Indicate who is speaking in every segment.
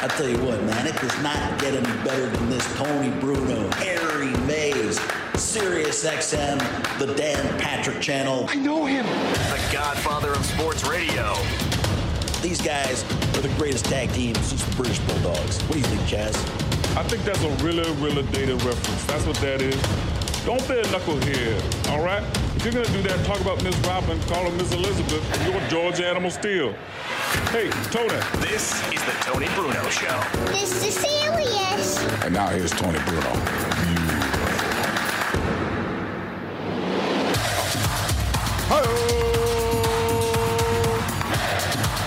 Speaker 1: I tell you what, man, it does not get any better than this Tony Bruno, Harry Mays, Sirius XM, the Dan Patrick Channel.
Speaker 2: I know him.
Speaker 3: The godfather of sports radio.
Speaker 1: These guys are the greatest tag team since the British Bulldogs. What do you think, Chaz?
Speaker 4: I think that's a really, really dated reference. That's what that is. Don't be a knucklehead, all right? If you're gonna do that, talk about Miss Robin, call her Miss Elizabeth, you're a Georgia Animal Steel. Hey, Tony.
Speaker 3: This is the Tony Bruno Show.
Speaker 5: This is serious.
Speaker 6: And now here's Tony Bruno.
Speaker 4: Hello!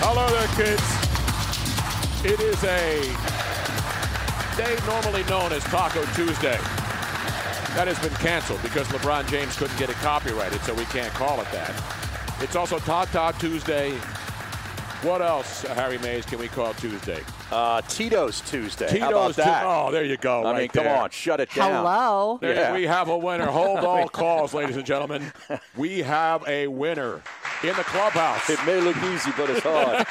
Speaker 4: Hello there, kids. It is a day normally known as Taco Tuesday. That has been canceled because LeBron James couldn't get it copyrighted, so we can't call it that. It's also Tata Tuesday. What else, uh, Harry Mays, can we call Tuesday?
Speaker 7: Uh, Tito's Tuesday. How about
Speaker 4: Tito's Tu-
Speaker 7: that?
Speaker 4: Oh, there you go.
Speaker 7: I
Speaker 4: right
Speaker 7: mean, come
Speaker 4: there.
Speaker 7: on, shut it down.
Speaker 8: Hello.
Speaker 4: There-
Speaker 7: Yeah.
Speaker 4: We have a winner. Hold all calls, ladies and gentlemen. We have a winner in the clubhouse.
Speaker 7: It may look easy, but it's hard.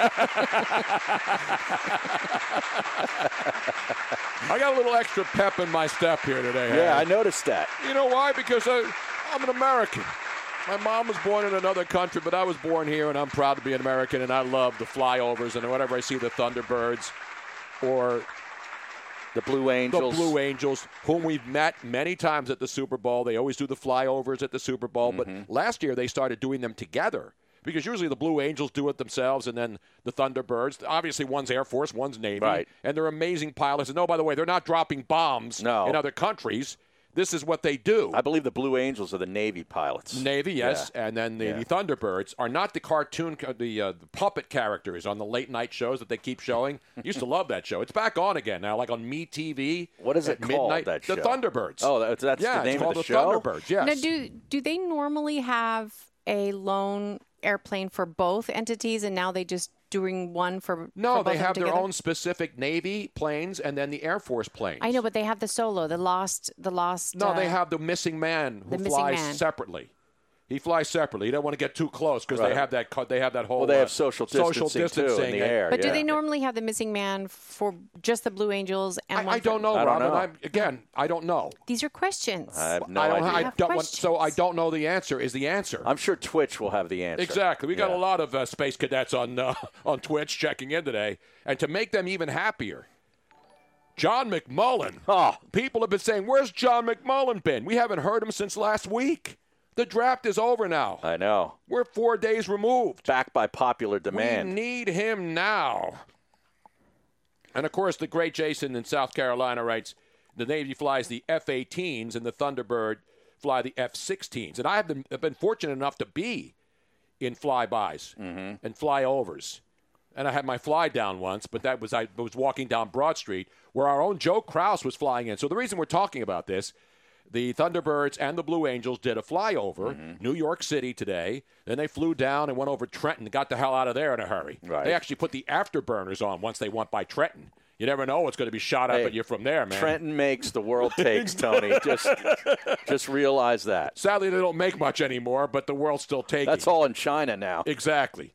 Speaker 4: I got a little extra pep in my step here today.
Speaker 7: yeah, I
Speaker 4: Harry.
Speaker 7: noticed that.
Speaker 4: You know why? Because I, I'm an American. My mom was born in another country, but I was born here, and I'm proud to be an American, and I love the flyovers and whenever I see the Thunderbirds or
Speaker 7: The Blue
Speaker 4: the
Speaker 7: Angels.
Speaker 4: Blue Angels, whom we've met many times at the Super Bowl. They always do the flyovers at the Super Bowl, but
Speaker 7: Mm-hmm.
Speaker 4: last year they started doing them together because usually the Blue Angels do it themselves and then the Thunderbirds. Obviously, one's Air Force, one's Navy,
Speaker 7: Right.
Speaker 4: and they're amazing pilots. And oh, by the way, they're not dropping bombs
Speaker 7: No.
Speaker 4: in other countries. This is what they do.
Speaker 7: Oh. I believe the Blue Angels are the Navy pilots.
Speaker 4: Navy, yes, and then the, the Thunderbirds are not the cartoon, ca- the, uh, the puppet characters on the late night shows that they keep showing. Used to love that show. It's back on again now, like on Me TV.
Speaker 7: What is
Speaker 4: at
Speaker 7: it called,
Speaker 4: midnight.
Speaker 7: that
Speaker 4: The
Speaker 7: show?
Speaker 4: Thunderbirds.
Speaker 7: Oh, that's- that's the
Speaker 4: yeah, it's
Speaker 7: name of
Speaker 4: called
Speaker 7: the show?
Speaker 4: Thunderbirds. Yes.
Speaker 8: Now, do do they normally have a loan airplane for both entities, and now they just doing one for?
Speaker 4: no,
Speaker 8: for both
Speaker 4: they
Speaker 8: of them
Speaker 4: have their
Speaker 8: together?
Speaker 4: own specific Navy planes and then the Air Force planes.
Speaker 8: I know, but they have the solo, the lost, the lost.
Speaker 4: No,
Speaker 8: uh,
Speaker 4: they have the missing man who
Speaker 8: the missing
Speaker 4: flies
Speaker 8: man.
Speaker 4: separately. He flies separately. You don't want to get too close because they
Speaker 7: Right.
Speaker 4: have that. co- They have that whole.
Speaker 7: Well, they
Speaker 4: uh,
Speaker 7: have social
Speaker 4: social
Speaker 7: distancing, too, in the
Speaker 4: distancing and-
Speaker 7: air,
Speaker 8: But do
Speaker 7: yeah.
Speaker 8: they normally have the missing man for just the Blue Angels and
Speaker 4: I,
Speaker 8: one
Speaker 4: I
Speaker 8: for-
Speaker 4: don't know,
Speaker 7: I don't
Speaker 4: Robin.
Speaker 7: know.
Speaker 4: I'm, again, I don't know.
Speaker 8: These are questions.
Speaker 7: I have no
Speaker 4: I don't,
Speaker 7: idea.
Speaker 4: I
Speaker 8: Have
Speaker 4: don't want, so I
Speaker 8: questions.
Speaker 4: don't know the answer. Is the answer?
Speaker 7: I'm sure Twitch will have the answer.
Speaker 4: exactly. We got
Speaker 7: Yeah.
Speaker 4: a lot of uh, space cadets on uh, on Twitch checking in today, and to make them even happier, John McMullen.
Speaker 7: Oh.
Speaker 4: People have been saying, "Where's John McMullen been? We haven't heard him since last week. The draft is over now.
Speaker 7: I know.
Speaker 4: We're four days removed.
Speaker 7: Back by popular
Speaker 4: We
Speaker 7: demand.
Speaker 4: need him now. And of course, the great Jason in South Carolina writes the Navy flies the F 18s and the Thunderbird fly the F 16s. And I have been, have been fortunate enough to be in flybys and flyovers. And I had my fly down once, but that was I was walking down Broad Street where our own Joe Kraus was flying in. So the reason we're talking about this the Thunderbirds and the Blue Angels did a flyover New York City today. Then they flew down and went over Trenton, got the hell out of there in a hurry.
Speaker 7: Right.
Speaker 4: They actually put the afterburners on once they went by Trenton. You never know what's going to be shot up
Speaker 7: Hey,
Speaker 4: at you from there, man.
Speaker 7: Trenton makes the world takes, Tony. Just, just realize that.
Speaker 4: Sadly, they don't make much anymore, but the world's still taking.
Speaker 7: That's all in China now.
Speaker 4: Exactly.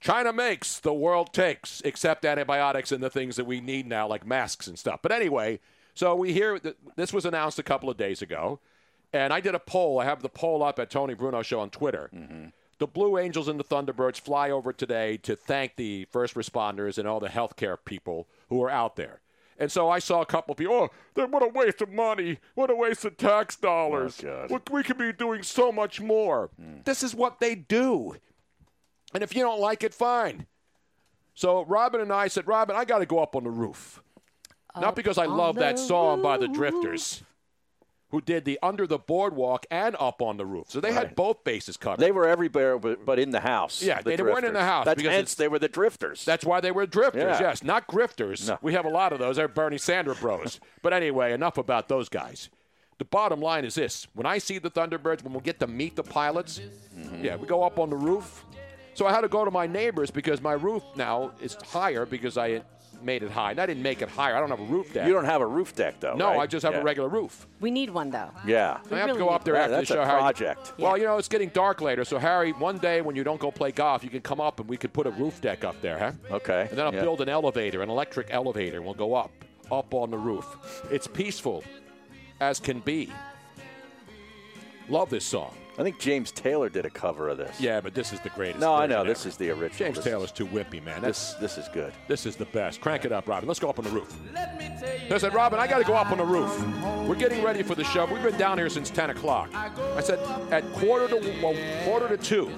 Speaker 4: China makes, the world takes, except antibiotics and the things that we need now, like masks and stuff. But anyway, so we hear that this was announced a couple of days ago, and I did a poll. I have the poll up at Tony Bruno Show on Twitter. The Blue Angels and the Thunderbirds fly over today to thank the first responders and all the healthcare people who are out there. And so I saw a couple of people. Oh, then what a waste of money! What a waste of tax dollars! we, we could be doing so much more. This is what they do. And if you don't like it, fine. So Robin and I said, Robin, I got to go up on the roof. Not because I love that song by the Drifters, who did the Under the Boardwalk and Up on the Roof. So they had both bases covered.
Speaker 7: They were everywhere but but in the house.
Speaker 4: Yeah,
Speaker 7: the
Speaker 4: they weren't in the
Speaker 7: Drifters.
Speaker 4: house
Speaker 7: That's
Speaker 4: because
Speaker 7: hence
Speaker 4: it's-
Speaker 7: they were the drifters.
Speaker 4: That's why they were drifters,
Speaker 7: Yeah.
Speaker 4: yes, not grifters.
Speaker 7: No.
Speaker 4: We have a lot of those. They're Bernie Sanders bros. but anyway, enough about those guys. The bottom line is this when I see the Thunderbirds, when we get to meet the pilots,
Speaker 7: Mm-hmm.
Speaker 4: yeah, we go up on the roof. So I had to go to my neighbors because my roof now is higher because I made it high. And I didn't make it higher. I don't have a roof deck.
Speaker 7: You don't have a roof deck, though.
Speaker 4: no,
Speaker 7: right?
Speaker 4: I just have
Speaker 7: Yeah.
Speaker 4: a regular roof.
Speaker 8: We need one though.
Speaker 4: I
Speaker 7: Yeah.
Speaker 4: have to
Speaker 8: really
Speaker 4: go
Speaker 8: need
Speaker 4: up there
Speaker 7: Yeah,
Speaker 4: after
Speaker 7: that's
Speaker 4: the show.
Speaker 7: a
Speaker 4: Harry.
Speaker 7: project.
Speaker 4: Well, you know, it's getting dark later. So, Harry, one day when you don't go play golf, you can come up and we could put a roof deck up there, huh?
Speaker 7: Okay,
Speaker 4: And then I'll
Speaker 7: yeah.
Speaker 4: build an elevator, an electric elevator, and we'll go up, up on the roof. It's peaceful as can be. Love this song.
Speaker 7: I think James Taylor did a cover of this.
Speaker 4: Yeah, but this is the greatest.
Speaker 7: No, I
Speaker 4: version
Speaker 7: know. This
Speaker 4: ever.
Speaker 7: is the original.
Speaker 4: James
Speaker 7: This-
Speaker 4: Taylor's too whippy, man. That's
Speaker 7: This this is good.
Speaker 4: This is the best. Crank it up, Robin. Let's go up on the roof. I said, Robin, I got to go up on the roof. We're getting ready for the show. We've been down here since 10 o'clock. I said, at quarter to well, quarter to two,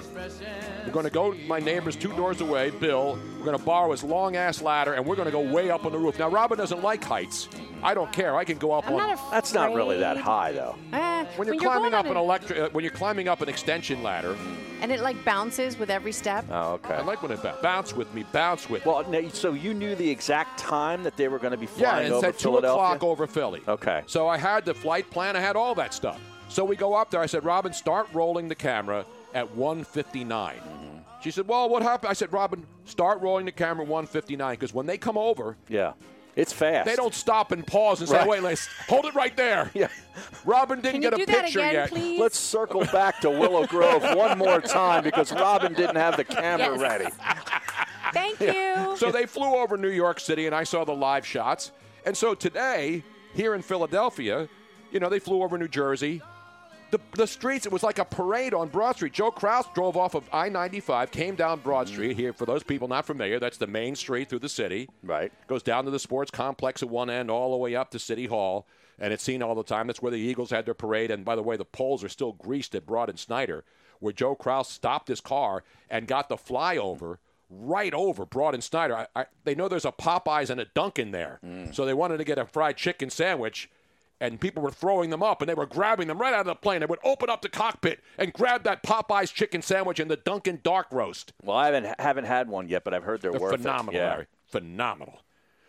Speaker 4: we're going to go. to My neighbor's two doors away, Bill. We're going to borrow his long ass ladder, and we're going to go way up on the roof. Now, Robin doesn't like heights. I don't care. I can go up
Speaker 8: I'm
Speaker 4: on.
Speaker 8: not afraid.
Speaker 7: That's not really that high though.
Speaker 8: Eh,
Speaker 4: when you're
Speaker 8: going
Speaker 4: climbing up
Speaker 8: on
Speaker 4: an
Speaker 8: it-
Speaker 4: electric, uh, when you're climbing up an extension ladder,
Speaker 8: and it like bounces with every step.
Speaker 7: Oh, okay.
Speaker 4: I like when it ba- bounce with me, bounce with. me.
Speaker 7: Well, now, so you knew the exact time that they were going to be
Speaker 4: Yeah,
Speaker 7: flying
Speaker 4: it's
Speaker 7: over
Speaker 4: at two
Speaker 7: Philadelphia.
Speaker 4: o'clock over Philly.
Speaker 7: Okay.
Speaker 4: So I had the flight plan. I had all that stuff. So we go up there. I said, Robin, start rolling the camera at 159.
Speaker 7: Mm-hmm.
Speaker 4: She said, Well, what happened? I said, Robin, start rolling the camera 159 because when they come over,
Speaker 7: Yeah, it's fast.
Speaker 4: they don't stop and pause and
Speaker 7: Right.
Speaker 4: say, Wait, let's hold it right there.
Speaker 7: Yeah.
Speaker 4: Robin didn't
Speaker 8: Can you
Speaker 4: get
Speaker 8: do
Speaker 4: a
Speaker 8: that
Speaker 4: picture
Speaker 8: again,
Speaker 4: yet.
Speaker 8: please?
Speaker 7: Let's circle back to Willow Grove one more time because Robin didn't have the camera
Speaker 8: Yes.
Speaker 7: ready.
Speaker 8: Thank you.
Speaker 4: So they flew over New York City, and I saw the live shots. And so today, here in Philadelphia, you know, they flew over New Jersey. The, the streets, it was like a parade on Broad Street. Joe Kraus drove off of I 95, came down Broad Street. Here, for those people not familiar, that's the main street through the city.
Speaker 7: Right.
Speaker 4: Goes down to the sports complex at one end, all the way up to City Hall. And it's seen all the time. That's where the Eagles had their parade. And by the way, the poles are still greased at Broad and Snyder, where Joe Kraus stopped his car and got the flyover right over Broad and Snyder. I, I, they know there's a Popeyes and a Dunkin' there. So they wanted to get a fried chicken sandwich. And people were throwing them up, and they were grabbing them right out of the plane. They would open up the cockpit and grab that Popeyes chicken sandwich and the Dunkin' Dark Roast.
Speaker 7: Well, I haven't haven't had one yet, but I've heard they're,
Speaker 4: They're
Speaker 7: worth it.
Speaker 4: phenomenal,
Speaker 7: Yeah.
Speaker 4: Larry. Phenomenal.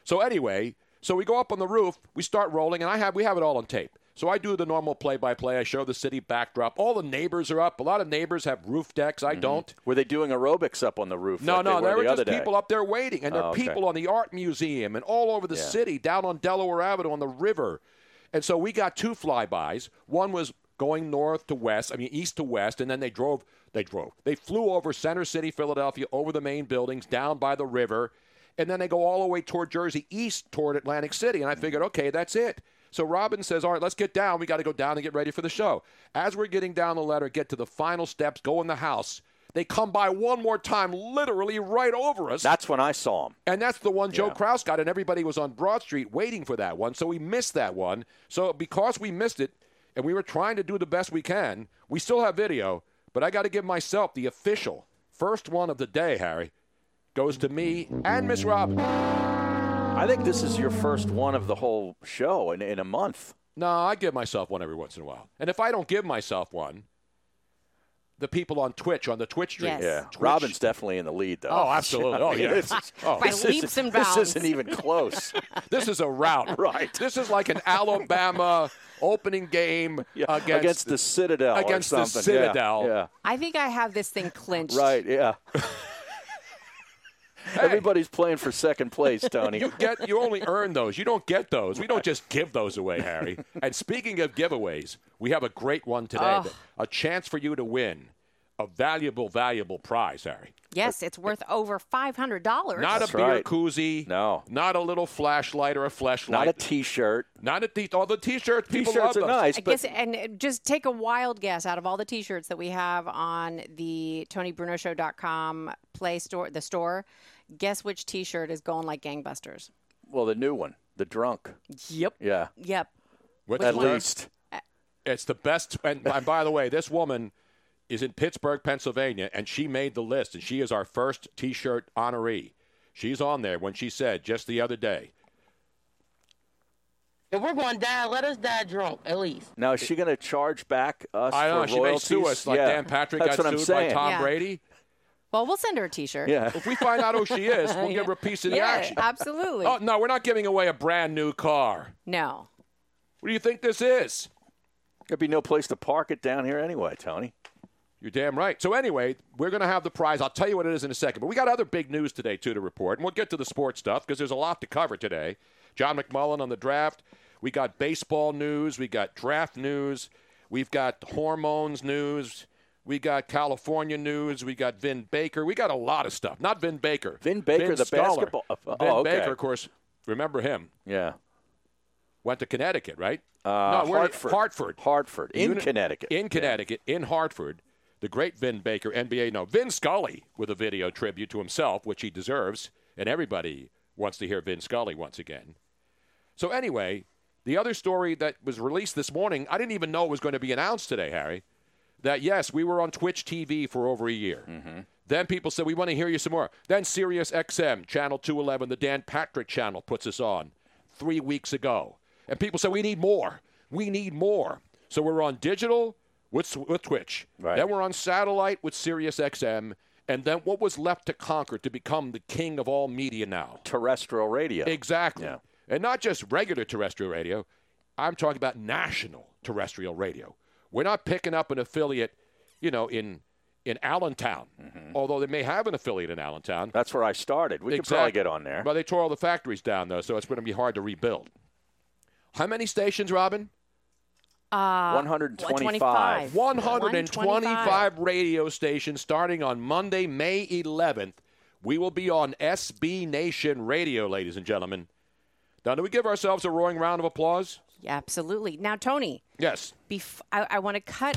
Speaker 4: So anyway, so we go up on the roof, we start rolling, and I have we have it all on tape. So I do the normal play-by-play. I show the city backdrop. All the neighbors are up. A lot of neighbors have roof decks.
Speaker 7: Mm-hmm.
Speaker 4: I don't.
Speaker 7: Were they doing aerobics up on the roof?
Speaker 4: No,
Speaker 7: like
Speaker 4: no,
Speaker 7: they were
Speaker 4: there
Speaker 7: the
Speaker 4: were
Speaker 7: other
Speaker 4: just
Speaker 7: day?
Speaker 4: people up there waiting, and there
Speaker 7: Oh,
Speaker 4: are
Speaker 7: okay.
Speaker 4: people on the art museum and all over the
Speaker 7: Yeah.
Speaker 4: city, down on Delaware Avenue on the river. And so we got two flybys. One was going north to west, I mean east to west, and then they drove. They drove. They flew over Center City, Philadelphia, over the main buildings, down by the river, and then they go all the way toward Jersey, east toward Atlantic City. And I figured, okay, that's it. So Robin says, "All right, let's get down. We got to go down and get ready for the show." As we're getting down the ladder, get to the final steps, go in the house. They come by one more time, literally right over us.
Speaker 7: That's when I saw them.
Speaker 4: And that's the one Joe
Speaker 7: Yeah.
Speaker 4: Kraus got, and everybody was on Broad Street waiting for that one. So we missed that one. So because we missed it, and we were trying to do the best we can, we still have video. But I got to give myself the official first one of the day. Harry goes to me and Miss Robin.
Speaker 7: I think this is your first one of the whole show in, in a month.
Speaker 4: No, I give myself one every once in a while. And if I don't give myself one, the people on Twitch on the Twitch stream.
Speaker 8: Yes.
Speaker 7: Yeah,
Speaker 4: Twitch-
Speaker 7: Robin's definitely in the lead though.
Speaker 4: Oh, absolutely. Oh, yeah.
Speaker 7: This is-
Speaker 4: Oh.
Speaker 8: By
Speaker 7: this
Speaker 8: leaps
Speaker 7: isn't-
Speaker 8: and
Speaker 7: This
Speaker 8: bounds.
Speaker 7: isn't even close.
Speaker 4: This is a rout.
Speaker 7: Right.
Speaker 4: This is like an Alabama opening game
Speaker 7: Yeah,
Speaker 4: against,
Speaker 7: the Citadel. or
Speaker 4: against the
Speaker 7: something. Yeah,
Speaker 4: Citadel.
Speaker 7: Yeah,
Speaker 8: I think I have this thing clinched.
Speaker 7: right. Yeah. Everybody's playing for second place, Tony.
Speaker 4: You get you only earn those. You don't get those. We don't just give those away, Harry. and speaking of giveaways, we have a great one today. that- A chance for you to win a valuable, valuable prize, Harry.
Speaker 8: Yes, it's worth over five hundred dollars.
Speaker 4: Not
Speaker 7: That's
Speaker 4: a beer
Speaker 7: right.
Speaker 4: koozie.
Speaker 7: No.
Speaker 4: Not a little flashlight or a flashlight.
Speaker 7: Not a T-shirt.
Speaker 4: Not a t- all the t-shirts. People love
Speaker 7: T-shirts are
Speaker 4: those.
Speaker 7: nice,
Speaker 8: I
Speaker 7: but
Speaker 8: guess, and uh, just take a wild guess out of all the T-shirts that we have on the TonyBrunoShow.com Play Store, the store. Guess which T-shirt is going like gangbusters?
Speaker 7: well, the new one, the drunk.
Speaker 8: Yep.
Speaker 7: Yeah,
Speaker 8: Yep.
Speaker 4: What's
Speaker 7: at
Speaker 4: the word?
Speaker 7: least.
Speaker 4: It's the best. And, and by the way, this woman is in Pittsburgh, Pennsylvania, and she made the list, and she is our first t shirt honoree. She's on there when she said just the other day,
Speaker 2: If we're going to die, let us die drunk, at least.
Speaker 7: Now is she going to charge back us
Speaker 4: I know
Speaker 7: for
Speaker 4: she may
Speaker 7: royalties?
Speaker 4: sue us like
Speaker 7: yeah.
Speaker 4: Dan Patrick
Speaker 7: That's
Speaker 4: got
Speaker 7: what I'm
Speaker 4: sued by
Speaker 7: saying.
Speaker 4: Tom
Speaker 8: Yeah.
Speaker 4: Brady.
Speaker 8: Well, we'll send her a T-shirt.
Speaker 7: Yeah.
Speaker 4: If we find out who she is, we'll give her a piece of the
Speaker 8: Yeah,
Speaker 4: action.
Speaker 8: absolutely.
Speaker 4: Oh, no, we're not giving away a brand new car.
Speaker 8: No.
Speaker 4: What do you think this is?
Speaker 7: There'd be no place to park it down here anyway, Tony.
Speaker 4: You're damn right. So anyway, we're going to have the prize. I'll tell you what it is in a second. But we got other big news today too to report, and we'll get to the sports stuff because there's a lot to cover today. John McMullen on the draft. We got baseball news. We got draft news. We've got hormones news. We got California news. We got Vin Baker. We got a lot of stuff. Not Vin Baker.
Speaker 7: Vin Baker, the
Speaker 4: Stoller.
Speaker 7: basketball- oh,
Speaker 4: Vin
Speaker 7: okay.
Speaker 4: Baker, of course. Remember him?
Speaker 7: Yeah.
Speaker 4: Went to Connecticut, right?
Speaker 7: Uh,
Speaker 4: no, where-
Speaker 7: Hartford.
Speaker 4: Hartford.
Speaker 7: Hartford. In
Speaker 4: Uni-
Speaker 7: Connecticut.
Speaker 4: In Connecticut, in Hartford, the great Vin Baker, NBA, no, Vin Scully with a video tribute to himself, which he deserves, and everybody wants to hear Vin Scully once again. So, anyway, the other story that was released this morning, I didn't even know it was going to be announced today, Harry, that yes, we were on Twitch TV for over a year.
Speaker 7: Mm-hmm.
Speaker 4: Then people said, we want to hear you some more. Then Sirius XM, Channel 211, the Dan Patrick channel, puts us on three weeks ago. And people said, we need more. We need more. So we're on digital with, with Twitch.
Speaker 7: Right.
Speaker 4: Then we're on satellite with Sirius XM. And then what was left to conquer to become the king of all media now?
Speaker 7: Terrestrial radio.
Speaker 4: Exactly.
Speaker 7: Yeah.
Speaker 4: And not just regular terrestrial radio. I'm talking about national terrestrial radio. We're not picking up an affiliate, you know, in in Allentown, although they may have an affiliate in Allentown.
Speaker 7: Mm-hmm. That's where I started. We could probably
Speaker 4: Exactly.
Speaker 7: get on there.
Speaker 4: But they tore all the factories down, though, so it's going to be hard to rebuild. How many stations, Robin?
Speaker 8: Uh,
Speaker 7: 125.
Speaker 4: 125, radio stations starting on Monday, May 11th. We will be on SB Nation Radio, ladies and gentlemen. Now, do we give ourselves a roaring round of applause?
Speaker 8: Yeah, absolutely. Now, Tony,
Speaker 4: Yes.
Speaker 8: bef- I, I want to cut.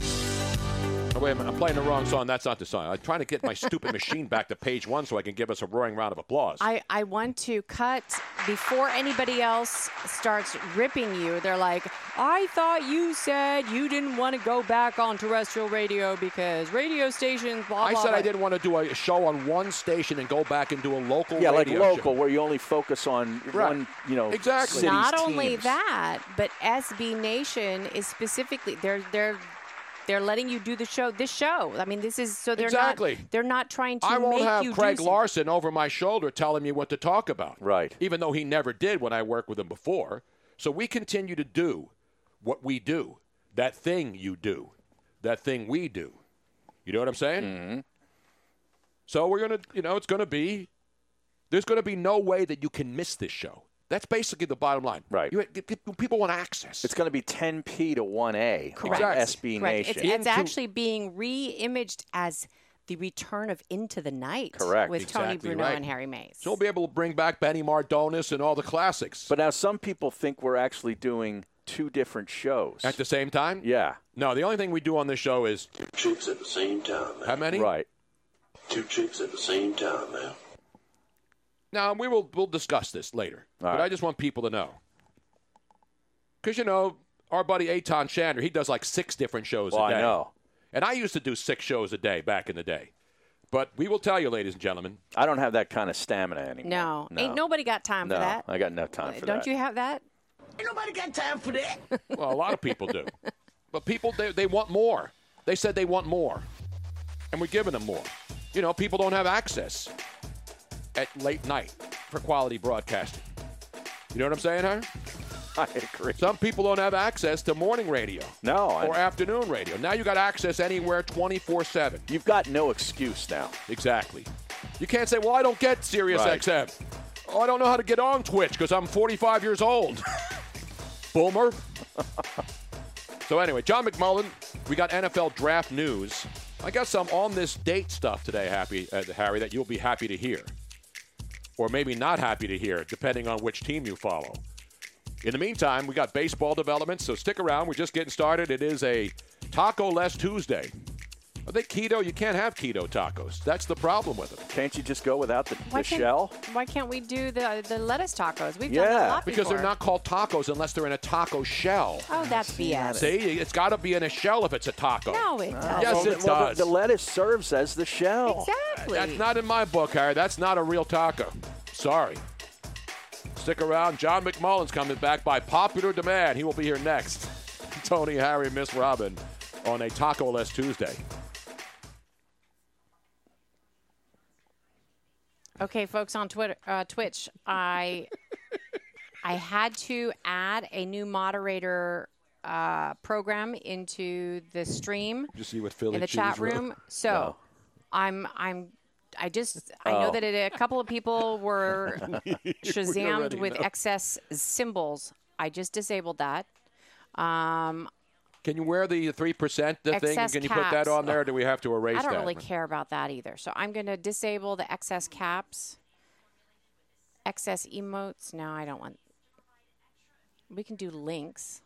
Speaker 4: Oh, wait a minute. I'm playing the wrong song. That's not the song. I'm trying to get my stupid machine back to page one so I can give us a roaring round of applause.
Speaker 8: I, I want to cut before anybody else starts ripping you. They're like, I thought you said you didn't want to go back on terrestrial radio because radio stations, blah,
Speaker 4: I
Speaker 8: blah,
Speaker 4: said
Speaker 8: blah."
Speaker 4: I didn't want to do a show on one station and go back and do a local
Speaker 7: yeah, like
Speaker 4: radio
Speaker 7: local,
Speaker 4: show.
Speaker 7: where you only focus on
Speaker 4: Right.
Speaker 7: one, you know,
Speaker 4: Exactly.
Speaker 7: city's
Speaker 8: Not only
Speaker 7: teams.
Speaker 8: that, but SB Nation is specifically they're they're they're letting you do the show. This show, I mean, this is so they're
Speaker 4: Exactly.
Speaker 8: not they're not trying to
Speaker 4: I won't
Speaker 8: make
Speaker 4: have
Speaker 8: you
Speaker 4: Craig
Speaker 8: do
Speaker 4: Larson over my shoulder telling me what to talk about.
Speaker 7: Right.
Speaker 4: Even though he never did when I worked with him before. So we continue to do what we do. That thing you do. That thing we do. You know what I'm saying? Mm-hmm. So we're going to, you know, it's going to be, there's going to be no way that you can miss this show. That's basically the bottom line.
Speaker 7: Right.
Speaker 4: You, people want access.
Speaker 7: It's going to be 10p to 1a
Speaker 8: Correct.
Speaker 7: on
Speaker 4: Exactly.
Speaker 7: SB
Speaker 8: Correct. It's,
Speaker 7: Nation.
Speaker 8: it's
Speaker 4: Into-
Speaker 8: actually being re-imaged as the return of Into the Night.
Speaker 7: Correct.
Speaker 8: With Tony
Speaker 4: Exactly
Speaker 8: Bruno
Speaker 4: right.
Speaker 8: and Harry Mays.
Speaker 4: so we'll be able to bring back Benny Mardonis and all the classics
Speaker 7: but now some people think we're actually doing two different shows.
Speaker 4: at the same time.
Speaker 7: yeah,
Speaker 4: No, the only thing we do on this show is
Speaker 6: chicks at the same time, man.
Speaker 4: how many?
Speaker 7: right.
Speaker 6: Two chicks at the same time, man.
Speaker 4: Now we will we'll discuss this later, but
Speaker 7: right.
Speaker 4: I just want people to know, because you know our buddy Aton Shander, he does like six different shows
Speaker 7: Well,
Speaker 4: a
Speaker 7: I
Speaker 4: day.
Speaker 7: know.
Speaker 4: and I used to do six shows a day back in the day, but we will tell you, ladies and gentlemen,
Speaker 7: I don't have that kind of stamina anymore.
Speaker 8: no, ain't nobody got time
Speaker 7: No,
Speaker 8: for that.
Speaker 7: I got no time for
Speaker 8: Don't
Speaker 7: that.
Speaker 8: you have that?
Speaker 1: Ain't nobody got time for that.
Speaker 4: well, a lot of people do, but people they, they want more. They said they want more, and we're giving them more. You know, people don't have access at late night for quality broadcasting. You know what I'm saying, huh?
Speaker 7: I agree.
Speaker 4: Some people don't have access to morning radio.
Speaker 7: No, I-
Speaker 4: Or afternoon radio. Now you got access anywhere 24 7.
Speaker 7: You've got no excuse now.
Speaker 4: Exactly. You can't say, well, I don't get Sirius
Speaker 7: Right.
Speaker 4: XM. Oh, I don't know how to get on Twitch because I'm 45 years old. Boomer. so, anyway, John McMullen, we got NFL draft news. I got some on this date stuff today, happy uh, Harry, that you'll be happy to hear. Or maybe not happy to hear, depending on which team you follow. In the meantime, we got baseball developments, so stick around. We're just getting started. It is a Taco Less Tuesday. Are they keto? You can't have keto tacos. That's the problem with them.
Speaker 7: Can't you just go without the,
Speaker 8: Why
Speaker 7: the
Speaker 8: can't,
Speaker 7: shell?
Speaker 8: Why can't we do the the lettuce tacos? We've done that
Speaker 7: Yeah,
Speaker 8: a lot
Speaker 4: Because they're
Speaker 8: before.
Speaker 4: not called tacos unless they're in a taco shell.
Speaker 8: Oh, that's BS.
Speaker 4: See, it's got to be in a shell if it's a taco.
Speaker 8: No, it doesn't.
Speaker 4: Yes, it
Speaker 7: well,
Speaker 4: does.
Speaker 7: The, the lettuce serves as the shell.
Speaker 8: Exactly.
Speaker 4: That's not in my book, Harry. That's not a real taco. Sorry. Stick around. John McMullen's coming back by popular demand. He will be here next. Tony, Harry, Miss Robin on a Taco Less Tuesday.
Speaker 8: Okay, folks on Twitter, uh, Twitch, I I had to add a new moderator uh, program into the stream
Speaker 4: Just see what Philly
Speaker 8: in the
Speaker 4: cheese
Speaker 8: chat
Speaker 4: wrote.
Speaker 8: room. So I'm I'm I just I know that it, a couple of people were shazammed
Speaker 4: Oh. already
Speaker 8: with
Speaker 4: know.
Speaker 8: excess symbols. I just disabled that. Um,
Speaker 4: Can you wear the three percent thing?
Speaker 8: Excess
Speaker 4: Can you put that
Speaker 8: caps.
Speaker 4: on there? Or do we have to erase
Speaker 8: I don't
Speaker 4: that?
Speaker 8: really care about that either. So I'm going to disable the excess caps, excess emotes. No, I don't want. We can do links.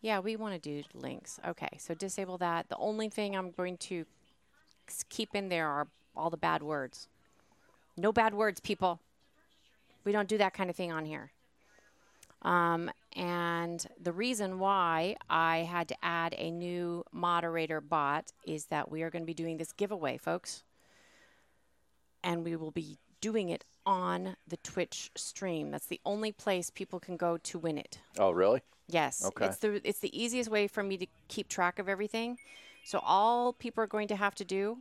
Speaker 8: Yeah, we want to do links. Okay, so disable that. The only thing I'm going to s- keep in there are all the bad words. No bad words, people. We don't do that kind of thing on here. Um, and the reason why I had to add a new moderator bot is that we are going to be doing this giveaway, folks. And we will be doing it on the Twitch stream. That's the only place people can go to win it.
Speaker 7: Oh, really?
Speaker 8: Yes.
Speaker 7: Okay.
Speaker 8: It's the it's the easiest way for me to keep track of everything. So all people are going to have to do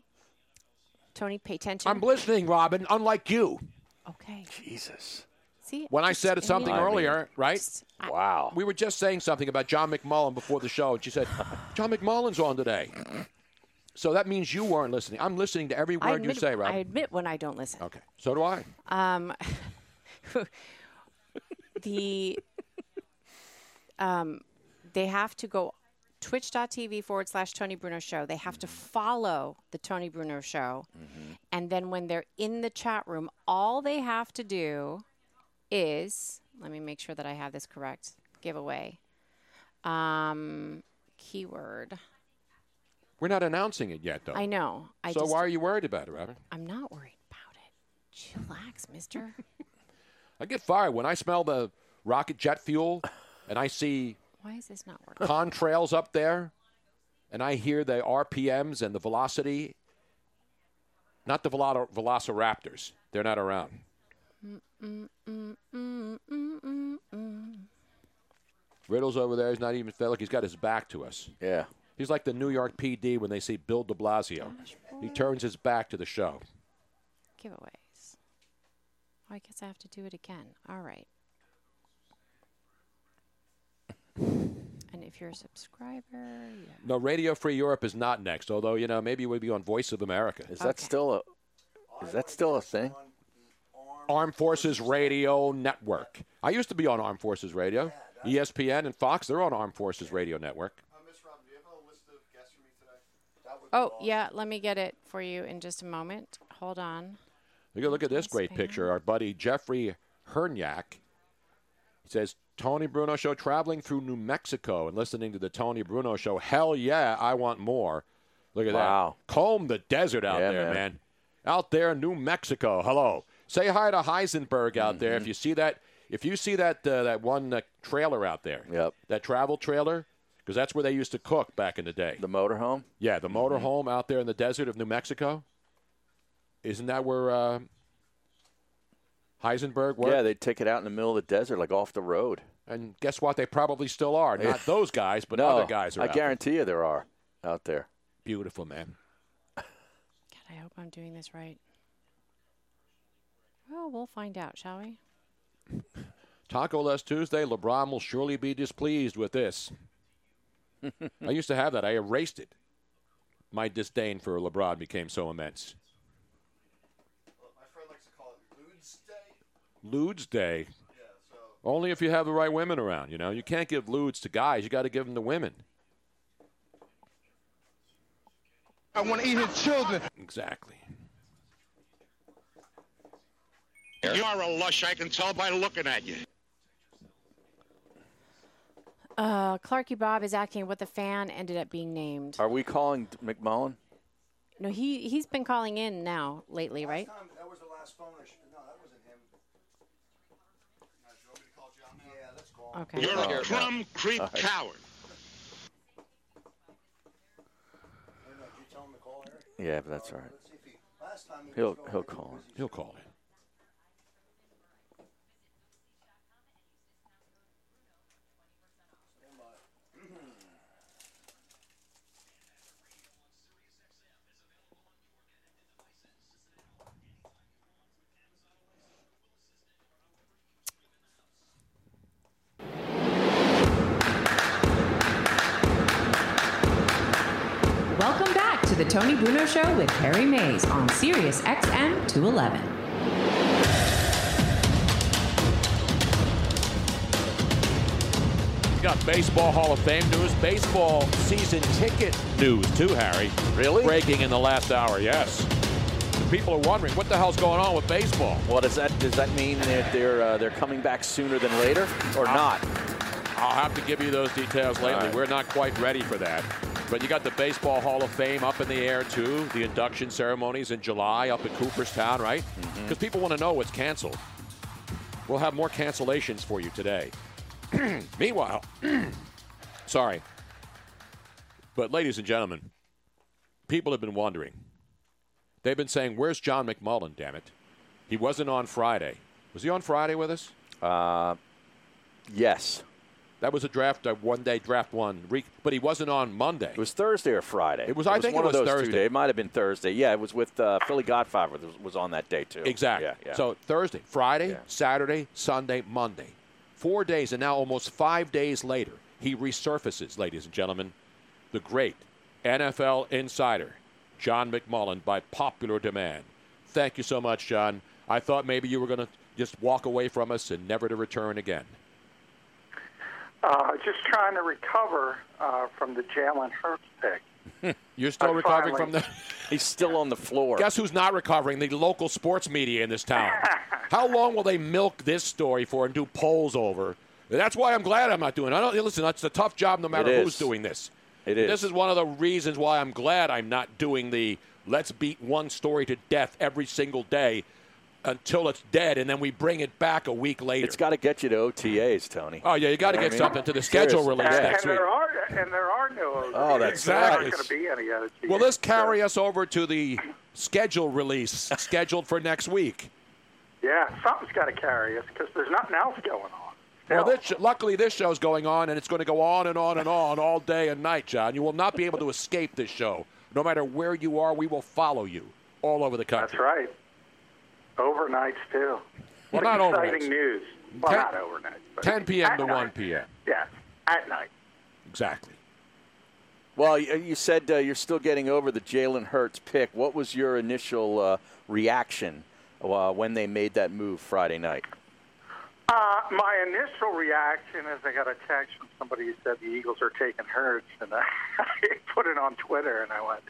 Speaker 8: Tony, pay attention.
Speaker 4: I'm listening, Robin. Unlike you,
Speaker 8: okay.
Speaker 7: Jesus.
Speaker 8: See
Speaker 4: when I
Speaker 8: just-
Speaker 4: said
Speaker 8: mean,
Speaker 4: something
Speaker 7: mean-
Speaker 4: earlier, right?
Speaker 8: just-
Speaker 7: Wow.
Speaker 4: We were just saying something about John McMullen before the show, and she said, "John McMullen's on today." So that means you weren't listening. I'm listening to every
Speaker 8: I
Speaker 4: word
Speaker 8: admit,
Speaker 4: you say,
Speaker 8: I
Speaker 4: Robin.
Speaker 8: admit when I don't listen.
Speaker 4: okay. So do I.
Speaker 8: Um, the um, they have to go twitch.tv forward slash Tony Bruno show. They have to follow the Tony Bruno show.
Speaker 9: Mm.
Speaker 8: And then when they're in the chat room, all they have to do is let me make sure that I have this correct giveaway. Um, keyword.
Speaker 4: We're not announcing it yet, though.
Speaker 8: I know. I
Speaker 4: so
Speaker 8: just,
Speaker 4: why are you worried about it, Robin?
Speaker 8: I'm not worried about it. Chillax, mister.
Speaker 4: I get fired when I smell the rocket jet fuel, and I see
Speaker 8: Why is this not working?
Speaker 4: contrails up there, and I hear the RPMs and the velocity. Not the velo- velociraptors. They're not around. Riddle's over there. He's not even felt like he's got his back to us.
Speaker 7: Yeah.
Speaker 4: He's like the New York PD when they see Bill de Blasio. He turns his back to the show.
Speaker 8: giveaways. Oh, I guess I have to do it again. All right. and if you're a subscriber, yeah.
Speaker 4: No, Radio Free Europe is not next, although, you know, maybe we'd be on Voice of America.
Speaker 7: Is that still a? Is that still a thing?
Speaker 4: Armed Forces Radio Network. I used to be on Armed Forces Radio. E ESPN and Fox, they're on Armed Forces Radio Network.
Speaker 10: Mm-hmm.
Speaker 8: Oh, yeah, let me get it for you in just a moment. Hold on.
Speaker 4: You go look at this great
Speaker 8: ESPN.
Speaker 4: picture. Our buddy Jeffrey Herniak he says, Tony Bruno Show traveling through New Mexico and listening to the Tony Bruno Show. Hell yeah, I want more. Look at
Speaker 7: Wow.
Speaker 4: that. Comb the desert out
Speaker 7: Yeah,
Speaker 4: there, man.
Speaker 7: man.
Speaker 4: Out there in New Mexico. Hello. Say hi to Heisenberg out there.
Speaker 7: Mm-hmm.
Speaker 4: If you see that, if you see that uh, that one uh, trailer out there,
Speaker 7: Yep.
Speaker 4: that travel trailer, because that's where they used to cook back in the day.
Speaker 7: The motorhome? Mm-hmm.
Speaker 4: Yeah, the motorhome out there in the desert of New Mexico. Isn't that where uh, Heisenberg worked?
Speaker 7: Yeah, they take it out in the middle of the desert, like off the road.
Speaker 4: and guess what? They probably still are. Not those guys, but
Speaker 7: no,
Speaker 4: other guys are.
Speaker 7: I
Speaker 4: out there.
Speaker 7: guarantee you there are out there.
Speaker 4: Beautiful man.
Speaker 8: God, I hope I'm doing this right. Well, we'll find out, shall we?
Speaker 4: Taco Less Tuesday. LeBron will surely be displeased with this. I used to have that. I erased it. My disdain for LeBron became so immense. Ludes Day. Only if you have the right women around, you know. You can't give ludes to guys. You got to give them to women.
Speaker 11: I want to eat his children.
Speaker 4: Exactly.
Speaker 11: You are a lush. I can tell by looking at you.
Speaker 8: Uh, Clarky Bob is asking what the fan ended up being named.
Speaker 7: Are we calling McMullen?
Speaker 8: No, he he's been calling in now lately, right?
Speaker 11: That was the last phone. I should, no, that wasn't him. Yeah, let's call
Speaker 8: Okay.
Speaker 11: You're
Speaker 12: Uh,
Speaker 11: a crumb creep coward.
Speaker 7: Yeah, but that's all right. He'll he'll call. him.
Speaker 4: He'll call it.
Speaker 13: Tony Bruno Show with Harry Mays on Sirius XM 211.
Speaker 4: We got Baseball Hall of Fame news, baseball season ticket news too, Harry.
Speaker 7: Really?
Speaker 4: Breaking in the last hour, yes. People are wondering what the hell's going on with baseball.
Speaker 7: What does that does that mean that they're uh, they're coming back sooner than later or not?
Speaker 4: I'll have to give you those details lately.
Speaker 7: All right.
Speaker 4: We're not quite ready for that. But you got the Baseball Hall of Fame up in the air, too. The induction ceremonies in July up at Cooperstown, right? Because
Speaker 7: Mm-hmm.
Speaker 4: people want to know what's canceled. We'll have more cancellations for you today. Meanwhile, sorry. But, ladies and gentlemen, people have been wondering. They've been saying, Where's John McMullen, damn it? He wasn't on Friday. Was he on Friday with us?
Speaker 7: Uh, Yes.
Speaker 4: That was a draft, a one day draft one. Re- but he wasn't on Monday.
Speaker 7: It was Thursday or Friday.
Speaker 4: It was- I think it
Speaker 7: one
Speaker 4: was
Speaker 7: of those
Speaker 4: Thursday.
Speaker 7: Two days. It might have been Thursday. Yeah, it was with uh, Philly Godfather was, was on that day too.
Speaker 4: exactly.
Speaker 7: Yeah, yeah.
Speaker 4: So Thursday, Friday,
Speaker 7: Yeah.
Speaker 4: Saturday, Sunday, Monday. Four days, and now almost five days later, he resurfaces, ladies and gentlemen, the great NFL insider, John McMullen, by popular demand. Thank you so much, John. I thought maybe you were going to just walk away from us and never to return again.
Speaker 10: Uh, just trying to recover uh, from the Jalen Hurts pick.
Speaker 4: You're still
Speaker 10: I'm
Speaker 4: recovering
Speaker 10: finally-
Speaker 4: from the.
Speaker 7: he's still on the floor.
Speaker 4: Guess who's not recovering? The local sports media in this town. How long will they milk this story for and do polls over? That's why I'm glad I'm not doing. It. I don't listen. That's a tough job, no matter
Speaker 7: It
Speaker 4: who's
Speaker 7: is.
Speaker 4: doing this.
Speaker 7: It
Speaker 4: This
Speaker 7: is.
Speaker 4: is one of the reasons why I'm glad I'm not doing the let's beat one story to death every single day until it's dead, and then we bring it back a week later.
Speaker 7: it's got to get you to OTAs, Tony.
Speaker 4: oh yeah, you got to
Speaker 7: You know what I
Speaker 4: get
Speaker 7: mean?
Speaker 4: something to the schedule
Speaker 7: Seriously.
Speaker 4: release
Speaker 10: And,
Speaker 4: next
Speaker 10: and
Speaker 4: week.
Speaker 10: there are and there are no.
Speaker 7: Oh, that's
Speaker 10: there
Speaker 4: right.
Speaker 10: aren't going to be any OTAs.
Speaker 4: Will this carry us over to the schedule release scheduled for next week?
Speaker 10: Yeah, something's got to carry us because there's nothing else going on. Still.
Speaker 4: Well, this sh- luckily this show's going on, and it's going to go on and on and on all day and night, John. You will not be able to escape this show. No matter where you are, we will follow you all over the country.
Speaker 10: That's right. Overnights too.
Speaker 4: Well,
Speaker 10: What
Speaker 4: not
Speaker 10: exciting
Speaker 4: overnights.
Speaker 10: news. Well,
Speaker 4: Ten-
Speaker 10: not overnight. but
Speaker 4: 10 p.m.
Speaker 10: at
Speaker 4: to
Speaker 10: night.
Speaker 4: 1 p.m.
Speaker 10: Yes, at night.
Speaker 4: Exactly.
Speaker 7: Well, you, you said uh, you're still getting over the Jalen Hurts pick. What was your initial uh, reaction uh, when they made that move Friday night?
Speaker 10: Uh, my initial reaction is I got a text from somebody who said the Eagles are taking Hurts, and I, I put it on Twitter, and I went,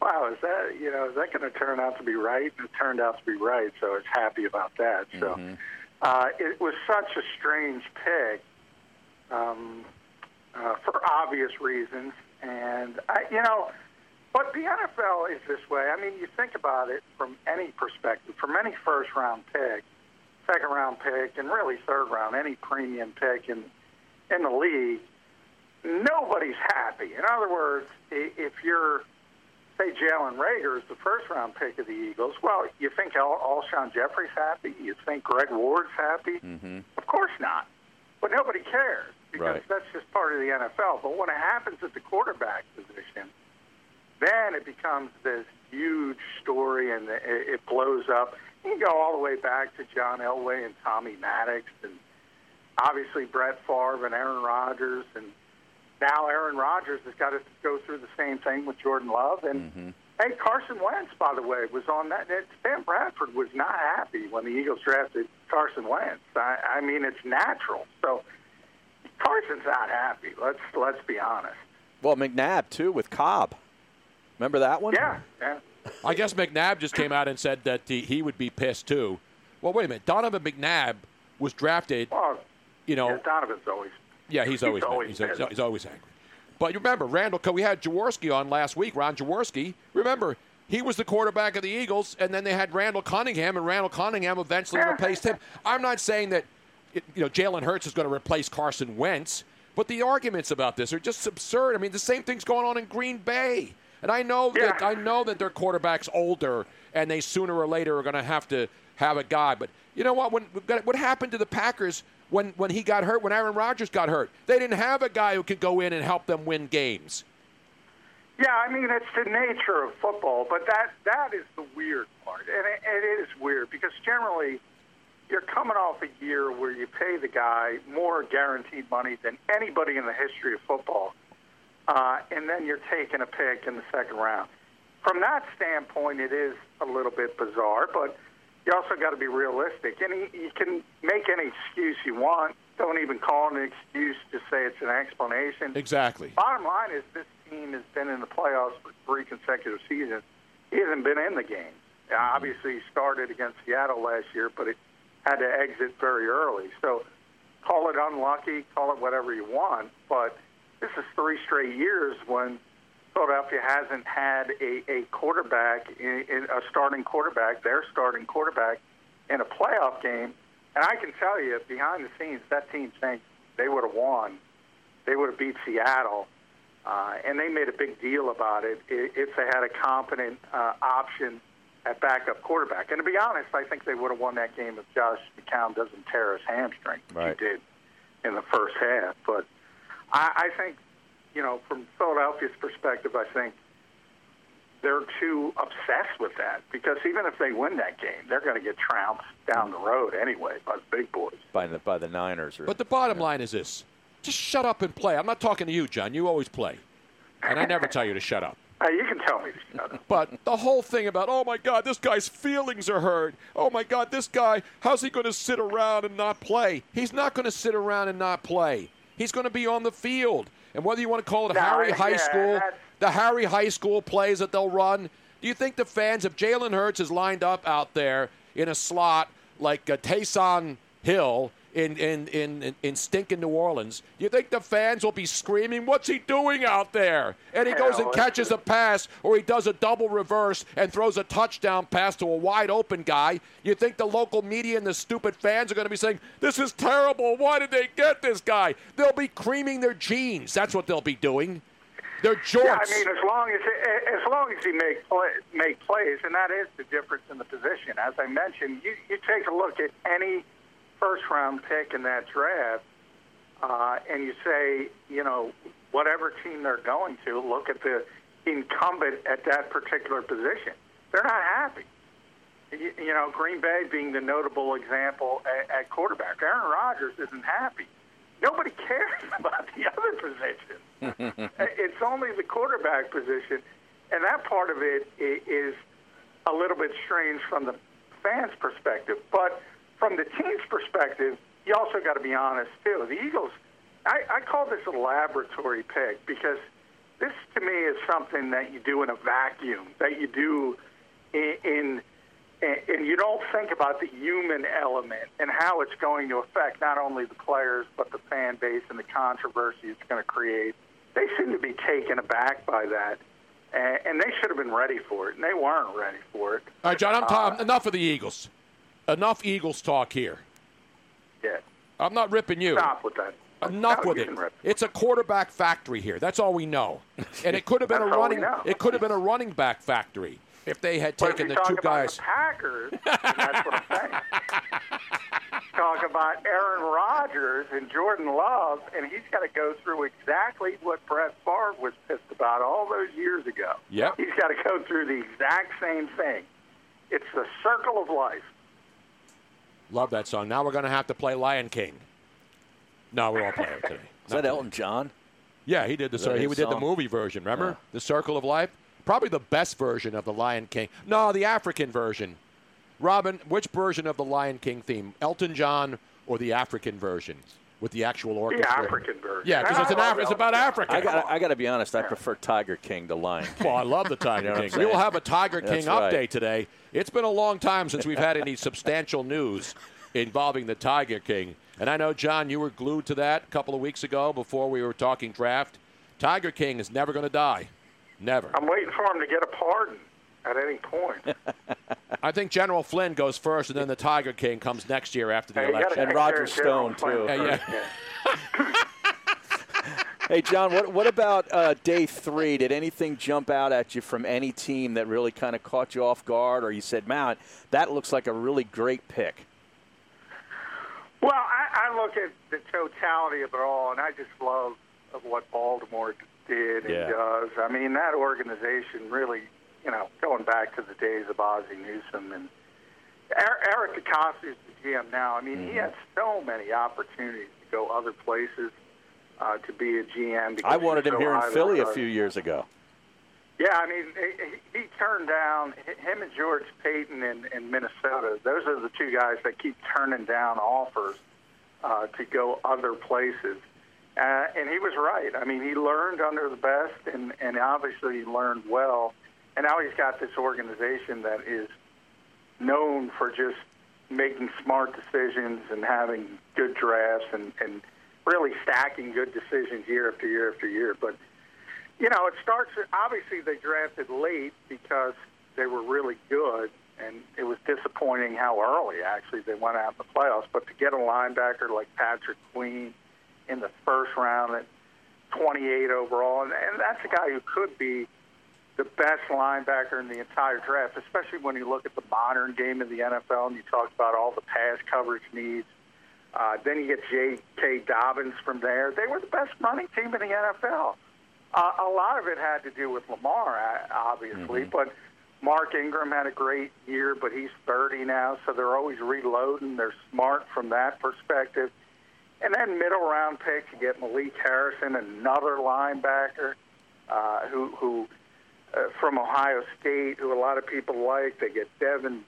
Speaker 10: "Wow, is that you know is that going to turn out to be right?" And it turned out to be right, so I was happy about that.
Speaker 4: Mm-hmm,
Speaker 10: So uh, it was such a strange pick um, uh, for obvious reasons, and I, you know. But the NFL is this way. I mean, you think about it from any perspective, from any first round pick, second round pick, and really third round, any premium pick in in the league, nobody's happy. In other words, i- if you're say Jalen Rager is the first round pick of the Eagles, well, you think Al- Alshon Jeffrey's happy? You think Greg Ward's happy? Mm-hmm. Of course not. But nobody cares because
Speaker 7: Right.
Speaker 10: that's just part of the NFL. But when it happens at the quarterback position then it becomes this huge story and it, it blows up. You can go all the way back to John Elway and Tommy Maddox and obviously Brett Favre and Aaron Rodgers. And now Aaron Rodgers has got to go through the same thing with Jordan Love. And hey, Carson Wentz, by the way, was on that. that Sam Bradford was not happy when the Eagles drafted Carson Wentz. I, I mean, it's natural. So Carson's not happy. Let's let's be honest.
Speaker 7: Well, McNabb too with Cobb. Remember that one?
Speaker 10: Yeah. yeah.
Speaker 4: I guess McNabb just came out and said that he, he would be pissed too. Well, wait a minute. Donovan McNabb was drafted.
Speaker 10: Well,
Speaker 4: You know,
Speaker 10: yeah, Donovan's always.
Speaker 4: Yeah, he's
Speaker 10: always
Speaker 4: always he's always, he's,
Speaker 10: pissed.
Speaker 4: he's always angry. But you remember Randall? Co- We had Jaworski on last week. Ron Jaworski. Remember, he was the quarterback of the Eagles, and then they had Randall Cunningham, and Randall Cunningham eventually replaced him. I'm not saying that it- you know Jalen Hurts is going to replace Carson Wentz, but the arguments about this are just absurd. I mean, the same thing's going on in Green Bay, and I know that
Speaker 10: Yeah.
Speaker 4: I know that their quarterback's older, and they sooner or later are going to have to have a guy. But you know what? When what happened to the Packers when when he got hurt, when Aaron Rodgers got hurt, they didn't have a guy who could go in and help them win games.
Speaker 10: Yeah, I mean it's the nature of football, but that that is the weird part, and it, it is weird because generally you're coming off a year where you pay the guy more guaranteed money than Uh, anybody in the history of football, uh, and then you're taking a pick in the second round. from that standpoint, it is a little bit bizarre, but you also got to be realistic. And you, you can make any excuse you want. Don't even call it an excuse. Just say it's an explanation.
Speaker 4: Exactly.
Speaker 10: Bottom line is this team has been in the playoffs for three consecutive seasons. He hasn't been in the game. Now, Obviously, he started against Seattle last year, but it had to exit very early. So call it unlucky, call it whatever you want, but this is three straight years when Philadelphia hasn't had a, a quarterback, in, in a starting quarterback, their starting quarterback, in a playoff game. And I can tell you, behind the scenes, that team thinks they would have won. They would have beat Seattle. Uh, and they made a big deal about it i- if they had a competent uh, option at backup quarterback. And to be honest, I think they would have won that game if Josh McCown doesn't tear his hamstring.
Speaker 7: Right.
Speaker 10: He did in the first half. But I, I think, you know, from Philadelphia's perspective, I think they're too obsessed with that because even if they win that game, they're going to get trounced down the road anyway by the big boys.
Speaker 7: by the by the Niners. Or,
Speaker 4: But the bottom line is this: just shut up and play. I'm not talking to you, John. You always play, and I never tell you to shut up.
Speaker 10: Hey, you can tell me to shut up.
Speaker 4: But the whole thing about oh my God, this guy's feelings are hurt. Oh my God, this guy, how's he going to sit around and not play? He's not going to sit around and not play. He's going to be on the field, and whether you want to call it
Speaker 10: No,
Speaker 4: Harry High
Speaker 10: yeah,
Speaker 4: School,
Speaker 10: that's-
Speaker 4: the Harry High School plays that they'll run. Do you think the fans, if Jalen Hurts is lined up out there in a slot like uh, Taysom Hill in in, in in in stinking New Orleans, do you think the fans will be screaming, "What's he doing out there?" And he goes and
Speaker 10: Hell,
Speaker 4: catches a pass, or he does a double reverse and throws a touchdown pass to a wide open guy. You think the local media and the stupid fans are going to be saying, "This is terrible. Why did they get this guy?" They'll be creaming their jeans. That's what they'll be doing. They're jorts.
Speaker 10: Yeah, I mean, as long as as long as he make play, make plays, and that is the difference in the position. As I mentioned, you you take a look at any first round pick in that draft, uh, and you say, you know, whatever team they're going to, look at the incumbent at that particular position. They're not happy. You, you know, Green Bay being the notable example at, at quarterback. Aaron Rodgers isn't happy. Nobody cares about the other positions.
Speaker 7: Mm-hmm.
Speaker 10: Uh, It's only the quarterback position, and that part of it i- is a little bit strange from the fans' perspective. But from the team's perspective, you also got to be honest too. The Eagles, I, I call this a laboratory pick because this to me is something that you do in a vacuum, that you do in. in and and you don't think about the human element and how it's going to affect not only the players but the fan base and the controversy it's going to create. They seem to be taken aback by that, and, and they should have been ready for it, and they weren't ready for it.
Speaker 4: All right, John. I'm
Speaker 10: Uh,
Speaker 4: Tom. Enough of the Eagles. Enough Eagles talk here.
Speaker 10: Yeah,
Speaker 4: I'm not ripping you.
Speaker 10: stop with that.
Speaker 4: Enough
Speaker 10: No,
Speaker 4: with
Speaker 10: you
Speaker 4: it.
Speaker 10: can rip.
Speaker 4: It's a quarterback factory here. That's all we know. And it could have been a
Speaker 10: That's all we
Speaker 4: running.
Speaker 10: know.
Speaker 4: It could have been a running back factory if they had
Speaker 10: But if
Speaker 4: taken
Speaker 10: you
Speaker 4: the
Speaker 10: talk
Speaker 4: two
Speaker 10: about
Speaker 4: guys.
Speaker 10: The Packers. that's what I'm saying. talk about Aaron Rodgers and Jordan Love, and he's got to go through exactly what Brett Favre was pissed about all those years ago.
Speaker 4: Yep.
Speaker 10: He's got to go through the exact same thing. It's the circle of life.
Speaker 4: Love that song. Now we're going to have to play Lion King. No, we won't play it today.
Speaker 7: is that Elton John?
Speaker 4: Yeah, he did the
Speaker 7: that
Speaker 4: he
Speaker 7: his
Speaker 4: did the
Speaker 7: song?
Speaker 4: movie version. Remember
Speaker 7: Yeah.
Speaker 4: the Circle of Life? Probably the best version of the Lion King. No, the African version. Robin, which version of the Lion King theme? Elton John or the African version with the actual
Speaker 10: The
Speaker 4: orchestra?
Speaker 10: African version.
Speaker 4: Yeah, because
Speaker 10: And
Speaker 4: it's
Speaker 10: I
Speaker 4: an
Speaker 10: love
Speaker 4: Af- it's
Speaker 10: Elton
Speaker 4: about
Speaker 10: John.
Speaker 4: Africa.
Speaker 7: I got I got to be honest. I prefer Tiger King to Lion King.
Speaker 4: Well, I love the Tiger
Speaker 7: You know what I'm
Speaker 4: King. We will
Speaker 7: saying?
Speaker 4: have a Tiger King
Speaker 7: That's
Speaker 4: update
Speaker 7: right.
Speaker 4: today. It's been a long time since we've had any substantial news involving the Tiger King. And I know, John, you were glued to that a couple of weeks ago before we were talking draft. Tiger King is never going to die. Never.
Speaker 10: I'm waiting for him to get a pardon at any point.
Speaker 4: I think General Flynn goes first, and then the Tiger King comes next year after the
Speaker 10: Hey, you gotta
Speaker 4: election.
Speaker 7: And
Speaker 10: take
Speaker 7: Roger
Speaker 10: care of General
Speaker 7: Stone,
Speaker 10: Flynn
Speaker 7: too.
Speaker 4: Yeah, yeah.
Speaker 10: first, yeah.
Speaker 7: Hey, John, what, what about uh, day three? Did anything jump out at you from any team that really kind of caught you off guard, or you said, "Man, that looks like a really great pick"?
Speaker 10: Well, I, I look at the totality of it all, and I just love of what Baltimore did and
Speaker 7: Yeah.
Speaker 10: does. I mean, that organization really, you know, going back to the days of Ozzie Newsome and Er- Eric DeCosta is the GM now. I mean,
Speaker 7: Mm-hmm.
Speaker 10: he had so many opportunities to go other places uh, to be a GM. Because
Speaker 7: I wanted
Speaker 10: he's
Speaker 7: him
Speaker 10: so
Speaker 7: here in
Speaker 10: highly
Speaker 7: Philly a
Speaker 10: regarded.
Speaker 7: few years ago.
Speaker 10: Yeah, I mean, he, he turned down him and George Payton in, in Minnesota. Those are the two guys that keep turning down offers uh, to go other places. Uh, and he was right. I mean, he learned under the best, and, and obviously he learned well. And now he's got this organization that is known for just making smart decisions and having good drafts and, and really stacking good decisions year after year after year. But you know, it starts. Obviously, they drafted late because they were really good, and it was disappointing how early actually they went out in the playoffs. But to get a linebacker like Patrick Queen in the first round at 28 overall, and, and that's a guy who could be the best linebacker in the entire draft, especially when you look at the modern game of the NFL and you talk about all the pass coverage needs. Uh, then you get J.K. Dobbins from there. They were the best running team in the NFL. Uh, a lot of it had to do with Lamar, obviously, mm-hmm. but Mark Ingram had a great year, but he's 30 now, so they're always reloading. They're smart from that perspective. And then middle round picks, you get Malik Harrison, another linebacker uh, who, who uh, from Ohio State, who a lot of people like. They get Devin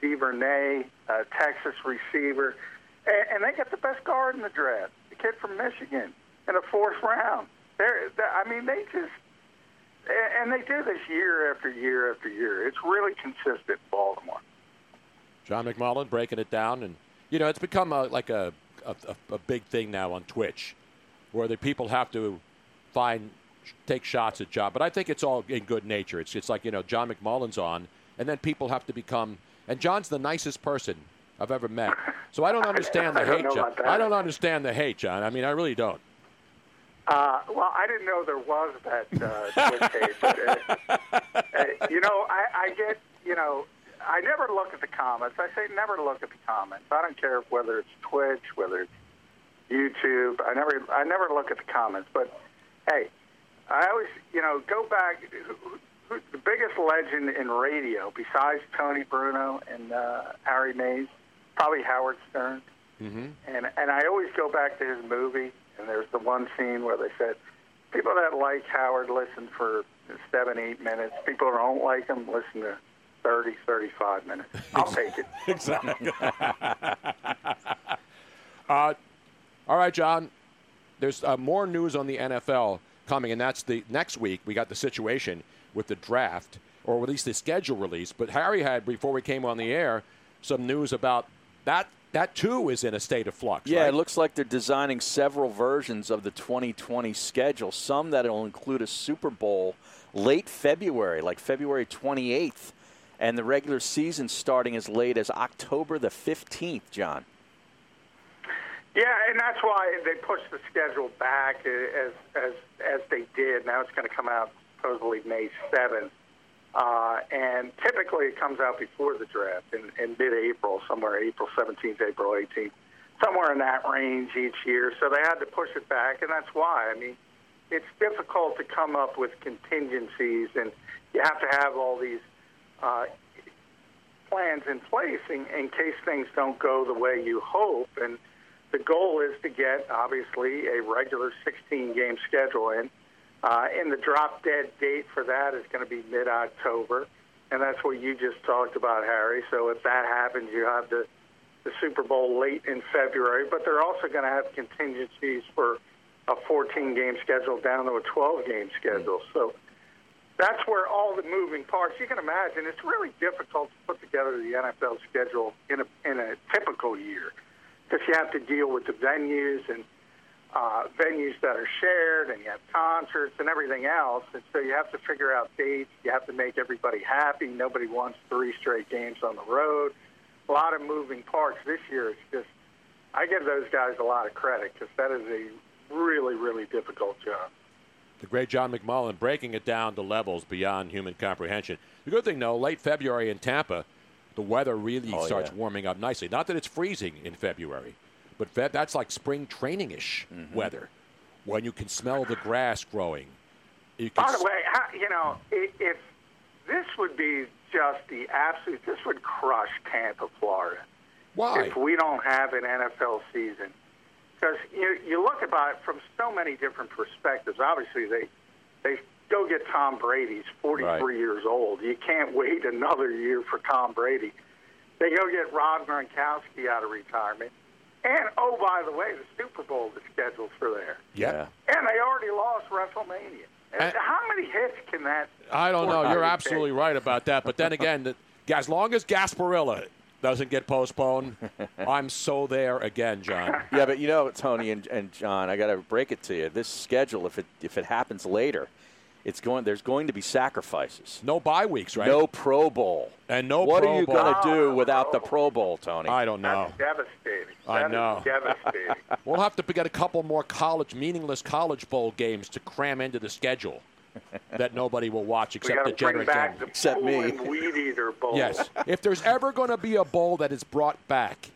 Speaker 10: DuVernay, uh, Texas receiver, and, and they get the best guard in the draft, the kid from Michigan, in the fourth round. They're, they're, I mean, they just, and they do this year after year after year. It's really consistent, Baltimore.
Speaker 4: John McMullen breaking it down, and you know, it's become a, like a, a, a big thing now on Twitch, where the people have to find take shots at John. But I think it's all in good nature. It's it's like you know, John McMullen's on, and then people have to become. And John's the nicest person I've ever met. So I don't understand
Speaker 10: I
Speaker 4: the
Speaker 10: don't
Speaker 4: hate,
Speaker 10: know
Speaker 4: John.
Speaker 10: about that.
Speaker 4: I don't understand the hate, John. I mean, I really don't.
Speaker 10: Uh, well, I didn't know there was that uh, Twitch page. But, uh, uh, you know, I, I get, you know, I never look at the comments. I say never look at the comments. I don't care whether it's Twitch, whether it's YouTube. I never, I never look at the comments. But hey, I always, you know, go back. Who, who, the biggest legend in radio, besides Tony Bruno and uh, Harry Mays, probably Howard Stern.
Speaker 4: Mm-hmm.
Speaker 10: And and I always go back to his movie. And there's the one scene where they said, people that like Howard listen for seven, eight minutes. People that don't like him listen to 30, 35 minutes. I'll take it.
Speaker 4: Exactly. uh, all right, John. There's uh, more news on the NFL coming, and that's the next week. We got the situation with the draft, or at least the schedule release. But Harry had before we came on the air some news about that. That too is in a state of flux.
Speaker 7: Yeah,
Speaker 4: right?
Speaker 7: it looks like they're designing several versions of the 2020 schedule. Some that'll include a Super Bowl late February, like February 28th, and the regular season starting as late as October the 15th. John.
Speaker 10: Yeah, and that's why they pushed the schedule back as as as they did. Now it's going to come out supposedly May seventh, uh, and typically it comes out before the draft in, in mid-April, somewhere April seventeenth, April eighteenth, somewhere in that range each year. So they had to push it back, and that's why. I mean, it's difficult to come up with contingencies, and you have to have all these. Uh, plans in place in, in case things don't go the way you hope and the goal is to get obviously a regular 16 game schedule in. Uh, and the drop dead date for that is going to be mid October. And that's what you just talked about, Harry. So if that happens, you have the, the Super Bowl late in February. But they're also going to have contingencies for a 14 game schedule down to a 12 game schedule. So that's where all the moving parts, you can imagine, it's really difficult to put together the NFL schedule in a, in a typical year because you have to deal with the venues and uh, venues that are shared, and you have concerts and everything else. And so you have to figure out dates. You have to make everybody happy. Nobody wants three straight games on the road. A lot of moving parts this year. It's just, I give those guys a lot of credit because that is a really, really difficult job.
Speaker 4: The great John McMullen breaking it down to levels beyond human comprehension. The good thing, though, late February in Tampa, the weather really
Speaker 7: Oh,
Speaker 4: starts
Speaker 7: yeah.
Speaker 4: warming up nicely. Not that it's freezing in February, but fe- that's like spring training ish
Speaker 7: Mm-hmm.
Speaker 4: weather when you can smell the grass growing. You can
Speaker 10: By
Speaker 4: s-
Speaker 10: the way, how, you know, i- if this would be just the absolute, this would crush Tampa, Florida.
Speaker 4: Why?
Speaker 10: If we don't have an NFL season, because you you look about it from so many different perspectives. Obviously, they they go get Tom Brady. He's 43
Speaker 7: Right.
Speaker 10: years old. You can't wait another year for Tom Brady. They go get Rob Gronkowski out of retirement. And, oh, by the way, the Super Bowl is scheduled for there.
Speaker 4: Yeah.
Speaker 10: And they already lost WrestleMania. And
Speaker 4: And-
Speaker 10: How many hits can that?
Speaker 4: I don't know. You're
Speaker 10: Okay.
Speaker 4: absolutely right about that. But then again, the, as long as Gasparilla doesn't get postponed, I'm so there again, John.
Speaker 7: yeah, but you know, Tony and, and John, I got to break it to you. This schedule, if it if it happens later, it's going. There's going to be sacrifices.
Speaker 4: No bye weeks, right?
Speaker 7: No Pro Bowl.
Speaker 4: And no
Speaker 7: What
Speaker 4: Pro
Speaker 7: are you
Speaker 4: Bowl.
Speaker 7: going to do without the Pro Bowl, Tony?
Speaker 4: I don't know.
Speaker 10: Devastating.
Speaker 4: I
Speaker 10: That is
Speaker 4: know.
Speaker 10: Devastating.
Speaker 4: We'll have to get a couple more college, meaningless college bowl games to cram into the schedule that nobody will watch
Speaker 10: we
Speaker 4: except
Speaker 10: got to bring
Speaker 4: degenerate
Speaker 10: back
Speaker 4: gamblers.
Speaker 10: the pool and weed eater bowl.
Speaker 4: Yes. If there's ever going to be a bowl that is brought back,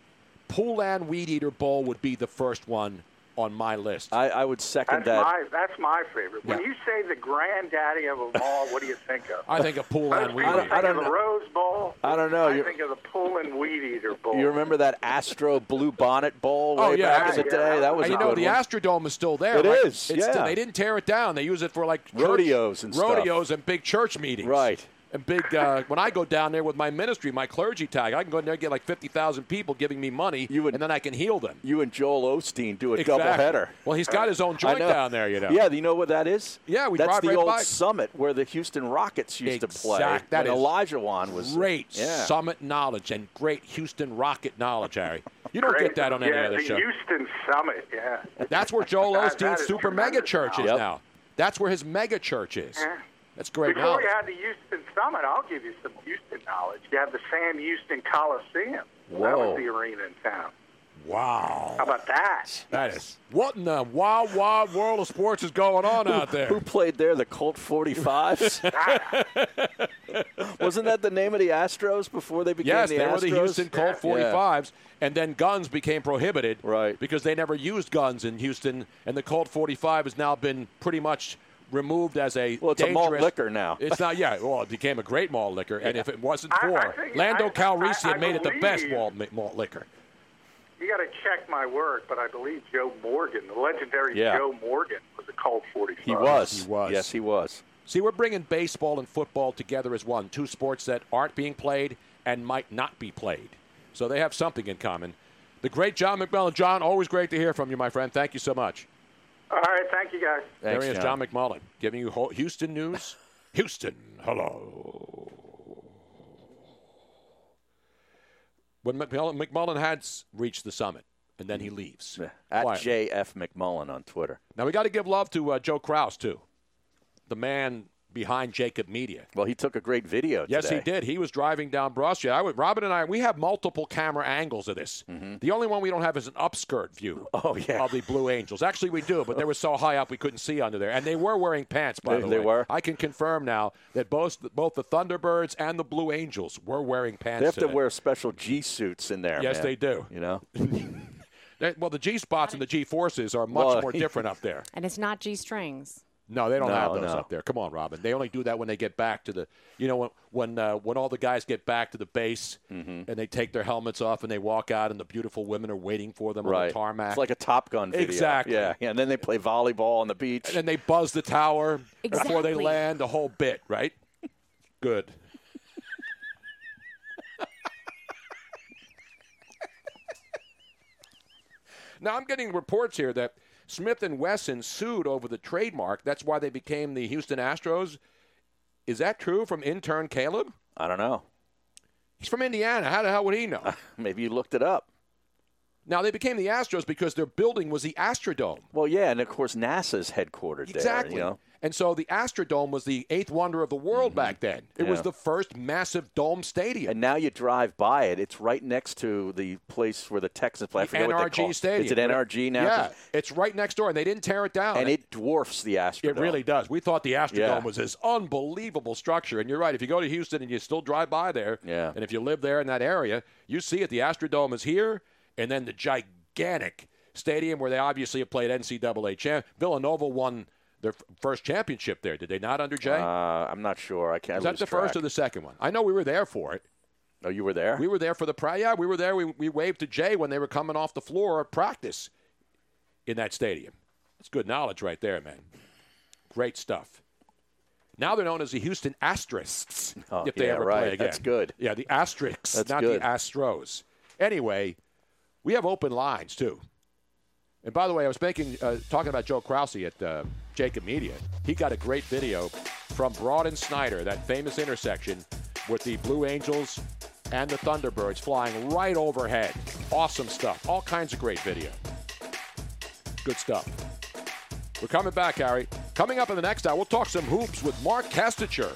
Speaker 4: Pool and Weed Eater Bowl would be the first one on my list.
Speaker 7: I, I would second
Speaker 10: That's my that's my favorite. When
Speaker 4: Yeah.
Speaker 10: you say the granddaddy of them all, what do you think of?
Speaker 4: I think a Pool
Speaker 10: Most
Speaker 4: and Weed
Speaker 10: people
Speaker 4: Eater.
Speaker 10: think of the Rose Bowl.
Speaker 7: I don't know.
Speaker 10: I
Speaker 7: You're-
Speaker 10: think of the pool and weed eater bowl.
Speaker 7: You remember that Astro Blue Bonnet Bowl way
Speaker 4: Oh, yeah,
Speaker 7: back in the
Speaker 10: yeah.
Speaker 7: day? That was
Speaker 4: And
Speaker 7: a
Speaker 4: you know
Speaker 7: good
Speaker 4: the
Speaker 7: one.
Speaker 4: Astrodome is still there.
Speaker 7: It
Speaker 4: It is.
Speaker 7: is, yeah.
Speaker 4: they didn't tear it down. They use it for like church-
Speaker 7: Rodeos and stuff.
Speaker 4: rodeos and big church meetings.
Speaker 7: Right.
Speaker 4: And big. Uh, when I go down there with my ministry, my clergy tag, I can go in there and get like fifty thousand people giving me money,
Speaker 7: You would-
Speaker 4: and then I can heal them.
Speaker 7: you and Joel Osteen do a
Speaker 4: Exactly.
Speaker 7: doubleheader.
Speaker 4: Well, he's got his own
Speaker 7: I
Speaker 4: joint
Speaker 7: know.
Speaker 4: down there, you know.
Speaker 7: Yeah, do you know what that is?
Speaker 4: Yeah, we
Speaker 7: That's
Speaker 4: drive
Speaker 7: the
Speaker 4: right
Speaker 7: old
Speaker 4: by.
Speaker 7: summit where the Houston Rockets used to play.
Speaker 4: Exact- that
Speaker 7: when
Speaker 4: is
Speaker 7: Elijah Wan was
Speaker 4: great
Speaker 7: Yeah.
Speaker 4: summit knowledge and great Houston Rocket knowledge, Harry. You don't
Speaker 10: Great.
Speaker 4: get that on any
Speaker 10: yeah,
Speaker 4: other
Speaker 10: the
Speaker 4: show.
Speaker 10: Houston Summit. Yeah.
Speaker 4: That's where Joel
Speaker 10: That- that
Speaker 4: Osteen's
Speaker 10: is
Speaker 4: super mega
Speaker 10: tremendous
Speaker 4: church is
Speaker 7: knowledge.
Speaker 4: now. That's where his mega church is.
Speaker 10: Yeah.
Speaker 4: That's great
Speaker 10: Before
Speaker 4: knowledge.
Speaker 10: you had the Houston Summit, I'll give you some Houston knowledge. You had the Sam Houston Coliseum. That
Speaker 7: Whoa.
Speaker 10: was the arena in town.
Speaker 4: Wow.
Speaker 10: How about that?
Speaker 4: That is. What in the wild, wild world of sports is going on out
Speaker 7: Who
Speaker 4: there?
Speaker 7: played there? The Colt 45s? Wasn't that the name of the Astros before they became
Speaker 4: Yes,
Speaker 7: the
Speaker 4: they
Speaker 7: Astros?
Speaker 4: were the Houston Colt 45s, and then guns became prohibited
Speaker 7: Right.
Speaker 4: because they never used guns in Houston, and the Colt 45 has now been pretty much removed as a
Speaker 7: Well, it's a malt
Speaker 4: dangerous-
Speaker 7: liquor now.
Speaker 4: It's not, yeah. Well, it became a great malt liquor, and if it wasn't
Speaker 10: I- I
Speaker 4: for
Speaker 10: think-
Speaker 4: Lando
Speaker 10: I-
Speaker 4: Calrissian
Speaker 10: I- I
Speaker 4: made it the best
Speaker 10: believe-
Speaker 4: malt, malt liquor.
Speaker 10: You got to check my work, but I believe Joe Morgan, the legendary
Speaker 7: Yeah.
Speaker 10: Joe Morgan, was a Colt 45.
Speaker 7: He was.
Speaker 4: Uh, He was.
Speaker 7: Yes, he was.
Speaker 4: See, we're bringing baseball and football together as one, two sports that aren't being played and might not be played. So they have something in common. The great John McMullen. John, always great to hear from you, my friend. Thank you so much.
Speaker 10: All right, thank you guys.
Speaker 7: Thanks,
Speaker 4: there he is,
Speaker 7: John.
Speaker 4: John McMullen, giving you Ho- Houston news. Houston, hello. When McMullen, McMullen had s- reached the summit, and then he leaves.
Speaker 7: At
Speaker 4: Quietly.
Speaker 7: JF McMullen on Twitter.
Speaker 4: Now, we got to give love to uh, Joe Kraus, too, the man behind Jacob Media.
Speaker 7: Well, he took a great video
Speaker 4: Yes,
Speaker 7: today.
Speaker 4: he did. He was driving down Broad Street. I would, Robin and I, we have multiple camera angles of this. The only one we don't have is an upskirt view
Speaker 7: Mm-hmm. Oh, yeah.
Speaker 4: of the Blue Angels. Actually, we do, but they were so high up we couldn't see under there. And they were wearing pants, by
Speaker 7: They-
Speaker 4: the way.
Speaker 7: they were?
Speaker 4: I can confirm now that both, both the Thunderbirds and the Blue Angels were wearing pants.
Speaker 7: They have to
Speaker 4: today.
Speaker 7: wear special G suits in there.
Speaker 4: Yes,
Speaker 7: man.
Speaker 4: they do.
Speaker 7: You know,
Speaker 4: They- well, the G spots and the G forces are much
Speaker 7: Well,
Speaker 4: more different up there.
Speaker 8: And it's not G strings.
Speaker 4: No, they don't
Speaker 7: No,
Speaker 4: have those
Speaker 7: no.
Speaker 4: up there. Come on, Robin. They only do that when they get back to the, you know, when when uh, when all the guys get back to the base
Speaker 7: Mm-hmm.
Speaker 4: and they take their helmets off and they walk out and the beautiful women are waiting for them on
Speaker 7: right?
Speaker 4: the tarmac.
Speaker 7: It's like a Top Gun video.
Speaker 4: Exactly.
Speaker 7: Yeah, yeah. And then they play volleyball on the beach.
Speaker 4: and then they buzz the tower before they
Speaker 8: Exactly.
Speaker 4: land. The whole bit, right? Good. now I'm getting reports here that Smith and Wesson sued over the trademark. That's why they became the Houston Astros. Is that true from intern Caleb?
Speaker 7: I don't know.
Speaker 4: He's from Indiana. How the hell would he know?
Speaker 7: Maybe you looked it up.
Speaker 4: now they became the Astros because their building was the Astrodome.
Speaker 7: Well, yeah, and of course NASA's headquartered
Speaker 4: Exactly.
Speaker 7: there. You know?
Speaker 4: And so the Astrodome was the eighth wonder of the world back then. It was
Speaker 7: Mm-hmm. Yeah.
Speaker 4: the first massive dome stadium.
Speaker 7: And now you drive by it; it's right next to the place where the Texans play. I
Speaker 4: the
Speaker 7: forget what they
Speaker 4: NRG
Speaker 7: call it.
Speaker 4: Stadium.
Speaker 7: It's at NRG now,
Speaker 4: Yeah, it's right next door, and they didn't tear it down.
Speaker 7: and it dwarfs the Astrodome.
Speaker 4: it really does. We thought the Astrodome
Speaker 7: Yeah.
Speaker 4: was this unbelievable structure, and you're right. If you go to Houston and you still drive by there,
Speaker 7: Yeah.
Speaker 4: and if you live there in that area, you see it. The Astrodome is here, and then the gigantic stadium where they obviously have played NCAA champ. Villanova won their f- first championship there, did they not? Under Jay,
Speaker 7: Uh, I'm not sure. I can't.
Speaker 4: is that the first or the second one? I know we were there for it.
Speaker 7: Oh, you were there.
Speaker 4: We were there for the pra- yeah, we were there. We, we waved to Jay when they were coming off the floor at practice in that stadium. That's good knowledge right there, man. Great stuff. Now they're known as the Houston Asterisks
Speaker 7: Oh,
Speaker 4: if they
Speaker 7: yeah,
Speaker 4: ever
Speaker 7: right.
Speaker 4: play again.
Speaker 7: That's good.
Speaker 4: Yeah, the Asterisks,
Speaker 7: That's
Speaker 4: not
Speaker 7: good.
Speaker 4: the Astros. Anyway, we have open lines too. And by the way, I was making uh, talking about Joe Krause at uh, Jacob Media. He got a great video from Broad and Snyder, that famous intersection with the Blue Angels and the Thunderbirds flying right overhead. Awesome stuff. All kinds of great video. Good stuff. We're coming back, Harry. Coming up in the next hour, we'll talk some hoops with Mark Castature,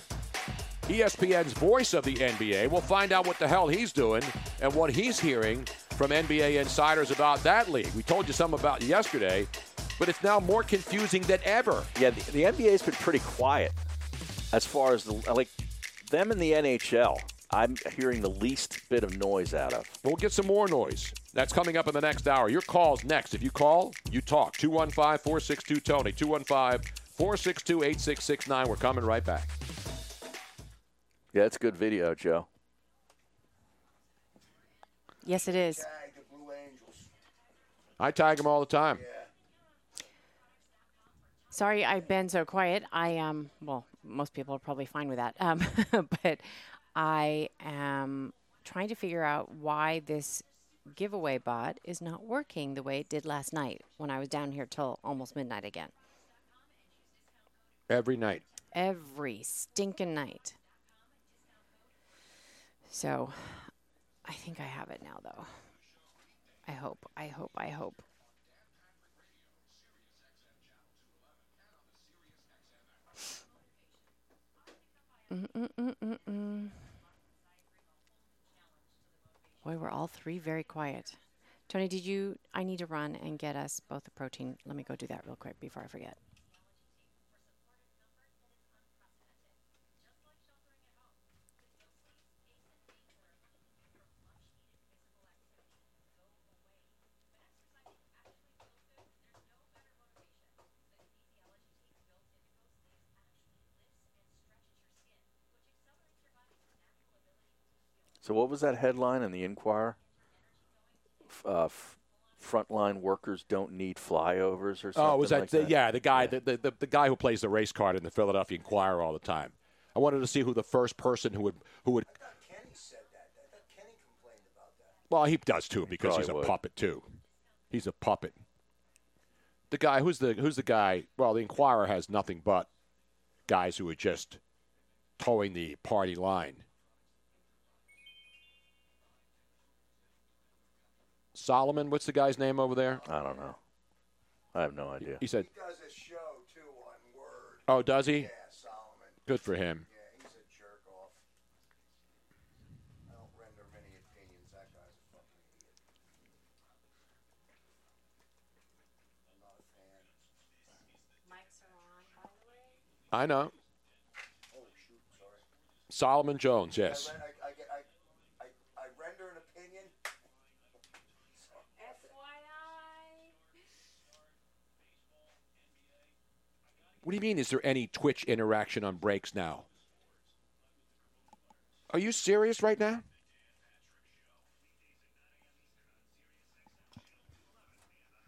Speaker 4: E ESPN's voice of the NBA. We'll find out what the hell he's doing and what he's hearing from NBA insiders about that league. We told you some about it yesterday, but it's now more confusing than ever.
Speaker 7: Yeah, the, the NBA's been pretty quiet as far as the like them and the NHL. I'm hearing the least bit of noise out of.
Speaker 4: We'll get some more noise. That's coming up in the next hour. Your call's next. If you call, you talk. 215 462 Tony, 215 462 8669. We're coming right back.
Speaker 7: Yeah, that's good video, Joe.
Speaker 8: Yes, it is.
Speaker 4: I tag him all the time.
Speaker 8: Sorry, I've been so quiet. I am, well, most people are probably fine with that. Um, but I am trying to figure out why this giveaway bot is not working the way it did last night when I was down here till almost midnight again.
Speaker 4: Every night.
Speaker 8: Every stinking night. So I think I have it now, though. I hope, I hope, I hope. Mm-mm-mm-mm-mm. Boy, we're all three very quiet. Tony, did you? I need to run and get us both a protein. Let me go do that real quick before I forget.
Speaker 7: So what was that headline in the Inquirer? F- uh, f- frontline workers don't need flyovers or something
Speaker 4: Oh, was that,
Speaker 7: like
Speaker 4: the,
Speaker 7: that.
Speaker 4: yeah the guy the, the, the, the guy who plays the race card in the Philadelphia Inquirer all the time? I wanted to see who the first person who would who would. Well, he does too because
Speaker 7: probably
Speaker 4: he's a
Speaker 7: would.
Speaker 4: puppet too. He's a puppet. The guy who's the who's the guy? Well, the Inquirer has nothing but guys who are just towing the party line. Solomon, what's the guy's name over there?
Speaker 7: I don't know. I have no idea.
Speaker 4: He said. He does a show too on Word. Oh, does he? Yeah, Solomon. Good for him. I know. Solomon Jones, yes.
Speaker 14: I, I, I, I render an opinion.
Speaker 4: What do you mean? Is there any Twitch interaction on breaks now? Are you serious right now?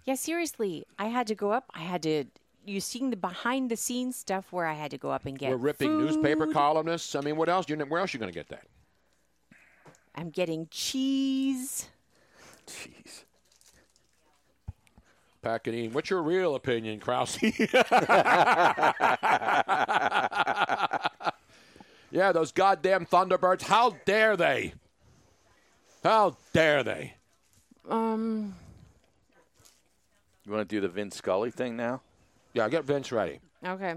Speaker 8: Yeah, seriously. I had to go up. I had to. You seen the behind the scenes stuff where I had to go up and get.
Speaker 4: We're ripping newspaper
Speaker 8: food.
Speaker 4: columnists. I mean, what else? You're, n- where else you going to get that?
Speaker 8: I'm getting cheese.
Speaker 7: Jeez.
Speaker 4: Packardine, what's your real opinion, Krause? yeah, those goddamn Thunderbirds. How dare they? How dare they?
Speaker 8: Um.
Speaker 7: You want to do the Vin Scully thing now?
Speaker 4: Yeah, get Vince ready.
Speaker 8: Okay.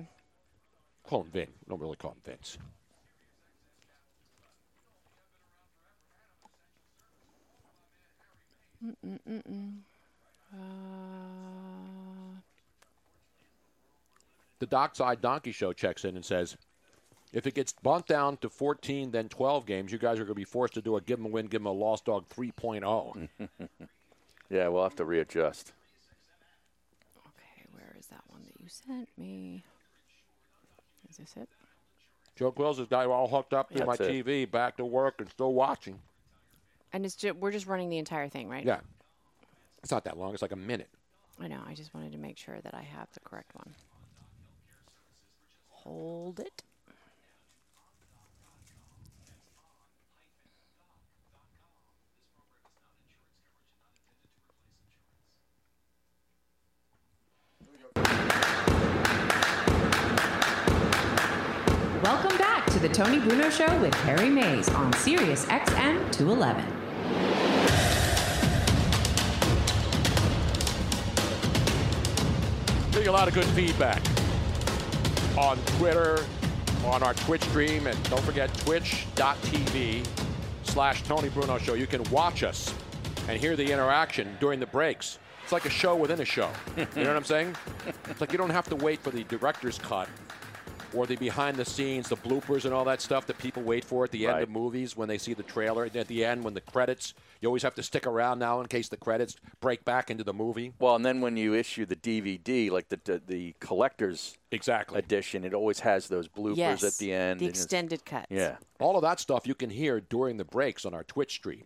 Speaker 4: Call him Vin. Don't really call him Vince.
Speaker 8: Mm-mm-mm. Uh,
Speaker 4: The Dockside Donkey Show checks in and says, if it gets bumped down to 14, then 12 games, you guys are going to be forced to do a give 'em a win, give 'em a lost dog oh."
Speaker 7: Mm-hmm.
Speaker 4: 3.0.
Speaker 7: Yeah, we'll have to readjust.
Speaker 8: okay, where is that one that you sent me? Is this it?
Speaker 4: Joe Quills has got you all hooked up to my
Speaker 7: That's it.
Speaker 4: TV, back to work and still watching.
Speaker 8: And it's just, we're just running the entire thing, right?
Speaker 4: Yeah. It's not that long. It's like a minute.
Speaker 8: I know. I just wanted to make sure that I have the correct one. Hold it.
Speaker 13: The Tony Bruno Show with Harry Mays on Sirius XM 211.
Speaker 4: Getting a lot of good feedback on Twitter, on our Twitch stream, and don't forget twitch.tv slash Tony Bruno Show. You can watch us and hear the interaction during the breaks. It's like a show within a show. you know what I'm saying? It's like you don't have to wait for the director's cut or the behind the scenes, the bloopers and all that stuff that people wait for at the end of movies when they see the trailer. And at the end, when the credits, you always have to stick around now in case the credits break back into the movie.
Speaker 7: Well, and then when you issue the DVD, like the the, the collector's
Speaker 4: exactly
Speaker 7: edition, it always has those bloopers
Speaker 8: Yes,
Speaker 7: at the end.
Speaker 8: the
Speaker 7: and it's-
Speaker 8: extended cuts.
Speaker 7: Yeah.
Speaker 4: All of that stuff you can hear during the breaks on our Twitch stream.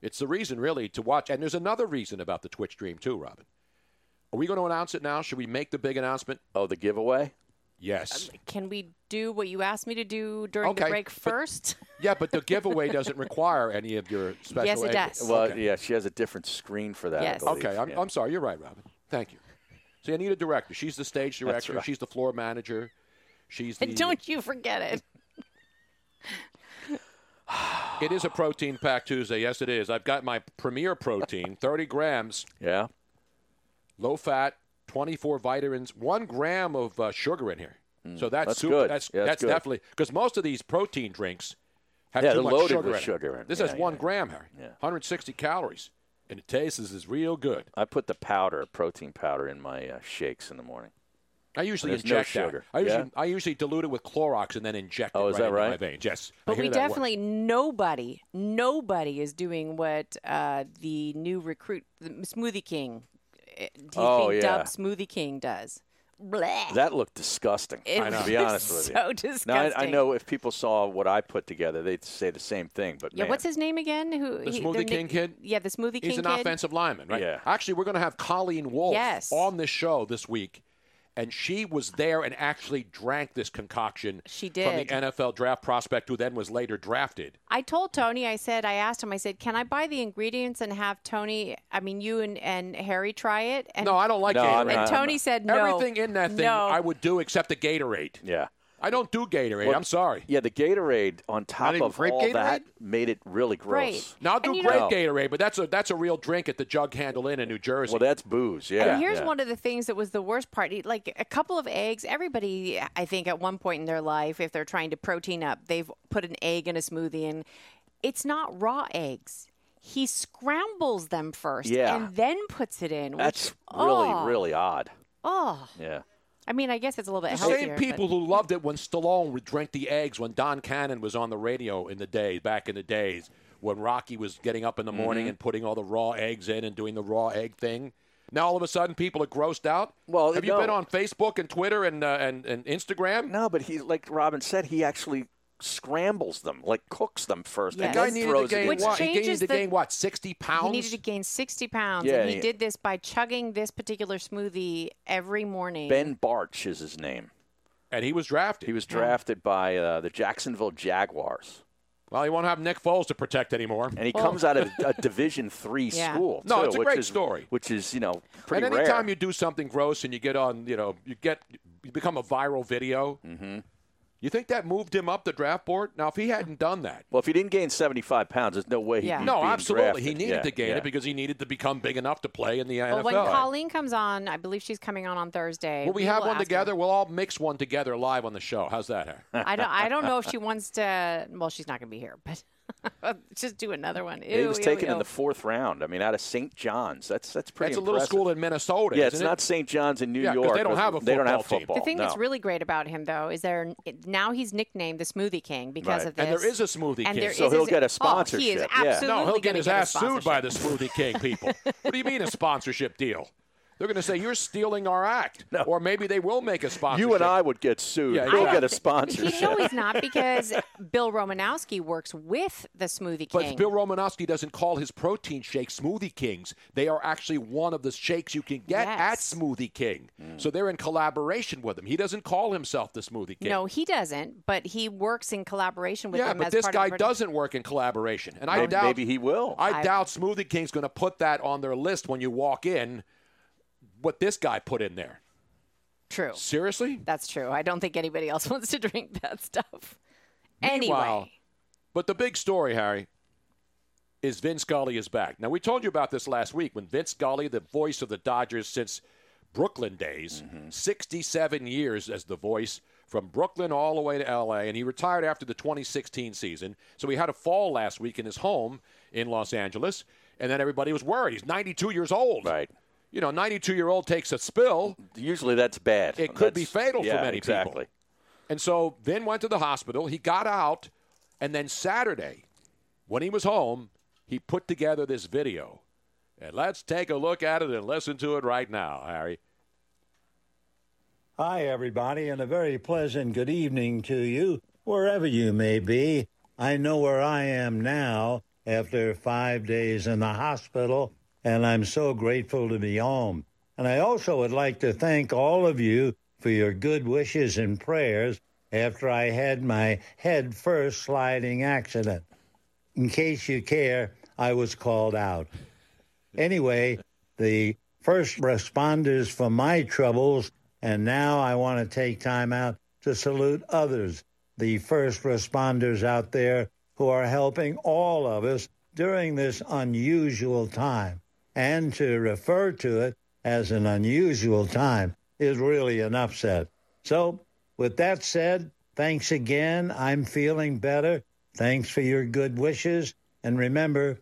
Speaker 4: It's the reason, really, to watch. And there's another reason about the Twitch stream, too, Robin. Are we going to announce it now? Should we make the big announcement?
Speaker 7: Oh, the giveaway?
Speaker 4: Yes.
Speaker 8: Can we do what you asked me to do during the
Speaker 4: Okay,
Speaker 8: break first?
Speaker 4: yeah, but the giveaway doesn't require any of your special.
Speaker 8: Yes, it
Speaker 4: ed-
Speaker 8: does.
Speaker 7: Well,
Speaker 4: Okay.
Speaker 7: yeah, she has a different screen for that. I
Speaker 8: Yes.
Speaker 7: believe.
Speaker 4: Okay, I'm,
Speaker 7: Yeah.
Speaker 4: I'm sorry. You're right, Robin. Thank you. See, I need a director. She's the stage
Speaker 7: That's
Speaker 4: director.
Speaker 7: right.
Speaker 4: She's the floor manager. She's the.
Speaker 8: And don't you forget it.
Speaker 4: It is a protein pack Tuesday. Yes, it is. I've got my premier protein, 30 grams.
Speaker 7: Yeah.
Speaker 4: Low fat, 24 vitamins, one gram of uh, sugar in here. So that's,
Speaker 7: Mm. That's
Speaker 4: super.
Speaker 7: good.
Speaker 4: That's
Speaker 7: Yeah, that's
Speaker 4: that's
Speaker 7: good.
Speaker 4: definitely because most of these protein drinks have
Speaker 7: Yeah,
Speaker 4: too
Speaker 7: they're
Speaker 4: much
Speaker 7: loaded
Speaker 4: sugar,
Speaker 7: with
Speaker 4: in it.
Speaker 7: sugar in it.
Speaker 4: This
Speaker 7: Yeah,
Speaker 4: has
Speaker 7: yeah,
Speaker 4: one
Speaker 7: yeah.
Speaker 4: gram, Harry. 160 calories, and it tastes is is real good.
Speaker 7: I put the powder, protein powder, in my uh, shakes in the morning.
Speaker 4: I usually
Speaker 7: There's no
Speaker 4: inject that.
Speaker 7: sugar.
Speaker 4: I usually
Speaker 7: Yeah?
Speaker 4: I usually dilute it with Clorox and then inject
Speaker 7: Oh,
Speaker 4: it right
Speaker 7: is that
Speaker 4: into my
Speaker 7: right?
Speaker 4: veins. Yes, I
Speaker 8: But we
Speaker 4: hear that works.
Speaker 8: definitely nobody, nobody is doing what uh, the new recruit the Smoothie King, uh, do you
Speaker 7: Oh,
Speaker 8: think
Speaker 7: yeah.
Speaker 8: Dub Smoothie King does. Bleh.
Speaker 7: That looked disgusting.
Speaker 8: It
Speaker 7: to be
Speaker 8: was so
Speaker 7: honest with you. Now I, I
Speaker 8: disgusting.
Speaker 7: know if people saw what I put together, they'd say the same thing. But
Speaker 8: yeah,
Speaker 7: man,
Speaker 8: what's his name again? Who
Speaker 4: The
Speaker 8: he-
Speaker 4: Smoothie
Speaker 8: their
Speaker 4: King
Speaker 8: nick-
Speaker 4: kid?
Speaker 8: Yeah, the Smoothie King
Speaker 4: He's an
Speaker 8: kid.
Speaker 4: offensive lineman, right?
Speaker 7: Yeah.
Speaker 4: Actually, we're going to have Colleen Wolf
Speaker 8: Yes.
Speaker 4: on this show this week, and she was there and actually drank this concoction.
Speaker 8: She
Speaker 4: from the
Speaker 8: did.
Speaker 4: NFL draft prospect, who then was later drafted.
Speaker 8: I told Tony, I said, I asked him, I said, can I buy the ingredients and have Tony, I mean, you and, and Harry try it? And,
Speaker 4: No, I don't like
Speaker 7: No, I'm
Speaker 4: Gatorade.
Speaker 7: not-
Speaker 8: And
Speaker 7: I'm
Speaker 8: Tony
Speaker 7: not-
Speaker 8: said, no.
Speaker 4: Everything in that thing
Speaker 8: No.
Speaker 4: I would do except the Gatorade.
Speaker 7: Yeah.
Speaker 4: I don't do Gatorade.
Speaker 7: Well,
Speaker 4: I'm sorry.
Speaker 7: Yeah, the Gatorade on top
Speaker 4: even
Speaker 7: of
Speaker 4: grape
Speaker 7: all that
Speaker 4: Gatorade?
Speaker 7: made it really gross.
Speaker 8: Right.
Speaker 4: Now I'll do
Speaker 8: And you
Speaker 4: great
Speaker 8: know-
Speaker 4: Gatorade, but that's a that's a real drink at the Jug Handle Inn in New Jersey.
Speaker 7: Well, that's booze. Yeah.
Speaker 8: And here's
Speaker 7: yeah.
Speaker 8: one of the things that was the worst part. Eat, Like a couple of eggs, everybody, I think, at one point in their life, if they're trying to protein up, they've put an egg in a smoothie, and it's not raw eggs. He scrambles them first
Speaker 7: Yeah.
Speaker 8: and then puts it in. Which,
Speaker 7: That's
Speaker 8: oh,
Speaker 7: really, really odd.
Speaker 8: Oh,
Speaker 7: Yeah.
Speaker 8: I mean, I guess it's a little bit
Speaker 4: the
Speaker 8: healthier.
Speaker 4: same
Speaker 8: but-
Speaker 4: people who loved it when Stallone would drink the eggs when Don Cannon was on the radio in the day back in the days when Rocky was getting up in the morning
Speaker 8: Mm-hmm.
Speaker 4: and putting all the raw eggs in and doing the raw egg thing. Now all of a sudden people are grossed out.
Speaker 7: Well,
Speaker 4: have you
Speaker 7: no.
Speaker 4: been on Facebook and Twitter and uh, and, and Instagram?
Speaker 7: No, but he, like Robin said, he actually scrambles them, like cooks them first.
Speaker 8: Yes.
Speaker 7: And
Speaker 8: The guy
Speaker 7: then
Speaker 4: needed to
Speaker 7: throws it
Speaker 4: gain
Speaker 7: in.
Speaker 8: Which
Speaker 4: what? He needed
Speaker 8: changes
Speaker 4: to
Speaker 8: the-
Speaker 4: gain what? Sixty pounds.
Speaker 8: He needed to gain 60 pounds,
Speaker 7: Yeah,
Speaker 8: and he
Speaker 7: yeah.
Speaker 8: did this by chugging this particular smoothie every morning.
Speaker 7: Ben Barch is his name.
Speaker 4: and he was drafted.
Speaker 7: He was drafted by uh, the Jacksonville Jaguars,
Speaker 4: Well, he won't have Nick Foles to protect anymore.
Speaker 7: and he comes out of a Division Three
Speaker 8: Yeah.
Speaker 7: school.
Speaker 4: No,
Speaker 7: too,
Speaker 4: it's a
Speaker 7: which
Speaker 4: great
Speaker 7: is-
Speaker 4: story.
Speaker 7: Which is you know pretty
Speaker 4: and
Speaker 7: rare.
Speaker 4: anytime you do something gross and you get on, you know, you get you become a viral video. Mm-hmm. You think that moved him up the draft board? Now, if he hadn't done that,
Speaker 7: well, if he didn't gain seventy-five pounds, there's no way. He'd
Speaker 8: Yeah.
Speaker 7: be
Speaker 4: no,
Speaker 7: being
Speaker 4: absolutely,
Speaker 7: drafted.
Speaker 4: he needed
Speaker 7: Yeah,
Speaker 4: to gain
Speaker 7: yeah.
Speaker 4: it because he needed to become big enough to play in the
Speaker 8: Well,
Speaker 4: NFL.
Speaker 8: when Colleen comes on, I believe she's coming on on Thursday.
Speaker 4: Will we have
Speaker 8: will
Speaker 4: one
Speaker 8: ask her.
Speaker 4: together? We'll all mix one together live on the show. How's that? Harry?
Speaker 8: I don't. I don't know if she wants to. Well, she's not going to be here, but just do another one.
Speaker 7: Yeah, he
Speaker 8: Ew,
Speaker 7: was
Speaker 8: ew,
Speaker 7: taken in
Speaker 8: ew.
Speaker 7: the fourth round. I mean, out of St. John's. That's that's pretty.
Speaker 4: That's a little
Speaker 7: impressive.
Speaker 4: school in Minnesota.
Speaker 7: Yeah,
Speaker 4: isn't
Speaker 7: it's
Speaker 4: it?
Speaker 7: not St. John's in New
Speaker 4: Yeah, 'cause
Speaker 7: York.
Speaker 4: they don't have a
Speaker 7: They don't have
Speaker 4: football team.
Speaker 7: football.
Speaker 8: The thing that's
Speaker 7: no.
Speaker 8: really great about him, though, is there now he's nicknamed the Smoothie King because
Speaker 7: Right.
Speaker 8: of this.
Speaker 4: And there is a Smoothie
Speaker 8: And
Speaker 4: King.
Speaker 8: there
Speaker 7: So
Speaker 8: is
Speaker 7: he'll
Speaker 8: his-
Speaker 7: get a
Speaker 8: Oh, he is
Speaker 7: sponsorship, yeah. No,
Speaker 8: absolutely
Speaker 4: No, he'll get
Speaker 8: gonna
Speaker 4: his
Speaker 8: a
Speaker 4: ass sued by
Speaker 8: sponsorship.
Speaker 4: the Smoothie King people. what do you mean a sponsorship deal? They're going to say you're stealing our act,
Speaker 7: No.
Speaker 4: or maybe they will make a sponsorship.
Speaker 7: You and I would get sued.
Speaker 4: Yeah,
Speaker 7: We'll
Speaker 4: yeah.
Speaker 7: get a
Speaker 8: You know
Speaker 7: sponsorship.
Speaker 8: he's not because Bill Romanowski works with the Smoothie
Speaker 4: But
Speaker 8: King.
Speaker 4: Bill Romanowski doesn't call his protein shake Smoothie Kings. They are actually one of the shakes you can get at
Speaker 8: Yes. Mm.
Speaker 4: Smoothie King. So they're in collaboration with him. He doesn't call himself the Smoothie King.
Speaker 8: no, he doesn't. But he works in collaboration with
Speaker 4: yeah,
Speaker 8: them
Speaker 4: but
Speaker 8: as
Speaker 4: this
Speaker 8: part of
Speaker 4: guy
Speaker 8: the production.
Speaker 4: doesn't work in collaboration, and I
Speaker 7: Maybe,
Speaker 4: doubt
Speaker 7: maybe he will.
Speaker 4: I,
Speaker 8: I-
Speaker 4: doubt Smoothie King's going to put that on their list when you walk in. What this guy put in there?
Speaker 8: True.
Speaker 4: Seriously?
Speaker 8: That's true. I don't think anybody else wants to drink that stuff.
Speaker 4: Meanwhile, but the big story, Harry, is Vince Scully is back. Now we told you about this last week when Vince Scully, the voice of the Dodgers since Brooklyn days, 67 years as the voice from Brooklyn all the way to LA and he retired after the 2016 season. So he had a fall last week in his home in Los Angeles and then everybody was worried. He's 92 years old. Right. You know, 92 year old takes a spill.
Speaker 7: Usually that's bad.
Speaker 4: It could be
Speaker 7: That's-
Speaker 4: fatal
Speaker 7: yeah,
Speaker 4: for many
Speaker 7: exactly.
Speaker 4: people. And so Vin went to the hospital. He got out, and then Saturday, when he was home, he put together this video. And let's take a look at it and listen to it right now, Harry.
Speaker 15: Hi, everybody, and a very pleasant good evening to you, wherever you may be. I know where I am now after five days in the hospital, and I'm so grateful to be home. And I also would like to thank all of you for your good wishes and prayers after I had my head first sliding accident. In case you care, I was called out. Anyway, the first responders for my troubles, and now I want to take time out to salute others, the first responders out there who are helping all of us during this unusual time. And to refer to it as an unusual time is really an upset. So, with that said, thanks again. I'm feeling better. Thanks for your good wishes. And remember,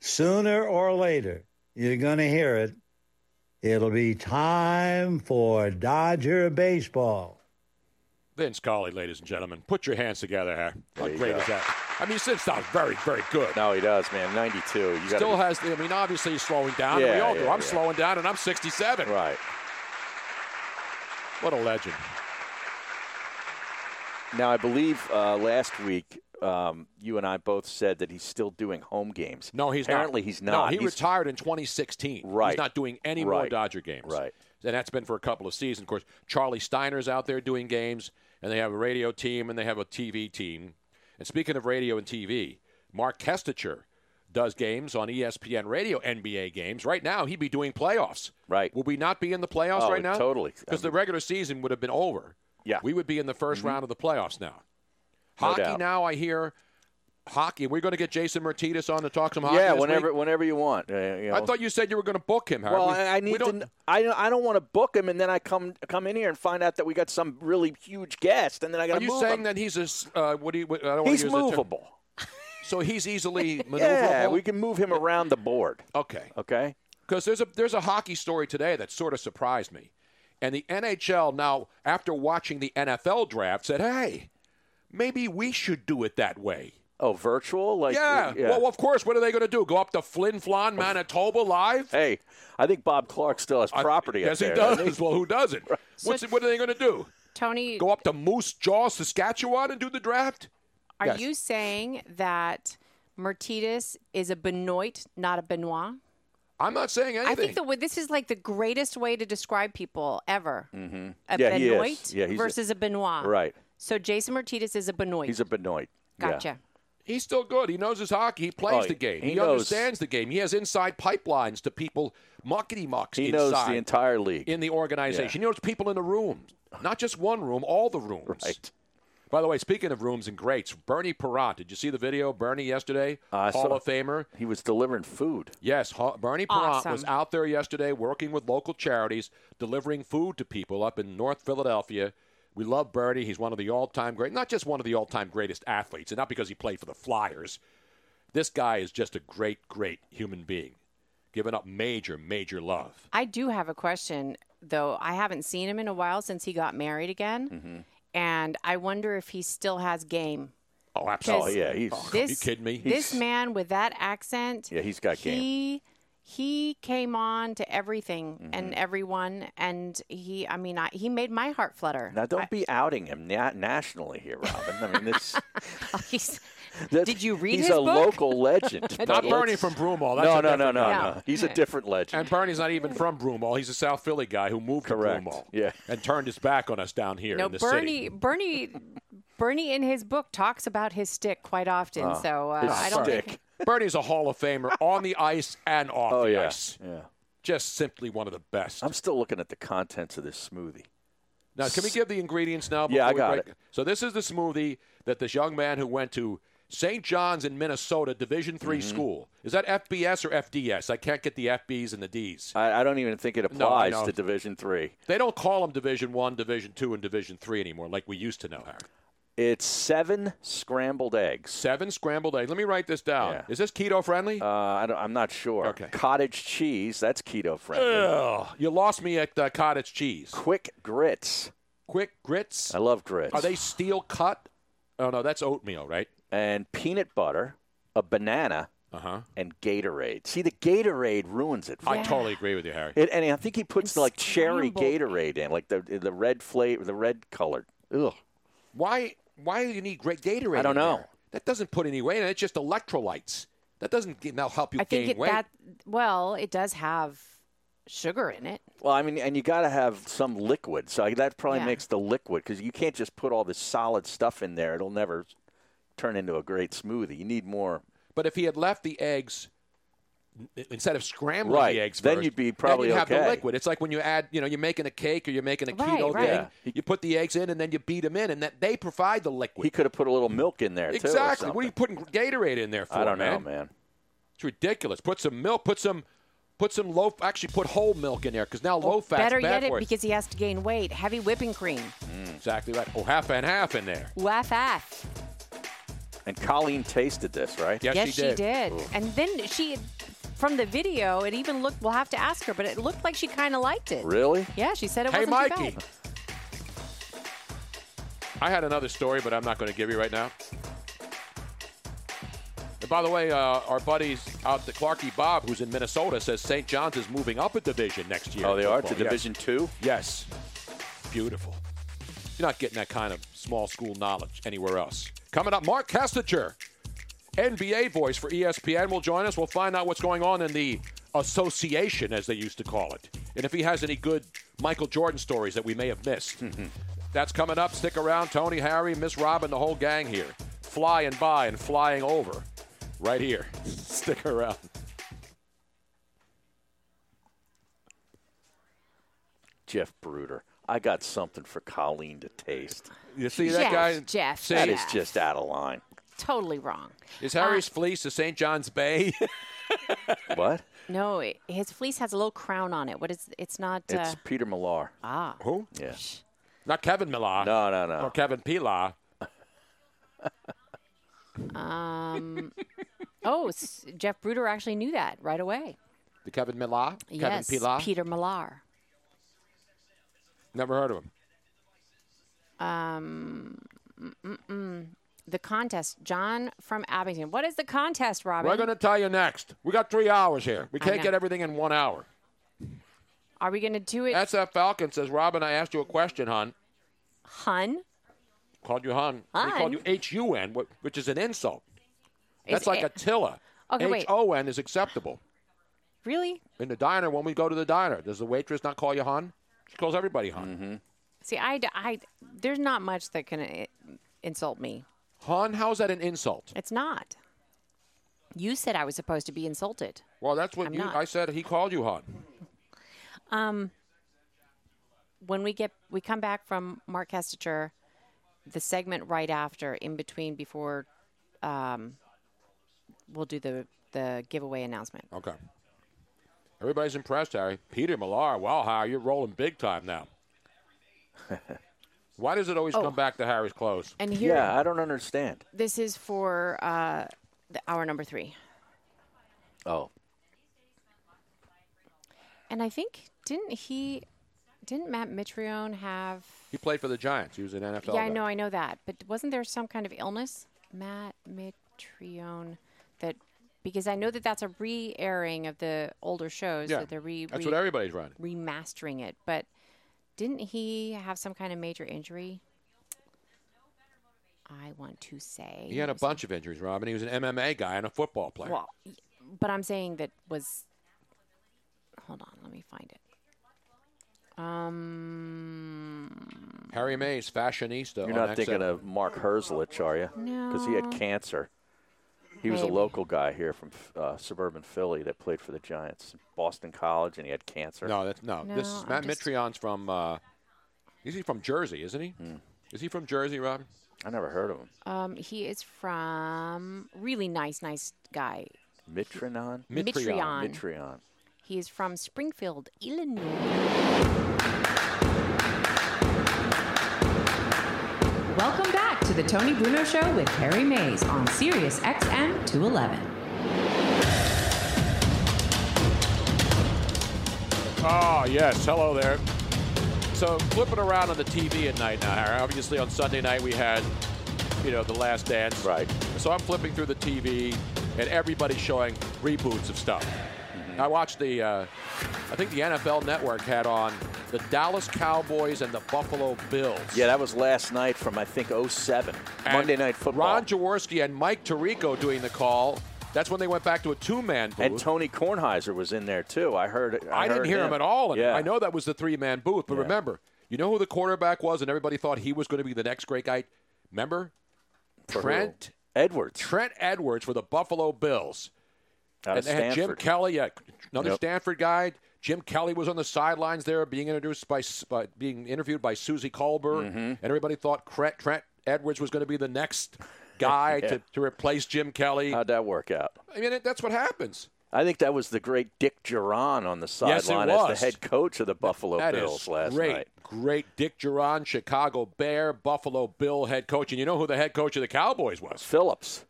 Speaker 15: sooner or later, you're going to hear it. It'll be time for Dodger baseball.
Speaker 4: Vince Scully, ladies and gentlemen, put your hands together, Harry. How
Speaker 7: There you
Speaker 4: great
Speaker 7: go.
Speaker 4: is that? I mean, Sid sounds very, very good.
Speaker 7: No, he does, man. 92. You gotta
Speaker 4: Still
Speaker 7: be-
Speaker 4: has, the, I mean, obviously he's slowing down. and we
Speaker 7: Yeah,
Speaker 4: all do.
Speaker 7: yeah,
Speaker 4: I'm
Speaker 7: yeah.
Speaker 4: slowing down, and I'm 67.
Speaker 7: Right.
Speaker 4: What a legend.
Speaker 7: Now, I believe uh, last week um, you and I both said that he's still doing home games.
Speaker 4: No, he's
Speaker 7: apparently
Speaker 4: not.
Speaker 7: he's not.
Speaker 4: No, he
Speaker 7: He's-
Speaker 4: retired in 2016.
Speaker 7: Right.
Speaker 4: He's not doing any more
Speaker 7: Right.
Speaker 4: Dodger games.
Speaker 7: Right.
Speaker 4: And that's been for a couple of seasons. Of course, Charlie Steiner's out there doing games, and they have a radio team and they have a TV team. And speaking of radio and TV, Mark Kestacher does games on E ESPN Radio NBA games. Right now, he'd be doing playoffs. Right. Would we not be in the playoffs
Speaker 7: Oh,
Speaker 4: right now?
Speaker 7: totally. I Mm-hmm.
Speaker 4: Because the regular season would have been over. Yeah. We would be in the 1st round of the playoffs now.
Speaker 7: No
Speaker 4: Hockey
Speaker 7: doubt.
Speaker 4: now, I hear. Hockey. We're going to get Jason Martinez on to talk some hockey.
Speaker 7: yeah,
Speaker 4: this
Speaker 7: whenever
Speaker 4: week.
Speaker 7: whenever you want. uh, you
Speaker 4: I
Speaker 7: know.
Speaker 4: thought you said you were going to book him. Howard.
Speaker 7: Well,
Speaker 4: We-
Speaker 7: I,
Speaker 4: we
Speaker 7: I need to.
Speaker 4: don't-
Speaker 7: kn- I don't- I don't want to book him, and then I come come in here and find out that we got some really huge guest, and then I got
Speaker 4: Are
Speaker 7: to
Speaker 4: you
Speaker 7: move
Speaker 4: saying
Speaker 7: him.
Speaker 4: that he's a? s- Uh, what do you? What, I don't wanna
Speaker 7: He's
Speaker 4: use that term.
Speaker 7: movable.
Speaker 4: So he's easily maneuverable.
Speaker 7: Yeah, we can move him around the board.
Speaker 4: Okay.
Speaker 7: Okay.
Speaker 4: Because there's a there's a hockey story today that sort of surprised me, and the NHL now after watching the NFL draft said, hey, maybe we should do it that way.
Speaker 7: Oh, virtual? Like
Speaker 4: yeah.
Speaker 7: yeah.
Speaker 4: Well, of course. What are they going to do? Go up to Flin Flon, Manitoba live?
Speaker 7: Hey, I think Bob Clark still has property. up
Speaker 4: yes, he
Speaker 7: there,
Speaker 4: does.
Speaker 7: doesn't
Speaker 4: Well, who doesn't? What's it, what are they going to do?
Speaker 8: Tony,
Speaker 4: Go up to Moose Jaw, Saskatchewan, and do the draft?
Speaker 8: are
Speaker 4: Yes.
Speaker 8: you saying that Mertitas is a Benoit, not a Benoit?
Speaker 4: I'm not saying anything.
Speaker 8: I think the, this is like the greatest way to describe people ever.
Speaker 7: Mm-hmm.
Speaker 8: A
Speaker 7: yeah, he
Speaker 8: Benoit
Speaker 7: is. Yeah, he's
Speaker 8: versus a, Benoit.
Speaker 7: Right.
Speaker 8: So Jason Mertitas is a Benoit.
Speaker 7: He's a Benoit. Yeah.
Speaker 8: gotcha.
Speaker 4: He's still good. He knows his hockey. He plays
Speaker 7: Oh,
Speaker 4: the game.
Speaker 7: he
Speaker 4: He,
Speaker 7: knows.
Speaker 4: understands the game. He has inside pipelines to people, muckety mucks.
Speaker 7: He
Speaker 4: inside
Speaker 7: knows the entire league.
Speaker 4: in the organization. He knows people in the rooms, not just one room, all the rooms. Right. By the way, speaking of rooms and greats, Bernie Perrant. Did you see the video? of Bernie yesterday,
Speaker 7: I
Speaker 4: Hall
Speaker 7: saw-
Speaker 4: of Famer.
Speaker 7: He was delivering food.
Speaker 4: Yes, Ha- Bernie Perrant was
Speaker 7: Awesome.
Speaker 4: out there yesterday working with local charities, delivering food to people up in North Philadelphia. We love Bernie. He's one of the all-time great, not just one of the all-time greatest athletes, and not because he played for the Flyers. This guy is just a great, great human being, giving up major, major love.
Speaker 8: I do have a question, though. I haven't seen him in a while since he got married again.
Speaker 7: Mm-hmm.
Speaker 8: And I wonder if he still has game.
Speaker 4: Oh, absolutely.
Speaker 7: Oh, yeah, he's-
Speaker 8: This,
Speaker 4: Are you kidding me?
Speaker 8: This man with that accent.
Speaker 7: Yeah, he's got game.
Speaker 8: He, he came on to everything
Speaker 4: Mm-hmm.
Speaker 8: and everyone. And he, I mean, I, he made my heart flutter.
Speaker 7: Now, don't be outing him na- nationally here, Robin. I mean, this.
Speaker 8: Oh, he's,
Speaker 7: did
Speaker 8: you read
Speaker 7: He's
Speaker 8: his
Speaker 7: a
Speaker 8: book?
Speaker 7: local legend.
Speaker 8: I
Speaker 7: but
Speaker 8: did.
Speaker 7: let's-
Speaker 4: Bernie from Broomall. That's
Speaker 7: No,
Speaker 4: a
Speaker 7: no, no,
Speaker 4: different
Speaker 7: no,
Speaker 4: guy.
Speaker 7: no. He's a different legend.
Speaker 4: And Bernie's not even from Broomall. He's a South Philly guy who moved
Speaker 7: Correct.
Speaker 4: to Broomall
Speaker 7: Yeah.
Speaker 4: and turned his back on us down here
Speaker 8: no,
Speaker 4: in the
Speaker 8: Bernie,
Speaker 4: city.
Speaker 8: Bernie, Bernie in his book talks about his stick quite often.
Speaker 4: Oh,
Speaker 7: Ah.
Speaker 8: so uh,
Speaker 4: his
Speaker 8: I don't think-
Speaker 4: stick. Bernie's a Hall of Famer on the ice and off
Speaker 7: Oh
Speaker 4: the
Speaker 7: yeah.
Speaker 4: ice.
Speaker 7: Yeah.
Speaker 4: Just simply one of the best.
Speaker 7: I'm still looking at the contents of this smoothie.
Speaker 4: Now, can we give the ingredients now?
Speaker 7: Yeah,
Speaker 4: before
Speaker 7: I
Speaker 4: we
Speaker 7: got
Speaker 4: break?
Speaker 7: it.
Speaker 4: So this is the smoothie that this young man who went to St. John's in Minnesota, Division Three
Speaker 7: Mhm.
Speaker 4: school. Is that FBS or FDS? I can't get the FBs and the Ds.
Speaker 7: I, I don't even think it
Speaker 4: No, I
Speaker 7: applies
Speaker 4: know.
Speaker 7: to Division Three.
Speaker 4: They don't call them Division One, Division Two, and Division Three anymore, like we used to know. Harry.
Speaker 7: It's seven scrambled eggs.
Speaker 4: Seven scrambled eggs. Let me write this down. Is this keto friendly?
Speaker 7: Uh, I don't, I'm not sure. Okay. Cottage cheese. That's keto friendly.
Speaker 4: Ugh, you lost me at uh, cottage cheese.
Speaker 7: Quick grits.
Speaker 4: Quick grits.
Speaker 7: I love grits.
Speaker 4: Are they steel cut? Oh no, that's oatmeal, right?
Speaker 7: And peanut butter, a banana,
Speaker 4: uh-huh.
Speaker 7: and Gatorade. See, the Gatorade ruins it. for
Speaker 4: I
Speaker 7: me.
Speaker 4: totally agree with you, Harry.
Speaker 7: It, and I think he puts like cherry
Speaker 4: scrambled.
Speaker 7: Gatorade in, like the the red flavor, the red colored. Ugh.
Speaker 4: Why? Why do you need great Gatorade?
Speaker 7: I don't
Speaker 4: in
Speaker 7: know.
Speaker 4: there? That doesn't put any weight in it. It's just electrolytes. That doesn't g- now help you
Speaker 8: I think
Speaker 4: gain
Speaker 8: it,
Speaker 4: weight.
Speaker 8: that well, it does have sugar in it.
Speaker 7: Well, I mean, and you got to have some liquid, so I- that probably
Speaker 8: Yeah.
Speaker 7: makes the liquid because you can't just put all this solid stuff in there; it'll never turn into a great smoothie. You need more.
Speaker 4: But if he had left the eggs i- instead of scrambling
Speaker 7: Right.
Speaker 4: the eggs,
Speaker 7: Then
Speaker 4: first,
Speaker 7: you'd be probably
Speaker 4: then you have
Speaker 7: okay.
Speaker 4: the liquid. It's like when you add, you know, you're making a cake or you're making a
Speaker 7: Right,
Speaker 4: keto
Speaker 7: right.
Speaker 4: thing.
Speaker 7: Yeah.
Speaker 4: You put the eggs in and then you beat them in, and that they provide the liquid.
Speaker 7: He could have put a little milk in there too. or
Speaker 4: Exactly. What are you putting
Speaker 7: something.
Speaker 4: Gatorade in there for?
Speaker 7: I don't
Speaker 4: man?
Speaker 7: know, man.
Speaker 4: It's ridiculous. Put some milk. Put some. Put some low. Actually, put whole milk in there because now low fat's
Speaker 8: Better
Speaker 4: bad
Speaker 8: yet,
Speaker 4: for
Speaker 8: it
Speaker 4: you.
Speaker 8: because he has to gain weight. Heavy whipping cream.
Speaker 4: Mm, exactly right. Oh, half and half in there.
Speaker 8: Waff aff.
Speaker 7: And Colleen tasted this, right?
Speaker 8: Yes, she did. And then she, from the video, it even looked. We'll have to ask her, but it looked like she kind of liked it.
Speaker 7: Really?
Speaker 8: Yeah, she said it
Speaker 4: Hey,
Speaker 8: wasn't too
Speaker 4: Mikey.
Speaker 8: bad.
Speaker 4: I had another story, but I'm not going to give you right now. And by the way, uh, our buddies out the Clarky Bob, who's in Minnesota, says St. John's is moving up a division next year.
Speaker 7: Oh, they
Speaker 4: in
Speaker 7: are to
Speaker 4: football. Yes.
Speaker 7: Division Two.
Speaker 4: Yes. Beautiful. You're not getting that kind of small school knowledge anywhere else. Coming up, Mark Kestacher, NBA voice for E ESPN, will join us. We'll find out what's going on in the association, as they used to call it, and if he has any good Michael Jordan stories that we may have missed. That's coming up. Stick around. Tony, Harry, Miss Robin, the whole gang here. Flying by and flying over right here. Stick around.
Speaker 7: Jeff Bruder. I got something for Colleen to taste.
Speaker 4: You see that Jeff, guy? Jeff, See?
Speaker 7: That is
Speaker 4: Jeff.
Speaker 7: just out of line.
Speaker 8: Totally wrong.
Speaker 4: Is Harry's fleece the St. John's Bay?
Speaker 7: what?
Speaker 8: No, it- his fleece has a little crown on it. What is? It's not. uh,
Speaker 7: It's Peter Millar.
Speaker 8: ah.
Speaker 4: Who?
Speaker 7: Yeah.
Speaker 4: Not Kevin Millar.
Speaker 7: No, no, no.
Speaker 4: Or Kevin Pilar.
Speaker 8: Um. oh, s- Jeff Bruder actually knew that right away.
Speaker 4: The Kevin Millar?
Speaker 8: yes,
Speaker 4: Kevin Pilar?
Speaker 8: Peter Millar.
Speaker 4: Never heard of him.
Speaker 8: Um. Mm-mm. The contest, John from Abington. What is the contest, Robin?
Speaker 4: We're going to tell you next. We got three hours here. We
Speaker 8: I
Speaker 4: can't
Speaker 8: know.
Speaker 4: get everything in one hour.
Speaker 8: Are we going to do it,
Speaker 4: SF Falcon says, Robin, I asked you a question, hon.
Speaker 8: hun?
Speaker 4: Called you hon. We called
Speaker 8: Hun?
Speaker 4: you H-U-N, wh- which is an insult.
Speaker 8: Is
Speaker 4: That's like
Speaker 8: it-
Speaker 4: Attila.
Speaker 8: Okay, wait.
Speaker 4: H-O-N is acceptable.
Speaker 8: Really?
Speaker 4: In the diner, when we go to the diner, does the waitress not call you hon? She calls everybody hon.
Speaker 7: Mm-hmm.
Speaker 8: See, I, d- I- there's not much that can i- insult me.
Speaker 4: Hon, how is that an insult?
Speaker 8: It's not. You said I was supposed to be insulted.
Speaker 4: Well, that's what
Speaker 8: I'm
Speaker 4: you,
Speaker 8: not.
Speaker 4: I said. He called you hon.
Speaker 8: Um, when we get we come back from Mark Kestacher, the segment right after, in between, before, um, we'll do the the giveaway announcement.
Speaker 4: Okay. Everybody's impressed, Harry. Peter Millar, wow, Harry, you're rolling big time now. Why does it always come back to Harry's clothes?
Speaker 8: Oh. And here-
Speaker 7: yeah, I don't understand.
Speaker 8: This is for uh, the hour number three,
Speaker 7: Oh,
Speaker 8: and I think didn't he, didn't Matt Mitrione have?
Speaker 4: He played for the Giants. He was an NFL.
Speaker 8: yeah, I
Speaker 4: guy.
Speaker 8: know, I know that. But wasn't there some kind of illness, Matt Mitrione, that because I know that that's a re-airing of the older shows
Speaker 4: Yeah.
Speaker 8: that they're re,
Speaker 4: That's
Speaker 8: re-
Speaker 4: what everybody's running.
Speaker 8: remastering it. But didn't he have some kind of major injury? I want to say
Speaker 4: He had a bunch of injuries, Robin. He was an MMA guy and a football player.
Speaker 8: Well, y- but I'm saying that was. Hold on, let me find it. Um,
Speaker 4: Harry Mays, fashionista.
Speaker 7: you're
Speaker 4: on
Speaker 7: not
Speaker 4: XM.
Speaker 7: thinking of Mark Herzlich, are you? Because he had
Speaker 8: No.
Speaker 7: cancer. He was a
Speaker 8: Maybe.
Speaker 7: local guy here from uh, suburban Philly that played for the Giants, Boston College, and he had cancer.
Speaker 4: No, that's no. this
Speaker 8: No,
Speaker 4: is
Speaker 8: I'm
Speaker 4: Matt
Speaker 8: just-
Speaker 4: Mitrione's from uh, Is he from Jersey, isn't he? Is he from Jersey, Rob?
Speaker 7: Hmm. I never heard of him.
Speaker 8: Um, he is from really nice, nice guy.
Speaker 7: Mitrion?
Speaker 8: Mitrion.
Speaker 7: Mitrion.
Speaker 8: He is from Springfield, Illinois.
Speaker 13: Welcome back to the Tony Bruno Show with Harry Mays on Sirius XM 211.
Speaker 4: Oh, yes. Hello there. So, flipping around on the TV at night now, Harry. Obviously, on Sunday night, we had, you know, The Last Dance. Right. So, I'm flipping through the TV, and everybody's showing reboots of stuff.
Speaker 7: Mm-hmm.
Speaker 4: I watched the, uh, I think the NFL Network had on the Dallas Cowboys and the Buffalo Bills.
Speaker 7: Yeah, that was last night from, I think, 07. Monday Night Football.
Speaker 4: Ron Jaworski and Mike Tirico doing the call. That's when they went back to a two-man booth.
Speaker 7: And Tony Kornheiser was in there, too. I heard
Speaker 4: I, didn't
Speaker 7: heard
Speaker 4: hear him. at all. And
Speaker 7: yeah.
Speaker 4: I know that was the three man booth, but
Speaker 7: Yeah.
Speaker 4: remember, you know who the quarterback was, and everybody thought he was going to be the next great guy. Remember,
Speaker 7: For who?
Speaker 4: Trent
Speaker 7: Edwards.
Speaker 4: Trent Edwards for the Buffalo Bills.
Speaker 7: Out
Speaker 4: and
Speaker 7: of
Speaker 4: they had Jim
Speaker 7: Stanford.
Speaker 4: Kelly, yeah, another
Speaker 7: Yep.
Speaker 4: Stanford guy. Jim Kelly was on the sidelines there, being introduced by, by being interviewed by Susie Colbert,
Speaker 7: Mm-hmm.
Speaker 4: and everybody thought Trent, Trent Edwards was going to be the next guy
Speaker 7: Yeah.
Speaker 4: to, to replace Jim Kelly.
Speaker 7: How'd that work out?
Speaker 4: I mean, that's what happens.
Speaker 7: I think that was the great Dick Duran on the
Speaker 4: it
Speaker 7: sideline as
Speaker 4: was.
Speaker 7: the head coach of the Buffalo
Speaker 4: That is
Speaker 7: Bills last
Speaker 4: great,
Speaker 7: night.
Speaker 4: Great Dick Duran, Chicago Bear, Buffalo Bill head coach. And you know who the head coach of the Cowboys was?
Speaker 7: Phillips.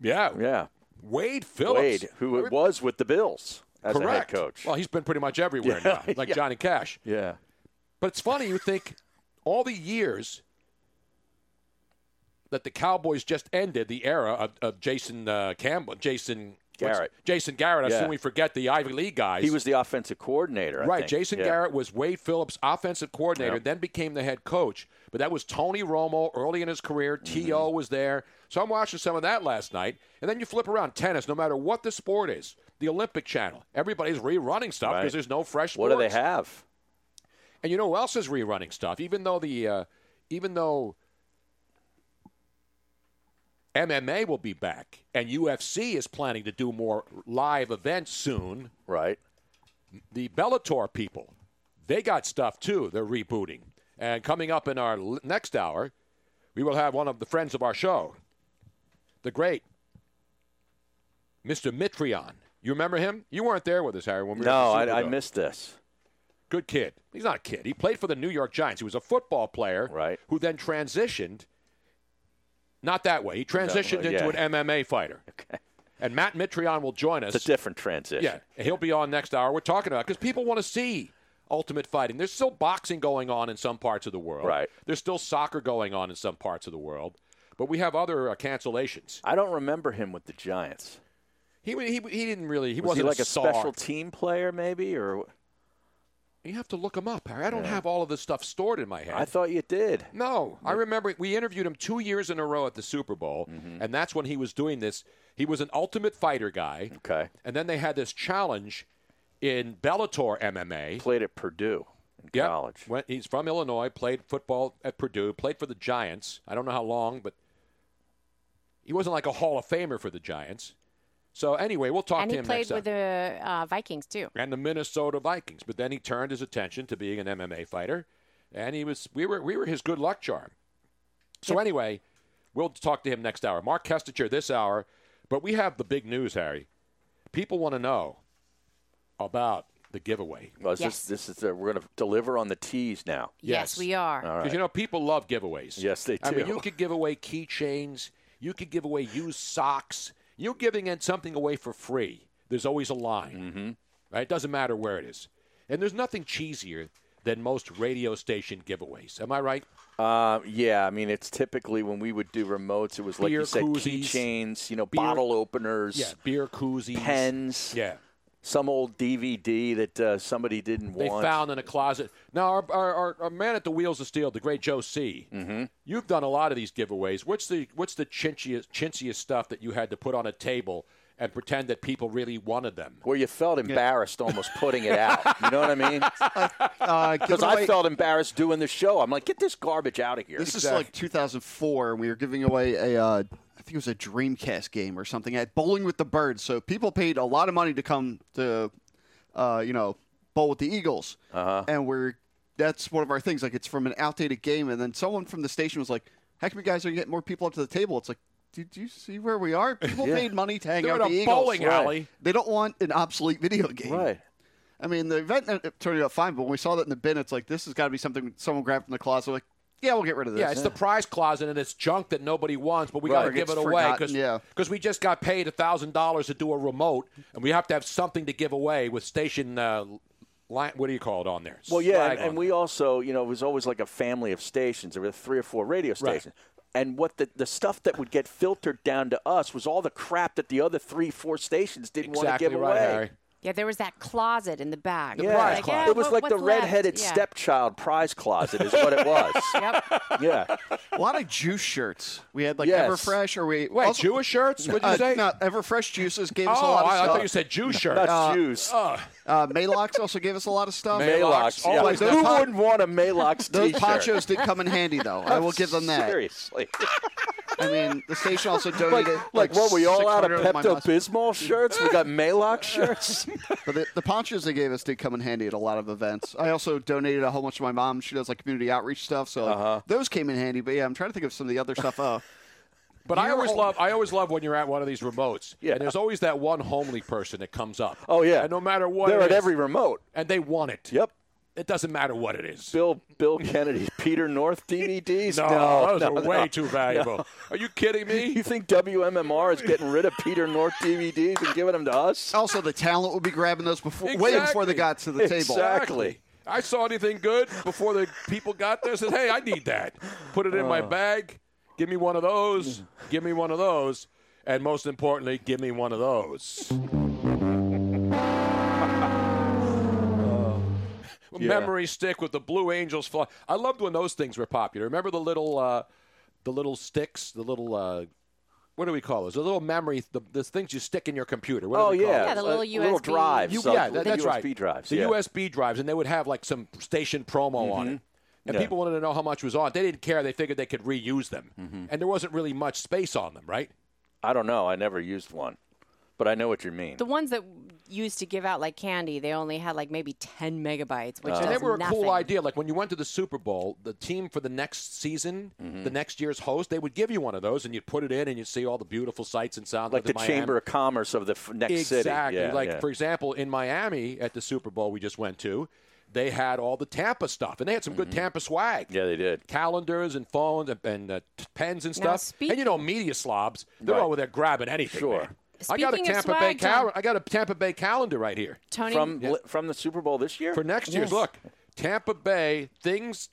Speaker 4: Yeah.
Speaker 7: Yeah.
Speaker 4: Wade Phillips.
Speaker 7: Wade, who it
Speaker 4: Every-
Speaker 7: was with the Bills as a head
Speaker 4: Correct.
Speaker 7: coach.
Speaker 4: Well, he's been pretty much everywhere
Speaker 7: Yeah,
Speaker 4: now, like
Speaker 7: yeah.
Speaker 4: Johnny Cash.
Speaker 7: Yeah.
Speaker 4: But it's funny, you think all the years that the Cowboys just ended the era of, of Jason uh, Campbell, Jason what's-
Speaker 7: Garrett.
Speaker 4: Jason Garrett. I
Speaker 7: Yeah.
Speaker 4: assume we forget the Ivy League guys.
Speaker 7: He was the offensive coordinator, I
Speaker 4: Right.
Speaker 7: think.
Speaker 4: Jason
Speaker 7: Yeah.
Speaker 4: Garrett was Wade Phillips' offensive coordinator,
Speaker 7: Yep.
Speaker 4: then became the head coach. But that was Tony Romo early in his career.
Speaker 7: Mm-hmm.
Speaker 4: T.O. was there. So I'm watching some of that last night. And then you flip around tennis, no matter what the sport is, the Olympic channel, everybody's rerunning stuff because
Speaker 7: Right.
Speaker 4: there's no fresh
Speaker 7: What do they
Speaker 4: sports.
Speaker 7: have?
Speaker 4: And you know who else is rerunning stuff? Even though the, uh, even though MMA will be back and UFC is planning to do more live events soon.
Speaker 7: Right.
Speaker 4: The Bellator people, they got stuff too. They're rebooting. And coming up in our l- next hour, we will have one of the friends of our show, the great Mr. Mitrion. You remember him? You weren't there with us, Harry. When we were
Speaker 7: No,
Speaker 4: at the
Speaker 7: I, I
Speaker 4: Superdome.
Speaker 7: missed this.
Speaker 4: Good kid. He's not a kid. He played for the New York Giants. He was a football player right. who then transitioned. Not that way. He transitioned
Speaker 7: No, yeah.
Speaker 4: into an MMA fighter. Okay. And Matt Mitrion will join us.
Speaker 7: It's a different transition.
Speaker 4: Yeah, he'll be on next hour. We're talking about because people want to see ultimate fighting. There's still boxing going on in some parts of the world.
Speaker 7: Right.
Speaker 4: There's still soccer going on in some parts of the world, but we have other uh, cancellations.
Speaker 7: I don't remember him with the Giants.
Speaker 4: He he, he didn't really. He
Speaker 7: was
Speaker 4: wasn't
Speaker 7: he like a,
Speaker 4: star.
Speaker 7: special team player, maybe, or
Speaker 4: You have to look him up, Harry. I don't have all of this stuff stored in my head.
Speaker 7: I thought you did.
Speaker 4: No, I remember we interviewed him two years in a row at the Super Bowl,
Speaker 7: Mm-hmm.
Speaker 4: and that's when he was doing this. He was an Ultimate Fighter guy.
Speaker 7: Okay.
Speaker 4: And then they had this challenge in Bellator MMA.
Speaker 7: Played at Purdue in college.
Speaker 4: Went, he's from Illinois, played football at Purdue, played for the Giants. I don't know how long, but he wasn't like a Hall of Famer for the Giants. So anyway, we'll talk
Speaker 8: and
Speaker 4: to
Speaker 8: he
Speaker 4: him
Speaker 8: played
Speaker 4: next
Speaker 8: with
Speaker 4: time.
Speaker 8: the uh, Vikings too.
Speaker 4: And the Minnesota Vikings, but then he turned his attention to being an MMA fighter, and he was we were we were his good luck charm. So anyway, we'll talk to him next hour. Mark Kestacher this hour, but we have the big news, Harry. People want to know about the giveaway.
Speaker 7: Well, is this, this is uh, we're going to deliver on the tees now.
Speaker 8: Yes, we are.
Speaker 7: All
Speaker 4: Because
Speaker 7: right.
Speaker 4: you know people love giveaways.
Speaker 7: Yes, they
Speaker 4: I mean,
Speaker 7: do.
Speaker 4: you could give away keychains. You could give away used socks. You're giving in something away for free. There's always a line. Mm-hmm. Right? It doesn't matter where it is. And there's nothing cheesier than most radio station giveaways. Am I right?
Speaker 7: Uh, yeah, I mean, it's typically when we would do remotes, it was like
Speaker 4: Beer
Speaker 7: you said,
Speaker 4: koozies.
Speaker 7: keychains, you know,
Speaker 4: Beer-
Speaker 7: bottle openers,
Speaker 4: Yeah. Beer koozies.
Speaker 7: pens,
Speaker 4: Yeah.
Speaker 7: some old DVD that uh, somebody didn't
Speaker 4: They
Speaker 7: want.
Speaker 4: found in a closet. Now, our, our, our, our man at the wheels of steel, the great Joe C. Mm-hmm. You've done a lot of these giveaways. What's the what's the chintziest, chintziest stuff that you had to put on a table and pretend that people really wanted them?
Speaker 7: where you felt embarrassed almost putting it out. You know what I mean?
Speaker 16: Uh,
Speaker 7: Because I
Speaker 16: away-
Speaker 7: felt embarrassed doing the show. I'm like, get this garbage out of here.
Speaker 16: This is like 2004, and we were giving away a, uh, I think it was a Dreamcast game or something at Bowling with the Birds. So people paid a lot of money to come to, uh, you know, bowl with the Eagles, uh-huh. and we're that's one of our things. Like it's from an outdated game, and then someone from the station was like, "How come you guys are getting more people up to the table?" It's like, did you see where we are? People
Speaker 7: Yeah.
Speaker 16: paid money to hang
Speaker 7: They're
Speaker 16: out
Speaker 7: in
Speaker 16: at the
Speaker 7: a
Speaker 16: Eagles.
Speaker 7: bowling Right. alley.
Speaker 16: They don't want an obsolete video game. Right. I mean, the event ended up turning out fine, but when we saw that in the bin, it's like this has got to be something someone grabbed from the closet. Like, yeah, we'll get rid of this.
Speaker 4: Yeah, it's the prize closet and it's junk that nobody wants, but we got
Speaker 16: Right.
Speaker 4: to give
Speaker 16: It's
Speaker 4: it away
Speaker 16: forgotten, yeah.
Speaker 4: we just got paid thousand dollars to do a remote, and we have to have something to give away with station. Uh, line, what do you call it on there?
Speaker 7: Well, yeah,
Speaker 4: Slag
Speaker 7: and,
Speaker 4: on
Speaker 7: and we also, you know, it was always like a family of stations. There were three or four radio
Speaker 4: Right.
Speaker 7: stations. And what the, the stuff that would get filtered down to us was all the crap that the other three, four stations didn't want to
Speaker 4: Exactly
Speaker 7: give
Speaker 4: right,
Speaker 7: away.
Speaker 4: Harry.
Speaker 8: Yeah, there was that closet in the back.
Speaker 7: yeah.
Speaker 8: Like, yeah,
Speaker 7: It was
Speaker 8: what-
Speaker 7: like the
Speaker 8: what's left?
Speaker 7: redheaded
Speaker 8: Yeah.
Speaker 7: stepchild prize closet is what it was.
Speaker 8: Yep.
Speaker 7: yeah.
Speaker 16: A lot of juice shirts. We had like
Speaker 7: Yes.
Speaker 16: Everfresh, or we
Speaker 4: Wait, Jewish shirts? What'd you
Speaker 16: uh,
Speaker 4: say?
Speaker 16: No, Everfresh juices gave us a
Speaker 4: Oh,
Speaker 16: lot of
Speaker 4: I- I
Speaker 16: stuff.
Speaker 4: thought you said Jew shirts.
Speaker 16: Uh,
Speaker 4: Not juice.
Speaker 16: Uh, Malox also gave us a lot of stuff.
Speaker 7: Malox. yeah.
Speaker 16: Like, those
Speaker 7: Who
Speaker 16: pon-
Speaker 7: wouldn't want a Malox
Speaker 16: Those
Speaker 7: t-shirt?
Speaker 16: ponchos did come in handy, though. I will give them that.
Speaker 7: Seriously.
Speaker 16: I mean, the station also
Speaker 7: Like,
Speaker 16: donated.
Speaker 7: like, what, we all out of
Speaker 16: 600 my
Speaker 7: Pepto
Speaker 16: muscle-
Speaker 7: Bismol shirts? We got Malox shirts?
Speaker 16: but the, the ponchos they gave us did come in handy at a lot of events. I also donated a whole bunch to my mom. She does like community outreach stuff, so like,
Speaker 4: Uh-huh.
Speaker 16: those came in handy. But yeah, I'm trying to think of some of the other stuff. Oh,
Speaker 4: But I always love I always love when you're at one of these remotes.
Speaker 16: Yeah.
Speaker 4: And there's always that one homely person that comes up.
Speaker 7: Oh, yeah.
Speaker 4: And no matter what
Speaker 7: They're
Speaker 4: it
Speaker 7: at
Speaker 4: is,
Speaker 7: every remote.
Speaker 4: And they want it.
Speaker 7: Yep.
Speaker 4: It doesn't matter what it is.
Speaker 7: Bill Bill Kennedy's Peter North DVDs?
Speaker 4: No, those
Speaker 7: no,
Speaker 4: are way
Speaker 7: no,
Speaker 4: too valuable.
Speaker 7: no.
Speaker 4: Are you kidding me?
Speaker 7: You think WMMR is getting rid of Peter North DVDs and giving them to us?
Speaker 16: Also, the talent would be grabbing those before, way before they got to the table.
Speaker 7: Exactly.
Speaker 4: I saw anything good before the people got there. Said, "Hey, I need that. Put it in my
Speaker 7: Oh.
Speaker 4: bag. Give me one of those. Give me one of those." And most importantly, give me one of those.
Speaker 7: yeah.
Speaker 4: Memory stick with the Blue Angels fly. I loved when those things were popular. Remember the little, uh, the little sticks, the little. Uh, what do we call those? The little memory, the, the things you stick in your computer. What do
Speaker 7: Oh,
Speaker 4: they call
Speaker 7: yeah.
Speaker 4: those?
Speaker 7: Yeah, the little Uh, little USB. drives,
Speaker 4: You-
Speaker 7: uh,
Speaker 4: yeah,
Speaker 7: the
Speaker 4: that- that's
Speaker 7: USB
Speaker 4: right.
Speaker 7: drives,
Speaker 4: The
Speaker 7: yeah. Mm-hmm.
Speaker 4: USB drives, and they would have like some station promo on it. And
Speaker 7: Yeah.
Speaker 4: people wanted to know how much was on. it. They didn't care. They figured they could reuse them, and there wasn't really much space on them, right?
Speaker 7: Mm-hmm. I don't know. I never used one, but I know what you mean.
Speaker 8: The ones that used to give out like candy, they only had like maybe 10 megabytes,
Speaker 7: Uh,
Speaker 8: which
Speaker 4: and
Speaker 8: is
Speaker 4: Uh, they were a
Speaker 8: nothing.
Speaker 4: cool idea. Like when you went to the Super Bowl, the team for the next season,
Speaker 7: Mm-hmm.
Speaker 4: the next year's host, they would give you one of those, and you'd put it in, and you'd see all the beautiful sights and sounds.
Speaker 7: like
Speaker 4: of
Speaker 7: the Chamber of Commerce of the f- next
Speaker 4: exactly.
Speaker 7: city. Yeah,
Speaker 4: like
Speaker 7: yeah.
Speaker 4: for example, in Miami at the Super Bowl we just went to, they had all the Tampa stuff, and they had some good Tampa swag.
Speaker 7: Mm-hmm. yeah, they did.
Speaker 4: Calendars and phones and, and uh, t- pens and
Speaker 8: Now,
Speaker 4: stuff,
Speaker 8: speak-
Speaker 4: and you know media slobs, they're
Speaker 7: Right.
Speaker 4: over there grabbing anything.
Speaker 7: Sure.
Speaker 4: man. I got a
Speaker 8: Speaking of
Speaker 4: Tampa Bay
Speaker 8: swag, Tom-
Speaker 4: cal- I got a Tampa Bay calendar right here
Speaker 8: Tony,
Speaker 7: From li- from the Super Bowl this year
Speaker 4: for next year's.
Speaker 8: Yes.
Speaker 4: Look, Tampa Bay things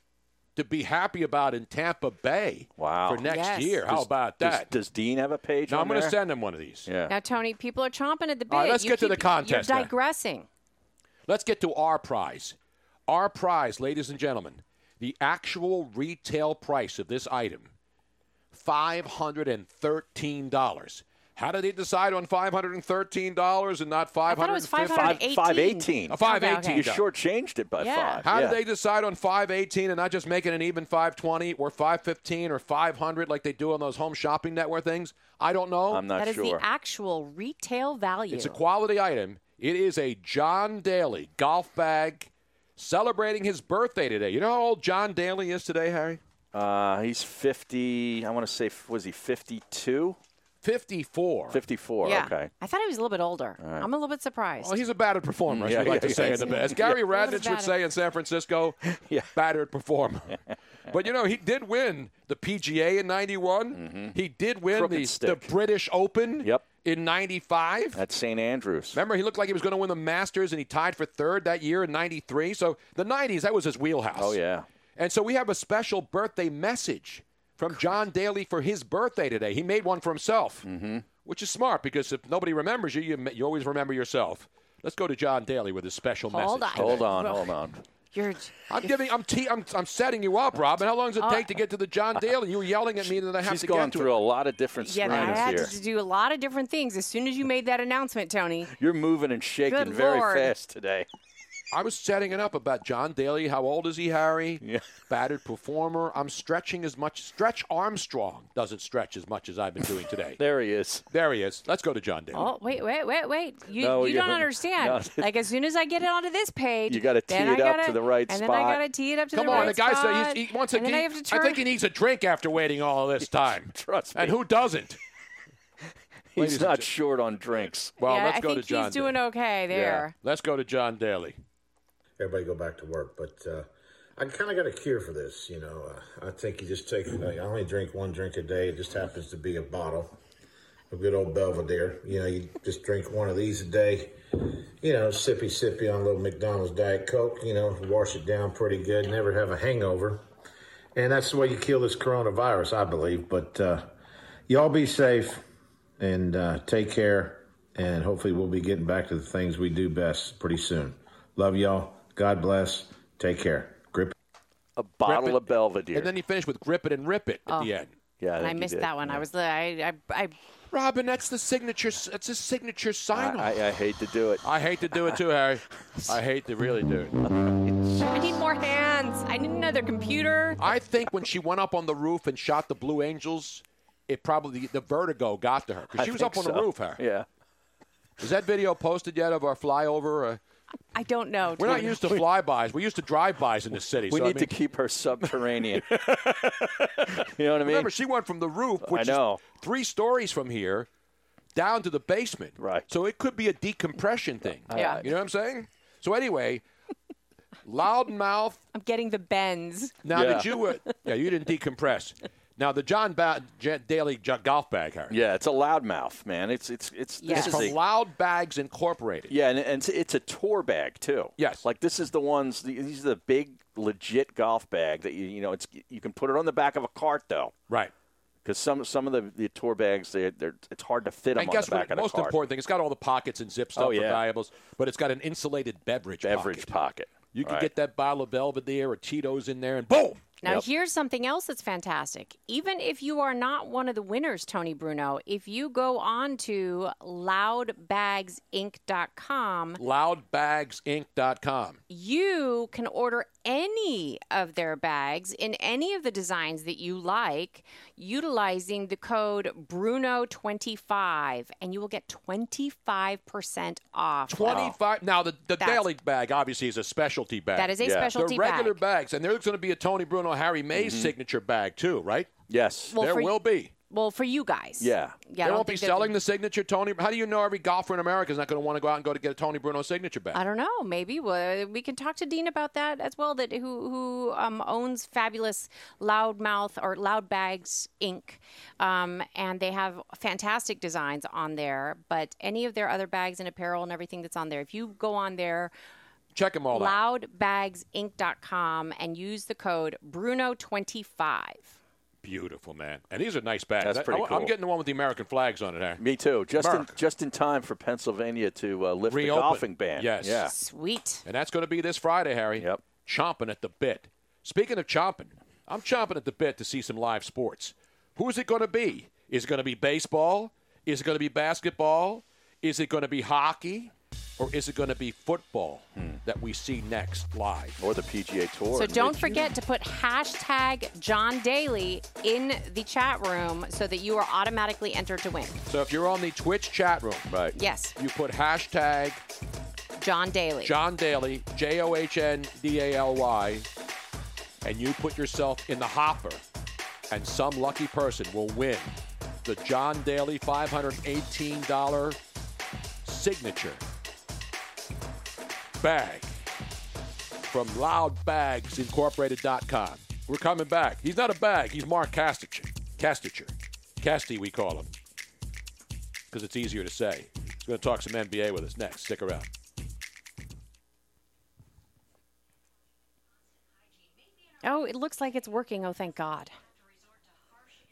Speaker 4: to be happy about in Tampa Bay.
Speaker 7: Wow.
Speaker 4: For next
Speaker 8: Yes.
Speaker 4: year, how
Speaker 7: Does-
Speaker 4: about
Speaker 7: does-
Speaker 4: that?
Speaker 7: Does, Dean have a page?
Speaker 4: now
Speaker 7: on
Speaker 4: I'm going to
Speaker 7: there?
Speaker 4: send him one of these.
Speaker 7: Yeah.
Speaker 8: Now, Tony, people are chomping at the bit.
Speaker 4: All right, let's
Speaker 8: You
Speaker 4: get to the
Speaker 8: keep-
Speaker 4: contest now.
Speaker 8: You're digressing.
Speaker 4: Let's get to our prize. Our prize, ladies and gentlemen, the actual retail price of this item, five hundred and thirteen dollars. How did they decide on five hundred and thirteen dollars and not five
Speaker 8: thought it
Speaker 4: hundred?
Speaker 8: was
Speaker 7: Five
Speaker 8: 518.
Speaker 7: five eighteen.
Speaker 4: Uh, 518.
Speaker 8: Okay, okay.
Speaker 7: You shortchanged it by
Speaker 8: Yeah.
Speaker 7: five.
Speaker 4: How
Speaker 7: yeah.
Speaker 4: did they decide on 518 and not just making an even 520 or 515 or 500 like they do on those home shopping network things? I don't know.
Speaker 7: I'm not
Speaker 8: That is
Speaker 7: sure.
Speaker 8: the actual retail value.
Speaker 4: It's a quality item. It is a John Daly golf bag celebrating his birthday today. You know how old John Daly is today, Harry?
Speaker 7: Uh, he's 50. I want to say, f- was he 52?
Speaker 4: 54.
Speaker 7: 54.
Speaker 8: yeah.
Speaker 7: Okay.
Speaker 8: I thought he was a little bit older. I'm a little bit surprised.
Speaker 4: Well, he's a battered performer, as
Speaker 7: Yeah,
Speaker 4: we like
Speaker 7: yeah,
Speaker 4: to say
Speaker 7: yeah.
Speaker 4: in the biz. As Gary Radnich would
Speaker 8: battered.
Speaker 4: say in San Francisco, battered performer. but you know, he did win the PGA in '91. He did win
Speaker 7: Mm-hmm. Crooked
Speaker 4: the, the
Speaker 7: stick.
Speaker 4: British Open
Speaker 7: Yep.
Speaker 4: in '95.
Speaker 7: That's St. Andrews.
Speaker 4: Remember, he looked like he was going to win the Masters, and he tied for third that year in '93. So the '90s, that was his wheelhouse.
Speaker 7: Oh, yeah.
Speaker 4: And so we have a special birthday message from John Daly for his birthday today. He made one for himself, mm-hmm. which is smart because if nobody remembers you, you, you always remember yourself. Let's go to John Daly with his special
Speaker 8: Hold
Speaker 4: message.
Speaker 8: on.
Speaker 4: today.
Speaker 7: Hold on, hold on.
Speaker 8: You're,
Speaker 4: I'm giving. I'm, te- I'm. I'm setting you up, Rob. And how long does it take to get to the John Daly? You were yelling at me that I have
Speaker 7: She's
Speaker 4: to
Speaker 7: gone
Speaker 4: get to
Speaker 7: through
Speaker 4: it.
Speaker 7: a lot of different
Speaker 8: yeah, I
Speaker 7: screens
Speaker 8: had
Speaker 7: here.
Speaker 8: to do a lot of different things as soon as you made that announcement, Tony.
Speaker 7: You're moving and shaking
Speaker 8: Good
Speaker 7: very
Speaker 8: Lord.
Speaker 7: fast today.
Speaker 4: I was setting it up about John Daly. How old is he, Harry? Yeah. Battered performer. I'm stretching as much. Stretch Armstrong doesn't stretch as much as I've been doing today.
Speaker 7: there he is.
Speaker 4: There he is. Let's go to John Daly.
Speaker 8: Oh wait, wait, wait, wait! You
Speaker 4: No,
Speaker 8: you
Speaker 4: you-
Speaker 8: don't understand.
Speaker 4: no.
Speaker 8: Like as soon as I get it onto this page,
Speaker 4: You gotta tee
Speaker 8: then I
Speaker 4: it up
Speaker 8: gotta-
Speaker 4: to the right
Speaker 8: and then I
Speaker 4: spot.
Speaker 8: gotta tee it up to
Speaker 4: Come
Speaker 8: the
Speaker 4: on,
Speaker 8: right
Speaker 4: the guy
Speaker 8: spot.
Speaker 4: said he's, he wants a.
Speaker 8: and then I have to turn.
Speaker 4: I think he needs a drink after waiting all this time. Trust
Speaker 7: me.
Speaker 4: And who doesn't?
Speaker 7: He's not short on drinks.
Speaker 4: Well,
Speaker 8: yeah,
Speaker 4: let's
Speaker 8: I
Speaker 4: go
Speaker 8: think
Speaker 4: to John.
Speaker 8: he's
Speaker 4: Daly.
Speaker 8: doing okay there.
Speaker 4: Let's go to John Daly.
Speaker 17: everybody go back to work. But uh, I kind of got a cure for this, you know. Uh, I think you just take. I only drink one drink a day. It just happens to be a bottle of good old Belvedere. You know, you just drink one of these a day. You know, sippy sippy on a little McDonald's Diet Coke. You know, wash it down pretty good. Never have a hangover. And that's the way you kill this coronavirus, I believe. But uh, y'all be safe and uh, take care. And hopefully, we'll be getting back to the things we do best pretty soon. Love y'all. God bless. Take care. Grip.
Speaker 7: A bottle
Speaker 4: Grip it.
Speaker 7: of Belvedere.
Speaker 4: And then he finished with grip it and rip it
Speaker 8: Oh.
Speaker 4: at the end.
Speaker 7: Yeah,
Speaker 8: and I missed that one. I was I, I, I
Speaker 4: Robin, that's the signature. That's his signature sign.
Speaker 7: I, I hate to do it.
Speaker 4: I hate to do it too, Harry. I hate to really do it.
Speaker 8: I need more hands. I need another computer.
Speaker 4: I think when she went up on the roof and shot the Blue Angels, it probably the, vertigo got to her 'Cause
Speaker 7: I
Speaker 4: she was
Speaker 7: think
Speaker 4: up on the
Speaker 7: so.
Speaker 4: roof. Harry,
Speaker 7: Yeah.
Speaker 4: is that video posted yet of our flyover? Uh,
Speaker 8: I don't know.
Speaker 4: we're not
Speaker 8: Tony.
Speaker 4: used to flybys. We're used to drive-bys in this city.
Speaker 7: We
Speaker 4: so, I
Speaker 7: need to
Speaker 4: mean-
Speaker 7: keep her subterranean. you know what I mean?
Speaker 4: Remember, she went from the roof,
Speaker 7: I
Speaker 4: which
Speaker 7: know.
Speaker 4: is three stories from here, down to the basement. Right. So it could be a decompression thing.
Speaker 8: Yeah.
Speaker 4: You know what I'm saying? So anyway, loud mouth.
Speaker 8: I'm getting the bends.
Speaker 4: Now did you? Uh, yeah, you didn't decompress. Now the John ba- J- Daly J- golf bag, Harry.
Speaker 7: Yeah, it's a loudmouth, man. It's it's it's
Speaker 4: It's
Speaker 7: this
Speaker 4: from
Speaker 7: is a,
Speaker 4: Loud Bags Incorporated.
Speaker 7: yeah, and, and it's, it's a tour bag too. Yes, like this is the ones. These are the big legit golf bag that you you know it's you can put it on the back of a cart though.
Speaker 4: Right.
Speaker 7: Because some some of the, the tour bags they they're it's hard to fit them
Speaker 4: And
Speaker 7: on
Speaker 4: guess
Speaker 7: the back
Speaker 4: what?
Speaker 7: of
Speaker 4: Most
Speaker 7: the cart.
Speaker 4: important thing, it's got all the pockets and zip stuff
Speaker 7: Oh, yeah.
Speaker 4: for valuables, but it's got an insulated beverage
Speaker 7: Beverage pocket.
Speaker 4: You can
Speaker 7: Right.
Speaker 4: get that bottle of Belvedere or Cheetos in there, and boom.
Speaker 8: Now, here's something else that's fantastic. Even if you are not one of the winners, Tony Bruno, if you go on to loudbagsinc.com,
Speaker 4: loudbagsinc.com.
Speaker 8: you can order any of their bags in any of the designs that you like utilizing the code BRUNO25, and you will get 25% off.
Speaker 4: 25 now the, the
Speaker 8: That's-
Speaker 4: daily bag obviously is a specialty bag
Speaker 8: That is a Yeah. specialty
Speaker 4: the regular bags and there's going to be a tony bruno harry mays signature bag too right
Speaker 7: Mm-hmm. yes
Speaker 8: Well,
Speaker 4: there
Speaker 8: for-
Speaker 4: will be
Speaker 8: Well, for you guys. Yeah, I
Speaker 4: they
Speaker 8: don't
Speaker 4: won't be
Speaker 8: think that-
Speaker 4: selling the signature Tony. How do you know every golfer in America is not going to want to go out and go to get a Tony Bruno signature bag?
Speaker 8: I don't know. Maybe we we can talk to Dean about that as well. That who who um, owns fabulous Loudmouth or Loud Bags Inc. Um, and they have fantastic designs on there. But any of their other bags and apparel and everything that's on there, if you go on there,
Speaker 4: Check them all out.
Speaker 8: loudbagsinc.com and use the code Bruno twenty five.
Speaker 4: Beautiful man, and these are nice bags.
Speaker 7: That's
Speaker 4: I-
Speaker 7: pretty
Speaker 4: I,
Speaker 7: cool.
Speaker 4: am getting the one with the American flags on it. Harry.
Speaker 7: Me too. Just in,
Speaker 4: Merck.
Speaker 7: just in time for Pennsylvania to uh, lift
Speaker 4: Reopen.
Speaker 7: the golfing ban.
Speaker 4: Yes.
Speaker 7: Yeah.
Speaker 8: Sweet.
Speaker 4: And that's going to be this Friday, Harry. Yep. Chomping at the bit. Speaking of chomping, I'm chomping at the bit to see some live sports. Who is it going to be? Is it going to be baseball? Is it going to be basketball? Is it going to be hockey? Or is it going to be football that we see next live?
Speaker 7: Hmm. Or the PGA Tour.
Speaker 8: So don't forget to put hashtag John Daly in the chat room so that you are automatically entered to win.
Speaker 4: So if you're on the Twitch chat room, right?
Speaker 8: Yes.
Speaker 4: You put hashtag
Speaker 8: John Daly.
Speaker 4: John Daly, J O H N D A L Y, and you put yourself in the hopper, and some lucky person will win the John Daly $518 signature bag from loudbagsincorporated.com. We're coming back. He's not a bag, he's Mark Casticher. Casticher. Casty, we call him, because it's easier to say. He's going to talk some NBA with us next. Stick around.
Speaker 8: Oh, it looks like it's working. Oh, thank God.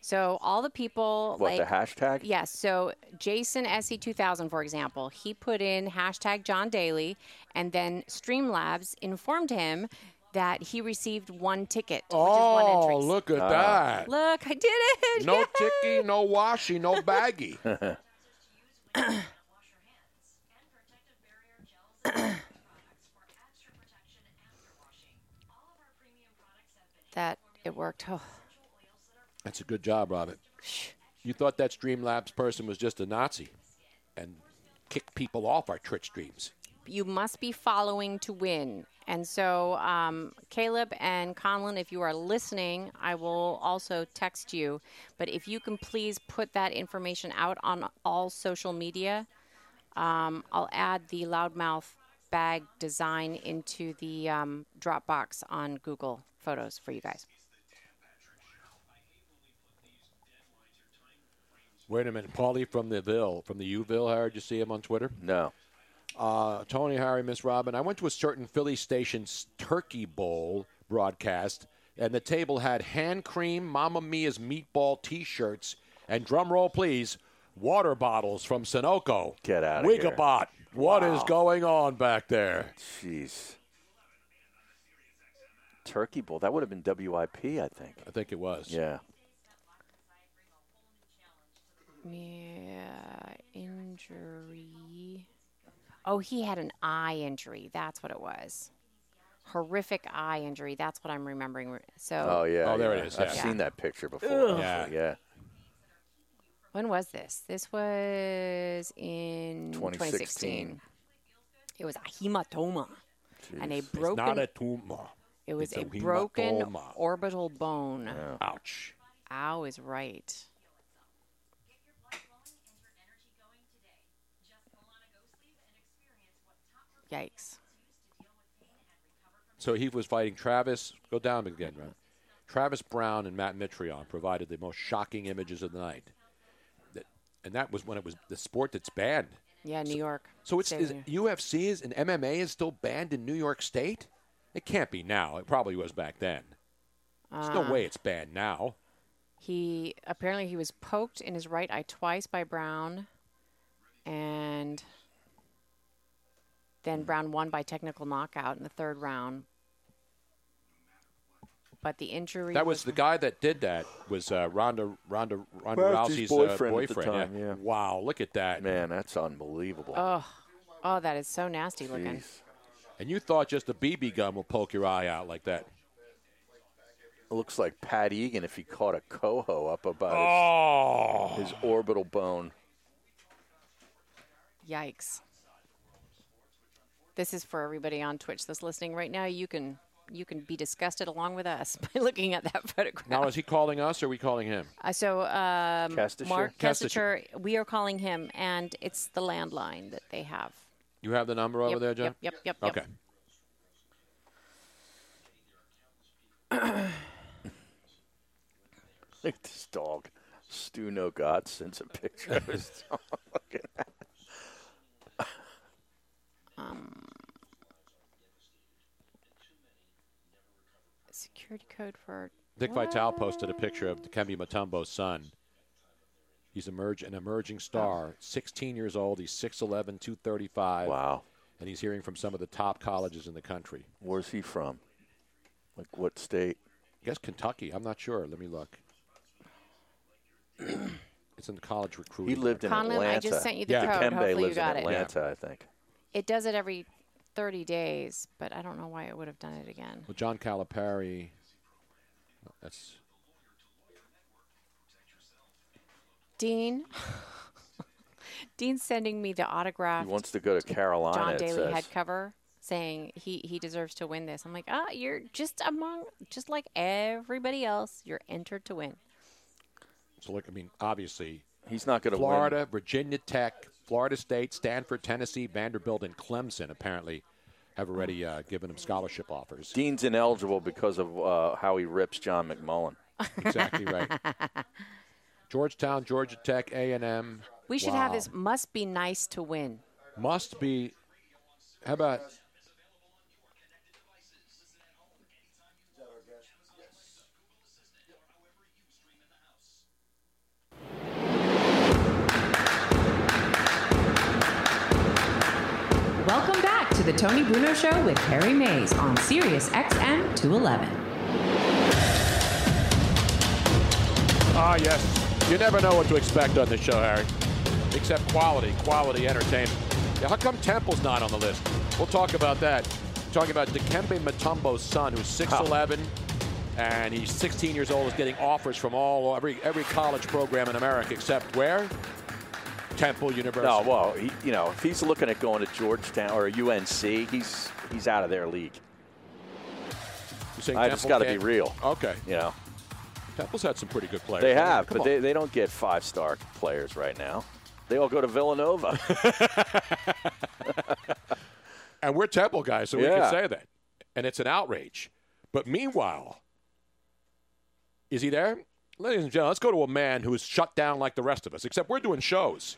Speaker 8: So all the people
Speaker 7: What,
Speaker 8: like
Speaker 7: the hashtag?
Speaker 8: Yes. so Jason SC2000, for example, he put in hashtag John Daly, and then Streamlabs informed him that he received one ticket, which is one entry.
Speaker 4: Oh, look
Speaker 7: Ah.
Speaker 4: at that.
Speaker 8: Look, I did it.
Speaker 4: No
Speaker 8: Yay!
Speaker 4: ticky, no washy, no baggy.
Speaker 8: that it worked. Oh,
Speaker 4: That's a good job, Robert. You thought that Streamlabs person was just a Nazi and kicked people off our Twitch streams.
Speaker 8: you must be following to win. And so, um, Caleb and Conlon, if you are listening, I will also text you. But if you can please put that information out on all social media, um, I'll add the loudmouth bag design into the um, Dropbox on Google Photos for you guys.
Speaker 4: Wait a minute, Paulie from the Ville, from the Uville, Howard. You see him on Twitter? No. Uh, Tony, Harry, Miss Robin. I went to a certain Philly station's Turkey Bowl broadcast, and the table had hand cream, Mamma Mia's meatball T-shirts, and drum roll, please, water bottles from Sunoco. Get
Speaker 7: outta here.
Speaker 4: Wigabot. What is
Speaker 7: Wow.
Speaker 4: going on back there?
Speaker 7: Jeez. Turkey Bowl. That would have been WIP, I think.
Speaker 4: I think it was.
Speaker 7: Yeah.
Speaker 8: Yeah, uh, injury. Oh, he had an eye injury. That's what it was. Horrific eye injury. That's what I'm remembering. So.
Speaker 7: Oh, yeah.
Speaker 4: Oh, there
Speaker 7: yeah.
Speaker 4: it is,
Speaker 7: I've
Speaker 4: yeah.
Speaker 7: seen that picture before.
Speaker 8: Ugh.
Speaker 7: actually, Yeah.
Speaker 8: When was this? This was in
Speaker 7: 2016.
Speaker 8: 2016. It was a hematoma and a
Speaker 4: Jeez. It's
Speaker 8: broken.
Speaker 4: not a tumor.
Speaker 8: It was
Speaker 4: It's
Speaker 8: a,
Speaker 4: a
Speaker 8: broken
Speaker 4: hematoma.
Speaker 8: orbital bone.
Speaker 4: Ouch.
Speaker 8: Ow is right. Yikes.
Speaker 4: So he was fighting Travis. Go down again, Ron. Travis Brown and Matt Mitrion provided the most shocking images of the night. That- and that was when it was the sport that's banned.
Speaker 8: Yeah, New York.
Speaker 4: So it's
Speaker 8: Same
Speaker 4: is,
Speaker 8: here.
Speaker 4: UFC is and MMA is still banned in New York State. It can't be now. It probably was back then. There's
Speaker 8: Uh,
Speaker 4: no way it's banned now.
Speaker 8: He apparently he was poked in his right eye twice by Brown, and
Speaker 4: Hmm.
Speaker 8: then Brown won by technical knockout in the third round. But the injury
Speaker 4: That was the guy that did that was uh, Ronda Ronda Ronda
Speaker 7: Rousey's
Speaker 4: Rousey's uh,
Speaker 7: boyfriend at the
Speaker 4: boyfriend.
Speaker 7: time, yeah.
Speaker 4: Wow, look at that.
Speaker 7: Man, that's unbelievable.
Speaker 8: oh oh that is so nasty looking.
Speaker 4: And you thought just a BB gun will poke your eye out like that?
Speaker 7: It looks like Pat Egan if he caught a coho up about
Speaker 4: Oh.
Speaker 7: his, his orbital bone.
Speaker 8: Yikes. This is for everybody on Twitch that's listening right now. You can you can be disgusted along with us by looking at that photograph.
Speaker 4: Now is he calling us or are we calling him?
Speaker 8: Uh, so um,
Speaker 4: Kasdasher?
Speaker 8: Mark
Speaker 4: Kasdasher.
Speaker 8: Kestacher, we are calling him, and it's the landline that they have.
Speaker 4: You have the number over
Speaker 8: Yep,
Speaker 4: there, John?
Speaker 8: yep, yep, yep, yep.
Speaker 4: Okay.
Speaker 7: Look at this dog. Stu No God sends a picture of his dog. Look at that.
Speaker 8: Um, security code for
Speaker 4: Dick Vitale posted a picture of Kembe Matumbo's son. He's emerge, an emerging star, 16 years old. He's 6'11", 235.
Speaker 7: Wow.
Speaker 4: And he's hearing from some of the top colleges in the country.
Speaker 7: Where's he from? Like what state?
Speaker 4: I guess Kentucky. I'm not sure. Let me look. it's in the college recruiting.
Speaker 7: He lived in
Speaker 8: Conlon,
Speaker 7: Atlanta.
Speaker 8: I just sent you the Yeah. code.
Speaker 7: Dikembe
Speaker 8: Hopefully you
Speaker 7: lives
Speaker 8: got it.
Speaker 7: in Atlanta, I think.
Speaker 8: It does it every 30 days, but I don't know why it would have done it again.
Speaker 4: Well, John Calipari. That's
Speaker 8: Dean, Dean's sending me the autograph.
Speaker 7: He wants to go to Carolina.
Speaker 8: John
Speaker 7: it
Speaker 8: Daly
Speaker 7: says.
Speaker 8: head cover saying he, he deserves to win this. I'm like, ah, you're just among, just like everybody else, you're entered to win.
Speaker 4: so. Look, I mean, obviously,
Speaker 7: he's not going to win.
Speaker 4: Florida, Virginia Tech, Florida State, Stanford, Tennessee, Vanderbilt, and Clemson apparently have already uh, given him scholarship offers.
Speaker 7: Dean's ineligible because of uh, how he rips John McMullen.
Speaker 4: Exactly right. Georgetown, Georgia Tech, A and M.
Speaker 8: We should have this must be nice to win.
Speaker 4: Must be. How about
Speaker 13: Welcome back to the Tony Bruno Show with Harry Mays on Sirius XM 211.
Speaker 4: Ah, yes. You never know what to expect on this show, Harry. Except quality, quality entertainment. Yeah, how come Temple's not on the
Speaker 7: Oh.
Speaker 4: list? We'll talk about that. Talking about Dikembe Mutombo's son, who's 6'11", and he's 16 years old. Is getting offers from all every every college program in America except where Temple University.
Speaker 7: No, well, he, you know, if he's looking at going to Georgetown or UNC, he's he's out of their league.
Speaker 4: You saying
Speaker 7: I just got
Speaker 4: Temple
Speaker 7: to be
Speaker 4: can't-
Speaker 7: real.
Speaker 4: Okay.
Speaker 7: You know,
Speaker 4: Temple's had some pretty good players.
Speaker 7: they
Speaker 4: I mean,
Speaker 7: have,
Speaker 4: come
Speaker 7: but
Speaker 4: on.
Speaker 7: they, they don't get five star players right now. They all go to Villanova.
Speaker 4: and we're Temple guys, so we
Speaker 7: Yeah.
Speaker 4: can say that, and it's an outrage. But meanwhile, is he there, ladies and gentlemen? Let's go to a man who is shut down like the rest of us, except we're doing shows.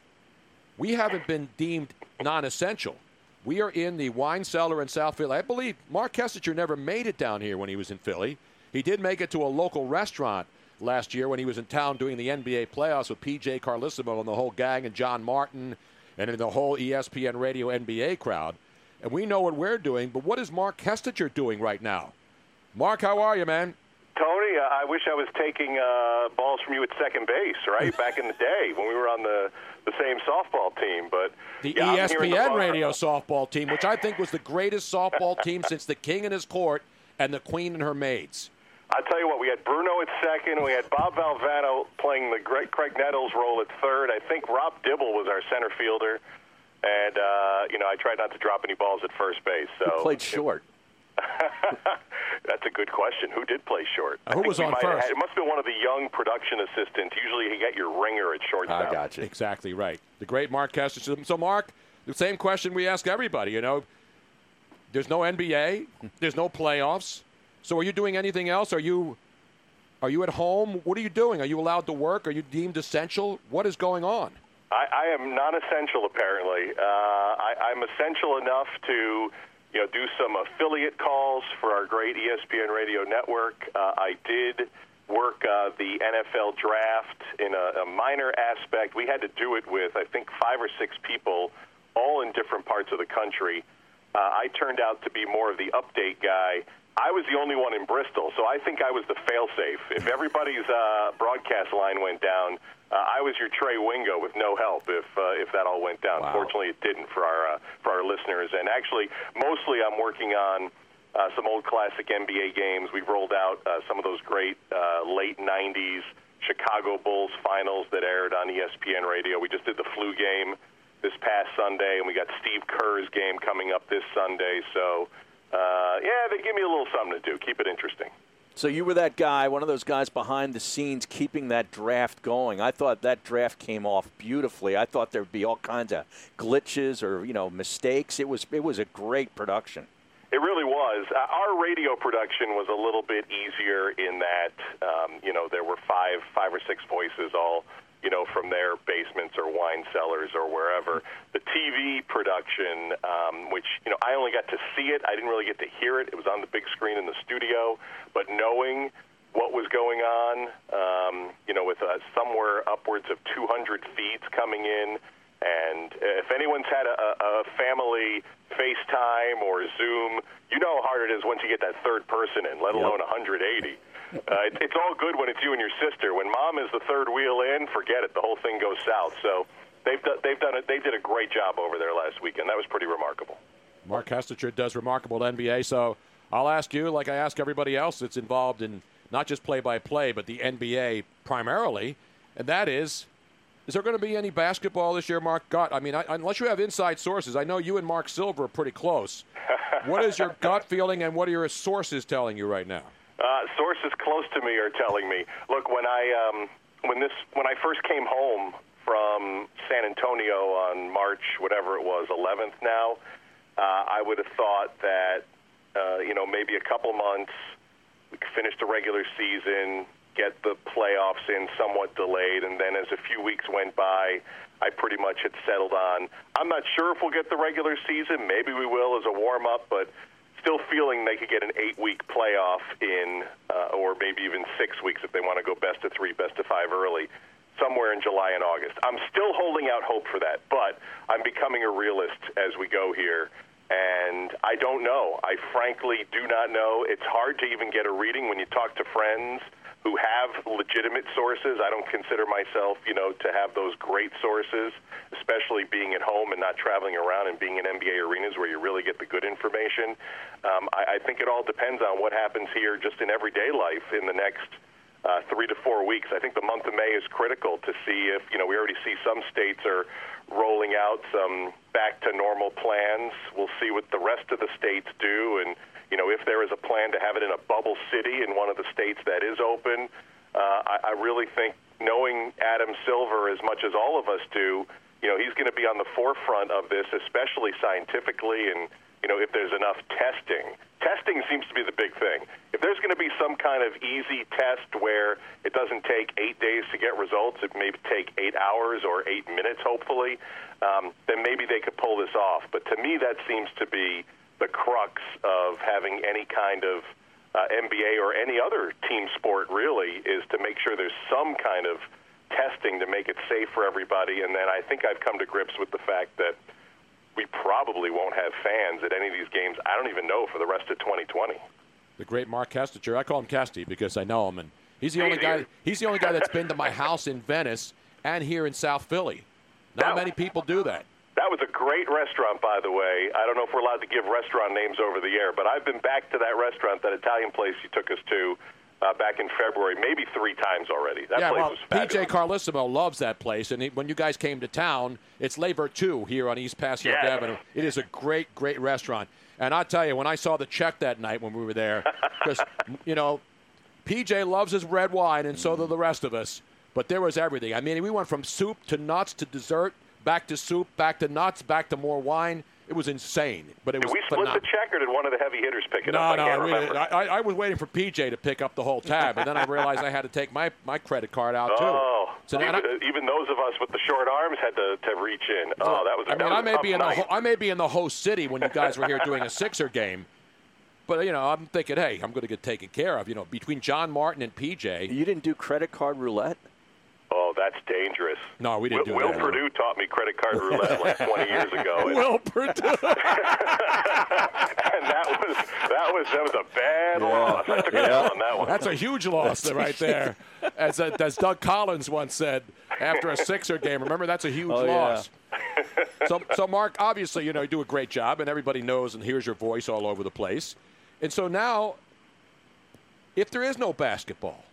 Speaker 4: We haven't been deemed non-essential. We are in the wine cellar in South Philly. I believe Mark Kessinger never made it down here when he was in Philly. He did make it to a local restaurant last year when he was in town doing the NBA playoffs with PJ Carlissimo and the whole gang and John Martin and the whole E ESPN radio NBA crowd. And we know what we're doing, but what is Mark Kessinger doing right now? Mark, how are you, man?
Speaker 18: Tony, uh, I wish I was taking uh, balls from you at second base, right? Back in the day when we were on the, the same softball team. But
Speaker 4: The E
Speaker 18: yeah, I'm here in the
Speaker 4: ESPN
Speaker 18: bar.
Speaker 4: radio softball team, which I think was the greatest softball team since the king and his court and the queen and her maids.
Speaker 18: I'll tell you what, we had Bruno at second, we had Bob Valvano playing the great Craig Nettles role at third. I think Rob Dibble was our center fielder. And, uh, you know, I tried not to drop any balls at first base. So
Speaker 7: Played short.
Speaker 18: That's a good question. Who did play short?
Speaker 4: Uh, who
Speaker 18: think
Speaker 4: was
Speaker 18: we
Speaker 4: on
Speaker 18: might have
Speaker 4: first?
Speaker 18: had- it must have been one of the young production assistants. Usually you get your ringer at shortstop.
Speaker 4: you. Exactly right. The great Mark Kessler. So, Mark, the same question we ask everybody, you know, there's no NBA, there's no playoffs. So, are you doing anything else? Are you are you at home? What are you doing? Are you allowed to work? Are you deemed essential? What is going on?
Speaker 18: I, I am not essential, apparently. Uh, I, I'm essential enough to, you know, do some affiliate calls for our great E ESPN radio network. Uh, I did work uh, the NFL draft in a, a minor aspect. We had to do it with, I think, five or six people, all in different parts of the country. Uh, I turned out to be more of the update guy. I was the only one in Bristol, so I think I was the failsafe. If everybody's uh, broadcast line went down, uh, I was your Trey Wingo with no help. If uh, if that all went down, fortunately it didn't for our uh, for our listeners. And actually, mostly I'm working on uh, some old classic NBA games. We've rolled out uh, some of those great uh, late '90s Chicago Bulls finals that aired on E ESPN Radio. We just did the flu game this past Sunday, and we got Steve Kerr's game coming up this Sunday. So, uh, yeah, they give me a little something to do. Keep it interesting.
Speaker 7: So you were that guy, one of those guys behind the scenes keeping that draft going. I thought that draft came off beautifully. I thought there'd be all kinds of glitches or, you know, mistakes. It was it was a great production.
Speaker 18: It really was. Uh, our radio production was a little bit easier in that, um, you know, there were five, five or six voices all, you know, from their basements or wine cellars or wherever. The TV production, um, which you know, I only got to see it. I didn't really get to hear it. It was on the big screen in the studio, but knowing what was going on, um, you know, with uh, somewhere upwards of 200 feeds coming in. And if anyone's had a, a a family FaceTime or Zoom, you know how hard it is once you get that third person in, let alone 180. Uh, it, it's all good when it's you and your sister. When mom is the third wheel in, forget it. The whole thing goes south. So they've done, they've done it. They did a great job over there last weekend. That was pretty remarkable.
Speaker 4: Mark Kessinger does remarkable NBA. So I'll ask you, like I ask everybody else that's involved in not just play by play, but the NBA primarily, and that is. Is there going to be any basketball this year, Mark? Gut. I mean, I, unless you have inside sources, I know you and Mark Silver are pretty close. what is your gut feeling, and what are your sources telling you right now?
Speaker 18: Uh, sources close to me are telling me. Look, when I um, when this when I first came home from San Antonio on March whatever it was 11th now, uh, I would have thought that uh, you know maybe a couple months we could finish the regular season, get the playoffs in somewhat delayed, and then as a few weeks went by, I pretty much had settled on. I'm not sure if we'll get the regular season. Maybe we will as a warm up, but still feeling they could get an eight week playoff in, uh, or maybe even six weeks if they want to go best of three, best of five early, somewhere in July and August. I'm still holding out hope for that, but I'm becoming a realist as we go here. And I don't know. I frankly do not know. It's hard to even get a reading when you talk to friends who have legitimate sources. I don't consider myself, you know, to have those great sources, especially being at home and not traveling around and being in NBA arenas where you really get the good information. Um, I, I think it all depends on what happens here just in everyday life in the next uh, three to four weeks. I think the month of May is critical to see if, you know, we already see some states are rolling out some back to normal plans. We'll see what the rest of the states do and, you know, if there is a plan to have it in a bubble city in one of the states that is open. Uh, I, I really think knowing Adam Silver as much as all of us do, you know, he's going to be on the forefront of this, especially scientifically and, you know, if there's enough testing. Testing seems to be the big thing. If there's going to be some kind of easy test where it doesn't take eight days to get results, it may take eight hours or eight minutes, hopefully, um, then maybe they could pull this off. But to me, that seems to be the crux of having any kind of uh, NBA or any other team sport, really, is to make sure there's some kind of testing to make it safe for everybody. And then I think I've come to grips with the fact that we probably won't have fans at any of these games. I don't even know for the rest of 2020.
Speaker 4: The great Mark Kestacher. I call him Kesty because I know him, and he's the only guy. He's the only guy that's been to my house in Venice and here in South Philly. Not many people do that.
Speaker 18: That was a great restaurant, by the way. I don't know if we're allowed to give restaurant names over the air, but I've been back to that restaurant, that Italian place you took us to uh, back in February, maybe three times already. That
Speaker 4: yeah,
Speaker 18: place
Speaker 4: well,
Speaker 18: was fabulous.
Speaker 4: PJ Carlissimo loves that place, and he, when you guys came to town, it's Labor Two here on East Pasco
Speaker 18: Yes.
Speaker 4: Avenue. It is a great, great restaurant, and I tell you, when I saw the check that night when we were there, because you know, PJ loves his red wine, and so do the rest of us. But there was everything. I mean, we went from soup to nuts to dessert, back to soup, back to nuts, back to more wine. It was insane, but it
Speaker 18: Did
Speaker 4: was
Speaker 18: we split
Speaker 4: phenomenal.
Speaker 18: the check, or did one of the heavy hitters pick it
Speaker 4: no,
Speaker 18: up?
Speaker 4: no,
Speaker 18: I can't
Speaker 4: we-
Speaker 18: remember.
Speaker 4: I, I was waiting for PJ to pick up the whole tab, and then I realized I had to take my, my credit card out too.
Speaker 18: Oh,
Speaker 4: so now
Speaker 18: even,
Speaker 4: I,
Speaker 18: even those of us with the short arms had to, to reach in. Oh, that was.
Speaker 4: I
Speaker 18: that
Speaker 4: mean,
Speaker 18: was
Speaker 4: I
Speaker 18: a
Speaker 4: may
Speaker 18: tough
Speaker 4: be in the
Speaker 18: night.
Speaker 4: ho- I may be in the host city when you guys were here doing a Sixer game, but you know, I'm thinking, hey, I'm going to get taken care of. You know, between John Martin and PJ,
Speaker 7: you didn't do credit card roulette.
Speaker 18: Oh, that's dangerous.
Speaker 4: No, we didn't
Speaker 18: Will,
Speaker 4: do
Speaker 18: Will
Speaker 4: that.
Speaker 18: Purdue taught me credit card roulette like 20 years ago. and-
Speaker 4: Will Purdue.
Speaker 18: and that was that was that was a bad loss. I took a L on that one.
Speaker 4: That's a huge loss right there. As, uh as Doug Collins once said after a Sixer game, remember that's a huge
Speaker 7: Oh, yeah.
Speaker 4: loss. So, so Mark, obviously, you know, you do a great job, and everybody knows and hears your voice all over the place. And so now, if there is no basketball,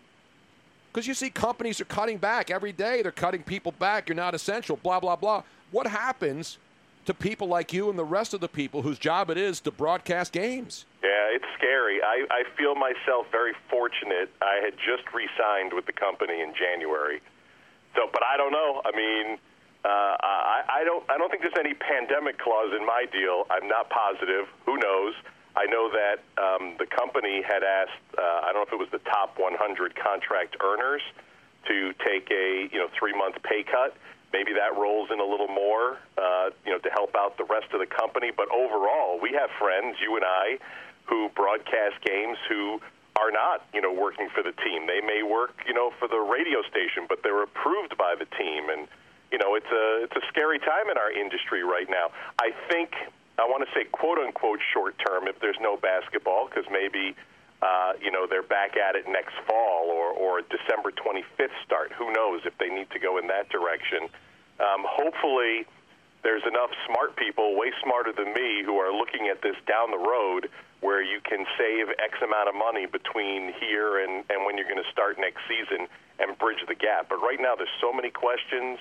Speaker 4: because you see companies are cutting back every day, they're cutting people back. You're not essential. Blah blah blah. What happens to people like you and the rest of the people whose job it is to broadcast games?
Speaker 18: Yeah, it's scary. I, I feel myself very fortunate. I had just re-signed with the company in January, so but I don't know. I mean, uh, I, I don't I don't think there's any pandemic clause in my deal. I'm not positive. Who knows? I know that um, the company had asked. Uh, I don't know if it was the top 100 contract earners to take a you know three month pay cut. Maybe that rolls in a little more, uh, you know, to help out the rest of the company. But overall, we have friends, you and I, who broadcast games who are not, you know, working for the team. They may work, you know, for the radio station, but they're approved by the team. And you know, it's a it's a scary time in our industry right now. I think I want to say quote unquote short term if there's no basketball because maybe uh, you know, they're back at it next fall or, or a December 25th start. Who knows if they need to go in that direction. Um, hopefully, there's enough smart people, way smarter than me, who are looking at this down the road where you can save X amount of money between here and, and when you're going to start next season and bridge the gap. But right now, there's so many questions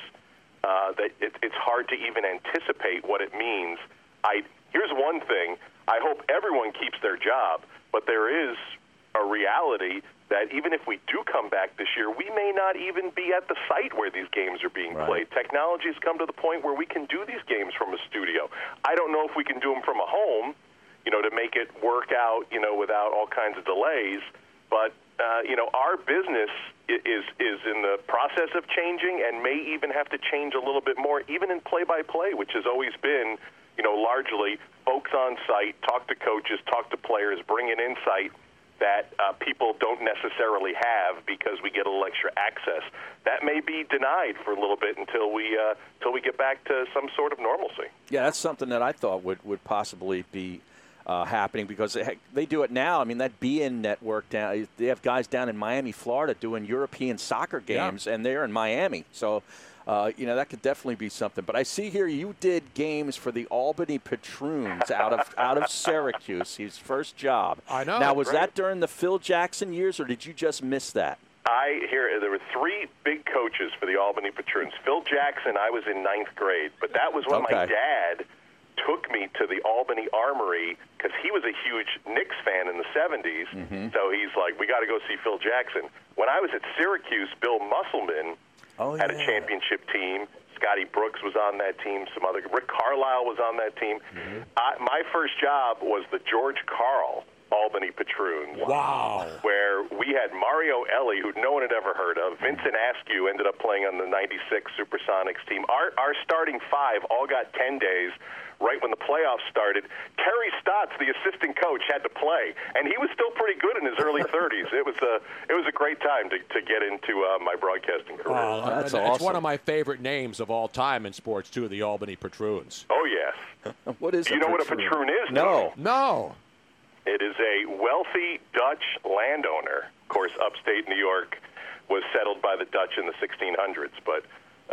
Speaker 18: uh, that it, it's hard to even anticipate what it means. I here's one thing: I hope everyone keeps their job, but there is a reality that even if we do come back this year, we may not even be at the site where these games are being played. Technology has come to the point where we can do these games from a studio. I don't know if we can do them from a home, you know, to make it work out, you know, without all kinds of delays. But uh, you know, our business i- is is in the process of changing and may even have to change a little bit more, even in play-by-play, which has always been, you know, largely folks on site, talk to coaches, talk to players, bring in insight that uh, people don't necessarily have because we get a little extra access. That may be denied for a little bit until we uh, until we get back to some sort of normalcy.
Speaker 7: Yeah, that's something that I thought would, would possibly be uh, happening because they, they do it now. I mean, that BN network down, they have guys down in Miami, Florida, doing European soccer
Speaker 19: Yeah.
Speaker 7: games, and they're in Miami. So, uh, you know, that could definitely be something. But I see here you did games for the Albany Patroons out of out of Syracuse, his first job. I
Speaker 18: know.
Speaker 7: Now, was
Speaker 18: Right.
Speaker 7: that during the Phil Jackson years, or did you just miss that?
Speaker 18: I hear there were three big coaches for the Albany Patroons. Phil Jackson, I was in ninth grade, but that was when my
Speaker 7: Okay.
Speaker 18: dad took me to the Albany Armory because he was a huge Knicks fan in the 70s. So he's like, we got to go see Phil Jackson. When I was at Syracuse, Bill Musselman
Speaker 4: Oh,
Speaker 18: had a championship team. Scotty Brooks was on that team. Some other Rick Carlisle was on that team.
Speaker 4: Mm-hmm.
Speaker 18: I, my first job was the George Carl Albany Patroons.
Speaker 4: Wow.
Speaker 18: Where we had Mario Ellie, who no one had ever heard of. Vincent Askew ended up playing on the 96 Supersonics team. Our, our starting five all got 10 days right when the playoffs started. Terry Stotts, the assistant coach, had to play, and he was still pretty good in his early 30s. It was a, it was a great time to, to get into uh, my broadcasting career.
Speaker 4: Oh, and It's one of my favorite names of all time in sports, too, the Albany Patroons.
Speaker 18: Oh, yes.
Speaker 7: What
Speaker 18: is Do you a know what a patroon? patroon is,
Speaker 4: No.
Speaker 18: No.
Speaker 4: No.
Speaker 18: It is a wealthy Dutch landowner. Of course, upstate New York was settled by the Dutch in the 1600s, but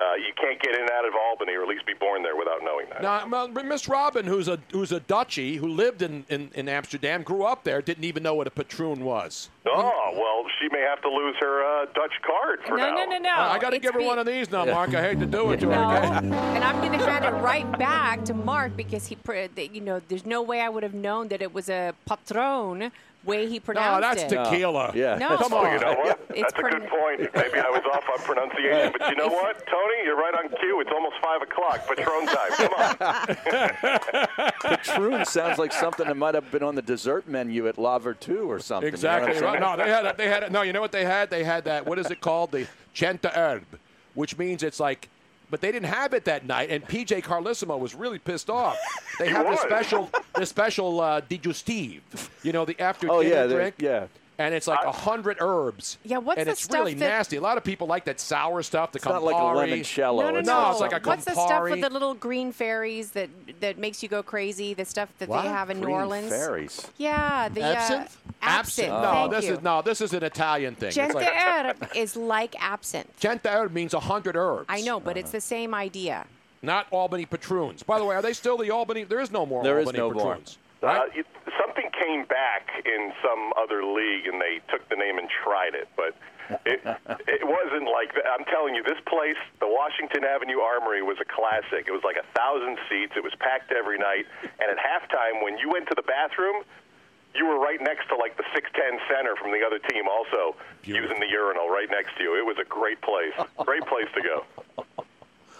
Speaker 18: uh, you can't get in and out of Albany or at least be born there without knowing that.
Speaker 4: Now, m- Miss Robin, who's a who's a Dutchie who lived in, in, in Amsterdam, grew up there, didn't even know what a patroon was.
Speaker 18: Oh, well, she may have to lose her uh, Dutch card for now.
Speaker 4: I, got to give her one of these now, Mark. I hate to do it to her. okay?
Speaker 8: And I'm going to hand it right back to Mark because he, pr- that, you know, there's no way I would have known that it was a patron way he
Speaker 4: No,
Speaker 8: pronounced
Speaker 4: that's
Speaker 8: it.
Speaker 4: tequila.
Speaker 7: Yeah.
Speaker 8: No.
Speaker 4: Come
Speaker 18: Well,
Speaker 4: on.
Speaker 18: you know what?
Speaker 8: It's
Speaker 18: That's a good point. Maybe I was off on pronunciation, but you know what, Tony? You're right on cue. It's almost 5 o'clock, Patron time. Come on.
Speaker 7: Patroon sounds like something that might have been on the dessert menu at La Vertu or something. you know what I'm
Speaker 4: Exactly.
Speaker 7: saying?
Speaker 4: Right. No, they had a, they had a, no. You know what they had? They had that. What is it called? The Centa Herb, which means it's like. But they didn't have it that night, and PJ Carlissimo was really pissed off. They
Speaker 7: He
Speaker 4: have this
Speaker 7: was.
Speaker 4: special, this special uh, digestive, you know, the after
Speaker 7: Oh,
Speaker 4: dinner
Speaker 7: yeah, they-
Speaker 4: drink.
Speaker 7: yeah.
Speaker 4: And it's like a hundred herbs. Yeah,
Speaker 8: what's
Speaker 4: and
Speaker 8: the
Speaker 4: it's
Speaker 8: stuff
Speaker 4: really
Speaker 8: that-
Speaker 4: nasty. A lot of people like that sour stuff. The
Speaker 7: It's not like a
Speaker 4: Campari.
Speaker 7: limoncello.
Speaker 4: No, no,
Speaker 7: It's
Speaker 4: no.
Speaker 7: like
Speaker 4: it's like a
Speaker 8: What's the stuff with
Speaker 4: Campari.
Speaker 8: the little green fairies that that makes you go crazy? The stuff that
Speaker 4: What?
Speaker 8: they have in New
Speaker 4: Green
Speaker 8: Orleans.
Speaker 4: fairies?
Speaker 8: Yeah, the
Speaker 4: Absinthe?
Speaker 8: Uh, absinthe.
Speaker 4: No,
Speaker 8: thank
Speaker 4: this
Speaker 8: you.
Speaker 4: is no, this is an Italian thing. It's
Speaker 8: Gente
Speaker 4: like,
Speaker 8: herb is like absinthe.
Speaker 4: Centa herb means a hundred herbs.
Speaker 8: I know, but it's the same idea.
Speaker 4: Not Albany Patroons. By the way, are they still the Albany? There is no more
Speaker 7: There is
Speaker 4: Albany
Speaker 7: no more.
Speaker 4: Patroons.
Speaker 18: Uh, it, something came back in some other league, and they took the name and tried it, but it, it wasn't like that. I'm telling you, this place, the Washington Avenue Armory, was a classic. It was like a thousand seats. It was packed every night, and at halftime, when you went to the bathroom, you were right next to like the 610 center from the other team, also using the urinal right next to you. It was a great place, great place to go.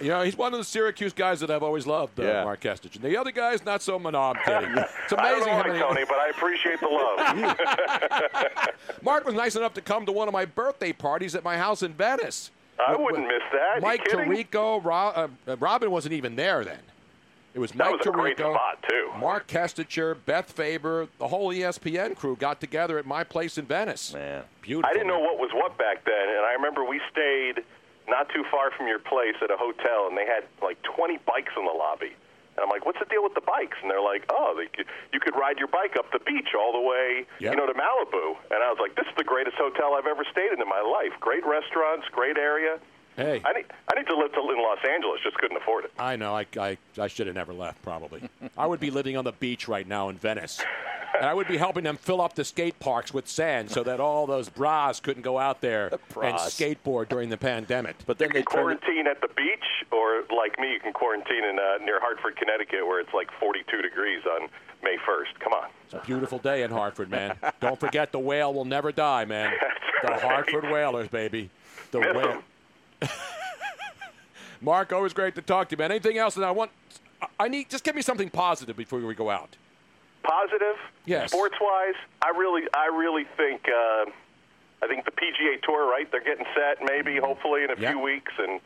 Speaker 4: You know, he's one of the Syracuse guys that I've always loved, uh, Mark Kestich. The other guys, not so much. No, I'm kidding. It's
Speaker 18: I don't
Speaker 4: amazing
Speaker 18: know
Speaker 4: how
Speaker 18: why,
Speaker 4: many.
Speaker 18: Tony, but I appreciate the love.
Speaker 4: Mark was nice enough to come to one of my birthday parties at my house in Venice.
Speaker 18: I
Speaker 4: With-
Speaker 18: wouldn't
Speaker 4: with
Speaker 18: miss that. You
Speaker 4: Mike
Speaker 18: kidding?
Speaker 4: Tirico, Ro- uh, uh, Robin wasn't even there then. It was
Speaker 18: That
Speaker 4: Mike
Speaker 18: was a great
Speaker 4: Tirico,
Speaker 18: spot, too.
Speaker 4: Mark Kesticher, Beth Faber, the whole E ESPN crew got together at my place in Venice. Man, beautiful.
Speaker 18: I didn't know what was what back then, and I remember we stayed not too far from your place at a hotel, and they had like 20 bikes in the lobby. And I'm like, what's the deal with the bikes? And they're like, oh, they could, you could ride your bike up the beach all the way,
Speaker 4: Yep.
Speaker 18: you know, to Malibu. And I was like, this is the greatest hotel I've ever stayed in in my life. Great restaurants, great area.
Speaker 4: Hey.
Speaker 18: I need, I need to live to, in Los Angeles. Just couldn't afford it.
Speaker 4: I know. I, I, I should have never left, probably. I would be living on the beach right now in Venice. And I would be helping them fill up the skate parks with sand so that all those bras couldn't go out there and
Speaker 18: bras.
Speaker 4: skateboard during the pandemic. But
Speaker 7: then
Speaker 18: You can quarantine at the beach, or like me, you can quarantine in uh, near Hartford, Connecticut, where it's like 42 degrees on May 1st. Come on.
Speaker 4: It's a beautiful day in Hartford, man. Don't forget the whale will never die, man. The Hartford Whalers, baby. The
Speaker 18: Miss
Speaker 4: whale.
Speaker 18: 'em.
Speaker 4: Mark, always great to talk to you, man. Anything else that I want? I- I need just give me something positive before we go out.
Speaker 18: positive
Speaker 4: Yes.
Speaker 18: sports wise i really i really think uh, i think the pga tour right they're getting set maybe
Speaker 4: Mm-hmm.
Speaker 18: hopefully in a few weeks and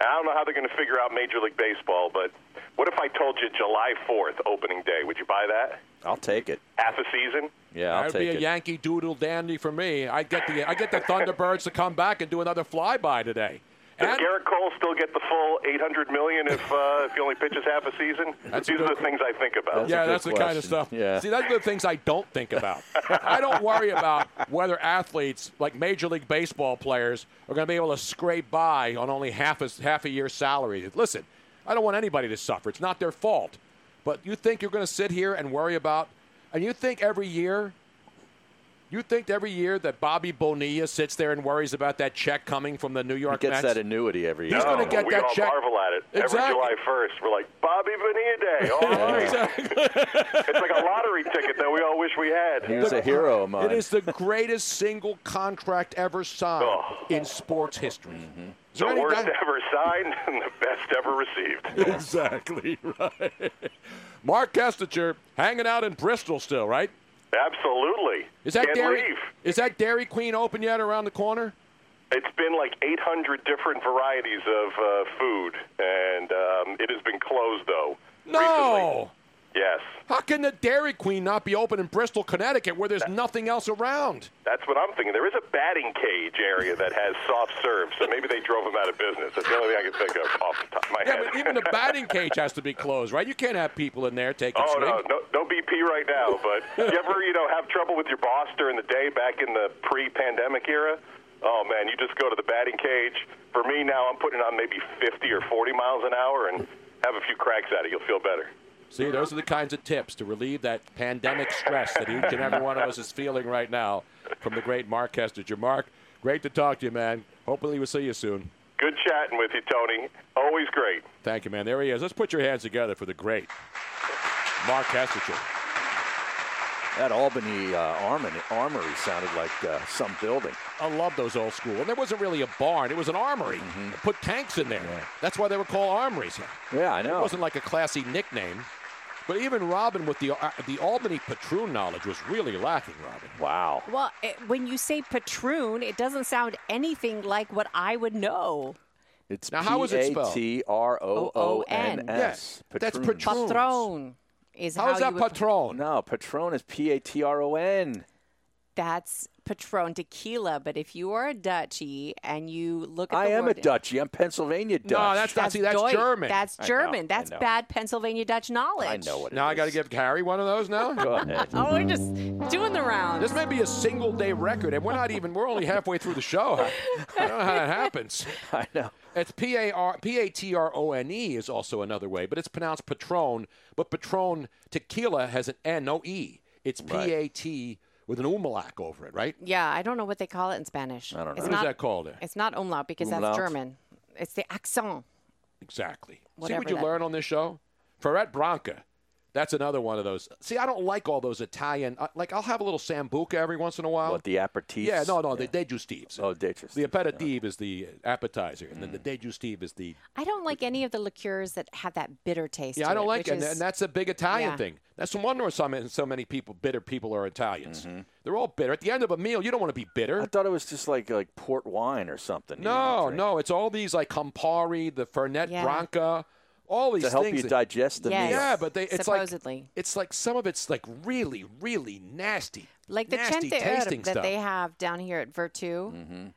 Speaker 18: i don't know how they're going to figure out major league baseball but what if i told you july 4th opening day would you buy that
Speaker 7: I'll take it.
Speaker 18: half a season
Speaker 7: Yeah, I'll
Speaker 4: That'd be
Speaker 7: take
Speaker 4: a
Speaker 7: it.
Speaker 4: Yankee doodle dandy for me. I get the I get the Thunderbirds to come back and do another flyby today.
Speaker 18: Does Garrett Cole still get the full 800 million if uh, if he only pitches half a season?
Speaker 4: That's a
Speaker 18: These are
Speaker 4: good
Speaker 18: the things I think about.
Speaker 4: yeah, that's the kind of stuff.
Speaker 7: Yeah.
Speaker 4: See, that's the things I don't think about. I don't worry about whether athletes, like Major League Baseball players, are going to be able to scrape by on only half a, half a year's salary. Listen, I don't want anybody to suffer. It's not their fault. But you think you're going to sit here and worry about, and you think every year, you think every year that Bobby Bonilla sits there and worries about that check coming from the New York
Speaker 7: Gets
Speaker 4: Mets?
Speaker 7: that annuity every year.
Speaker 4: He's going to get
Speaker 18: Oh, we
Speaker 4: that
Speaker 18: all
Speaker 4: check.
Speaker 18: marvel at it every
Speaker 4: Exactly.
Speaker 18: July 1st. We're like Bobby Bonilla Day. All right, it's like a lottery ticket that we all wish we had.
Speaker 7: He was a hero of mine.
Speaker 4: It is the greatest single contract ever signed in sports history. Is
Speaker 18: Oh, Mm-hmm. The
Speaker 4: there any
Speaker 18: worst
Speaker 4: guy-
Speaker 18: ever signed and the best ever received.
Speaker 4: Exactly right. Mark Kestacher hanging out in Bristol still, right?
Speaker 18: Absolutely.
Speaker 4: Is that
Speaker 18: Can't
Speaker 4: Dairy?
Speaker 18: leave.
Speaker 4: Is that Dairy Queen open yet around the corner?
Speaker 18: It's been like 800 different varieties of uh, food, and um, it has been closed though.
Speaker 4: No.
Speaker 18: Yes,
Speaker 4: How can the Dairy Queen not be open in Bristol, Connecticut, where there's nothing else around?
Speaker 18: that's what I'm thinking. There is a batting cage area that has soft serve, so maybe they drove them out of business. That's the only thing I can think of off the top of my
Speaker 4: Yeah,
Speaker 18: head.
Speaker 4: but even the batting cage has to be closed, right? You can't have people in there taking
Speaker 18: Oh
Speaker 4: swings.
Speaker 18: no, no, no BP right now. But you ever, you know, have trouble with your boss during the day back in the pre-pandemic era? Oh man, you just go to the batting cage. For me now, I'm putting on maybe 50 or 40 miles an hour and have a few cracks at it. You'll feel better.
Speaker 4: See, those are the kinds of tips to relieve that pandemic stress that each and every one of us is feeling right now from the great Mark Kestager. Mark, great to talk to you, man. Hopefully, we'll see you soon.
Speaker 18: Good chatting with you, Tony. Always great.
Speaker 4: Thank you, man. There he is. Let's put your hands together for the great Mark Kestager.
Speaker 7: That Albany uh, armory, armory sounded like uh, some building.
Speaker 4: I love those old school. And there wasn't really a barn, it was an armory.
Speaker 7: Mm-hmm.
Speaker 4: They Put tanks in there. That's why they were called armories.
Speaker 7: Yeah, I know.
Speaker 4: It wasn't like a classy nickname. But even Robin with the, uh, the Albany patroon knowledge was really lacking, Robin.
Speaker 7: Wow.
Speaker 8: Well, it, when you say patroon, it doesn't sound anything like what I would know.
Speaker 7: It's
Speaker 4: Now, how is it spelled?
Speaker 7: P-A-T-R-O-O-N-S.
Speaker 4: Yeah, that's patroons.
Speaker 8: Patron is how,
Speaker 4: How is
Speaker 8: you
Speaker 4: that
Speaker 8: would-
Speaker 4: patron?
Speaker 7: No, patron is P-A-T-R-O-N.
Speaker 8: That's Patron tequila. But if you are a Dutchie and you look at
Speaker 7: I
Speaker 8: the
Speaker 7: am a
Speaker 8: word,
Speaker 7: Dutchie. I'm Pennsylvania
Speaker 8: Deutsch.
Speaker 7: Dutch.
Speaker 8: That's
Speaker 7: I know,
Speaker 8: German.
Speaker 7: I
Speaker 8: that's
Speaker 7: know.
Speaker 8: bad Pennsylvania Dutch knowledge.
Speaker 4: now I got to give Harry one of those now? Go
Speaker 7: ahead.
Speaker 8: Oh, we're just doing the rounds.
Speaker 4: This may be a single day record, and we're not even, we're only halfway through the show. I don't know how that happens.
Speaker 7: I know.
Speaker 4: It's P A R P A T R O N E is also another way, but it's pronounced Patron. But Patron tequila has an N, no E. It's P A T with an umlaut over it, right?
Speaker 8: Yeah, I don't know what they call it in Spanish.
Speaker 4: I don't
Speaker 8: It's
Speaker 4: know. What is
Speaker 8: not,
Speaker 4: that called?
Speaker 8: It's not umlaut because that's
Speaker 4: Umlaut?
Speaker 8: German. It's the accent.
Speaker 4: Exactly. See
Speaker 8: Whatever
Speaker 4: what you
Speaker 8: that-
Speaker 4: learn on this show? Ferret Branca. That's another one of those. See, I don't like all those Italian. I- Like, I'll have a little sambuca every once in a while.
Speaker 7: What, the aperitifs?
Speaker 4: Yeah, no, no, the dejustifs.
Speaker 7: Oh, dejustifs.
Speaker 4: The aperitif is the uh, appetizer, and then the
Speaker 7: Mm.
Speaker 4: dejustif is the
Speaker 8: I don't like any of the liqueurs that have that bitter taste.
Speaker 4: Yeah,
Speaker 8: to
Speaker 4: I don't
Speaker 8: it,
Speaker 4: like
Speaker 8: which
Speaker 4: it. And-
Speaker 8: is-
Speaker 4: and that's a big Italian
Speaker 8: Yeah.
Speaker 4: thing. That's the wonder so many, so many people, bitter people, are Italians.
Speaker 7: Mm-hmm.
Speaker 4: They're all bitter. At the end of a meal, you don't want to be bitter.
Speaker 7: I thought it was just like like port wine or something. you know,
Speaker 4: no,
Speaker 7: drink.
Speaker 4: no, it's all these like Campari, the Fernet
Speaker 7: Yeah.
Speaker 4: Branca, all these
Speaker 7: To help
Speaker 4: things
Speaker 7: you
Speaker 4: that-
Speaker 7: digest the Yes. meal.
Speaker 4: Yeah, but they it's
Speaker 8: Supposedly.
Speaker 4: like it's like some of it's like really, really nasty,
Speaker 8: like the
Speaker 4: nasty
Speaker 8: chente
Speaker 4: tasting
Speaker 8: herb that
Speaker 4: stuff. Mm.
Speaker 8: they have down here at Vertu.
Speaker 7: Mm-hmm.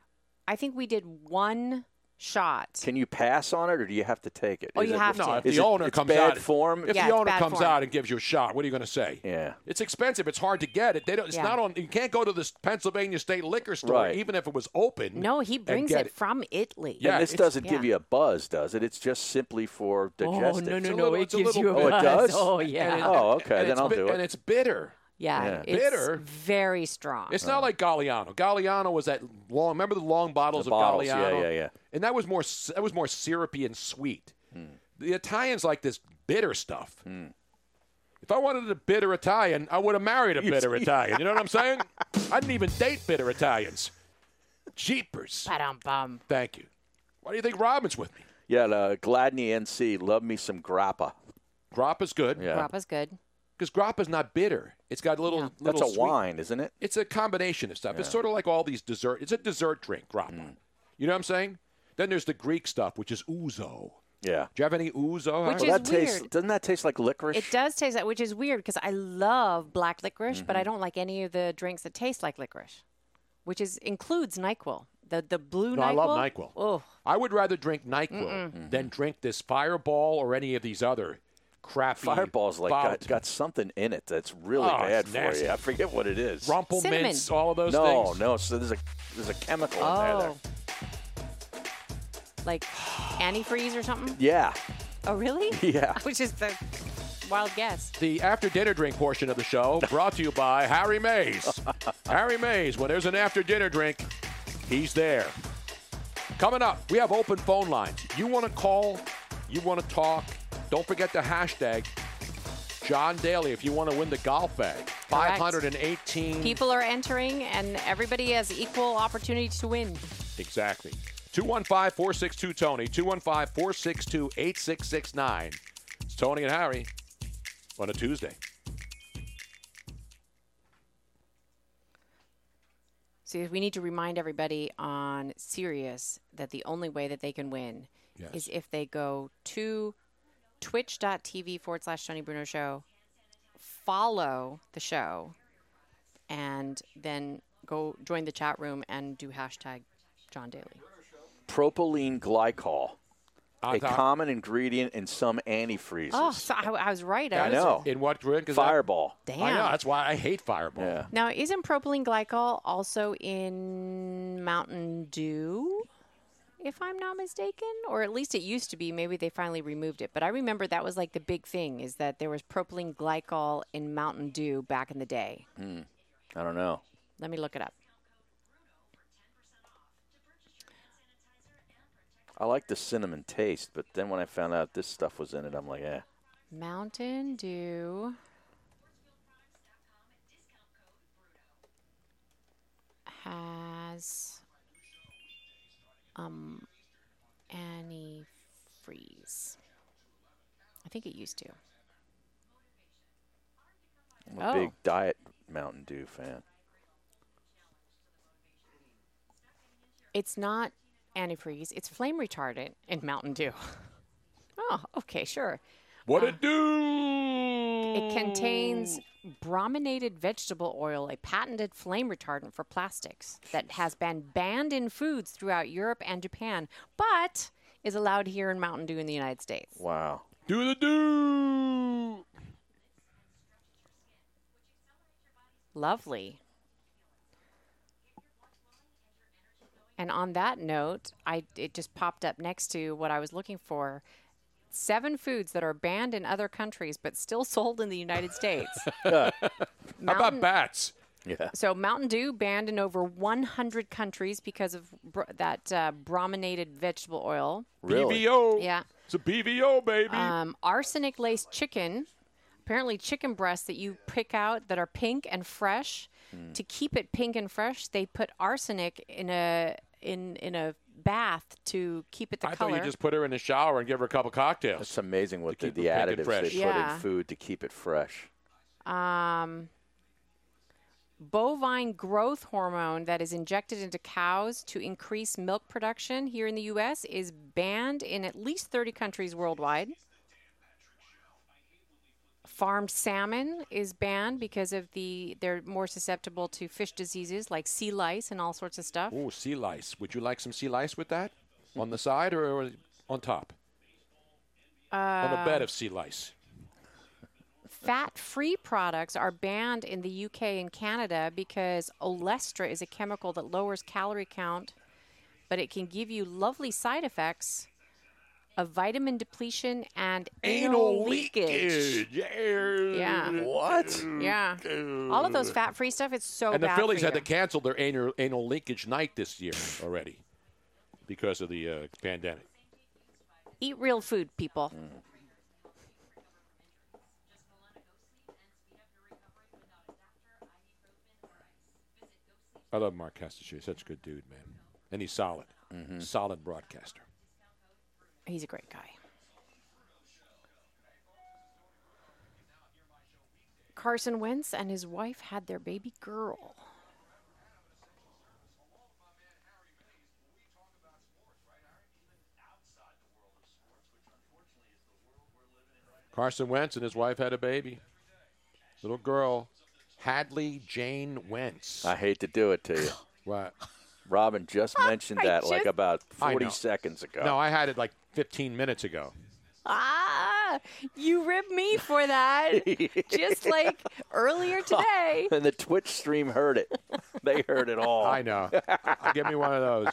Speaker 8: I think we did one shot.
Speaker 7: Can you pass on it, or do you have to take it?
Speaker 8: Oh, you
Speaker 7: it-
Speaker 8: have No, to.
Speaker 4: if
Speaker 7: is
Speaker 4: the
Speaker 7: it-
Speaker 4: owner
Speaker 7: it's
Speaker 4: comes
Speaker 7: bad
Speaker 4: out,
Speaker 7: form.
Speaker 4: if the owner comes out and gives you a shot, what are you going to say?
Speaker 7: Yeah.
Speaker 4: It's expensive. It's hard to get it. They don't. It's
Speaker 8: Yeah.
Speaker 4: not on. You can't go to this Pennsylvania State liquor store,
Speaker 7: Right.
Speaker 4: even if it was open.
Speaker 8: No, he
Speaker 4: Mm. and
Speaker 8: brings
Speaker 4: get
Speaker 8: it, from Italy.
Speaker 7: Yeah, this doesn't give you a buzz, does it? It's just simply for
Speaker 8: Oh,
Speaker 7: digestive.
Speaker 8: no, no,
Speaker 7: It's a
Speaker 8: no,
Speaker 7: little-
Speaker 8: it
Speaker 7: it's a
Speaker 8: gives
Speaker 7: little-
Speaker 8: you a
Speaker 7: Oh, it
Speaker 8: buzz.
Speaker 7: does?
Speaker 8: Oh, yeah.
Speaker 4: And it-
Speaker 7: Oh, okay,
Speaker 4: and
Speaker 7: then
Speaker 4: it's
Speaker 7: I'll
Speaker 4: bi-
Speaker 7: do it.
Speaker 4: And it's bitter.
Speaker 8: Yeah,
Speaker 7: Yeah.
Speaker 8: it's
Speaker 4: Bitter.
Speaker 8: very strong.
Speaker 4: It's
Speaker 7: Uh-huh.
Speaker 4: not like Galliano. Galliano was that long. Remember the long bottles
Speaker 7: The
Speaker 4: of
Speaker 7: bottles, yeah,
Speaker 4: Galliano?
Speaker 7: yeah, yeah. Hmm.
Speaker 4: And that was more. s- That was more syrupy and sweet. The Italians like this bitter stuff. If I wanted a bitter Italian, I would have married a
Speaker 7: You
Speaker 4: bitter
Speaker 7: see?
Speaker 4: Italian. You know what I'm saying? I didn't even date bitter Italians. Jeepers.
Speaker 8: Ba-dum-bum.
Speaker 4: Thank you. Why do you think Robin's with me?
Speaker 7: Yeah, the Gladney NC, love me some grappa.
Speaker 4: Grappa's good.
Speaker 7: Yeah,
Speaker 8: Guapa's good.
Speaker 4: Because grappa's not bitter. It's got a little.
Speaker 7: that's
Speaker 4: little
Speaker 7: a
Speaker 4: sweet-
Speaker 7: wine, isn't it?
Speaker 4: It's a combination of stuff. It's
Speaker 7: Yeah. Mm.
Speaker 4: sort of like all these dessert. It's a dessert drink, grappa. You know what I'm saying? Then there's the Greek stuff, which is ouzo.
Speaker 7: Yeah.
Speaker 4: Do you have any ooze? Oh,
Speaker 8: Which
Speaker 7: well,
Speaker 8: is
Speaker 7: that tastes,
Speaker 8: weird.
Speaker 7: doesn't that taste like licorice?
Speaker 8: It does taste that, which is weird because I love black licorice, but
Speaker 4: Mm-hmm.
Speaker 8: I don't like any of the drinks that taste like licorice, which is includes Nyquil, the the blue
Speaker 4: No,
Speaker 8: Nyquil.
Speaker 4: I love NyQuil.
Speaker 8: Oh,
Speaker 4: I would rather drink NyQuil
Speaker 7: Mm-hmm.
Speaker 8: Mm-mm.
Speaker 4: than drink this Fireball or any of these other crappy
Speaker 7: Fireball's like
Speaker 4: bout-
Speaker 7: got, got something in it that's really
Speaker 4: Oh,
Speaker 7: bad
Speaker 4: it's
Speaker 7: for
Speaker 4: nasty.
Speaker 7: you. I forget what it is.
Speaker 4: Rumple Cinnamon. mints, all of those
Speaker 7: no,
Speaker 4: things?
Speaker 7: No, So there's a there's a chemical in there.
Speaker 8: oh,
Speaker 7: That,
Speaker 8: like antifreeze or something.
Speaker 7: yeah.
Speaker 8: Oh, really?
Speaker 4: Yeah.
Speaker 8: Which is the wild guess.
Speaker 4: The after dinner drink portion of the show brought to you by Harry Mays. Harry Mays, when there's an after dinner drink, he's there. Coming up, we have open phone lines. You want to call, you want to talk. Don't forget the hashtag John Daly if you want to win the golf bag. 518
Speaker 8: People are entering, and everybody has equal opportunity to win.
Speaker 4: Exactly. 215 462 Tony, 215 462 8669. It's Tony and Harry on a Tuesday.
Speaker 8: So we need to remind everybody on Sirius that the only way that they can win
Speaker 4: Yes.
Speaker 8: is if they go to twitch.tv forward slash Tony Bruno Show, follow the show, and then go join the chat room and do hashtag John Daly.
Speaker 7: Propylene glycol, a
Speaker 4: thought-
Speaker 7: common ingredient in some antifreezes.
Speaker 8: Oh, so I, I was right.
Speaker 7: I
Speaker 8: was-
Speaker 7: know.
Speaker 4: In what drink is
Speaker 7: Fireball.
Speaker 8: that?
Speaker 4: I know,
Speaker 8: Damn.
Speaker 4: that's why I hate Fireball. Yeah.
Speaker 8: Now, isn't propylene glycol also in Mountain Dew, if I'm not mistaken? Or at least it used to be. Maybe they finally removed it. But I remember that was like the big thing is that there was propylene glycol in Mountain Dew back in the day.
Speaker 7: Hmm. I don't know.
Speaker 8: Let me look it up.
Speaker 7: I like the cinnamon taste, but then when I found out this stuff was in it, I'm like, eh.
Speaker 8: Mountain Dew. Has um antifreeze. I think it used to.
Speaker 7: I'm a
Speaker 8: Oh.
Speaker 7: big diet Mountain Dew fan.
Speaker 8: It's not antifreeze. It's flame retardant in Mountain Dew. oh, okay, sure. Uh,
Speaker 4: What it do?
Speaker 8: It contains brominated vegetable oil, a patented flame retardant for plastics that has been banned in foods throughout Europe and Japan, but is allowed here in Mountain Dew in the United States.
Speaker 7: Wow.
Speaker 4: Do the do.
Speaker 8: Lovely. And on that note, I it just popped up next to what I was looking for. Seven foods that are banned in other countries but still sold in the United States.
Speaker 4: How
Speaker 8: Mountain-
Speaker 4: about bats?
Speaker 7: Yeah.
Speaker 8: So Mountain Dew banned in over 100 countries because of br- that uh, brominated vegetable oil.
Speaker 4: Really? BVO.
Speaker 8: Yeah.
Speaker 4: It's a BVO, baby.
Speaker 8: Um, arsenic laced chicken. Apparently, chicken breasts that you pick out that are pink and fresh.
Speaker 4: Hmm.
Speaker 8: To keep it pink and fresh, they put arsenic in a in in a bath to keep it the
Speaker 4: I
Speaker 8: color.
Speaker 4: thought you just put her in the shower and give her a couple cocktails.
Speaker 7: It's amazing what the,
Speaker 4: keep
Speaker 7: the
Speaker 4: it pink and
Speaker 7: additives
Speaker 4: fresh.
Speaker 7: they put
Speaker 8: Yeah.
Speaker 7: in food to keep it fresh.
Speaker 8: um, bovine growth hormone that is injected into cows to increase milk production here in the U.S. is banned in at least 30 countries worldwide. Farmed salmon is banned because of the they're more susceptible to fish diseases like sea lice and all sorts of stuff.
Speaker 4: Oh, sea lice. Would you like some sea lice with that? On the side or on top?
Speaker 8: Uh,
Speaker 4: on a bed of sea lice.
Speaker 8: Fat-free products are banned in the UK and Canada because Olestra is a chemical that lowers calorie count, but it can give you lovely side effects of vitamin depletion and anal, leakage. Yeah.
Speaker 7: What?
Speaker 8: Yeah. All of those fat-free stuff, it's so
Speaker 4: and the
Speaker 8: bad
Speaker 4: Phillies
Speaker 8: for
Speaker 4: had
Speaker 8: you.
Speaker 4: to cancel their anal, anal linkage night this year already because of the uh, pandemic.
Speaker 8: Eat real food, people.
Speaker 4: I love Mark Castasciu. He's such a good dude, man. And he's solid.
Speaker 7: Mm-hmm.
Speaker 4: Solid broadcaster.
Speaker 8: He's a great guy. Carson Wentz and his wife had their baby girl.
Speaker 4: Carson Wentz and his wife had a baby. Little girl, Hadley Jane Wentz.
Speaker 7: I hate to do it to you.
Speaker 4: What?
Speaker 7: Robin just mentioned
Speaker 4: I
Speaker 7: that like
Speaker 4: just-
Speaker 7: about
Speaker 4: I
Speaker 7: 40
Speaker 4: know.
Speaker 7: seconds ago.
Speaker 4: No, I had it like 15 minutes ago.
Speaker 8: Ah, you ripped me for that. Just like earlier today.
Speaker 7: and the Twitch stream heard it. They heard it all. I
Speaker 4: know. Give me one of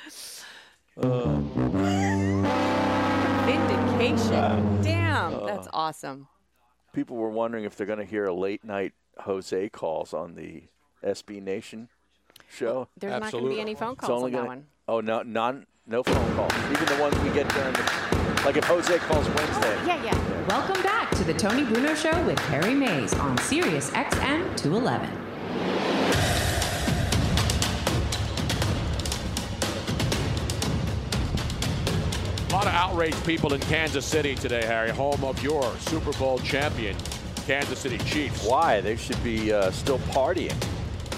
Speaker 4: those.
Speaker 8: Vindication.
Speaker 7: Uh,
Speaker 8: Damn,
Speaker 7: uh.
Speaker 8: that's awesome.
Speaker 7: People were wondering if they're going to hear a late night Jose calls on the SB Nation show.
Speaker 8: There's not gonna be any phone
Speaker 7: It's
Speaker 8: calls
Speaker 7: only
Speaker 8: on that
Speaker 7: gonna-
Speaker 8: one.
Speaker 7: Oh, no, none, no phone calls. Even the ones we get during the. Like if Jose calls Wednesday.
Speaker 8: Yeah, yeah.
Speaker 13: Welcome back to the Tony Bruno Show with Harry Mays on Sirius XM 211.
Speaker 4: A lot of outraged people in Kansas City today, Harry, home of your Super Bowl champion, Kansas City Chiefs.
Speaker 7: Why? They should be uh, still partying.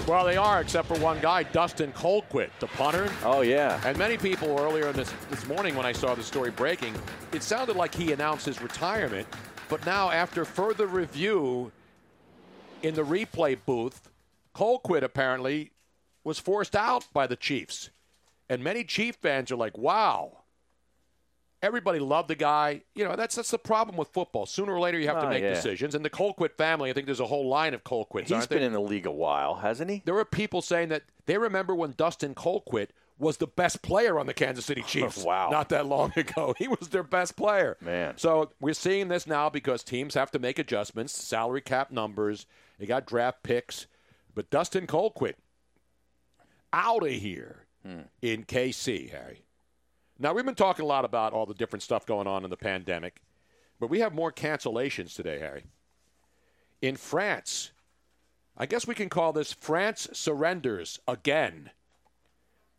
Speaker 4: Well, they are, except for one guy, Dustin Colquitt, the punter.
Speaker 7: Oh, yeah.
Speaker 4: And many people earlier in this, this morning when I saw the story breaking, it sounded like he announced his retirement. But now, after further review in the replay booth, Colquitt apparently was forced out by the Chiefs. And many Chief fans are like, wow. Everybody loved the guy. You know, that's that's the problem with football. Sooner or later, you have to
Speaker 7: Oh,
Speaker 4: make
Speaker 7: yeah.
Speaker 4: decisions. And the Colquitt family, I think there's a whole line of Colquitts.
Speaker 7: He's
Speaker 4: aren't there?
Speaker 7: been in the league a while, hasn't he?
Speaker 4: There were people saying that they remember when Dustin Colquitt was the best player on the Kansas City Chiefs.
Speaker 7: Wow.
Speaker 4: Not that long ago. He was their best player.
Speaker 7: Man.
Speaker 4: So we're seeing this now because teams have to make adjustments, salary cap numbers, they got draft picks. But Dustin Colquitt, out of here
Speaker 7: Hmm.
Speaker 4: in KC, Harry. Now, we've been talking a lot about all the different stuff going on in the pandemic, but we have more cancellations today, Harry. In France, I guess we can call this France surrenders again.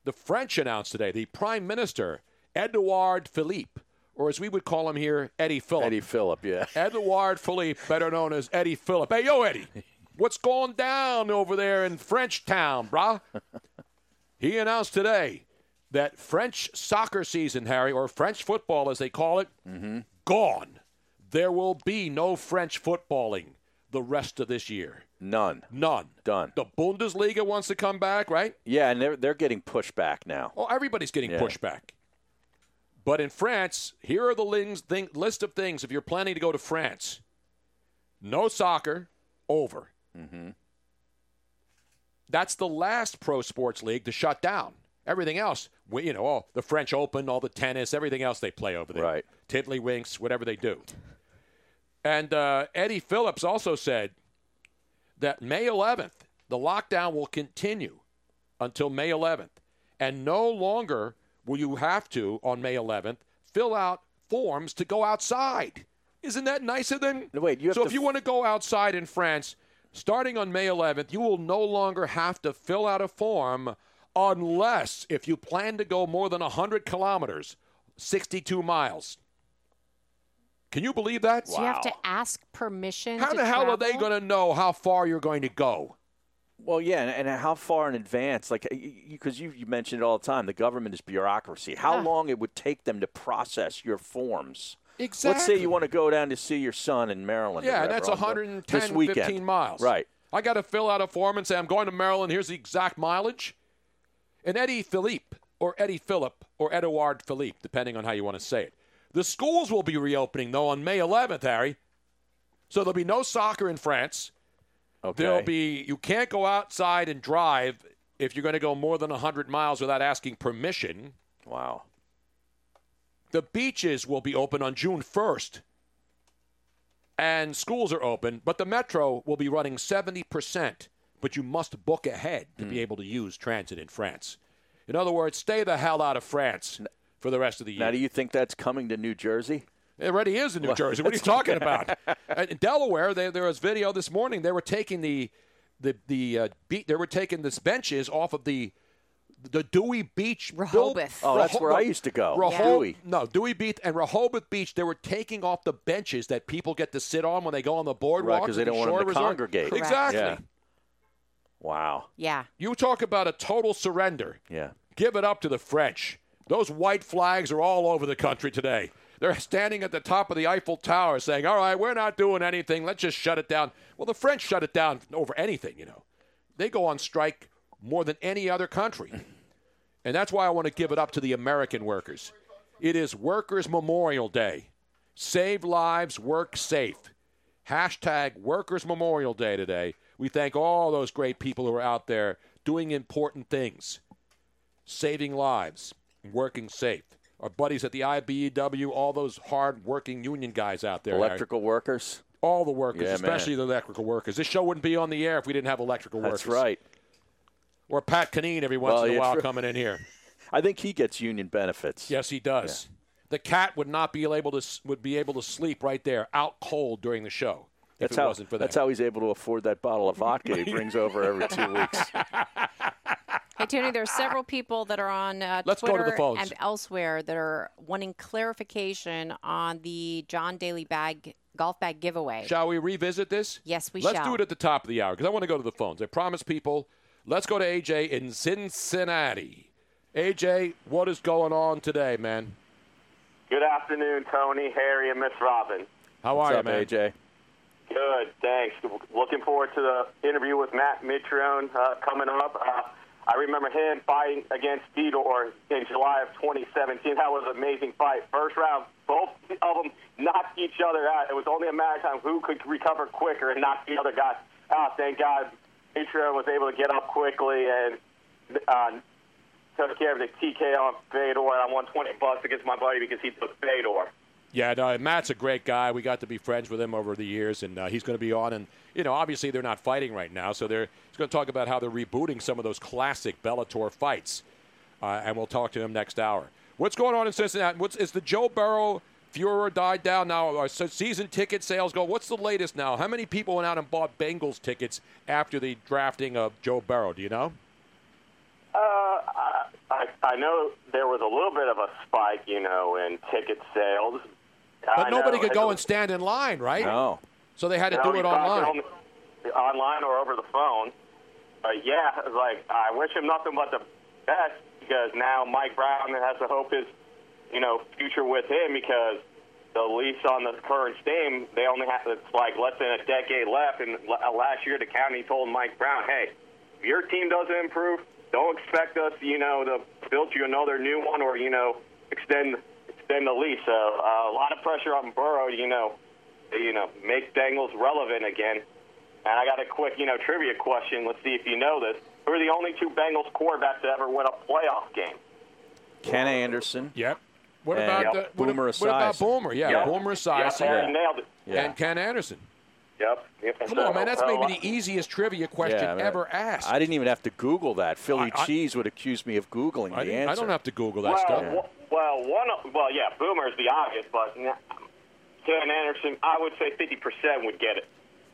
Speaker 4: The French announced today the Prime Minister, Edouard Philippe, or as we would call him here, Eddie Philip. Eddie
Speaker 7: Philip, yeah.
Speaker 4: Edouard Philippe, better known as Eddie Philip. Hey, yo, Eddie, what's going down over there in French town, brah? He announced today that French soccer season, Harry, or French football as they call it,
Speaker 7: Mm-hmm.
Speaker 4: gone. There will be no French footballing the rest of this year.
Speaker 7: None.
Speaker 4: None.
Speaker 7: Done.
Speaker 4: The Bundesliga wants to come back, right?
Speaker 7: Yeah, and they're, they're getting pushback now.
Speaker 4: Oh, everybody's getting
Speaker 7: Yeah.
Speaker 4: pushback. But in France, here are the lings, thing, list of things if you're planning to go to France. No soccer, over.
Speaker 7: Mm-hmm.
Speaker 4: That's the last pro sports league to shut down. Everything else, we, you know, all the French Open, all the tennis, everything else they play over there. Right. Tiddlywinks, whatever they do. And uh, Eddie Phillips also said that May 11th, the lockdown will continue until May 11th. And no longer will you have to, on May 11th, fill out forms to go outside. Isn't that nice of them?
Speaker 7: Wait, you have
Speaker 4: so
Speaker 7: to
Speaker 4: if you want to go outside in France, starting on May 11th, you will no longer have to fill out a form unless if you plan to go more than 100 kilometers, 62 miles. Can you believe that?
Speaker 8: Do you have to ask permission?
Speaker 4: How
Speaker 8: to
Speaker 4: the hell are they
Speaker 8: travel?
Speaker 4: going to know how far you're going to go?
Speaker 7: Well, yeah, and, and how far in advance? Like, because you, you mentioned it all the time, the government is bureaucracy. How
Speaker 4: Ah.
Speaker 7: long it would take them to process your forms? Let's say
Speaker 4: Exactly.
Speaker 7: you want to go down to see your son in Maryland. or
Speaker 4: Yeah, and
Speaker 7: wherever
Speaker 4: that's
Speaker 7: on the-
Speaker 4: 110,
Speaker 7: this weekend.
Speaker 4: 15 miles.
Speaker 7: Right.
Speaker 4: I got to fill out a form and say, I'm going to Maryland. Here's the exact mileage. And Eddie Philippe, or Eddie Philip, or Edouard Philippe, depending on how you want to say it. The schools will be reopening, though, on May 11th, Harry. So there'll be no soccer in France.
Speaker 7: Okay.
Speaker 4: There'll be, you can't go outside and drive if you're going to go more than 100 miles without asking permission.
Speaker 7: Wow.
Speaker 4: The beaches will be open on June 1st and schools are open, but the metro will be running 70%, but you must book ahead to
Speaker 7: Hmm.
Speaker 4: be able to use transit in France. In other words, stay the hell out of France for the rest of the year.
Speaker 7: Now, do you think that's coming to New Jersey?
Speaker 4: It already is in New
Speaker 7: Well,
Speaker 4: Jersey. What are you
Speaker 7: that's-
Speaker 4: talking about? And in Delaware, they, there was video this morning. They were taking the the the uh, be- they were taking this benches off of the the Dewey Beach. buil-
Speaker 7: Rehoboth. Oh, that's where I used to go.
Speaker 4: Rehob-
Speaker 7: Yeah. Dewey.
Speaker 4: No, Dewey Beach and Rehoboth Beach. They were taking off the benches that people get to sit on when they go on the boardwalk.
Speaker 7: Right, 'cause they
Speaker 4: at the
Speaker 7: don't want 'em
Speaker 4: shore
Speaker 7: to
Speaker 4: resort.
Speaker 7: congregate. Correct.
Speaker 4: Exactly.
Speaker 7: Yeah. Wow.
Speaker 8: Yeah.
Speaker 4: You talk about a total surrender.
Speaker 7: Yeah.
Speaker 4: Give it up to the French. Those white flags are all over the country today. They're standing at the top of the Eiffel Tower saying, all right, we're not doing anything. Let's just shut it down. Well, the French shut it down over anything, you know. They go on strike more than any other country. And that's why I want to give it up to the American workers. It is Workers' Memorial Day. Save lives, work safe. Hashtag Workers' Memorial Day today. We thank all those great people who are out there doing important things, saving lives, working safe. Our buddies at the IBEW, all those hard working union guys out there.
Speaker 7: Electrical workers.
Speaker 4: All the workers,
Speaker 7: Yeah, man.
Speaker 4: especially the electrical workers. This show wouldn't be on the air if we didn't have electrical workers.
Speaker 7: That's right.
Speaker 4: Or Pat Caneen every once
Speaker 7: Well,
Speaker 4: in a
Speaker 7: yeah,
Speaker 4: while
Speaker 7: true.
Speaker 4: coming in here.
Speaker 7: I think he gets union benefits.
Speaker 4: Yes, he does. The cat would not be able to s- would be able to sleep right there, out cold during the show. If
Speaker 7: That's
Speaker 4: it
Speaker 7: how,
Speaker 4: wasn't for that.
Speaker 7: that's how he's able to afford that bottle of vodka he brings over every two weeks.
Speaker 8: Hey, Tony, there are several people that are on uh,
Speaker 7: Let's go to
Speaker 8: Twitter
Speaker 7: the phones.
Speaker 8: and elsewhere that are wanting clarification on the John Daly bag golf bag giveaway.
Speaker 4: Shall we revisit this?
Speaker 8: Yes, we
Speaker 4: Let's
Speaker 8: shall.
Speaker 4: do it at the top of the hour because I want to go to the phones. I promise people. Let's go to AJ in Cincinnati. AJ, what is going on today, man?
Speaker 19: Good afternoon, Tony, Harry, and Miss Robin.
Speaker 4: How
Speaker 7: What's
Speaker 4: are
Speaker 7: up,
Speaker 4: you, man?
Speaker 7: AJ?
Speaker 19: Good, thanks. Looking forward to the interview with Matt Mitrione uh, coming up. Uh, I remember him fighting against Theodore in July of 2017. That was an amazing fight. First round, both of them knocked each other out. It was only a matter of time who could recover quicker and knock the other guy out. Thank God Mitrione was able to get up quickly and uh, took care of the TKO on Fedor. I won 20 bucks against my buddy because he took Fedor.
Speaker 4: Yeah, no, Matt's a great guy. We got to be friends with him over the years, and uh, he's going to be on. And you know, obviously they're not fighting right now, so they're he's going to talk about how they're rebooting some of those classic Bellator fights, uh, and we'll talk to him next hour. What's going on in Cincinnati? What's is the Joe Burrow furor died down now? Are so season ticket sales go? What's the latest now? How many people went out and bought Bengals tickets after the drafting of Joe Burrow? Do you know?
Speaker 19: Uh, I, I I know there was a little bit of a spike, you know, in ticket sales.
Speaker 4: But
Speaker 19: I
Speaker 4: nobody
Speaker 19: know
Speaker 4: could
Speaker 19: it
Speaker 4: go
Speaker 19: was-
Speaker 4: and stand in line, right?
Speaker 7: No.
Speaker 4: So they had to
Speaker 19: No,
Speaker 4: do
Speaker 19: you
Speaker 4: it
Speaker 19: talked
Speaker 4: online.
Speaker 19: on- online or over the phone. But yeah, it was like I wish him nothing but the best because now Mike Brown has to hope his, you know, future with him because the Leafs on the current team they only have it's like less than a decade left. And l- last year, the county told Mike Brown, hey, if your team doesn't improve, don't expect us, you know, to build you another new one or you know extend extend the lease. So uh, a lot of pressure on Burrow, you know you know, make Bengals relevant again. And I got a quick, you know, trivia question. Let's see if you know this. Who are the only two Bengals quarterbacks that ever win a playoff game?
Speaker 7: Ken Anderson.
Speaker 4: Yep. What
Speaker 7: And
Speaker 4: about the, Uh, what,
Speaker 7: Boomer
Speaker 4: ab- what about
Speaker 7: Esiason.
Speaker 4: Boomer? Yeah,
Speaker 7: Yep.
Speaker 4: Boomer Esiason.
Speaker 7: Yep, Harry
Speaker 19: nailed it.
Speaker 7: Yeah.
Speaker 4: And Ken Anderson.
Speaker 19: Yep. yep.
Speaker 4: Come on, man. That's
Speaker 19: uh,
Speaker 4: maybe the easiest trivia question
Speaker 7: Yeah, I mean,
Speaker 4: ever asked.
Speaker 7: I didn't even have to Google that. Philly
Speaker 4: I- I-
Speaker 7: Cheese would accuse me of Googling
Speaker 4: I
Speaker 7: the
Speaker 4: didn't-
Speaker 7: answer.
Speaker 4: I don't have to Google
Speaker 19: well, w- well, one. Of, well, yeah, Boomer is the obvious, but nah, Ken Anderson, I would say 50% would get it,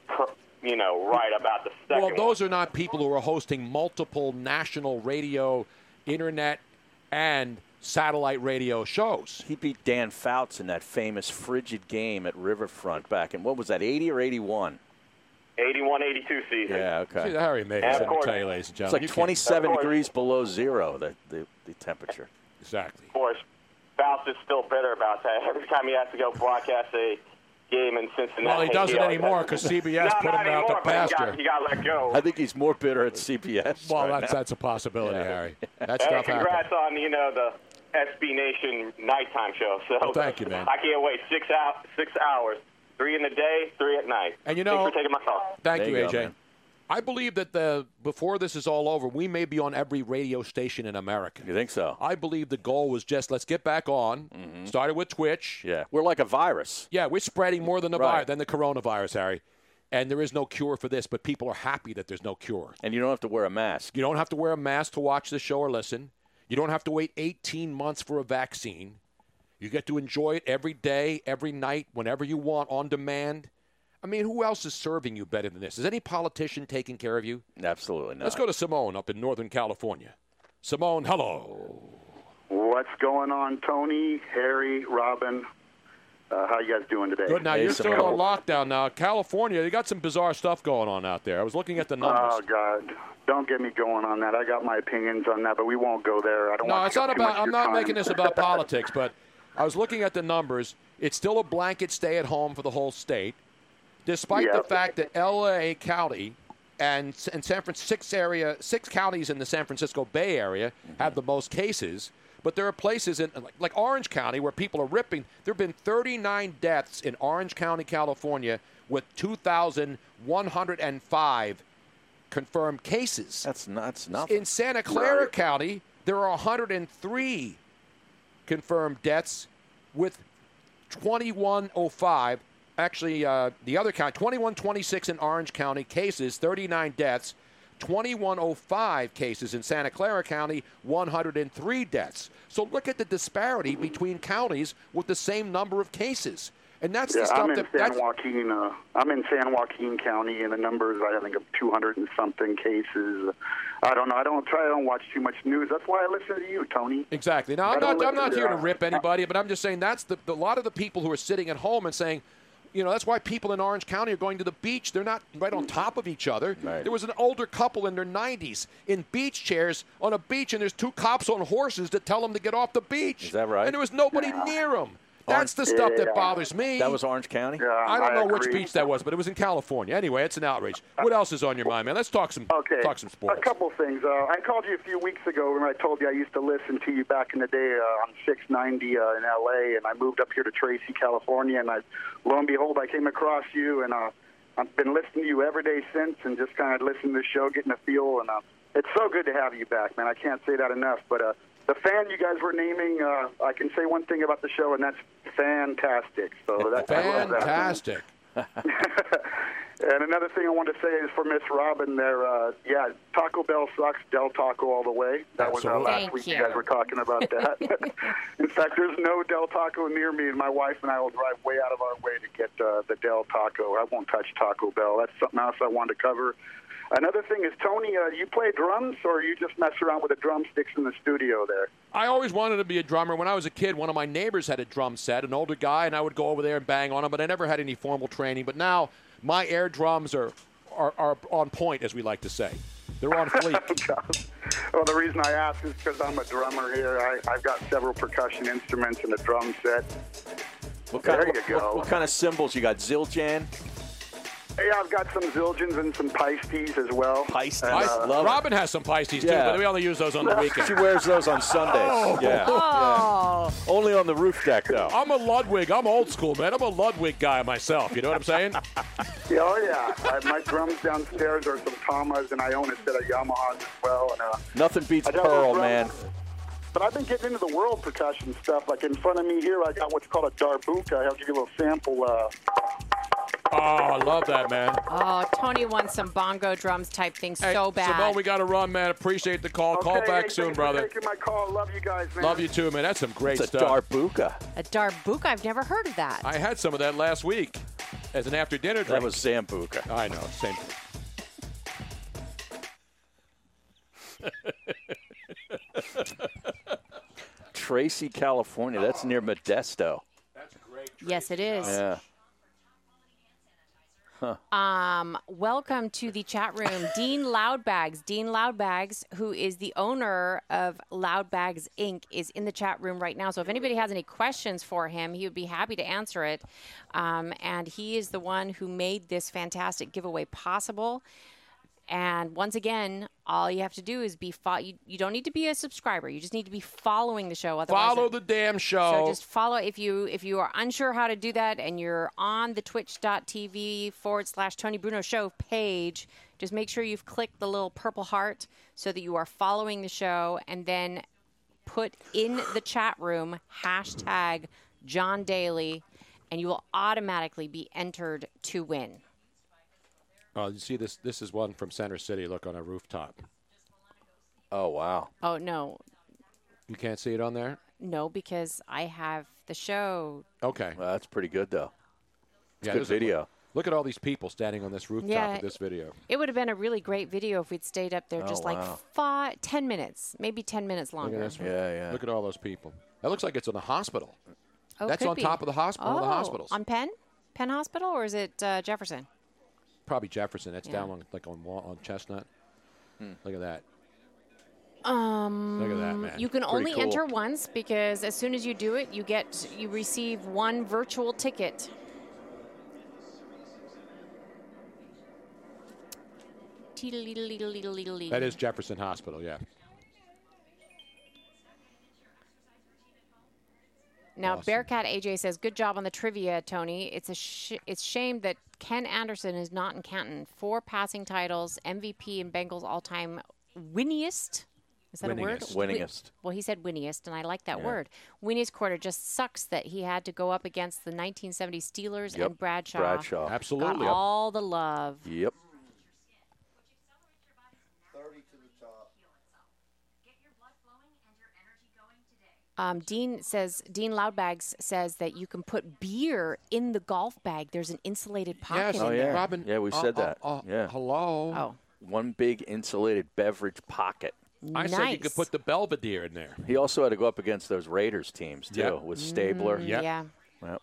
Speaker 19: per- you know, right about the second
Speaker 4: Well, those are not people who are hosting multiple national radio, internet, and satellite radio shows.
Speaker 7: He beat Dan Fouts in that famous frigid game at Riverfront back in what was that, 80 or 81?
Speaker 19: 81 82 season.
Speaker 7: Yeah, okay.
Speaker 4: See, Harry Mays,
Speaker 7: And
Speaker 4: let
Speaker 7: of
Speaker 4: me
Speaker 7: course-
Speaker 4: tell you, ladies and
Speaker 7: It's
Speaker 4: gentlemen.
Speaker 7: like
Speaker 4: you can't-
Speaker 7: 27 degrees below zero, the, the, the temperature.
Speaker 4: Exactly.
Speaker 19: Of course, Bounce is still bitter about that. Every time he has to go broadcast a game in Cincinnati,
Speaker 4: Well, he doesn't
Speaker 19: always
Speaker 4: anymore
Speaker 19: has to-
Speaker 4: because CBS
Speaker 19: No,
Speaker 4: put
Speaker 19: not
Speaker 4: him out
Speaker 19: anymore,
Speaker 4: the
Speaker 19: but he got-
Speaker 4: pasture.
Speaker 19: He got, let go.
Speaker 7: I think he's more bitter at CPS.
Speaker 4: Well,
Speaker 7: right
Speaker 4: that's
Speaker 7: now.
Speaker 4: that's a possibility, Harry. That
Speaker 19: Hey,
Speaker 4: stuff happens.
Speaker 19: congrats on you know the SB Nation nighttime show. So
Speaker 4: Well, thank you, man.
Speaker 19: I can't wait six out six hours, three in the day, three at night.
Speaker 4: And you know-
Speaker 19: thanks for taking my call.
Speaker 4: Thank you, AJ. I believe that the before this is all over, we may be on every radio station in America.
Speaker 7: You think so? Mm-hmm.
Speaker 4: I believe the goal was just let's get back on. Started with Twitch.
Speaker 7: Yeah, we're like a virus.
Speaker 4: Yeah, we're spreading more than the
Speaker 7: Right.
Speaker 4: virus than the coronavirus, Harry. And there is no cure for this, but people are happy that there's no cure.
Speaker 7: And you don't have to wear a mask.
Speaker 4: You don't have to wear a mask to watch the show or listen. You don't have to wait 18 months for a vaccine. You get to enjoy it every day, every night, whenever you want, on demand. I mean, who else is serving you better than this? Is any politician taking care of you?
Speaker 7: Absolutely not.
Speaker 4: Let's go to Simone up in Northern California. Simone, hello.
Speaker 12: What's going on, Tony, Harry, Robin? Uh, how you guys doing today?
Speaker 4: Good. Now you're still on lockdown. Now California, they got some bizarre stuff going on out there. I was looking at the numbers.
Speaker 12: Oh God! Don't get me going on that. I got my opinions on that, but we won't go there. I don't
Speaker 4: no,
Speaker 12: want.
Speaker 4: it's
Speaker 12: to
Speaker 4: not
Speaker 12: take too much
Speaker 4: about.
Speaker 12: of
Speaker 4: I'm
Speaker 12: your
Speaker 4: not
Speaker 12: time.
Speaker 4: making this about politics, but I was looking at the numbers. It's still a blanket stay at home for the whole state, despite the
Speaker 9: Yep.
Speaker 4: fact that L.A. County and and San Francisco area, six counties in the San Francisco Bay Area have the most cases. But there are places in like, like Orange County where people are ripping. There have been 39 deaths in Orange County, California, with 2,105 confirmed cases.
Speaker 7: That's nuts.
Speaker 4: In Santa Clara County, there are 103 confirmed deaths with 2105. Actually, uh, the other count 2126 in Orange County cases, 39 deaths, 2105 cases in Santa Clara County, 103 deaths. So look at the disparity between counties with the same number of cases. And that's
Speaker 12: yeah,
Speaker 4: the stuff
Speaker 12: I'm in
Speaker 4: that
Speaker 12: San
Speaker 4: that's,
Speaker 12: Joaquin. Uh, I'm in San Joaquin County, and the numbers I think of 200 and something cases. I don't know. I don't try. I don't watch too much news. That's why I listen to you, Tony.
Speaker 4: Exactly. Now,
Speaker 12: I
Speaker 4: I'm
Speaker 12: don't
Speaker 4: not, I'm
Speaker 12: listen
Speaker 4: not here to
Speaker 12: that.
Speaker 4: rip anybody, but I'm just saying that's the, the- a lot of the people who are sitting at home and saying, you know, that's why people in Orange County are going to the beach. They're not right on top of each other. There was an older couple in their 90s in beach chairs on a beach, and there's two cops on horses that tell them to get off the beach. Is that right? And there was nobody near them. That's the stuff that bothers me.
Speaker 7: That was Orange County?
Speaker 4: I don't know which beach that was, but it was in California. Anyway, it's an outrage. What else is on your mind, man? Let's talk some
Speaker 12: Okay.
Speaker 4: talk some sports.
Speaker 12: A couple things. Uh, I called you a few weeks ago when I told you I used to listen to you back in the day uh, on 690 uh, in LA, and I moved up here to Tracy, California, and I, lo and behold, I came across you, and uh, I've been listening to you every day since, and just kind of listening to the show, getting a feel, and uh, it's so good to have you back, man. I can't say that enough, but. Uh, the fan you guys were naming, uh, I can say one thing about the show, and that's fantastic. So that's I love that.
Speaker 4: Fantastic.
Speaker 12: And another thing I want to say is for Miss Robin there, uh, yeah, Taco Bell sucks, Del Taco all the way. That was
Speaker 4: Absolutely.
Speaker 12: uh, last
Speaker 4: Thank
Speaker 12: week
Speaker 4: you.
Speaker 12: you guys were talking about that. in fact, there's no Del Taco near me, and my wife and I will drive way out of our way to get uh, the Del Taco. I won't touch Taco Bell. That's something else I wanted to cover. Another thing is, Tony, uh, you play drums, or you just mess around with the drumsticks in the studio there?
Speaker 4: I always wanted to be a drummer. When I was a kid, one of my neighbors had a drum set, an older guy, and I would go over there and bang on him, but I never had any formal training. But now my air drums are, are, are on point, as we like to say. They're on
Speaker 7: Oh,
Speaker 4: fleek.
Speaker 12: Well, the reason I ask is because I'm a drummer here. I, I've got several percussion instruments and a drum set.
Speaker 7: What kind,
Speaker 12: there
Speaker 7: what,
Speaker 12: you go.
Speaker 7: What, what kind of symbols you got? Zildjian?
Speaker 12: Yeah, I've got some Zildjians and some Pisces as well. uh, Pisces,
Speaker 4: I- Robin has some Pisces, too, but we only use those on the weekend.
Speaker 7: She wears those on Sundays.
Speaker 4: Oh.
Speaker 7: Yeah.
Speaker 4: Oh.
Speaker 7: Yeah. Only on the roof deck, though.
Speaker 4: I'm a Ludwig. I'm old school, man. I'm a Ludwig guy myself. You know what I'm saying?
Speaker 12: Yeah, oh yeah. I, my drums downstairs are some Tamas, and I own a set of Yamahas as well. And, uh,
Speaker 7: Nothing beats
Speaker 12: I don't know
Speaker 7: Pearl,
Speaker 12: drums.
Speaker 7: man.
Speaker 12: but I've been getting into the world percussion stuff. Like in front of me here, I got what's called a darbuka. I'll give you a little sample. Uh,
Speaker 4: Oh, I love that, man.
Speaker 8: Oh, Tony wants some bongo drums type thing
Speaker 4: Hey,
Speaker 8: so bad.
Speaker 4: Simone, we got to run, man. Appreciate the call. call
Speaker 8: Okay,
Speaker 4: back
Speaker 8: hey,
Speaker 4: soon,
Speaker 8: thanks for
Speaker 4: brother.
Speaker 12: taking my call. Love you guys, man.
Speaker 4: Love you, too, man. That's some great
Speaker 7: It's a
Speaker 4: stuff.
Speaker 7: darbuka.
Speaker 8: A darbuka. I've never heard of that.
Speaker 4: I had some of that last week as an after dinner drink. That was
Speaker 7: Zambuca.
Speaker 4: I know, same.
Speaker 7: Tracy, California. That's near Modesto.
Speaker 8: yes, it is.
Speaker 7: Yeah. Huh.
Speaker 8: Um, welcome to the chat room, Dean Loudbags. Dean Loudbags, who is the owner of Loudbags Inc., is in the chat room right now. So if anybody has any questions for him, he would be happy to answer it. Um, and he is the one who made this fantastic giveaway possible. And once again, all you have to do is be fo- you, you don't need to be a subscriber. You just need to be following the show. Otherwise,
Speaker 4: Follow the damn show.
Speaker 8: so just follow if you if you are unsure how to do that and you're on the twitch.tv forward slash Tony Bruno show page, just make sure you've clicked the little purple heart so that you are following the show and then put in the chat room hashtag John Daly and you will automatically be entered to win.
Speaker 4: Oh, you see this? This is one from Center City. Look on a rooftop.
Speaker 7: Oh wow!
Speaker 8: Oh no,
Speaker 4: You can't see it on there.
Speaker 8: no, because I have the show.
Speaker 4: Okay.
Speaker 7: Well, that's pretty good though. It's good
Speaker 4: there's a-
Speaker 7: video.
Speaker 4: look at all these people standing on this rooftop
Speaker 8: Yeah.
Speaker 4: of this video.
Speaker 8: It would have been a really great video if we'd stayed up there
Speaker 4: Oh,
Speaker 8: just like
Speaker 4: wow.
Speaker 8: fi- 10 minutes, maybe 10 minutes
Speaker 4: Look
Speaker 8: longer.
Speaker 4: at this one. Yeah, yeah. Look at all those people. That looks like it's in a hospital.
Speaker 8: Oh,
Speaker 4: That's
Speaker 8: could
Speaker 4: on
Speaker 8: be.
Speaker 4: top of the hospital.
Speaker 8: Oh,
Speaker 4: One of the hospitals.
Speaker 8: On Penn? Penn Hospital, or is it uh, Jefferson?
Speaker 4: Probably Jefferson. That's
Speaker 8: Yeah.
Speaker 4: down
Speaker 7: Hmm.
Speaker 4: on like on Wa- on Chestnut. Look at that.
Speaker 8: Um,
Speaker 4: Look at that, man.
Speaker 8: You can only
Speaker 7: cool.
Speaker 8: enter once because as soon as you do it, you get you receive one virtual ticket.
Speaker 4: That is Jefferson Hospital, yeah.
Speaker 8: Now, Bearcat AJ says, "Good job on the trivia, Tony. It's a sh- it's shame that Ken Anderson is not in Canton. Four passing titles, MVP, and Bengals all-time winningest. Is that
Speaker 7: Winningest.
Speaker 8: a word? Wi-
Speaker 7: Winningest.
Speaker 8: well, he said winningest, and I like that
Speaker 7: Yeah.
Speaker 8: word. Winningest quarter just sucks that he had to go up against the 1970 Steelers
Speaker 7: Yep,
Speaker 8: and Bradshaw.
Speaker 7: Bradshaw.
Speaker 8: Got
Speaker 7: Absolutely.
Speaker 8: all the love.
Speaker 7: Yep.
Speaker 8: Um, Dean says Dean Loudbags says that you can put beer in the golf bag. There's an insulated pocket. in
Speaker 7: oh,
Speaker 8: there.
Speaker 7: yeah. yeah,
Speaker 8: uh,
Speaker 7: we said that. yeah.
Speaker 4: uh, Hello.
Speaker 8: Oh.
Speaker 7: One big insulated beverage pocket.
Speaker 4: I said you could put the Belvedere in there.
Speaker 7: He also had to go up against those Raiders teams too
Speaker 4: Yep.
Speaker 7: with Stabler.
Speaker 4: Mm, Yep. yeah.
Speaker 7: Yep.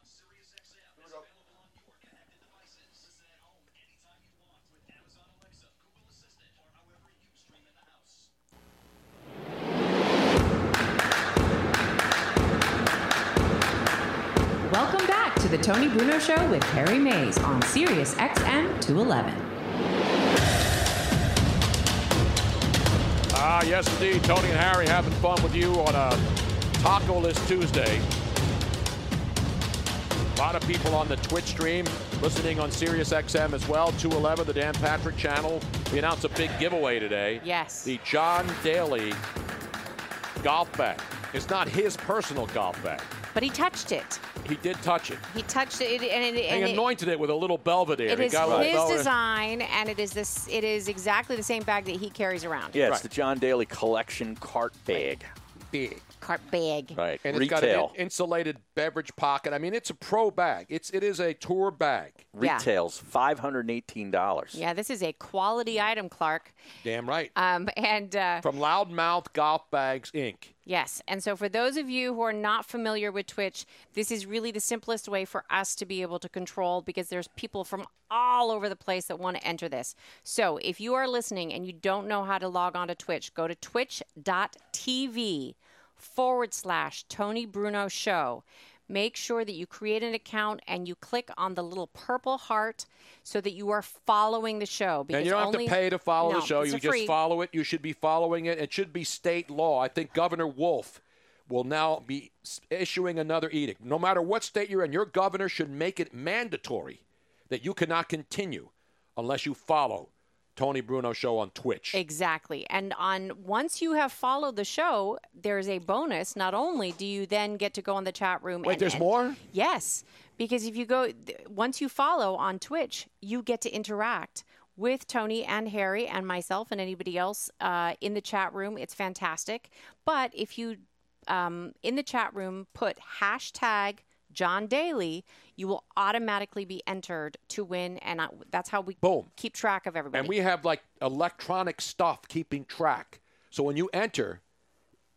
Speaker 13: Welcome back to the Tony Bruno Show with Harry Mays on Sirius XM 211.
Speaker 4: Ah, yes, indeed. Tony and Harry having fun with you on a Taco-less Tuesday. A lot of people on the Twitch stream listening on Sirius XM as well. 211, the Dan Patrick channel. We announced a big giveaway today.
Speaker 8: Yes.
Speaker 4: The John Daly golf bag. It's not his personal golf bag.
Speaker 8: But he touched it.
Speaker 4: He did touch it.
Speaker 8: He touched it, and it, and
Speaker 4: he
Speaker 8: it,
Speaker 4: anointed it with a little Belvedere.
Speaker 8: it
Speaker 4: He
Speaker 8: is
Speaker 4: got a little
Speaker 8: his
Speaker 4: Belvedere.
Speaker 8: design, and it is this. It is exactly the same bag that he carries around.
Speaker 7: Yeah, it's the John Daly collection cart bag.
Speaker 4: Big.
Speaker 8: cart bag.
Speaker 7: Right.
Speaker 4: and it's
Speaker 7: Retail.
Speaker 4: got an in- insulated beverage pocket. I mean, it's a pro bag. It's it is a tour bag.
Speaker 8: Yeah.
Speaker 7: Retails five hundred and eighteen dollars.
Speaker 8: Yeah, this is a quality item, Clark.
Speaker 4: Damn right.
Speaker 8: Um, and uh,
Speaker 4: From Loudmouth Golf Bags Inc.
Speaker 8: Yes. And so, for those of you who are not familiar with Twitch, this is really the simplest way for us to be able to control because there's people from all over the place that want to enter this. So, if you are listening and you don't know how to log on to Twitch, go to twitch.tv forward slash Tony Bruno Show. Make sure that you create an account and you click on the little purple heart so that you are following the show.
Speaker 4: And you don't have
Speaker 8: only-
Speaker 4: to pay to follow
Speaker 8: No,
Speaker 4: the show.
Speaker 8: it's
Speaker 4: You
Speaker 8: a
Speaker 4: just
Speaker 8: free-
Speaker 4: follow it. You should be following it. It should be state law. I think Governor Wolf will now be s- issuing another edict. No matter what state you're in, your governor should make it mandatory that you cannot continue unless you follow Tony Bruno Show on Twitch.
Speaker 8: Exactly. And on once you have followed the show, there's a bonus. Not only do you then get to go in the chat room.
Speaker 4: Wait,
Speaker 8: and,
Speaker 4: there's
Speaker 8: and-
Speaker 4: more?
Speaker 8: Yes, because if you go th- once you follow on Twitch, you get to interact with Tony and Harry and myself and anybody else uh, in the chat room. It's fantastic. But if you um, in the chat room put hashtag John Daly, you will automatically be entered to win, and I, that's how we
Speaker 4: Boom.
Speaker 8: keep track of everybody.
Speaker 4: And we have like electronic stuff keeping track. So when you enter,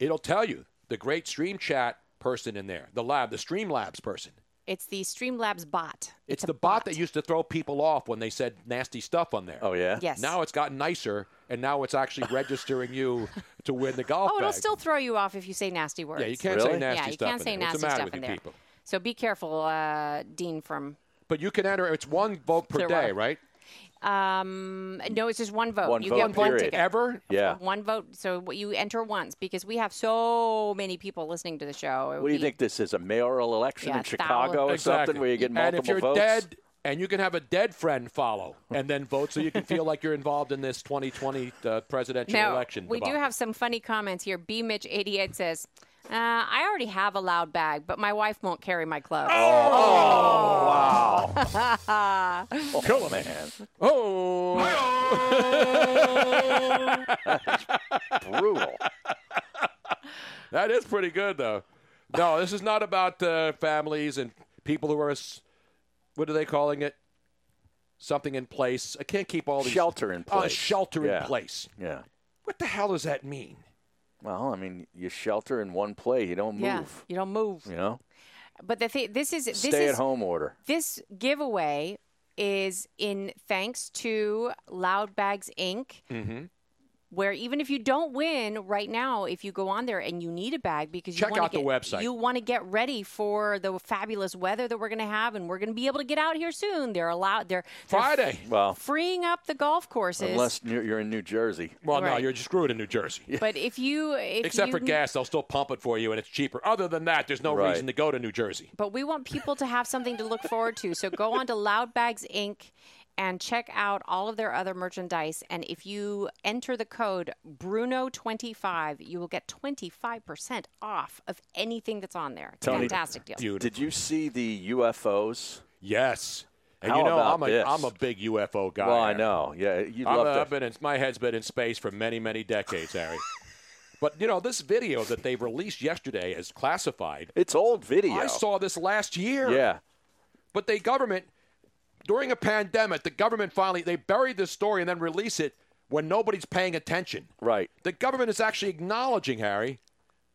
Speaker 4: it'll tell you the great stream chat person in there, the lab, the stream labs person.
Speaker 8: It's the Streamlabs bot.
Speaker 4: It's, the bot, that used to throw people off when they said nasty stuff on there. Oh
Speaker 7: yeah.
Speaker 8: Yes.
Speaker 4: Now it's gotten nicer, and now it's actually registering you to win the golf
Speaker 8: Oh, it'll
Speaker 4: bag.
Speaker 8: still throw you off if you say nasty words.
Speaker 4: yeah, you can't say nasty
Speaker 8: yeah, you
Speaker 4: stuff.
Speaker 8: can't
Speaker 4: in
Speaker 8: say
Speaker 4: there.
Speaker 8: nasty
Speaker 4: What's the matter
Speaker 8: stuff
Speaker 4: with
Speaker 8: in
Speaker 4: you
Speaker 8: there.
Speaker 4: people?
Speaker 8: So be careful, uh, Dean from.
Speaker 4: But you can enter. It's one vote per
Speaker 8: Clearwater.
Speaker 4: day, right?
Speaker 8: Um, no, it's just one vote.
Speaker 4: One
Speaker 8: you
Speaker 4: vote,
Speaker 8: get one
Speaker 4: period.
Speaker 8: ticket.
Speaker 4: Ever? Yeah.
Speaker 8: One vote. So what you enter once because we have so many people listening to the show. It
Speaker 7: What
Speaker 8: would
Speaker 7: do you
Speaker 8: be-
Speaker 7: think this is? A mayoral election
Speaker 8: Yeah,
Speaker 7: in Chicago or
Speaker 4: Exactly.
Speaker 7: something where you get
Speaker 4: And
Speaker 7: multiple
Speaker 4: if you're
Speaker 7: votes?
Speaker 4: dead, and you can have a dead friend follow and then vote, so you can feel like you're involved in this 2020 uh, presidential
Speaker 8: Now,
Speaker 4: election.
Speaker 8: we do
Speaker 4: debacle.
Speaker 8: have some funny comments here. B Mitch eighty eight says, uh, "I already have a loud bag, but my wife won't carry my clubs."
Speaker 7: Oh,
Speaker 8: wow!
Speaker 7: Kill him, man.
Speaker 4: Oh.
Speaker 7: brutal.
Speaker 4: That is pretty good, though. No, this is not about uh, families and people who are, s- what are they calling it? Something in place. I can't keep all these.
Speaker 7: Shelter in
Speaker 4: Oh,
Speaker 7: place.
Speaker 4: shelter
Speaker 7: Yeah.
Speaker 4: in place.
Speaker 7: Yeah.
Speaker 4: What the hell does that mean?
Speaker 7: Well, I mean, you shelter in one place. You don't
Speaker 8: Yeah,
Speaker 7: move.
Speaker 8: you don't move.
Speaker 7: You know,
Speaker 8: But the thing, this is this
Speaker 7: stay
Speaker 8: is
Speaker 7: at home order.
Speaker 8: This giveaway is in thanks to Loud Bags Inc.
Speaker 4: Mm-hmm.
Speaker 8: where even if you don't win right now, if you go on there and you need a bag because you
Speaker 4: Check
Speaker 8: wanna
Speaker 4: out the
Speaker 8: get-
Speaker 4: website.
Speaker 8: you want to get ready for the fabulous weather that we're going to have, and we're going to be able to get out here soon. They're allowed. They're, they're
Speaker 4: Friday.
Speaker 7: Well,
Speaker 8: freeing up the golf courses.
Speaker 7: unless New- you're in New Jersey.
Speaker 4: Well, no,
Speaker 8: Right.
Speaker 4: you're screwed in New Jersey.
Speaker 8: but if you, if
Speaker 4: Except
Speaker 8: you,
Speaker 4: for gas, they'll still pump it for you, and it's cheaper. Other than that, there's no
Speaker 7: Right.
Speaker 4: reason to go to New Jersey.
Speaker 8: But we want people to have something to look forward to. So go on to Loud Bags Inc. and check out all of their other merchandise. And if you enter the code Bruno25, you will get 25% off of anything that's on there. It's a
Speaker 7: Tony,
Speaker 8: fantastic deal.
Speaker 7: Did you see the UFOs?
Speaker 4: Yes. And
Speaker 7: How
Speaker 4: you know,
Speaker 7: about
Speaker 4: I'm a
Speaker 7: this?
Speaker 4: am a big UFO guy.
Speaker 7: Well, I
Speaker 4: Harry.
Speaker 7: know. Yeah, you'd
Speaker 4: I'm
Speaker 7: love
Speaker 4: a-
Speaker 7: to-
Speaker 4: I've been in, my head's been in space for many, many decades, Harry. But you know, this video that they released yesterday is classified.
Speaker 7: It's old video.
Speaker 4: I saw this last year.
Speaker 7: Yeah.
Speaker 4: But the government during a pandemic, the government finally they buried this story and then release it when nobody's paying attention.
Speaker 7: Right.
Speaker 4: The government is actually acknowledging, Harry,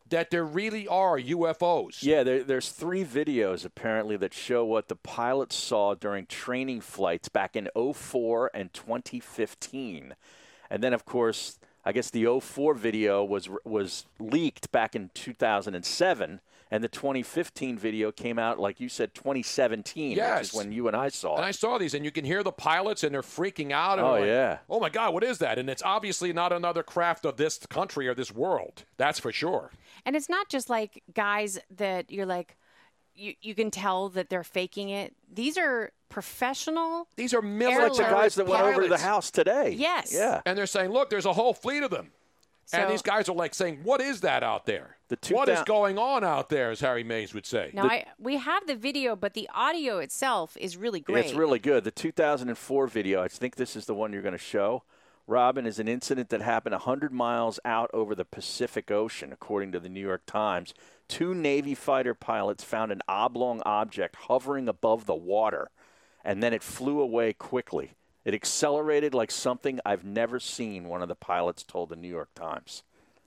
Speaker 4: that there really are UFOs.
Speaker 7: Yeah, there, there's three videos apparently that show what the pilots saw during training flights back in 04 and 2015. And then, of course, I guess the 04 video was was leaked back in 2007, and the 2015 video came out, like you said, 2017, which
Speaker 4: Yes.
Speaker 7: is when you and I saw
Speaker 4: And
Speaker 7: it.
Speaker 4: I saw these, and you can hear the pilots, and they're freaking out. And
Speaker 7: Oh,
Speaker 4: I'm like,
Speaker 7: yeah.
Speaker 4: Oh my God, what is that? And it's obviously not another craft of this country or this world. That's for sure.
Speaker 8: And it's not just like guys that you're like, you, you can tell that they're faking it. These are professional.
Speaker 4: These are
Speaker 7: It's like the guys that went over to the house today.
Speaker 8: Yes.
Speaker 7: Yeah.
Speaker 4: And they're saying, look, there's a whole fleet of them.
Speaker 8: So-
Speaker 4: and these guys are like saying, what is that out there?
Speaker 7: The
Speaker 4: what is
Speaker 7: 2000
Speaker 4: going on out there, as Harry Mays would say.
Speaker 8: Now, I, we have the video, but the audio itself is really great.
Speaker 7: It's really good. The 2004 video, I think this is the one you're going to show. Robin is an incident that happened 100 miles out over the Pacific Ocean, according to the New York Times. Two Navy fighter pilots found an oblong object hovering above the water, and then it flew away quickly. It accelerated like something I've never seen, one of the pilots told the New York Times.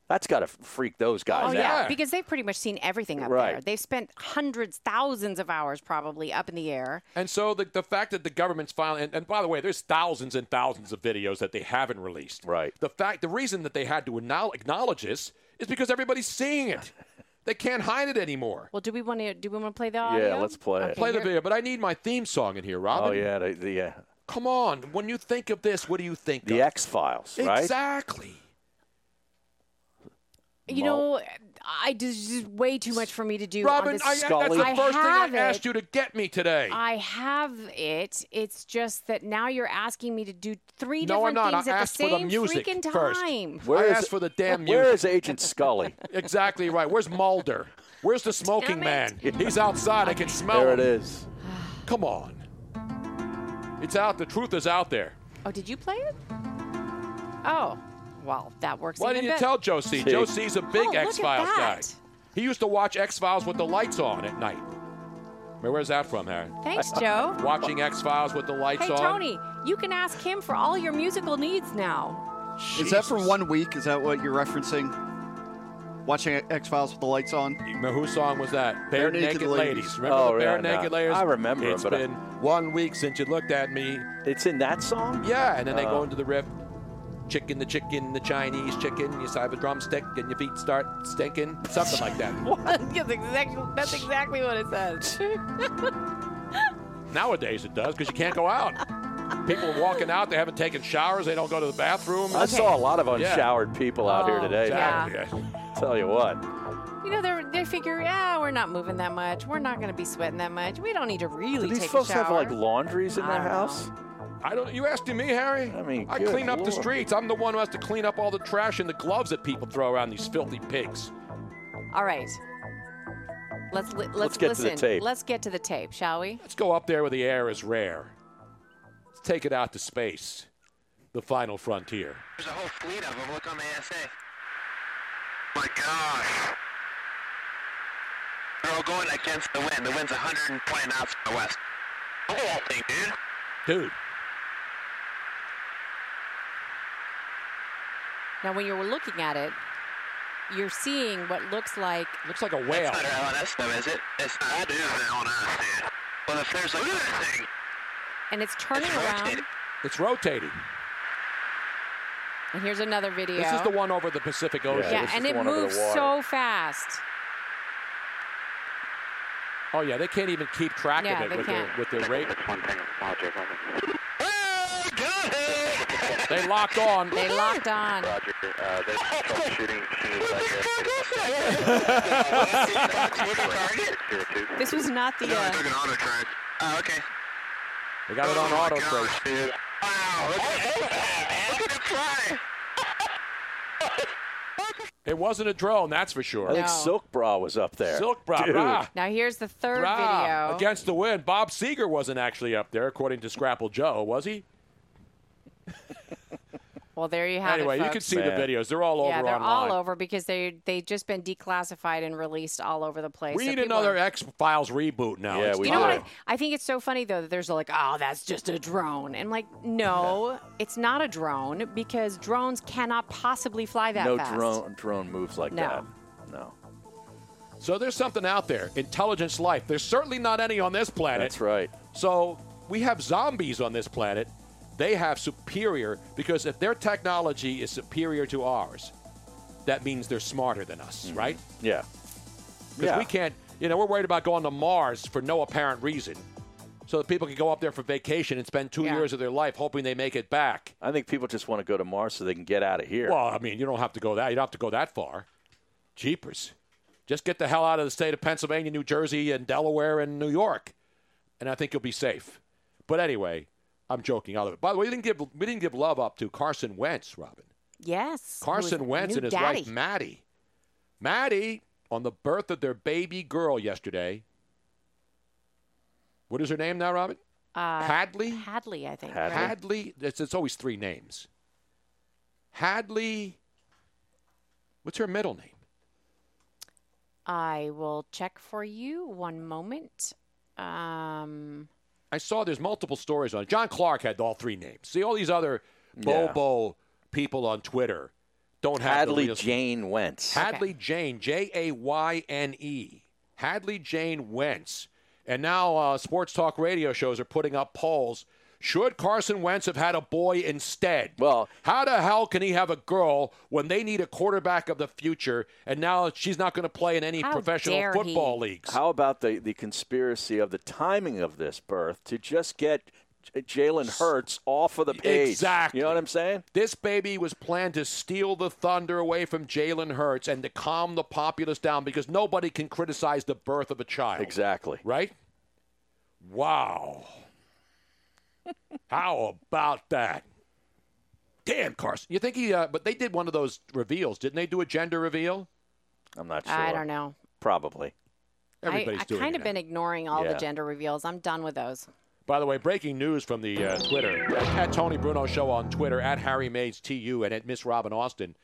Speaker 7: That's got to freak those guys
Speaker 8: Oh
Speaker 7: out.
Speaker 8: yeah, because they've pretty much seen everything up there.
Speaker 7: Right.
Speaker 8: They've spent hundreds, thousands of hours probably up in the air.
Speaker 4: And so the, the fact that the government's filing, and, and by the way, there's thousands and thousands of videos that they haven't released. Right. The fact, the reason that they had to acknowl- acknowledge this is because everybody's seeing it. they can't hide it anymore.
Speaker 8: Well, do we want to do we want to play the audio? Okay,
Speaker 4: Play the
Speaker 8: here-
Speaker 4: video, but I need my theme song in here, Robin.
Speaker 7: Oh, yeah. The, the, uh,
Speaker 4: Come on. When you think of this, what do you think
Speaker 7: the X Files,
Speaker 4: of?
Speaker 7: right?
Speaker 4: Exactly.
Speaker 8: You know, I there's just way too much for me to do. on
Speaker 4: Robin,
Speaker 8: this.
Speaker 4: I, that's the first thing I
Speaker 8: have
Speaker 4: asked
Speaker 8: it.
Speaker 4: you to get me today.
Speaker 8: I have it. It's just that now you're asking me to do three
Speaker 4: no, I'm
Speaker 8: different
Speaker 4: not.
Speaker 8: things
Speaker 4: I
Speaker 8: at
Speaker 4: asked
Speaker 8: the
Speaker 4: for
Speaker 8: same
Speaker 4: the music
Speaker 8: freaking
Speaker 4: first.
Speaker 8: time.
Speaker 4: I asked for the damn music.
Speaker 7: Where is Agent Scully?
Speaker 4: exactly right. Where's Mulder? Where's the smoking man? He's outside. I can smell
Speaker 7: There
Speaker 4: him.
Speaker 7: it is.
Speaker 4: Come on. It's out. The truth is out there.
Speaker 8: Oh, did you play it? Oh, well, that works.
Speaker 4: Why
Speaker 8: even
Speaker 4: didn't you
Speaker 8: bet-
Speaker 4: tell Josie?
Speaker 7: See.
Speaker 4: Josie's a big
Speaker 8: Oh, look at
Speaker 4: X Files guy.
Speaker 8: that.
Speaker 4: He used to watch X Files with the lights on at night. Where- Where's that from, Harry?
Speaker 8: Thanks, Joe.
Speaker 4: Watching X Files with the lights
Speaker 8: Hey,
Speaker 4: on.
Speaker 8: Tony, you can ask him for all your musical needs now.
Speaker 16: Is that from one week? Is that what you're referencing? Watching X Files with the lights on.
Speaker 4: Remember whose song was that? Bare, Naked, Ladies. Remember
Speaker 7: Oh,
Speaker 4: the Bare
Speaker 7: yeah, no.
Speaker 4: Naked Ladies?
Speaker 7: I remember,
Speaker 4: It's
Speaker 7: but I-
Speaker 4: been one week since you looked at me.
Speaker 7: It's in that song?
Speaker 4: Yeah, and then they go
Speaker 7: Oh.
Speaker 4: into the riff. Chicken, the chicken, the Chinese chicken. You side with drumstick, and your feet start stinking. Something like that.
Speaker 8: that's, exactly, that's exactly what it says.
Speaker 4: Nowadays it does because you can't go out. People are walking out. They haven't taken showers. They don't go to the bathroom.
Speaker 7: I saw a lot of
Speaker 4: Yeah.
Speaker 7: unshowered people out here
Speaker 8: Oh,
Speaker 7: today.
Speaker 8: Exactly.
Speaker 7: Tell you what.
Speaker 8: you know, they they figure, yeah, we're not moving that much. We're not going to be sweating that much. We don't need to
Speaker 7: Do
Speaker 8: really
Speaker 7: these
Speaker 8: take
Speaker 7: folks
Speaker 8: a shower.
Speaker 7: have like laundries in their house?
Speaker 4: I don't. You asking me, Harry? I
Speaker 7: mean,
Speaker 4: I
Speaker 7: good
Speaker 4: clean up the
Speaker 7: Lord.
Speaker 4: streets. I'm the one who has to clean up all the trash and the gloves that people throw around these filthy pigs.
Speaker 8: all right. Let's, li- let's,
Speaker 4: get to the
Speaker 8: listen.
Speaker 4: tape.
Speaker 8: Let's get to the tape, shall we?
Speaker 4: Let's go up there where the air is rare. Let's take it out to space, the final frontier.
Speaker 9: There's a whole fleet of them. Look on the ASA. My gosh. They're all going against the wind. The wind's 120 knots from the west. Look at that thing, dude.
Speaker 4: Dude,
Speaker 8: Now, when you're looking at it, you're seeing what looks like
Speaker 4: looks like a whale.
Speaker 9: That's not an LNS, though, is it? It's not. That is an LNS, dude. Well, if there's a... Look at that thing.
Speaker 8: and it's turning around.
Speaker 4: It's rotating.
Speaker 8: And here's another video.
Speaker 4: This is the one over the Pacific Ocean.
Speaker 8: Yeah, and it moves so fast.
Speaker 4: Oh yeah, they can't even keep track
Speaker 8: Yeah,
Speaker 4: of
Speaker 8: they
Speaker 4: it with
Speaker 8: can't.
Speaker 4: their with their rate. they locked on.
Speaker 8: They locked on.
Speaker 9: Roger, uh, there's troubleshooting.
Speaker 8: This was not the. Uh,
Speaker 9: Oh, okay.
Speaker 4: They got it on auto trace. It wasn't a drone, that's for sure.
Speaker 7: I think Silk Bra was up there.
Speaker 4: Silk Bra,
Speaker 7: Dude.
Speaker 4: bra.
Speaker 8: Now here's the third
Speaker 4: Bra.
Speaker 8: video.
Speaker 4: Against the wind. Bob Seeger wasn't actually up there, according to Scrapple Joe, was he?
Speaker 8: Well, there you have it.
Speaker 4: anyway, you can
Speaker 8: folks.
Speaker 4: see the videos. They're all over
Speaker 8: Yeah, they're
Speaker 4: online.
Speaker 8: all over because they they've just been declassified and released all over the place.
Speaker 4: We
Speaker 8: So
Speaker 4: need
Speaker 8: people
Speaker 4: another
Speaker 8: are-
Speaker 4: X Files reboot now.
Speaker 7: Yeah,
Speaker 4: It's
Speaker 7: we
Speaker 8: You know what?
Speaker 4: time.
Speaker 8: I, I think it's so funny though that there's like, oh, that's just a drone, and like, no, it's not a drone because drones cannot possibly fly that
Speaker 7: no
Speaker 8: fast.
Speaker 7: drone drone moves like
Speaker 8: No.
Speaker 7: that. No.
Speaker 4: So there's something out there. Intelligence life. There's certainly not any on this planet.
Speaker 7: That's right.
Speaker 4: So we have zombies on this planet. They have superior because if their technology is superior to ours, that means they're smarter than us, right?
Speaker 7: Mm-hmm. Yeah.
Speaker 4: Because we can't, you know, we're worried about going to Mars for no apparent reason. So that people can go up there for vacation and spend two years of their life hoping they make it back.
Speaker 7: I think people just want to go to Mars so they can get out of here.
Speaker 4: Well, I mean, you don't have to go that. You don't have to go that far. Jeepers! Just get the hell out of the state of Pennsylvania, New Jersey, and Delaware and New York, and I think you'll be safe. But anyway, I'm joking out of it. By the way, we didn't give we didn't give love up to Carson Wentz, Robin.
Speaker 8: Yes. who is
Speaker 4: Carson
Speaker 8: the
Speaker 4: Wentz
Speaker 8: new
Speaker 4: and his
Speaker 8: daddy.
Speaker 4: wife Maddie. Maddie on the birth of their baby girl yesterday. What is her name now, Robin?
Speaker 8: Uh,
Speaker 4: Hadley?
Speaker 8: Hadley, I think.
Speaker 4: Hadley.
Speaker 8: right?
Speaker 4: It's, it's always three names. Hadley. What's her middle name?
Speaker 8: I will check for you. One moment. Um,
Speaker 4: I saw there's multiple stories on it. John Clark had all three names. See, all these other Bobo people on Twitter don't have the
Speaker 7: Hadley
Speaker 4: real-
Speaker 7: Jane Wentz.
Speaker 4: Hadley Jane, J A Y N E. Hadley Jane Wentz. And now uh, sports talk radio shows are putting up polls. Should Carson Wentz have had a boy instead? Well, how the hell can he have a girl when they need a quarterback of the future and now she's not going to play in any professional football league?
Speaker 7: How about the, the conspiracy of the timing of this birth to just get J- Jalen Hurts off of the page?
Speaker 4: Exactly.
Speaker 7: You know what I'm saying?
Speaker 4: This baby was planned to steal the thunder away from Jalen Hurts and to calm the populace down because nobody can criticize the birth of a child.
Speaker 7: Exactly.
Speaker 4: Right? Wow. How about that? Damn, Carson. You think he, uh, but they did one of those reveals. Didn't they do a gender reveal?
Speaker 7: I'm not
Speaker 8: I don't know.
Speaker 7: Probably.
Speaker 4: Everybody's
Speaker 8: I, I
Speaker 4: doing
Speaker 8: kind
Speaker 4: it
Speaker 8: of
Speaker 4: now.
Speaker 8: been ignoring all
Speaker 4: Yeah.
Speaker 8: the gender reveals. I'm done with those.
Speaker 4: By the way, breaking news from the uh, Twitter at Tony Bruno Show on Twitter at Harry Mays TU and at Miss Robin Austin.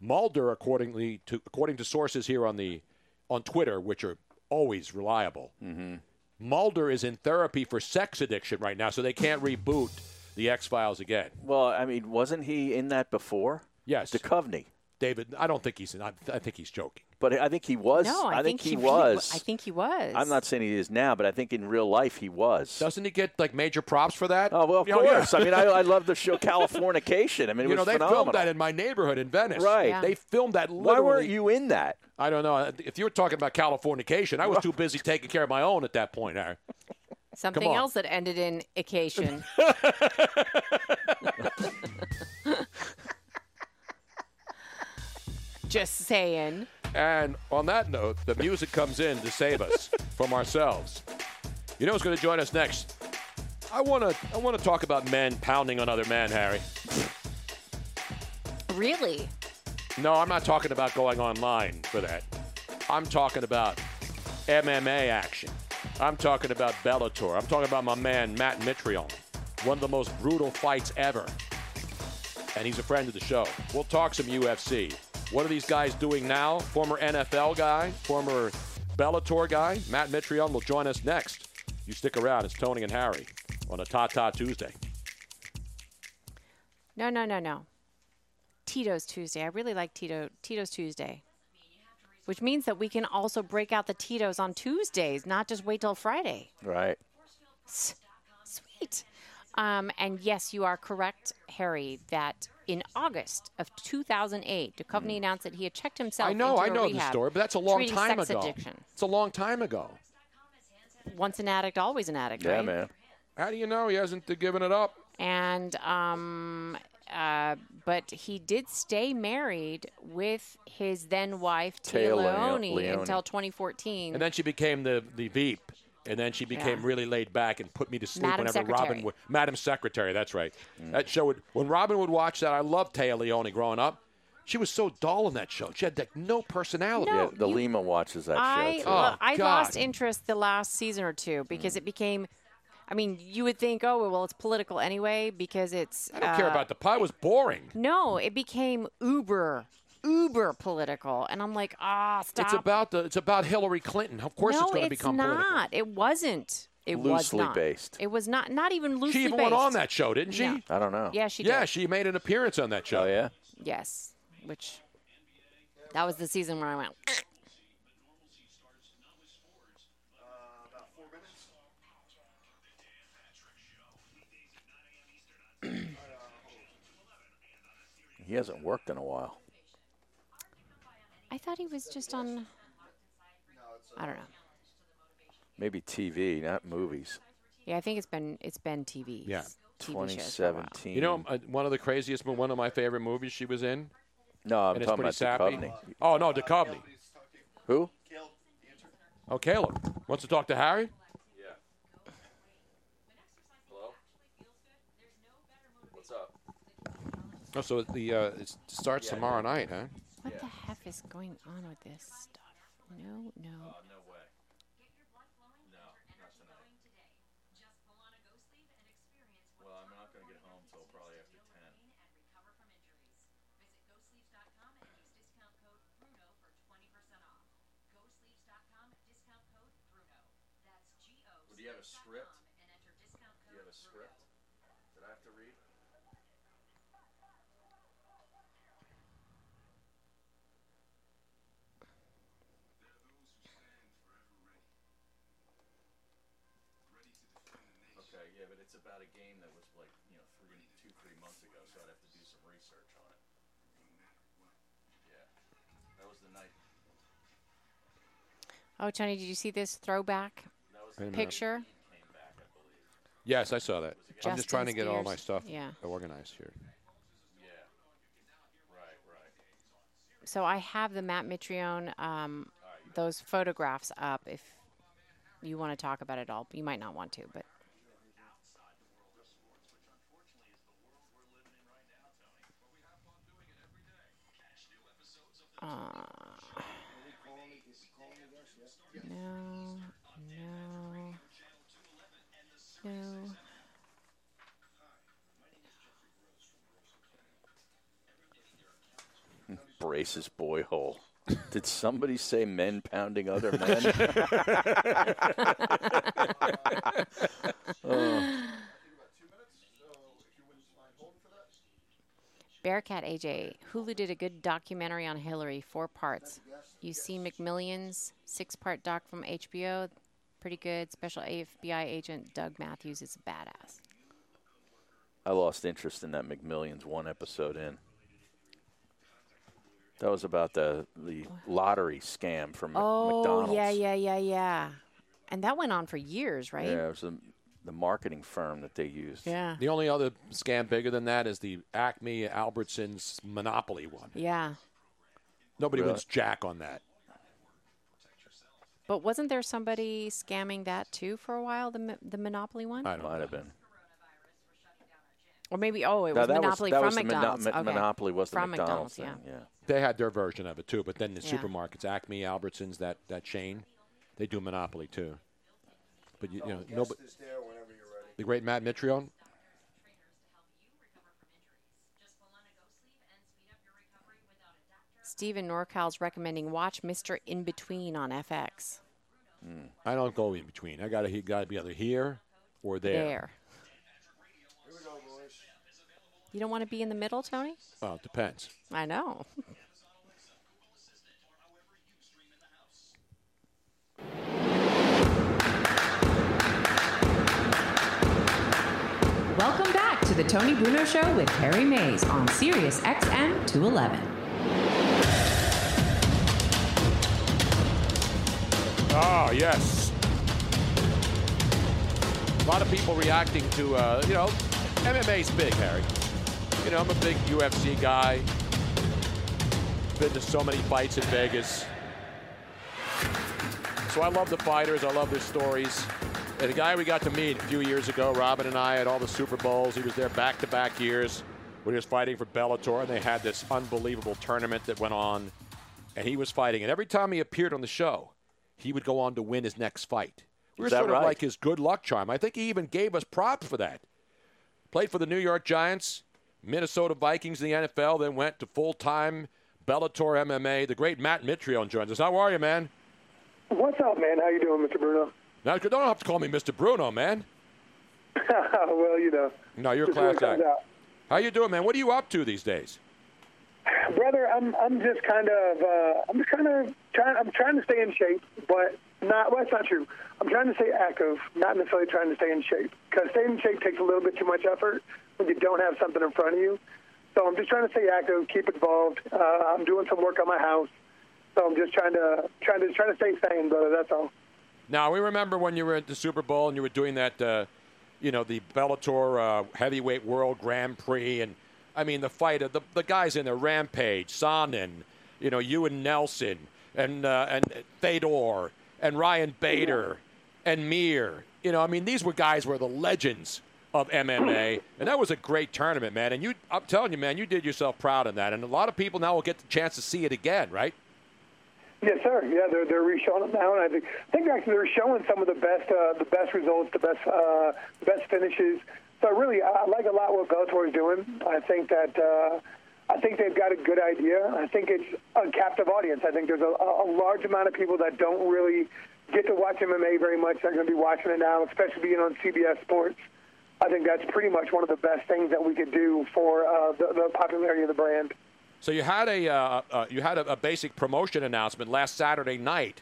Speaker 4: Mulder, accordingly to according to sources here on the on Twitter, which are always reliable,
Speaker 7: Mm-hmm.
Speaker 4: Mulder is in therapy for sex addiction right now, so they can't reboot the X Files again.
Speaker 7: Well, I mean, wasn't he in that before?
Speaker 4: Yes,
Speaker 7: Duchovny.
Speaker 4: David, I don't think he's. I, I think he's joking.
Speaker 7: But I think he was.
Speaker 8: no, I,
Speaker 7: think, he
Speaker 8: really wa-
Speaker 7: was.
Speaker 8: I think he was.
Speaker 7: I'm not saying he is now, but I think in real life he was.
Speaker 4: Doesn't he get like major props for that? Oh
Speaker 7: well, of course. I mean, I, I love the show Californication. I mean,
Speaker 4: you
Speaker 7: it was
Speaker 4: know, they
Speaker 7: phenomenal.
Speaker 4: filmed that in my neighborhood in Venice.
Speaker 7: Right. Yeah.
Speaker 4: They filmed that
Speaker 7: Why
Speaker 4: literally.
Speaker 7: weren't you in that?
Speaker 4: I don't know. If you were talking about Californication, I was too busy taking care of my own at that point. Aaron.
Speaker 8: Something
Speaker 4: on.
Speaker 8: else that ended in occasion. Just saying.
Speaker 4: And on that note, the music comes in to save us from ourselves. You know who's going to join us next? I want to I want to talk about men pounding on other men, Harry.
Speaker 8: Really?
Speaker 4: No, I'm not talking about going online for that. I'm talking about MMA action. I'm talking about Bellator. I'm talking about my man Matt Mitrione. One of the most brutal fights ever. And he's a friend of the show. We'll talk some UFC. What are these guys doing now? Former NFL guy, former Bellator guy, Matt Mitrione will join us next. You stick around. It's Tony and Harry on a Ta Ta Tuesday.
Speaker 8: No, no, no, no. Tito's Tuesday. I really like Tito Tito's Tuesday. Which means that we can also break out the Tito's on Tuesdays, not just wait till Friday.
Speaker 7: Right.
Speaker 8: S- Sweet. Um, and yes, you are correct, Harry, that in August of 2008, Duchovny announced that he had checked himself.
Speaker 4: Mm. I know,
Speaker 8: into
Speaker 4: I
Speaker 8: a
Speaker 4: know the
Speaker 8: Oh, rehab,
Speaker 4: story, but that's a long
Speaker 8: treating
Speaker 4: time
Speaker 8: sex
Speaker 4: ago.
Speaker 8: Addiction.
Speaker 4: It's a long time ago.
Speaker 8: Once an addict, always an addict. right?
Speaker 4: How do you know he hasn't uh, given it up?
Speaker 8: and um, uh, but he did stay married with his then wife Tia
Speaker 4: Tia Leo-
Speaker 8: Leone,
Speaker 4: Leone.
Speaker 8: until 2014.
Speaker 4: And then she became the, the Veep. And then she became
Speaker 8: Yeah.
Speaker 4: really laid back and put me to sleep
Speaker 8: Madam
Speaker 4: whenever Robin
Speaker 8: Secretary.
Speaker 4: would. Madam Secretary, that's right. That show would. When Robin would watch that, I loved Taya Leone growing up. She was so dull in that show. She had like no personality.
Speaker 8: No, Yeah,
Speaker 7: the you- Lima watches that
Speaker 8: I
Speaker 4: Oh,
Speaker 8: lo- I
Speaker 4: God.
Speaker 8: lost interest the last season or two
Speaker 4: Hmm.
Speaker 8: because it became. I mean, you would think, oh well, it's political anyway because it's. uh,
Speaker 4: I don't care about the pie. It was boring.
Speaker 8: No, it became uber, uber political, and I'm like, ah, stop.
Speaker 4: It's about the. It's about Hillary Clinton. Of course,
Speaker 8: no,
Speaker 4: it's going to become
Speaker 8: not.
Speaker 4: political.
Speaker 8: It wasn't. It was
Speaker 4: Loosely
Speaker 8: not.
Speaker 4: based.
Speaker 8: It was not. Not even loosely
Speaker 4: She even
Speaker 8: based.
Speaker 4: went on that show, didn't she?
Speaker 8: No.
Speaker 4: I don't know.
Speaker 8: Yeah, she
Speaker 4: Yeah,
Speaker 8: did.
Speaker 4: she made an appearance on that show. Oh yeah.
Speaker 8: Yes, which that was the season where I went.
Speaker 7: He hasn't worked in a while.
Speaker 8: I thought he was just on. I don't know.
Speaker 7: Maybe TV, not movies.
Speaker 8: Yeah, I think it's been it's been TV.
Speaker 4: Yeah.
Speaker 8: TV shows.
Speaker 4: You know, uh, one of the craziest, mo- one of my favorite movies she was in. No,
Speaker 7: I'm
Speaker 4: and
Speaker 7: talking
Speaker 4: it's pretty
Speaker 7: about
Speaker 4: sappy.
Speaker 7: Duchovny.
Speaker 4: Oh no, Duchovny.
Speaker 7: Who?
Speaker 4: Oh, Caleb wants to talk to Harry.
Speaker 7: What's up?
Speaker 4: Oh, so the uh, it starts
Speaker 7: Yeah.
Speaker 4: tomorrow night, huh?
Speaker 8: What the heck is going on with this stuff? No, no.
Speaker 20: Well, I'm not going to get home till probably after 10.
Speaker 9: Do you have a script? Do you have a script that I have to read?
Speaker 20: Okay, yeah, but it's about a game that was like, you know, three, two, three months ago, so I'd have to do some research on it. Yeah. That was the night.
Speaker 8: Oh, Tony, did you see this throwback
Speaker 4: Wait a minute.
Speaker 8: picture?
Speaker 4: Yes, I saw that. I'm just trying to
Speaker 8: Justin
Speaker 4: get all
Speaker 8: Spears.
Speaker 4: my stuff
Speaker 8: Yeah.
Speaker 4: organized here.
Speaker 8: So I have the Matt Mitrione um, those photographs up. If you want to talk about it all, you might not want to, but Uh, no, no, no.
Speaker 7: Braces boy hole. Did somebody say men pounding other men? Oh.
Speaker 8: Bearcat AJ, Hulu did a good documentary on Hillary, four parts. You see McMillions, six part doc from HBO, pretty good. Special FBI agent Doug Matthews is a badass.
Speaker 7: I lost interest in that McMillions one episode in. That was about the the lottery scam from Mc- McDonald's.
Speaker 8: Oh, yeah, yeah, yeah, yeah. And that went on for years, right?
Speaker 7: Yeah, it was the, the marketing firm that they used.
Speaker 8: Yeah.
Speaker 4: The only other scam bigger than that is the Acme Albertsons Monopoly one.
Speaker 8: Yeah.
Speaker 4: Nobody
Speaker 7: Really?
Speaker 4: wins jack on that.
Speaker 8: But wasn't there somebody scamming that too for a while, the, mo- the Monopoly one?
Speaker 7: I Might have been.
Speaker 8: Or maybe, oh, it
Speaker 7: No,
Speaker 8: was
Speaker 7: that was-
Speaker 8: Monopoly
Speaker 7: that
Speaker 8: from
Speaker 7: was the Mono-
Speaker 8: McDonald's.
Speaker 7: Mon-
Speaker 8: okay.
Speaker 7: Monopoly was the
Speaker 8: from
Speaker 7: McDonald's
Speaker 8: McDonald's
Speaker 7: thing, yeah.
Speaker 4: They had their version of it too, but then the
Speaker 8: Yeah.
Speaker 4: supermarkets, Acme, Albertsons, that, that chain, they do Monopoly too. But you, you know, nobody. The great Matt Mitrione.
Speaker 8: Steven Norcal's recommending watch Mr. In Between on FX.
Speaker 7: Mm.
Speaker 4: I don't go in between. I gotta he gotta be either here or there.
Speaker 8: You don't want to be in the middle, Tony?
Speaker 4: Well, Oh, it depends.
Speaker 8: I know.
Speaker 13: Welcome back to the Tony Bruno Show with Harry Mays on Sirius XM 211.
Speaker 4: Ah, yes. A lot of people reacting to, uh, you know, MMA's big, Harry. You know, I'm a big UFC guy. Been to so many fights in Vegas. So I love the fighters. I love their stories. And the guy we got to meet a few years ago, Robin and I, at all the Super Bowls, he was there back-to-back years when he was fighting for Bellator, and they had this unbelievable tournament that went on, and he was fighting. And every time he appeared on the show, he would go on to win his next fight. We were
Speaker 7: Is that
Speaker 4: sort of
Speaker 7: right?
Speaker 4: like his good luck charm. I think he even gave us props for that. Played for the New York Giants, Minnesota Vikings in the NFL, then went to full-time Bellator MMA. The great Matt Mitrione joins us. How are you, man?
Speaker 21: What's up, man? How you doing, Mr. Bruno?
Speaker 4: Now, you don't have to call me Mr. Bruno, man.
Speaker 21: well, you know.
Speaker 4: No, you're a
Speaker 21: just when
Speaker 4: class
Speaker 21: it
Speaker 4: act.
Speaker 21: comes
Speaker 4: How you doing, man? What are you up to these days?
Speaker 21: out. Brother, I'm I'm just kind of uh, I'm just kind of trying I'm trying to stay in shape, but not well, that's not true. I'm trying to stay active, not necessarily trying to stay in shape. Because staying in shape takes a little bit too much effort when you don't have something in front of you. So I'm just trying to stay active, keep involved. Uh, I'm doing some work on my house, so I'm just trying to trying to trying to stay sane, brother. That's all.
Speaker 4: Now we remember when you were at the Super Bowl and you were doing that, uh, you know, the Bellator uh, heavyweight world Grand Prix, and I mean the fight of the, the guys in there, Rampage, Sonnen, you know, you and Nelson, and uh, and Fedor, and Ryan Bader, and Mir. You know, I mean these were guys were the legends of MMA, and that was a great tournament, man. And you, I'm telling you, man, you did yourself proud in that, and a lot of people now will get the chance to see it again, right?
Speaker 21: Yes, sir. Yeah, they're they're re-showing it now, and I think I think actually they're showing some of the best uh, the best results, the best uh, the best finishes. So really, I I like a lot what Bellator is doing. I think that uh, I think they've got a good idea. I think it's a captive audience. I think there's a, a large amount of people that don't really get to watch MMA very much. They're going to be watching it now, especially being on CBS Sports. I think that's pretty much one of the best things that we could do for uh, the, the popularity of the brand.
Speaker 4: So you had a uh, uh, you had a, a basic promotion announcement last Saturday night,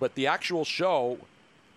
Speaker 4: but the actual show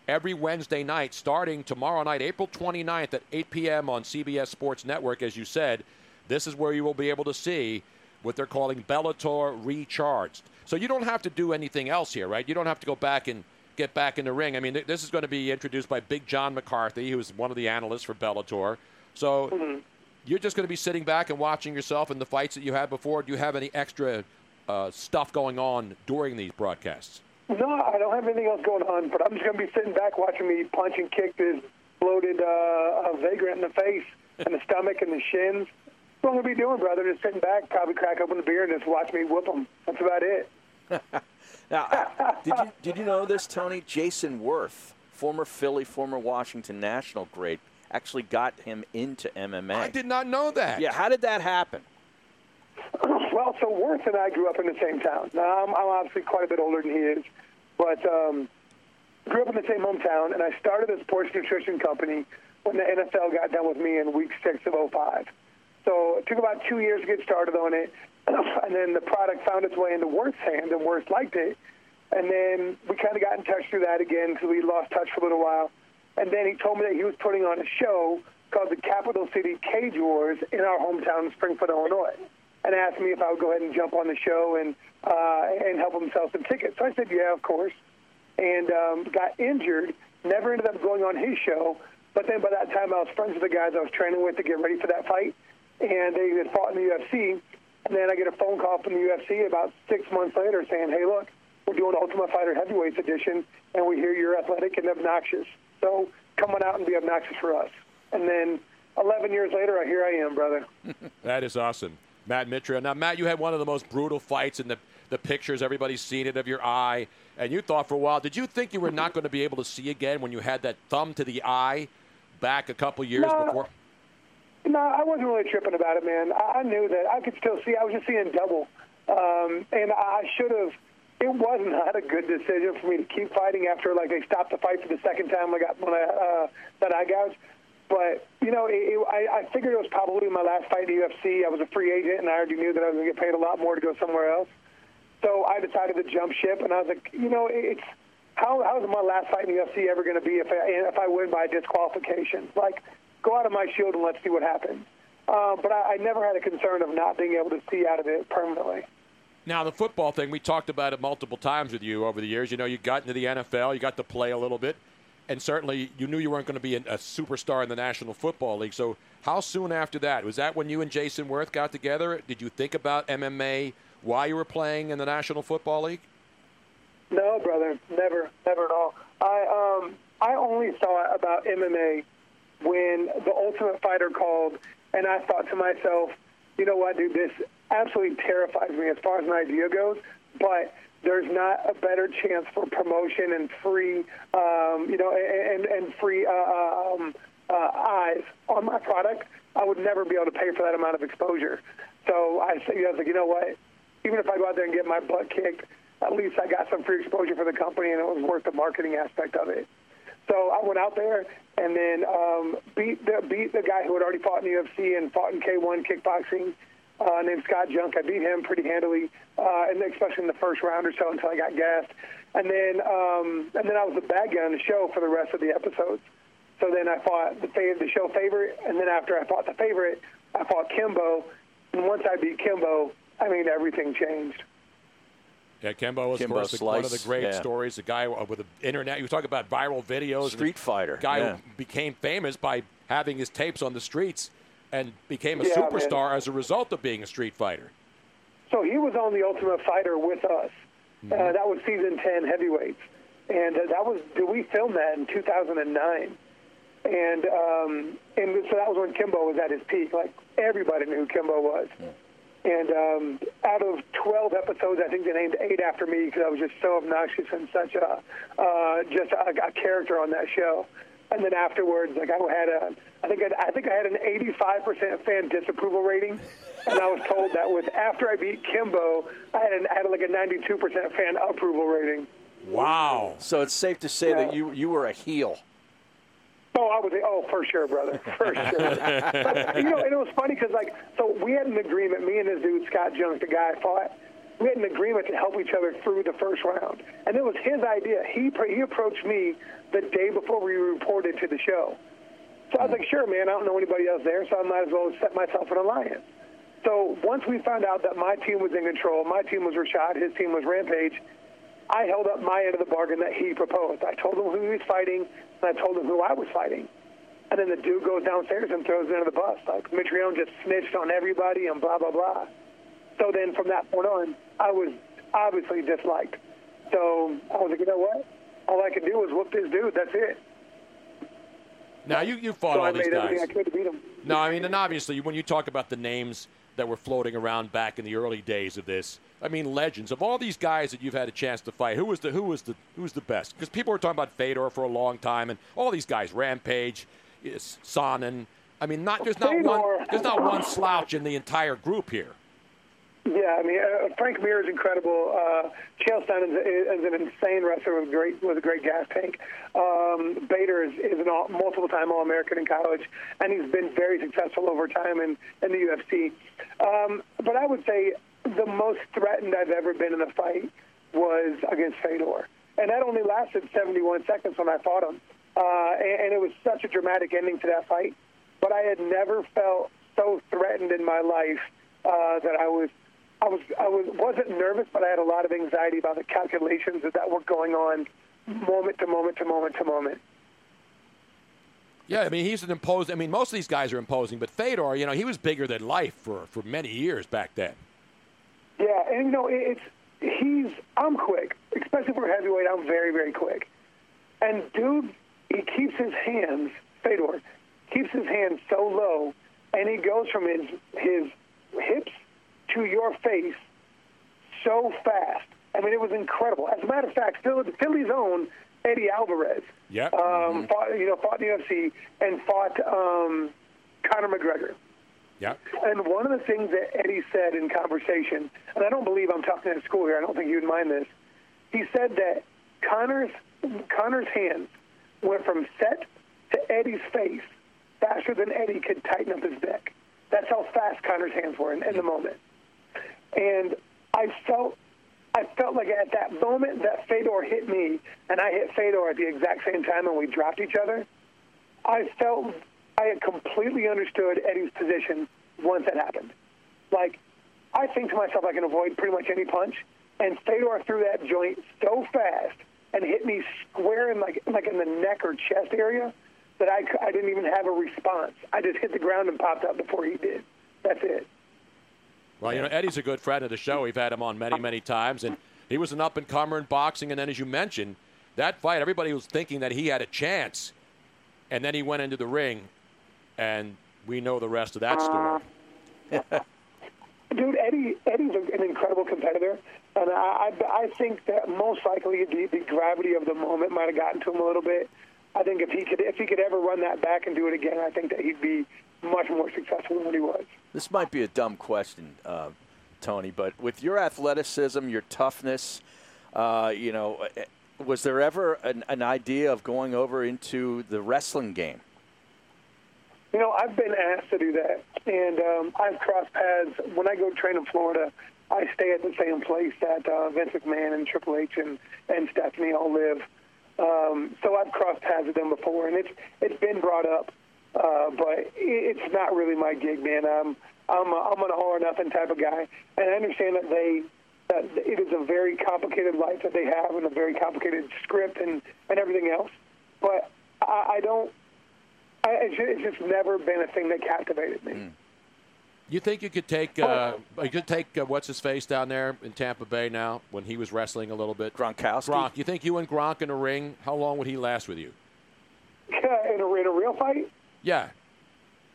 Speaker 4: every Wednesday night, starting tomorrow night, April 29th at 8 p.m. on CBS Sports Network, as you said, this is where you will be able to see what they're calling Bellator Recharged. So you don't have to do anything else here, right? You don't have to go back and get back in the ring. I mean, th- this is going to be introduced by Big John McCarthy, who is one of the analysts for Bellator. So you're just going to be sitting back and watching yourself and the fights that you had before. Do you have any extra uh, stuff going on during these broadcasts?
Speaker 21: No, I don't have anything else going on, but I'm just going to be sitting back watching me punch and kick this bloated uh, uh, vagrant in the face and the stomach and the shins. That's what I'm going to be doing, brother. Just sitting back, probably crack open a beer and just watch me whoop them. That's about it.
Speaker 7: Now, I- did you did you know this, Tony? Jason Worth, former Philly, former Washington National great, actually got him into MMA. I did
Speaker 4: not know that.
Speaker 7: Yeah, how did that happen?
Speaker 21: well, so Worth and I grew up in the same town. Now, I'm, I'm obviously quite a bit older than he is, but um, grew up in the same hometown, and I started this sports nutrition company when the NFL got done with me in week six of '05. So it took about two years to get started on it, and then the product found its way into Worth's hands, and Worth liked it. And then we kind of got in touch through that again because we lost touch for a little while. And then he told me that he was putting on a show called the Capital City Cage Wars in our hometown, Springfield, Illinois, and asked me if I would go ahead and jump on the show and uh, and help him sell some tickets. So I said, yeah, of course. And um, got injured. Never ended up going on his show. But then by that time, I was friends with the guys I was training with to get ready for that fight, and they had fought in the UFC. And then I get a phone call from the UFC about six months later saying, hey, look, we're doing Ultimate Fighter Heavyweights Edition, and we hear you're athletic and obnoxious. So come on out and be obnoxious for us. And then 11 years later, I- here I am, brother.
Speaker 4: That is awesome. Matt Mitra. Now, Matt, you had one of the most brutal fights in the, the pictures. Everybody's seen it of your eye. And you thought for a while, did you think you were not going to be able to see again when you had that thumb to the eye back a couple years
Speaker 21: No.
Speaker 4: before?
Speaker 21: No, I wasn't really tripping about it, man. I, I knew that I could still see. I was just seeing double, um, and I should have. It was not a good decision for me to keep fighting after like they stopped the fight for the second time. I got when I, uh, that eye gouge, but you know, it, it, I, I figured it was probably my last fight in the UFC. I was a free agent, and I already knew that I was going to get paid a lot more to go somewhere else. So I decided to jump ship, and I was like, you know, it's how how is my last fight in the UFC ever going to be if I, if I win by disqualification? Like, go out of my shield and let's see what happens. Um, but I, I never had a concern of not being able to see out of it permanently.
Speaker 4: Now, the football thing, we talked about it multiple times with you over the years. You know, you got into the NFL, you got to play a little bit, and certainly you knew you weren't going to be an, a superstar in the National Football League. So, how soon after that? Was that when you and Jason Worth got together? Did you think about MMA while you were playing in the National Football League?
Speaker 21: No, brother, never, never at all. I um, I only thought about MMA when the Ultimate Fighter called, and I thought to myself, you know what, dude, this absolutely terrifies me as far as an idea goes. But there's not a better chance for promotion and free, um, you know, and and free uh, um, uh, eyes on my product. I would never be able to pay for that amount of exposure. So I, said- I was like, you know what, even if I go out there and get my butt kicked, at least I got some free exposure for the company, and it was worth the marketing aspect of it. So I went out there and then um, beat the beat the guy who had already fought in the UFC and fought in K1 kickboxing, uh, named Scott Junk. I beat him pretty handily, uh, and then especially in the first round or so until I got gassed. And then um, and then I was the bad guy on the show for the rest of the episodes. So then I fought the fav- the show favorite, and then after I fought the favorite, I fought Kimbo. And once I beat Kimbo, I mean everything changed.
Speaker 4: Yeah, Kimbo was
Speaker 7: Kimbo
Speaker 4: of course, the- one of the
Speaker 7: Slice,
Speaker 4: great
Speaker 7: yeah.
Speaker 4: stories. The guy uh, with the internet. You talk about viral videos. and
Speaker 7: Street
Speaker 4: the
Speaker 7: Fighter,
Speaker 4: guy
Speaker 7: yeah.
Speaker 4: who became famous by having his tapes on the streets and became a
Speaker 21: Yeah, man.
Speaker 4: superstar as a result of being a street fighter.
Speaker 21: So he was on the Ultimate Fighter with us. Uh, that was season 10 heavyweights, and uh, that was did we film that in 2009? And um, and so that was when Kimbo was at his peak. Like everybody knew who Kimbo was. And um, out of 12 episodes, I think they named eight after me because I was just so obnoxious and such a uh, just a, a character on that show. And then afterwards, like I had a, I think I, I think I had an 85% fan disapproval rating, and I was told that was after I beat Kimbo, I had an I had like a 92% fan approval rating.
Speaker 4: Wow.
Speaker 7: So it's safe to say that you you were a heel.
Speaker 21: Oh, I was. Oh, for sure, brother, for sure. But, you know, and it was funny because like, so we had an agreement. Me and this dude Scott Jones, the guy I fought, we had an agreement to help each other through the first round, and it was his idea. He pr- he approached me the day before we reported to the show, so I was like, sure, man, I don't know anybody else there, so I might as well set myself an alliance. So once we found out that my team was in control, my team was Rashad, his team was Rampage. I held up my end of the bargain that he proposed. I told him who he was fighting, and I told him who I was fighting. And then the dude goes downstairs and throws me under the bus. Like, Mitrione just snitched on everybody and blah, blah, blah. So then from that point on, I was obviously disliked. So I was like, you know what? All I could do was whoop this dude. That's it.
Speaker 4: Now you you fought
Speaker 21: so I
Speaker 4: all
Speaker 21: made
Speaker 4: these
Speaker 21: everything
Speaker 4: guys.
Speaker 21: I could to beat him.
Speaker 4: No, I mean, and obviously, when you talk about the names that were floating around back in the early days of this, I mean, legends of all these guys that you've had a chance to fight. Who was the who was the who was the best? Because people were talking about Fedor for a long time, and all these guys, Rampage, eh, Sonnen. I mean, not there's not one
Speaker 21: Fedor.
Speaker 4: there's not one slouch in the entire group here.
Speaker 21: Yeah, I mean uh, Frank Mir is incredible. Uh, Chaelstein is, is an insane wrestler with great with a great gas tank. Um, Bader is, is an all, multiple time All American in college, and he's been very successful over time in, in the UFC. Um, but I would say the most threatened I've ever been in a fight was against Fedor, and that only lasted 71 seconds when I fought him, uh, and, and it was such a dramatic ending to that fight. But I had never felt so threatened in my life uh, that I was I was I was wasn't nervous, but I had a lot of anxiety about the calculations that, that were going on, moment to moment to moment to moment.
Speaker 4: Yeah, I mean, he's an imposing. I mean, most of these guys are imposing, but Fedor, you know, he was bigger than life for for many years back then.
Speaker 21: Yeah, and you know it, it's he's I'm quick, especially for a heavyweight. I'm very very quick, and dude, he keeps his hands Fedor keeps his hands so low, and he goes from his his hips to your face so fast. I mean, it was incredible. As a matter of fact, Phil- Philly's own Eddie Alvarez,
Speaker 4: Yep. Mm-hmm.
Speaker 21: um, fought, you know, fought in the UFC and fought um, Conor McGregor.
Speaker 4: Yep.
Speaker 21: And one of the things that Eddie said in conversation, and I don't believe I'm talking at school here. I don't think you'd mind this. He said that Connor's Connor's hands went from set to Eddie's face faster than Eddie could tighten up his neck. That's how fast Connor's hands were in, in the moment. And I felt I felt like at that moment that Fedor hit me and I hit Fedor at the exact same time and we dropped each other. I felt I had completely understood Eddie's position once that happened. Like, I think to myself, I can avoid pretty much any punch. And Fedor threw that joint so fast and hit me square in like like in the neck or chest area that I, c- I didn't even have a response. I just hit the ground and popped up before he did. That's it.
Speaker 4: Well, you know, Eddie's a good friend of the show. We've had him on many, many times, and he was an up and comer in boxing. And then, as you mentioned, that fight, everybody was thinking that he had a chance, and then he went into the ring, and we know the rest of that story.
Speaker 21: Uh, Dude, Eddie Eddie's a- an incredible competitor, and I, I I think that most likely the, the gravity of the moment might have gotten to him a little bit. I think if he could if he could ever run that back and do it again, I think that he'd be much more successful than what he was.
Speaker 7: This might be a dumb question, uh, Tony, but with your athleticism, your toughness, uh, you know, eh, was there ever an, an idea of going over into the wrestling game?
Speaker 21: You know, I've been asked to do that, and um, I've crossed paths. When I go train in Florida, I stay at the same place that uh, Vince McMahon and Triple H and, and Stephanie all live. Um, so I've crossed paths with them before, and it's it's been brought up, uh, but it, it's not really my gig, man. I'm I'm a, I'm an all or nothing type of guy, and I understand that they that it is a very complicated life that they have and a very complicated script and and everything else. But I, I don't I, it's, just, it's just never been a thing that captivated me.
Speaker 4: You think you could take uh, you could take uh, what's his face down there in Tampa Bay now when he was wrestling a little bit?
Speaker 7: Gronkowski.
Speaker 4: Gronk. You think you and Gronk in a ring? How long would he last with you?
Speaker 21: in, a, in a real fight,
Speaker 4: Yeah.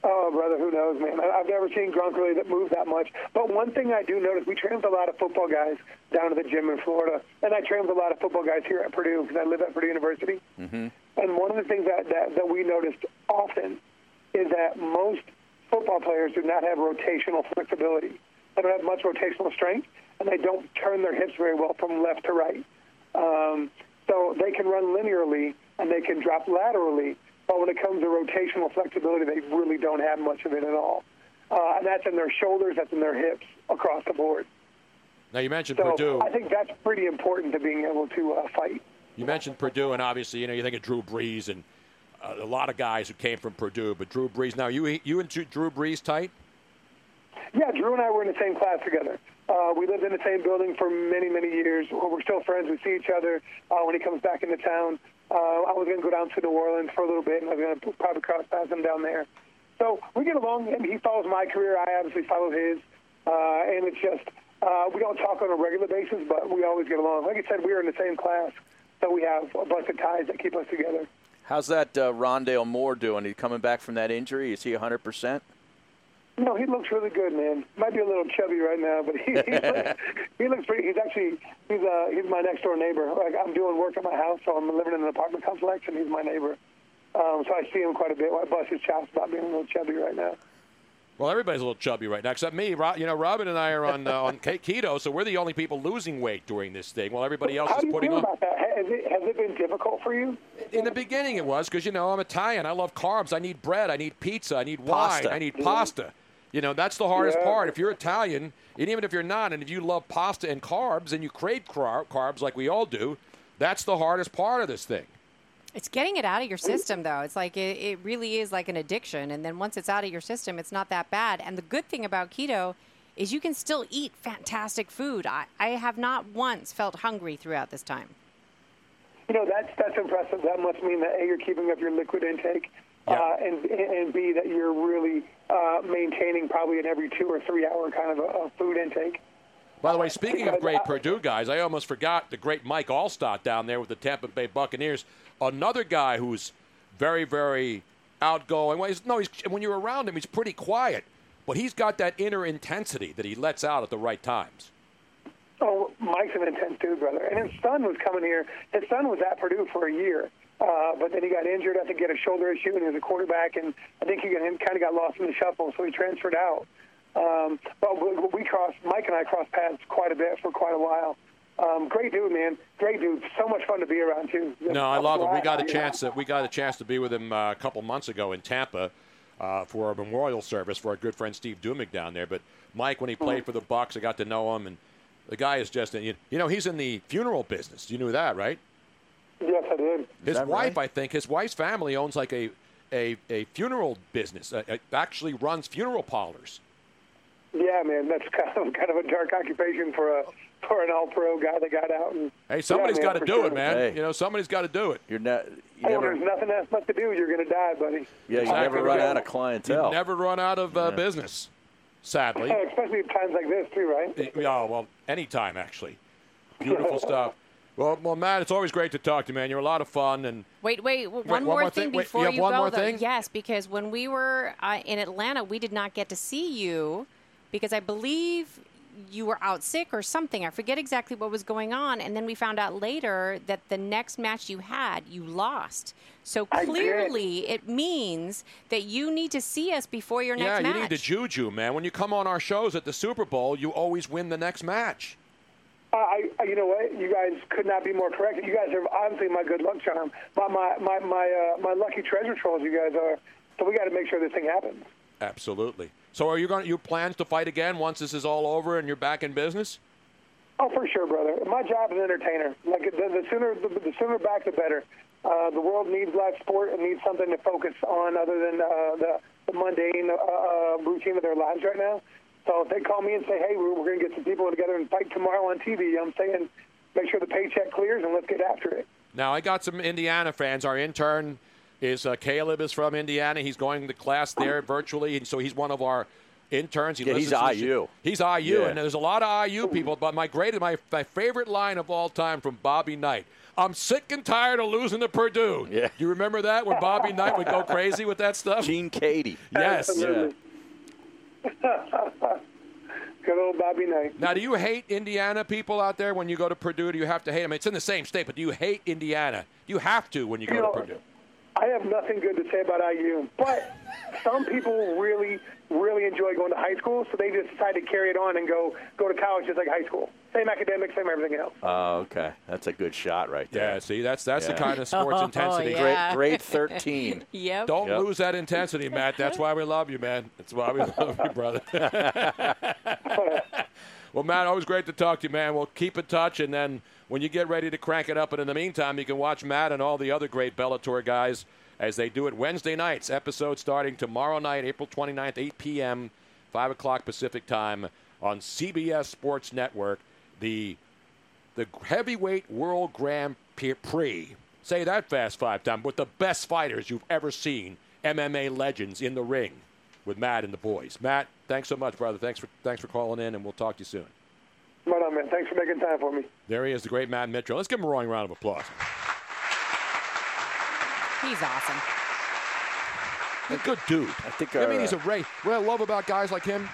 Speaker 21: oh brother, who knows, man? I, I've never seen Gronk really that move that much. But one thing I do notice, we train with a lot of football guys down at the gym in Florida, and I train with a lot of football guys here at Purdue because I live at Purdue University.
Speaker 7: Mm-hmm.
Speaker 21: And one of the things that, that, that we noticed often is that most football players do not have rotational flexibility. They don't have much rotational strength, and they don't turn their hips very well from left to right. Um, so they can run linearly and they can drop laterally, but when it comes to rotational flexibility, they really don't have much of it at all. Uh, and that's in their shoulders, that's in their hips across the board.
Speaker 4: Now you mentioned
Speaker 21: So
Speaker 4: Purdue.
Speaker 21: I think that's pretty important to being able to uh, fight.
Speaker 4: You mentioned Purdue, and obviously, you know, you think of Drew Brees and uh, a lot of guys who came from Purdue. But Drew Brees, now you you and Drew- Drew Brees tight?
Speaker 21: Yeah, Drew and I were in the same class together. Uh, we lived in the same building for many, many years. We're still friends. We see each other uh, when he comes back into town. Uh, I was going to go down to New Orleans for a little bit, and I was going to probably cross paths him down there. So we get along, and he follows my career. I obviously follow his. Uh, and it's just, uh, we don't talk on a regular basis, but we always get along. Like I said, we were in the same class, so we have a bunch of ties that keep us together.
Speaker 7: How's that uh, Rondale Moore doing? He coming back from that injury? Is he 100%?
Speaker 21: No, he looks really good, man. Might be a little chubby right now, but he, he, looks, he looks pretty. He's actually he's uh he's my next door neighbor. Like I'm doing work at my house, so I'm living in an apartment complex, and he's my neighbor. Um, so I see him quite a bit. I bust his chops about being a little chubby right now.
Speaker 4: Well, everybody's a little chubby right now, except me. Ro- you know, Robin and I are on uh, on ke- keto, so we're the only people losing weight during this thing, while everybody else
Speaker 21: How
Speaker 4: is
Speaker 21: do you
Speaker 4: putting
Speaker 21: feel
Speaker 4: on.
Speaker 21: about that? Ha- Has it has it been difficult for you?
Speaker 4: In the beginning, it was because you know I'm Italian. I love carbs. I need bread. I need pizza. I need
Speaker 7: Pasta.
Speaker 4: wine. I need pasta. You know, that's the hardest
Speaker 7: Yeah.
Speaker 4: part. If you're Italian, and even if you're not, and if you love pasta and carbs, and you crave car- carbs like we all do, that's the hardest part of this thing.
Speaker 8: It's getting it out of your system, though. It's like it, it really is like an addiction. And then once it's out of your system, it's not that bad. And the good thing about keto is you can still eat fantastic food. I, I have not once felt hungry throughout this time.
Speaker 21: You know that's that's impressive. That must mean that a you're keeping up your liquid intake, uh, and and b that you're really uh, maintaining probably an every two or three hour kind of a, a food intake.
Speaker 4: By the way, speaking of great Purdue guys, I almost forgot the great Mike Allstott down there with the Tampa Bay Buccaneers. Another guy who's very, very outgoing. Well, he's, no, he's, when you're around him, he's pretty quiet, but he's got that inner intensity that he lets out at the right times.
Speaker 21: Oh, Mike's an intense dude, brother. And his son was coming here. His son was at Purdue for a year, uh, but then he got injured. I think he had a shoulder issue, and he was a quarterback. And I think he kind of got lost in the shuffle, so he transferred out. Um, but we, we crossed, Mike and I crossed paths quite a bit for quite a while. Um, great dude, man. Great dude. So much fun to be around too.
Speaker 4: No, I love him. We got a chance that we got a chance to be with him uh, a couple months ago in Tampa uh, for a memorial service for our good friend Steve Dumick down there. But Mike,
Speaker 21: Uh-huh.
Speaker 4: when he played for the Bucks, I got to know him, and the guy is just you know he's in the funeral business. You knew that, right?
Speaker 21: Yes, I did.
Speaker 4: His wife, I think, his wife's family owns like a a, a funeral business. Uh, uh, actually runs funeral parlors.
Speaker 21: Yeah, man, that's kind of kind of a dark occupation for a for an all-pro guy that got out and.
Speaker 4: Hey, somebody's
Speaker 21: yeah,
Speaker 4: got to
Speaker 21: for
Speaker 4: do
Speaker 21: sure.
Speaker 4: it, man. You know, somebody's got to do it.
Speaker 7: You're not.
Speaker 21: Hey, when there's nothing else left to do, you're gonna die, buddy.
Speaker 7: clientele.
Speaker 4: You never run out of uh, business, sadly.
Speaker 21: Yeah, especially at times like this too, right?
Speaker 4: Eh, Yeah, well, anytime, actually. Beautiful stuff. Well, well, Matt, it's always great to talk to you, man. You're a lot of fun. And
Speaker 8: Wait, wait, w-
Speaker 4: Wait,
Speaker 8: one more thing,
Speaker 4: Wait,
Speaker 8: before
Speaker 4: you
Speaker 8: you,
Speaker 4: have one
Speaker 8: go.
Speaker 4: more
Speaker 8: though.
Speaker 4: thing?
Speaker 8: Yes, because when we were uh, in Atlanta, we did not get to see you because I believe you were out sick or something. I forget exactly what was going on, and then we found out later that the next match you had, you lost. So
Speaker 4: I did.
Speaker 8: clearly, it means that you need to see us before your
Speaker 4: yeah,
Speaker 8: next
Speaker 4: you
Speaker 8: match.
Speaker 4: need the juju, man. When you come on our shows at the Super Bowl, you always win the next match.
Speaker 21: I, I, you know what? You guys could not be more correct. You guys are honestly my good luck charm, my my my my, uh, my lucky treasure trolls. You guys are. So we got to make sure this thing happens.
Speaker 4: Absolutely. So, are you going? to You plans to fight again once this is all over and you're back in business?
Speaker 21: Oh, for sure, brother. My job is an entertainer. Like the, the sooner the, the sooner back, the better. Uh, the world needs live sport and needs something to focus on other than uh, the, the mundane uh, uh, routine of their lives right now. So if they call me and say, "Hey, we're, we're going to get some people together and fight tomorrow on TV," I'm saying, make sure the paycheck clears and let's get after it.
Speaker 4: Now, I got some Indiana fans. Our intern is uh, Caleb is from Indiana. He's going to class there virtually, and so he's one of our interns. He
Speaker 7: Yeah, he's
Speaker 4: listens to the
Speaker 7: IU.
Speaker 4: sh- He's IU,
Speaker 7: Yeah.
Speaker 4: and there's a lot of IU people. But my great, my, my favorite line of all time from Bobby Knight. I'm sick and tired of losing to Purdue. Yeah. You remember that when Bobby Knight would go crazy with that stuff?
Speaker 7: Gene Katie.
Speaker 4: Yes.
Speaker 21: Absolutely. Good old Bobby Knight.
Speaker 4: Now, do you hate Indiana people out there when you go to Purdue? Do you have to hate them? It's in the same state, but do you hate Indiana? You have to when you go
Speaker 21: You know,
Speaker 4: to Purdue.
Speaker 21: I have nothing good to say about IU, but some people really, really enjoy going to high school, so they just decide to carry it on and go go to college just like high school. Same academics, same everything else.
Speaker 7: Oh, okay. That's a good shot right there.
Speaker 4: Yeah, see, that's that's the kind of sports
Speaker 7: Oh,
Speaker 4: intensity.
Speaker 7: yeah. Grade- grade 13. Yep.
Speaker 4: Don't
Speaker 7: Yep.
Speaker 4: lose that intensity, Matt. That's why we love you, man. That's why we love you, brother. well, Matt, always great to talk to you, man. We'll keep in touch, and then when you get ready to crank it up, and in the meantime, you can watch Matt and all the other great Bellator guys as they do it Wednesday nights. Episode starting tomorrow night, April 29th, 8 p.m., 5 o'clock Pacific time on CBS Sports Network. The the heavyweight world grand P- prix. Say that fast five times with the best fighters you've ever seen, MMA legends in the ring with Matt and the boys. Matt, thanks so much, brother. Thanks for thanks for calling in, and we'll talk to you soon.
Speaker 21: Right on, man. Thanks for making time for me.
Speaker 4: There he is, the great Matt Mitchell. Let's give him a roaring round of applause.
Speaker 8: He's awesome.
Speaker 4: A good dude. I
Speaker 7: think.
Speaker 4: I mean,
Speaker 7: our,
Speaker 4: he's a
Speaker 7: uh,
Speaker 4: re- what I love about guys like him.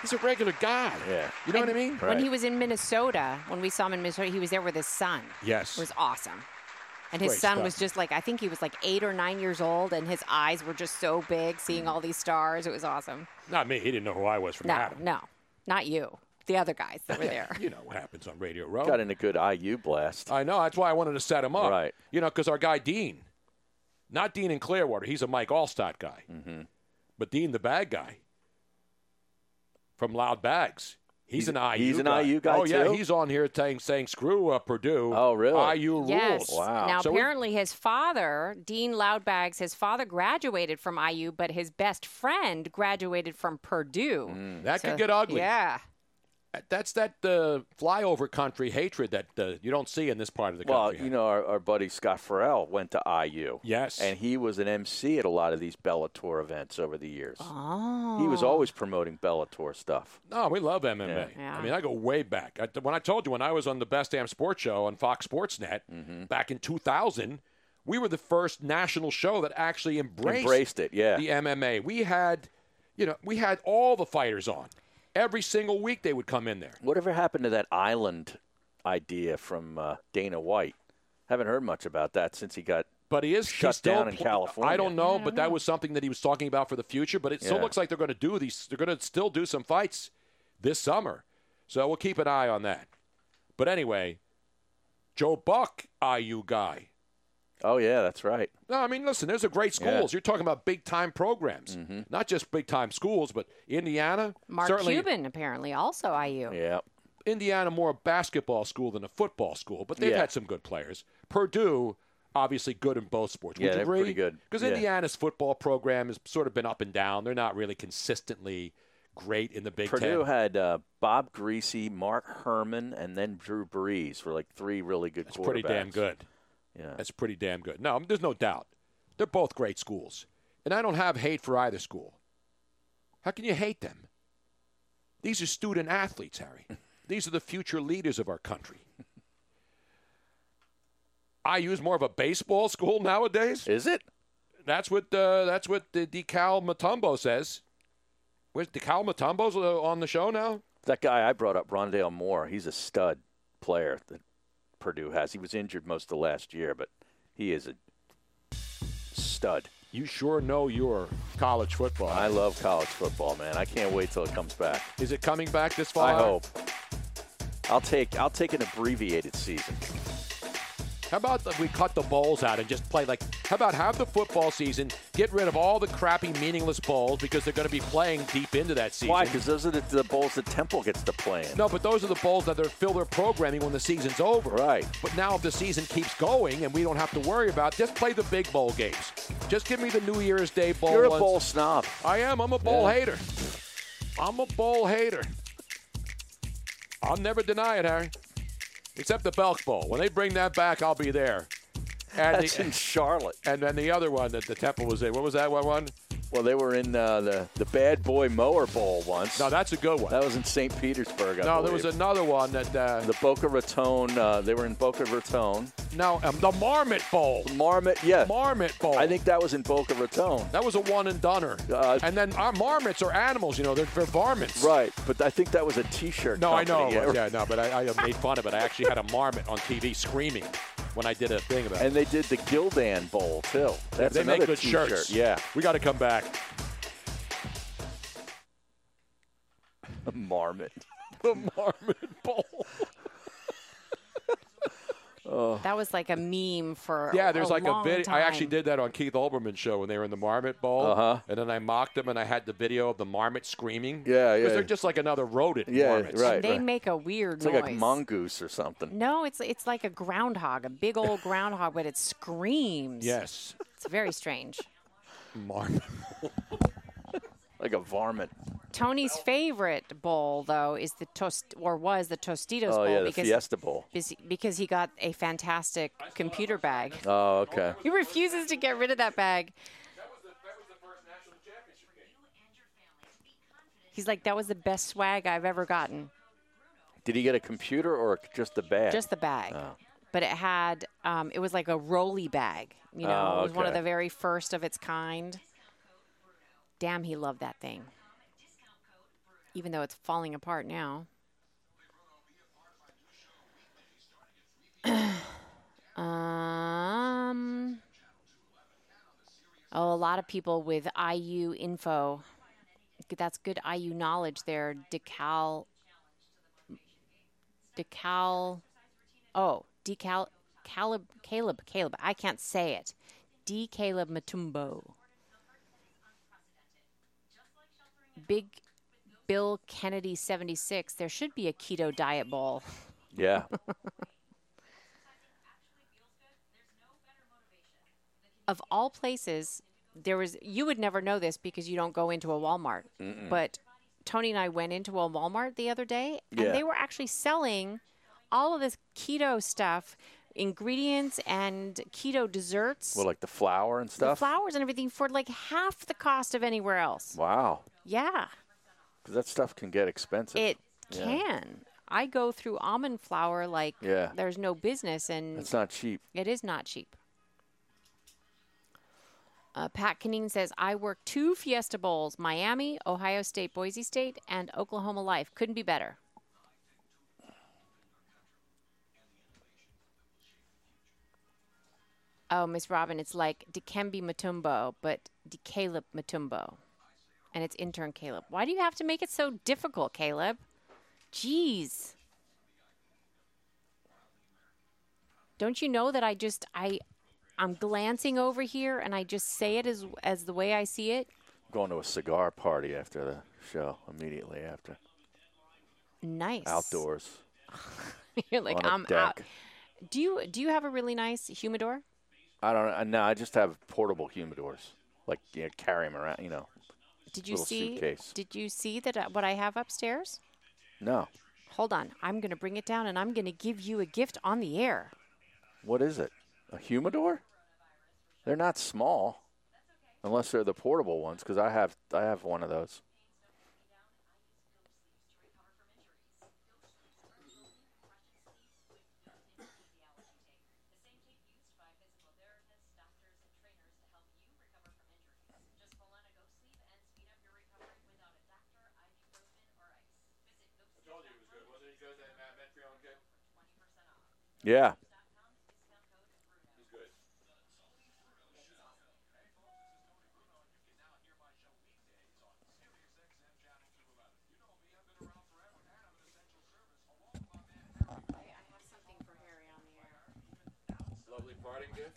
Speaker 4: He's a regular guy.
Speaker 7: uh, Yeah.
Speaker 4: You know what I mean?
Speaker 8: When he was in Minnesota, when we saw him in Minnesota, he was there with his son.
Speaker 4: Yes.
Speaker 8: It was awesome. And his
Speaker 4: Great
Speaker 8: son
Speaker 4: stuff.
Speaker 8: was just like, I think he was like eight or nine years old, and his eyes were just so big seeing all these stars. It was awesome.
Speaker 4: Not me. He didn't know who I was Mm. from
Speaker 8: No,
Speaker 4: Adam.
Speaker 8: no, not you. The other guys that were there.
Speaker 4: You know what happens on Radio Row.
Speaker 7: Got in a good IU blast.
Speaker 4: I know. That's why I wanted to set him up.
Speaker 7: Right.
Speaker 4: You know, because our guy Dean, not Dean in Clearwater, he's a Mike Allstott guy, mm-hmm. but Dean the bad guy from Loud Bags. He's,
Speaker 7: He's-
Speaker 4: an IU.
Speaker 7: he's an
Speaker 4: guy.
Speaker 7: IU guy,
Speaker 4: Oh yeah,
Speaker 7: too?
Speaker 4: he's on here saying saying screw uh, Purdue.
Speaker 7: Oh, really?
Speaker 4: IU
Speaker 8: Yes.
Speaker 4: rules.
Speaker 8: Now,
Speaker 4: So we-
Speaker 8: apparently, his father, Dean Loudbags, his father graduated from IU, but his best friend graduated from Purdue.
Speaker 7: Mm.
Speaker 4: That
Speaker 8: So-
Speaker 4: could get ugly.
Speaker 8: Yeah.
Speaker 4: that's that uh, flyover country hatred that uh, you don't see in this part of the
Speaker 7: Well,
Speaker 4: country.
Speaker 7: you know, our, our buddy Scott Farrell went to IU.
Speaker 4: Yes.
Speaker 7: And he was an MC at a lot of these Bellator events over the years.
Speaker 8: Oh.
Speaker 7: He was always promoting Bellator stuff.
Speaker 4: No, we love MMA.
Speaker 7: Yeah.
Speaker 4: I mean, I go way back. I, when I told you when I was on the Best Damn Sports Show on Fox Sports Net
Speaker 7: Mm-hmm.
Speaker 4: back in 2000, we were the first national show that actually embraced
Speaker 7: Embraced it, yeah.
Speaker 4: the MMA. We had, you know, we had all the fighters on every single week. They would come in there.
Speaker 7: Whatever happened to that island idea from uh, Dana White? Haven't heard much about that since he got
Speaker 4: But he is
Speaker 7: shut
Speaker 4: he's still
Speaker 7: down in
Speaker 4: pl-
Speaker 7: California.
Speaker 4: I don't know, but that was something that he was talking about for the future. But it still
Speaker 7: Yeah.
Speaker 4: looks like they're going to do these. They're going to still do some fights this summer. So we'll keep an eye on that. But anyway, Joe Buck, IU guy.
Speaker 7: Oh yeah, that's right.
Speaker 4: No, I mean, listen, there's a great schools.
Speaker 7: Yeah. Mm-hmm.
Speaker 4: You're talking about big time programs, not just big time schools, but Indiana.
Speaker 8: Mark
Speaker 4: certainly,
Speaker 8: Cuban, apparently, also IU.
Speaker 7: Yeah.
Speaker 4: Indiana more a basketball school than a football school, but they've
Speaker 7: Yeah.
Speaker 4: had some good players. Purdue, obviously good in both sports.
Speaker 7: Yeah,
Speaker 4: Would you
Speaker 7: they're
Speaker 4: agree?
Speaker 7: pretty good.
Speaker 4: Because
Speaker 7: Yeah.
Speaker 4: Indiana's football program has sort of been up and down. They're not really consistently great in the Big
Speaker 7: Purdue
Speaker 4: Ten.
Speaker 7: had uh, Bob Greasy, Mark Herman, and then Drew Brees were like three really good
Speaker 4: That's pretty damn good.
Speaker 7: Yeah.
Speaker 4: That's pretty damn good. No, um, there's no doubt. They're both great schools. And I don't have hate for either school. How can you hate them? These are student athletes, Harry. These are the future leaders of our country. I use more of a baseball school nowadays.
Speaker 7: Is it?
Speaker 4: That's what uh, that's what the Decal Matumbo says. Where's Decal Matumbo's uh, on the show now?
Speaker 7: That guy I brought up, Rondale Moore, he's a stud player that Purdue has. He was injured most of last year, but he is a stud.
Speaker 4: You sure know your college football.
Speaker 7: I love college football, man. I can't wait till it comes back.
Speaker 4: Is it coming back this fall?
Speaker 7: I hope. I'll take I'll take an abbreviated season.
Speaker 4: How about that we cut the bowls out and just play like? How about have the football season? Get rid of all the crappy, meaningless bowls because they're going to be playing deep into that season.
Speaker 7: Why? Because those are the, the bowls that Temple gets to play in.
Speaker 4: No, but those are the bowls that they fill their programming when the season's over.
Speaker 7: Right.
Speaker 4: But now if the season keeps going and we don't have to worry about, just play the big bowl games. Just give me the New Year's Day bowl.
Speaker 7: You're a
Speaker 4: ones.
Speaker 7: bowl snob.
Speaker 4: I am. I'm a bowl
Speaker 7: Yeah.
Speaker 4: hater. I'm a bowl hater. I'll never deny it, Harry. Except the Belk Bowl. When they bring that back, I'll be there. And
Speaker 7: That's in Charlotte.
Speaker 4: And then the other one that the Temple was in. What was that one? one?
Speaker 7: Well, they were in uh, the the Bad Boy Mower Bowl once.
Speaker 4: No, that's a good one.
Speaker 7: That was in St. Petersburg. I
Speaker 4: no, there was
Speaker 7: believe.
Speaker 4: another one that. Uh,
Speaker 7: the Boca Raton. Uh, they were in Boca Raton.
Speaker 4: no, um, the Marmot Bowl.
Speaker 7: Marmot, yeah.
Speaker 4: Marmot Bowl.
Speaker 7: I think that was in Boca Raton.
Speaker 4: That was a one and doneer.
Speaker 7: Uh,
Speaker 4: and then our marmots are animals, you know, they're, they're varmints.
Speaker 7: Right, but I think that was a T-shirt.
Speaker 4: No, I know.
Speaker 7: company,
Speaker 4: it was.
Speaker 7: yeah.
Speaker 4: Yeah, no, but I, I made fun of it. I actually had a marmot on TV screaming when I did a thing about it.
Speaker 7: And they did the Gildan Bowl too. That's
Speaker 4: they make
Speaker 7: another
Speaker 4: good
Speaker 7: T-shirt.
Speaker 4: shirts.
Speaker 7: Yeah,
Speaker 4: We got to come back.
Speaker 7: Marmot.
Speaker 4: The Marmot Bowl.
Speaker 7: Oh.
Speaker 8: That was like a meme for
Speaker 4: Yeah, there's like a
Speaker 8: long
Speaker 4: video. I actually
Speaker 8: time.
Speaker 4: did that on Keith Olbermann's show when they were in the Marmot Bowl,
Speaker 7: Uh-huh.
Speaker 4: and then I mocked them, and I had the video of the marmot screaming.
Speaker 7: Yeah, yeah.
Speaker 4: Because they're just like another rodent.
Speaker 7: Yeah,
Speaker 4: marmots.
Speaker 7: right.
Speaker 8: They make a weird
Speaker 7: It's
Speaker 8: noise.
Speaker 7: like a mongoose or something.
Speaker 8: no, it's it's like a groundhog, a big old groundhog, but it screams.
Speaker 4: Yes,
Speaker 8: It's very strange.
Speaker 4: marmot.
Speaker 7: Like a varmint.
Speaker 8: Tony's favorite bowl though is the toast or was the Tostitos
Speaker 7: oh
Speaker 8: bowl
Speaker 7: yeah, the
Speaker 8: because
Speaker 7: Fiesta Bowl.
Speaker 8: bes- because he got a fantastic computer bag.
Speaker 7: Oh okay.
Speaker 8: He refuses to get rid of that bag. He's like, that was the best swag I've ever gotten.
Speaker 7: Did he get a computer or just the bag?
Speaker 8: Just the bag.
Speaker 7: Oh.
Speaker 8: But it had, um, it was like a rolly bag. You know,
Speaker 7: Oh,
Speaker 8: it was one of
Speaker 7: okay.
Speaker 8: the very first of its kind. Damn, he loved that thing. Even though it's falling apart now. um, oh, a lot of people with IU info. That's good IU knowledge there. Decal decal oh decal calib caleb caleb i can't say it d caleb matumbo big bill kennedy 76 there should be a keto diet bowl
Speaker 7: Yeah.
Speaker 8: of all places there was you would never know this because you don't go into a walmart but tony and i went into a walmart the other day and
Speaker 7: Yeah.
Speaker 8: they were actually selling all of this keto stuff ingredients and keto desserts
Speaker 7: well, like the flower and
Speaker 8: the
Speaker 7: stuff.
Speaker 8: flowers and everything for like half the cost of anywhere else.
Speaker 7: Wow.
Speaker 8: Yeah,
Speaker 7: 'Cause that stuff can get expensive.
Speaker 8: it
Speaker 7: Yeah.
Speaker 8: can. I go through almond flour like
Speaker 7: Yeah.
Speaker 8: there's no business, and
Speaker 7: It's not cheap.
Speaker 8: it is not cheap. Uh, Pat Canine says, I work two Fiesta Bowls Miami, Ohio State, Boise State, and Oklahoma Life. Couldn't be better. Oh, Miss Robin, it's like Dikembe Matumbo, but De Caleb Matumbo. And it's intern Caleb. Why do you have to make it so difficult, Caleb? Jeez. Don't you know that I just I I'm glancing over here and I just say it as as the way I see it?
Speaker 7: Going to a cigar party after the show, immediately after.
Speaker 8: Nice.
Speaker 7: Outdoors.
Speaker 8: You're like
Speaker 7: on a
Speaker 8: I'm out.
Speaker 7: deck.
Speaker 8: Do you do you have a really nice humidor?
Speaker 7: I don't know. No, I just have portable humidors. Like, you know, carry them around, you know.
Speaker 8: Did you
Speaker 7: Little
Speaker 8: see?
Speaker 7: suitcase.
Speaker 8: Did you see that uh, what I have upstairs?
Speaker 7: No.
Speaker 8: Hold on, I'm gonna bring it down and I'm gonna give you a gift on the air.
Speaker 7: What is it? A humidor? They're not small, unless they're the portable ones. Because I have I have one of those. Yeah.
Speaker 4: Lovely parting gift.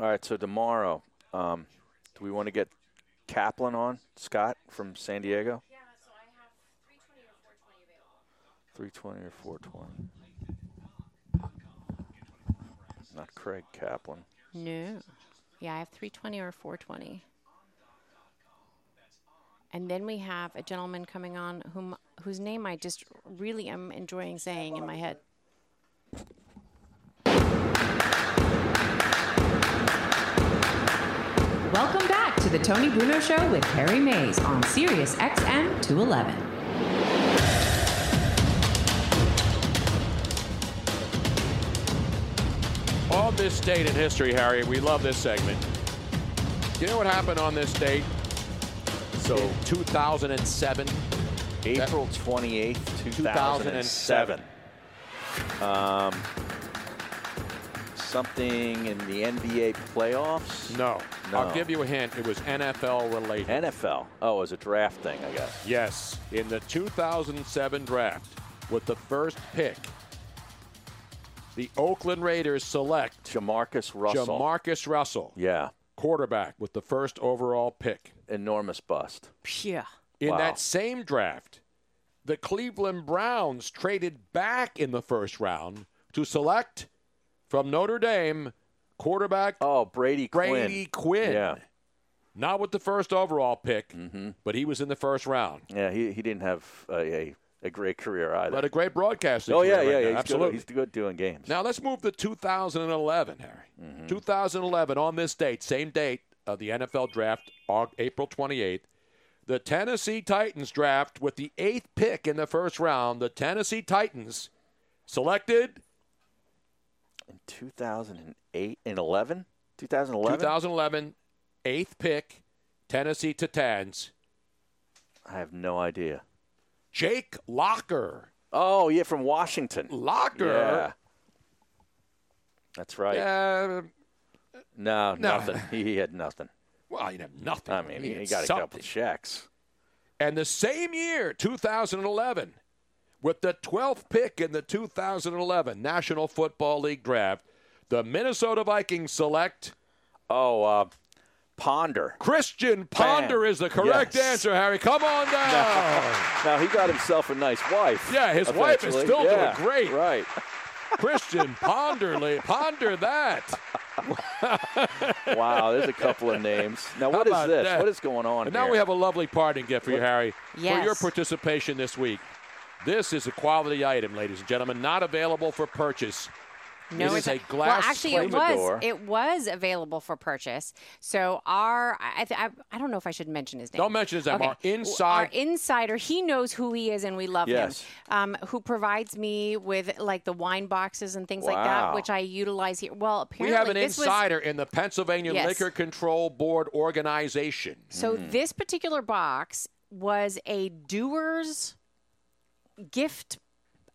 Speaker 7: All right. So tomorrow, um, do we want to get Kaplan on Scott from San Diego? Three twenty or four twenty. Not Craig Kaplan.
Speaker 8: No. Yeah, I have 320 or 420. And then we have a gentleman coming on whom whose name I just really am enjoying saying in my head.
Speaker 13: Welcome back to the Tony Bruno Show with Harry Mays on Sirius XM 211.
Speaker 4: On this date in history, Harry, we love this segment. You know what happened on this date? So 2007.
Speaker 7: April 28th, 2007. Um, something in the NBA playoffs?
Speaker 4: No.
Speaker 7: No.
Speaker 4: I'll give you a hint. It was NFL related.
Speaker 7: NFL. Oh, it was a draft thing, I guess.
Speaker 4: Yes. In the 2007 draft, with the first pick, the Oakland Raiders select
Speaker 7: Jamarcus Russell.
Speaker 4: Jamarcus Russell,
Speaker 7: yeah.
Speaker 4: quarterback, with the first overall pick.
Speaker 7: Enormous bust.
Speaker 8: Yeah.
Speaker 4: In
Speaker 7: Wow.
Speaker 4: that same draft, the Cleveland Browns traded back in the first round to select from Notre Dame quarterback.
Speaker 7: Oh, Brady Quinn.
Speaker 4: Brady Quinn.
Speaker 7: Yeah.
Speaker 4: Not with the first overall pick, but he was in the first round.
Speaker 7: Mm-hmm. Yeah, he, he didn't have a, a, a great career either.
Speaker 4: But a great broadcaster.
Speaker 7: oh, yeah, yeah, yeah. He's
Speaker 4: absolutely.
Speaker 7: Good, he's good doing games.
Speaker 4: Now let's move to 2011, Harry.
Speaker 7: Mm-hmm.
Speaker 4: 2011, on this date, same date of the NFL draft, Aug- April 28th, the Tennessee Titans draft with the eighth pick in the first round. The Tennessee Titans selected
Speaker 7: In 2008 and 11? 2011?
Speaker 4: 2011, eighth pick, Tennessee Titans,
Speaker 7: I have no idea.
Speaker 4: Jake Locker.
Speaker 7: Oh, yeah, from Washington.
Speaker 4: Locker.
Speaker 7: Yeah. That's right.
Speaker 4: Uh,
Speaker 7: No,
Speaker 4: No.
Speaker 7: nothing. He, he had nothing.
Speaker 4: well, you know nothing.
Speaker 7: I mean, he,
Speaker 4: had
Speaker 7: got a couple
Speaker 4: something.
Speaker 7: checks.
Speaker 4: And the same year, 2011, with the 12th pick in the 2011 National Football League draft, the Minnesota Vikings select
Speaker 7: Oh, uh, Ponder.
Speaker 4: Christian Ponder
Speaker 7: Bam.
Speaker 4: is the correct
Speaker 7: Yes.
Speaker 4: answer, Harry. Come on down.
Speaker 7: Now he got himself a nice wife.
Speaker 4: Yeah, his wife is
Speaker 7: eventually.
Speaker 4: still doing
Speaker 7: Yeah,
Speaker 4: great.
Speaker 7: Right.
Speaker 4: Christian Ponderly, ponder that.
Speaker 7: Wow, there's a couple of names. Now
Speaker 4: How
Speaker 7: what is
Speaker 4: about
Speaker 7: this?
Speaker 4: that?
Speaker 7: What is going on
Speaker 4: And now
Speaker 7: here?
Speaker 4: we have a lovely parting gift for you, Harry, for your
Speaker 8: Yes.
Speaker 4: participation this week. This is a quality item, ladies and gentlemen, not available for purchase.
Speaker 8: No, it's
Speaker 4: It is a
Speaker 8: not.
Speaker 4: glass
Speaker 8: Well, actually, it
Speaker 4: humidor.
Speaker 8: was it was available for purchase. So our I, th- I I don't know if I should mention his name.
Speaker 4: Don't mention his name. Our
Speaker 8: Our
Speaker 4: inside-
Speaker 8: insider, he knows who he is, and we love
Speaker 7: Yes.
Speaker 8: him. Um, who provides me with like the wine boxes and things like
Speaker 7: Wow.
Speaker 8: that, which I utilize here. Well,
Speaker 4: We
Speaker 8: apparently
Speaker 4: have an
Speaker 8: this was-
Speaker 4: insider in the Pennsylvania
Speaker 8: Yes.
Speaker 4: Liquor Control Board organization.
Speaker 8: So
Speaker 7: Hmm.
Speaker 8: this particular box was a doer's gift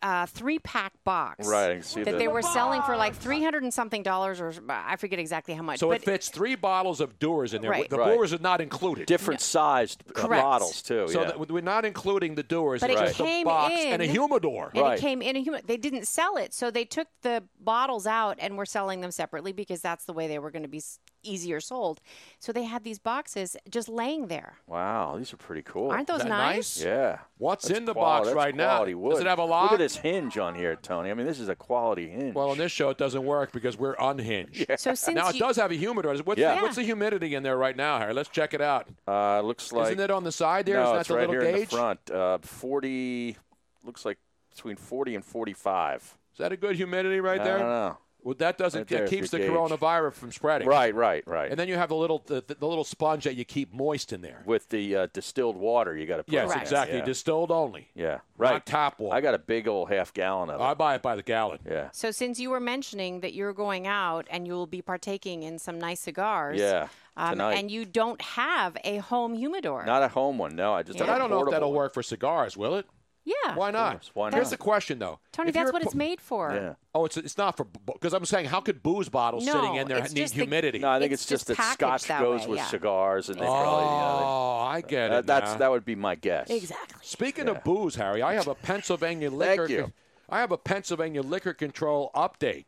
Speaker 8: uh, three pack box.
Speaker 7: Right, I can see
Speaker 8: that
Speaker 7: the-
Speaker 8: they were selling for like 300 and something dollars or I forget exactly how much.
Speaker 4: So
Speaker 8: but
Speaker 4: it fits three bottles of Doers in there.
Speaker 8: Right.
Speaker 4: The
Speaker 7: Right.
Speaker 4: Doers is not included.
Speaker 7: different sized uh,
Speaker 8: Correct.
Speaker 7: bottles too.
Speaker 4: So
Speaker 7: yeah.
Speaker 4: that we're not including the Doers.
Speaker 8: But
Speaker 4: it's
Speaker 8: it
Speaker 4: just a
Speaker 8: came
Speaker 4: box
Speaker 8: in-
Speaker 4: and a humidor.
Speaker 8: And
Speaker 7: Right.
Speaker 8: it came in a human. They didn't sell it, so they took the bottles out and were selling them separately because that's the way they were going to be s- easier sold. So they had these boxes just laying there.
Speaker 7: Wow, these are pretty cool.
Speaker 8: Aren't those That nice? nice?
Speaker 7: Yeah.
Speaker 4: What's in the
Speaker 7: quali-
Speaker 4: box
Speaker 7: that's
Speaker 4: right now?
Speaker 7: quality Wood.
Speaker 4: Does it have a
Speaker 7: Look
Speaker 4: lock?
Speaker 7: at this hinge on here, Tony. I mean, this is a quality hinge.
Speaker 4: Well, on this show, it doesn't work because we're unhinged.
Speaker 7: Yeah. So since
Speaker 4: now it
Speaker 7: you-
Speaker 4: does have a humidor. What's,
Speaker 7: Yeah.
Speaker 4: what's the humidity in there right now, Harry? Let's check it out.
Speaker 7: Uh, looks like
Speaker 4: Isn't it on the side there?
Speaker 7: No,
Speaker 4: Isn't that
Speaker 7: it's
Speaker 4: the
Speaker 7: right
Speaker 4: little
Speaker 7: here in the
Speaker 4: gauge?
Speaker 7: front. Uh, Forty looks like between forty and forty-five.
Speaker 4: Is that a good humidity right
Speaker 7: I
Speaker 4: there?
Speaker 7: don't know.
Speaker 4: Well, that doesn't
Speaker 7: Right there
Speaker 4: that
Speaker 7: is
Speaker 4: keeps the
Speaker 7: your gauge.
Speaker 4: coronavirus from spreading.
Speaker 7: Right, right, right.
Speaker 4: And then you have the little the, the little sponge that you keep moist in there.
Speaker 7: with the uh, distilled water, you got to.
Speaker 4: Yes, exactly.
Speaker 7: Yeah.
Speaker 4: Distilled only.
Speaker 7: yeah,
Speaker 4: not
Speaker 7: right.
Speaker 4: top water.
Speaker 7: I got a big old half gallon of it.
Speaker 4: I buy it by the gallon.
Speaker 7: Yeah.
Speaker 8: So since you were mentioning that you're going out and you'll be partaking in some nice cigars,
Speaker 7: Yeah,
Speaker 8: um,
Speaker 7: tonight.
Speaker 8: and you don't have a home humidor,
Speaker 7: Not a home one, no. I just.
Speaker 8: But
Speaker 7: have a
Speaker 8: I don't know if
Speaker 7: portable
Speaker 4: that'll
Speaker 7: one.
Speaker 4: work for cigars, will it?
Speaker 8: yeah,
Speaker 4: Why
Speaker 7: Of
Speaker 4: not?
Speaker 7: course, why
Speaker 4: Here's
Speaker 7: not?
Speaker 4: the question though.
Speaker 8: Tony,
Speaker 4: If
Speaker 8: that's
Speaker 4: you're
Speaker 8: what
Speaker 4: pu-
Speaker 8: it's made for.
Speaker 4: Oh, it's it's not for because I'm saying how could booze bottles
Speaker 8: No,
Speaker 4: sitting in there
Speaker 8: it's
Speaker 4: need
Speaker 8: just the-
Speaker 4: humidity?
Speaker 7: No, I think it's, just, that Scotch
Speaker 8: that
Speaker 7: goes
Speaker 8: way,
Speaker 7: with
Speaker 8: yeah.
Speaker 7: cigars, and they
Speaker 4: Oh,
Speaker 7: probably.
Speaker 4: I get it.
Speaker 7: that's
Speaker 4: now.
Speaker 7: that would be my guess.
Speaker 8: Exactly.
Speaker 4: Speaking of booze, Harry, I have a Pennsylvania liquor.
Speaker 7: you.
Speaker 4: I have a Pennsylvania liquor control update.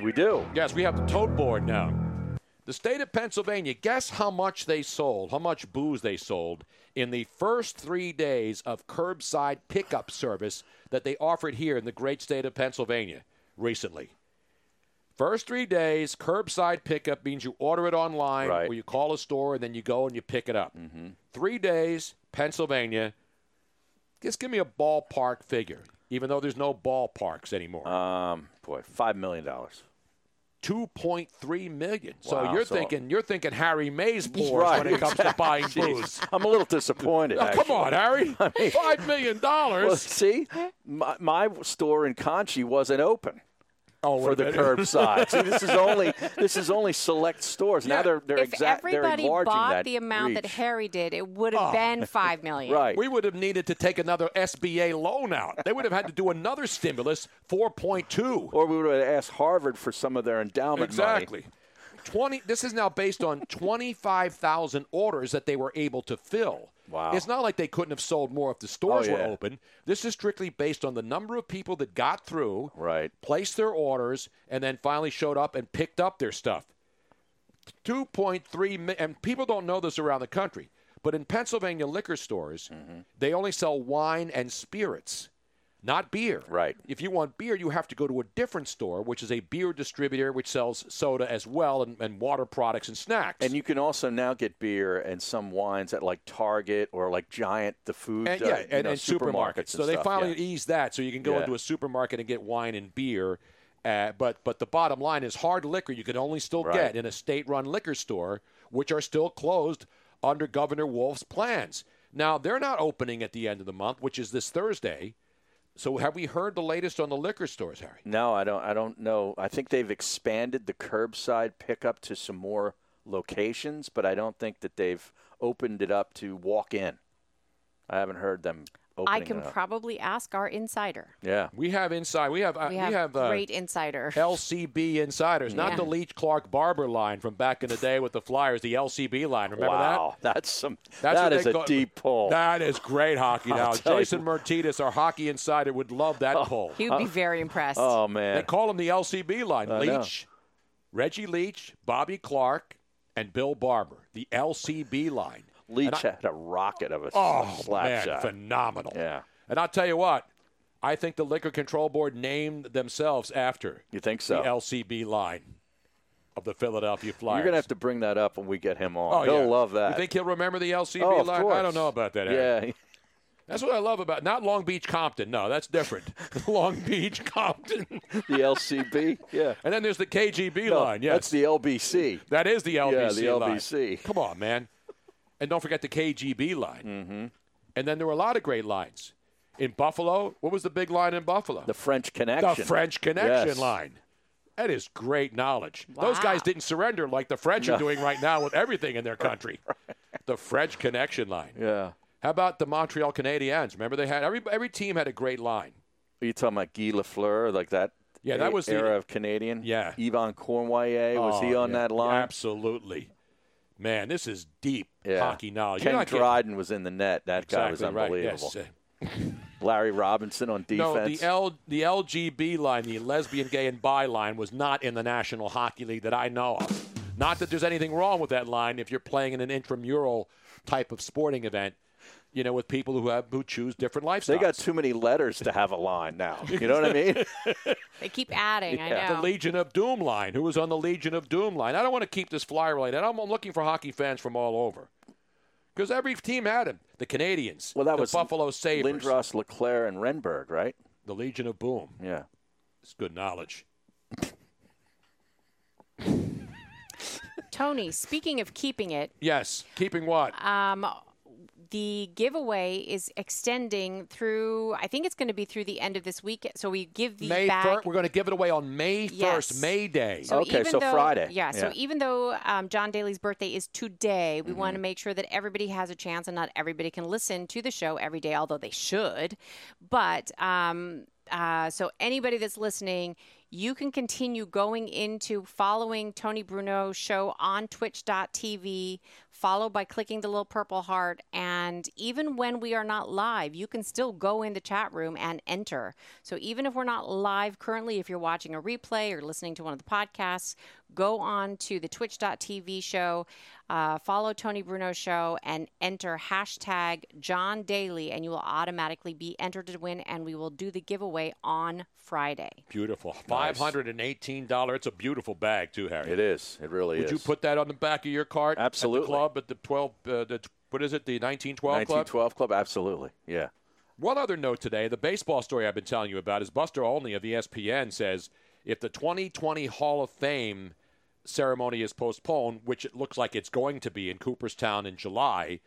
Speaker 7: We do.
Speaker 4: Yes, we have the tote board now. The state of Pennsylvania. Guess how much they sold? How much booze they sold in the first three days of curbside pickup service that they offered here in the great state of Pennsylvania recently. First three days, curbside pickup means you order it online
Speaker 7: Right. Mm-hmm.
Speaker 4: or you call a store and then you go and you pick it up. Three days, Pennsylvania. Just give me a ballpark figure, even though there's no ballparks anymore.
Speaker 7: Um, boy, five million dollars.
Speaker 4: Two point three million. so
Speaker 7: Wow,
Speaker 4: you're
Speaker 7: so-
Speaker 4: thinking you're thinking Harry Mays pours
Speaker 7: Right,
Speaker 4: when it comes to
Speaker 7: exactly.
Speaker 4: buying
Speaker 7: Jeez.
Speaker 4: booze.
Speaker 7: I'm a little disappointed.
Speaker 4: Now, come
Speaker 7: actually.
Speaker 4: on, Harry.
Speaker 7: I mean-
Speaker 4: Five million dollars.
Speaker 7: Well, see, my, my store in Conchi wasn't open.
Speaker 4: Oh,
Speaker 7: for
Speaker 4: wait a
Speaker 7: the
Speaker 4: minute.
Speaker 7: curbside. See, this is only this is only select stores. Now they're they're
Speaker 8: if
Speaker 7: exact. They're
Speaker 8: everybody
Speaker 7: enlarging
Speaker 8: bought
Speaker 7: that
Speaker 8: the amount that
Speaker 7: reach.
Speaker 8: Harry did, it would have
Speaker 4: Oh.
Speaker 8: been five million.
Speaker 4: We would have needed to take another SBA loan out. They would have had to do another stimulus, four point two.
Speaker 7: Or we would have asked Harvard for some of their endowment
Speaker 4: Exactly.
Speaker 7: money.
Speaker 4: 20 this is now based on 25,000 orders that they were able to fill. Wow. It's not like they couldn't have sold more if the stores
Speaker 7: Oh,
Speaker 4: were
Speaker 7: yeah.
Speaker 4: open. This is strictly based on the number of people that got through,
Speaker 7: right.
Speaker 4: placed their orders and then finally showed up and picked up their stuff. 2.3 mi- and people don't know this around the country, but in Pennsylvania liquor stores, they only sell wine and spirits, not beer. Right. If you want beer, you have to go to a different store, which is a beer distributor, which sells soda as well and, and water products and snacks.
Speaker 7: And you can also now get beer and some wines at like Target or like Giant, the food,
Speaker 4: and,
Speaker 7: uh,
Speaker 4: yeah,
Speaker 7: you
Speaker 4: and,
Speaker 7: know,
Speaker 4: and
Speaker 7: supermarkets.
Speaker 4: supermarkets.
Speaker 7: and
Speaker 4: So they
Speaker 7: stuff,
Speaker 4: finally
Speaker 7: yeah.
Speaker 4: eased that, so you can go
Speaker 7: Yeah.
Speaker 4: into a supermarket and get wine and beer. Uh, but but the bottom line is hard liquor you can only still
Speaker 7: Right.
Speaker 4: get in a state-run liquor store, which are still closed under Governor Wolf's plans. Now they're not opening at the end of the month, which is this Thursday. So have we heard the latest on the liquor stores, Harry?
Speaker 7: No, I don't. I don't know. I think they've expanded the curbside pickup to some more locations, but I don't think that they've opened it up to walk in. I haven't heard them. Opening
Speaker 8: I can
Speaker 7: it up.
Speaker 8: probably ask our insider.
Speaker 7: Yeah,
Speaker 4: we have inside. We have uh,
Speaker 8: We have,
Speaker 4: uh,
Speaker 8: great insider.
Speaker 4: LCB insiders,
Speaker 8: Yeah.
Speaker 4: not the Leach Clark Barber line from back in the day with the Flyers, the LCB line. Remember that?
Speaker 7: wow, that's some.
Speaker 4: That's
Speaker 7: that
Speaker 4: what
Speaker 7: is
Speaker 4: they
Speaker 7: a
Speaker 4: call-
Speaker 7: deep pull.
Speaker 4: That is great hockey
Speaker 7: I'll
Speaker 4: now.
Speaker 7: tell you.
Speaker 4: Jason Martinez, our hockey insider, would love that poll.
Speaker 8: He would be very impressed.
Speaker 7: oh man,
Speaker 4: They call him the LCB line.
Speaker 7: I know.
Speaker 4: Leach, Reggie Leach, Bobby Clark, and Bill Barber. The LCB line.
Speaker 7: Leach
Speaker 4: And I-
Speaker 7: had a rocket of a
Speaker 4: oh
Speaker 7: slap
Speaker 4: man,
Speaker 7: shot.
Speaker 4: phenomenal.
Speaker 7: Yeah.
Speaker 4: And I'll tell you what, I think the liquor control board named themselves after
Speaker 7: You think so?
Speaker 4: the LCB line of the Philadelphia Flyers.
Speaker 7: You're gonna have to bring that up when we get him on.
Speaker 4: Oh,
Speaker 7: He'll
Speaker 4: yeah.
Speaker 7: love that.
Speaker 4: You think he'll remember the LCB
Speaker 7: oh, of
Speaker 4: line?
Speaker 7: course.
Speaker 4: I don't know about that. Eric.
Speaker 7: Yeah,
Speaker 4: That's what I love about not Long Beach Compton. No, that's different. Long Beach Compton.
Speaker 7: the LCB. Yeah.
Speaker 4: And then there's the KGB
Speaker 7: No,
Speaker 4: line. Yes.
Speaker 7: That's the LBC.
Speaker 4: That is the
Speaker 7: Yeah,
Speaker 4: LBC
Speaker 7: the
Speaker 4: line.
Speaker 7: LBC.
Speaker 4: Come on, man. And don't forget the KGB line. Mm-hmm. And then there were a lot of great lines. In Buffalo, what was the big line in Buffalo?
Speaker 7: The French Connection.
Speaker 4: The French Connection
Speaker 7: Yes.
Speaker 4: line. That is great knowledge. Those guys didn't surrender like the French
Speaker 7: No.
Speaker 4: are doing right now with everything in their country. The French Connection line.
Speaker 7: Yeah.
Speaker 4: How about the Montreal Canadiens? Remember they had every every team had a great line.
Speaker 7: Are you talking about Guy Lafleur, like that?
Speaker 4: Yeah, that
Speaker 7: e-
Speaker 4: was the-
Speaker 7: era of Canadian.
Speaker 4: Yeah.
Speaker 7: Yvon Cornwallier was he
Speaker 4: Oh,
Speaker 7: on
Speaker 4: yeah.
Speaker 7: that line?
Speaker 4: Absolutely. Man, this is deep
Speaker 7: Yeah.
Speaker 4: hockey knowledge. You're
Speaker 7: Ken
Speaker 4: not getting-
Speaker 7: Dryden was in the net. That guy was
Speaker 4: Exactly right,
Speaker 7: unbelievable.
Speaker 4: yes.
Speaker 7: Larry Robinson on defense.
Speaker 4: No, the L the LGB line, the lesbian, gay, and bi line, was not in the National Hockey League that I know of. Not that there's anything wrong with that line if you're playing in an intramural type of sporting event, you know, with people who have who choose different lifestyles.
Speaker 7: They got too many letters to have a line now. You know what I mean?
Speaker 8: They keep adding. I know.
Speaker 4: The Legion of Doom line. Who was on the Legion of Doom line? I don't want to keep this flyer line. I'm looking for hockey fans from all over. Because every team had him. The Canadians.
Speaker 7: Well, that
Speaker 4: the
Speaker 7: was
Speaker 4: Buffalo Sabres.
Speaker 7: Lindros, Leclaire, and Renberg, right?
Speaker 4: The Legion of Boom.
Speaker 7: Yeah.
Speaker 4: It's good knowledge.
Speaker 8: Tony, speaking of keeping it,
Speaker 4: Yes. Keeping what?
Speaker 8: um, the giveaway is extending through. I think it's going to be through the end of this week. So we give these
Speaker 4: May
Speaker 8: back.
Speaker 4: 1st. We're going to give it away on May 1st,
Speaker 8: Yes.
Speaker 4: May Day.
Speaker 8: So even though, Yeah, so even though um, John Daly's birthday is today,
Speaker 4: Mm-hmm.
Speaker 8: we want to make sure that everybody has a chance and not everybody can listen to the show every day, although they should. But um, uh, so anybody that's listening, you can continue going into following Tony Bruno's show on twitch.tv, followed by clicking the little purple heart. And even when we are not live, you can still go in the chat room and enter. So even if we're not live currently, if you're watching a replay or listening to one of the podcasts, go on to the twitch.tv show, uh, follow Tony Bruno Show, and enter hashtag John Daly, and you will automatically be entered to win. And we will do the giveaway on Friday.
Speaker 4: Beautiful. Five hundred and eighteen dollar. It's a beautiful bag too, Harry.
Speaker 7: It is. It really
Speaker 4: Would
Speaker 7: is.
Speaker 4: you put that on the back of your cart? At
Speaker 7: Absolutely.
Speaker 4: the club at the twelve. Uh, the, what is it? The nineteen twelve club.
Speaker 7: 1912 club? Absolutely. Yeah.
Speaker 4: One other note today: the baseball story I've been telling you about is Buster Olney of E ESPN says if the 2020 Hall of Fame ceremony is postponed, which it looks like it's going to be in Cooperstown in July,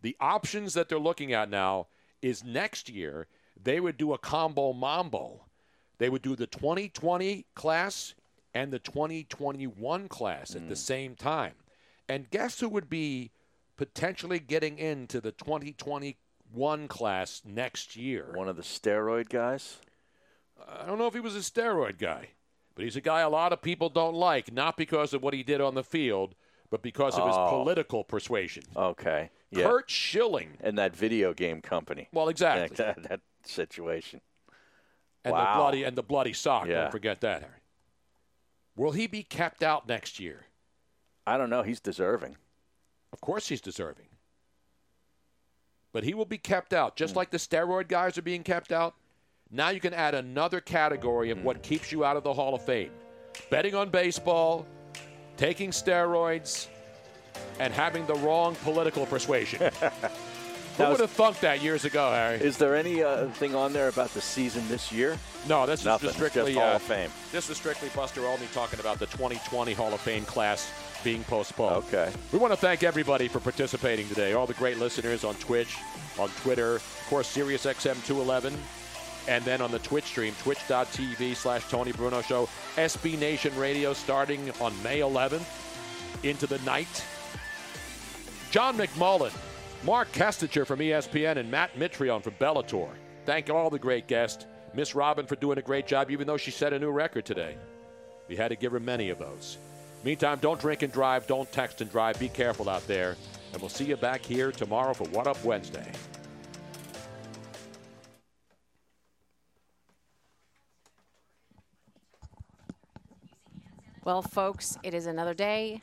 Speaker 4: the options that they're looking at now is next year they would do a combo mambo. They would do the 2020 class and the 2021 class at the
Speaker 7: Mm.
Speaker 4: same time. And guess who would be potentially getting into the 2021 class next year?
Speaker 7: One of the steroid guys?
Speaker 4: I don't know if he was a steroid guy, but he's a guy a lot of people don't like, not because of what he did on the field, but because of his
Speaker 7: Oh.
Speaker 4: political persuasion.
Speaker 7: Okay. Yeah.
Speaker 4: Kurt Schilling.
Speaker 7: And that video game company.
Speaker 4: Well, exactly.
Speaker 7: That, that, that situation.
Speaker 4: And
Speaker 7: wow.
Speaker 4: the bloody and the bloody sock.
Speaker 7: Yeah.
Speaker 4: Don't forget that, Harry. Will he be kept out next year?
Speaker 7: I don't know. He's deserving.
Speaker 4: Of course he's deserving. But he will be kept out,
Speaker 7: Hmm.
Speaker 4: just like the steroid guys are being kept out. Now you can add another category of what keeps you out of the Hall of Fame betting on baseball, taking steroids, and having the wrong political persuasion. Who
Speaker 7: Now,
Speaker 4: would have thunk that years ago, Harry?
Speaker 7: Is there any uh, thing on there about the season this year?
Speaker 4: No, this
Speaker 7: Nothing.
Speaker 4: is just strictly
Speaker 7: Just Hall
Speaker 4: uh,
Speaker 7: of Fame.
Speaker 4: This is strictly Buster Olney talking about the 2020 Hall of Fame class being postponed.
Speaker 7: Okay.
Speaker 4: We want to thank everybody for participating today. All the great listeners on Twitch, on Twitter, of course, SiriusXM211, and then on the Twitch stream, twitch.tv slash Tony Bruno Show. SB Nation Radio starting on May 11th into the night. John McMullen, Mark Kestacher from E ESPN, and Matt Mitrion from Bellator. Thank all the great guests. Miss Robin for doing a great job, even though she set a new record today. We had to give her many of those. Meantime, don't drink and drive, don't text and drive. Be careful out there. And we'll see you back here tomorrow for What Up Wednesday.
Speaker 8: Well, folks, it is another day,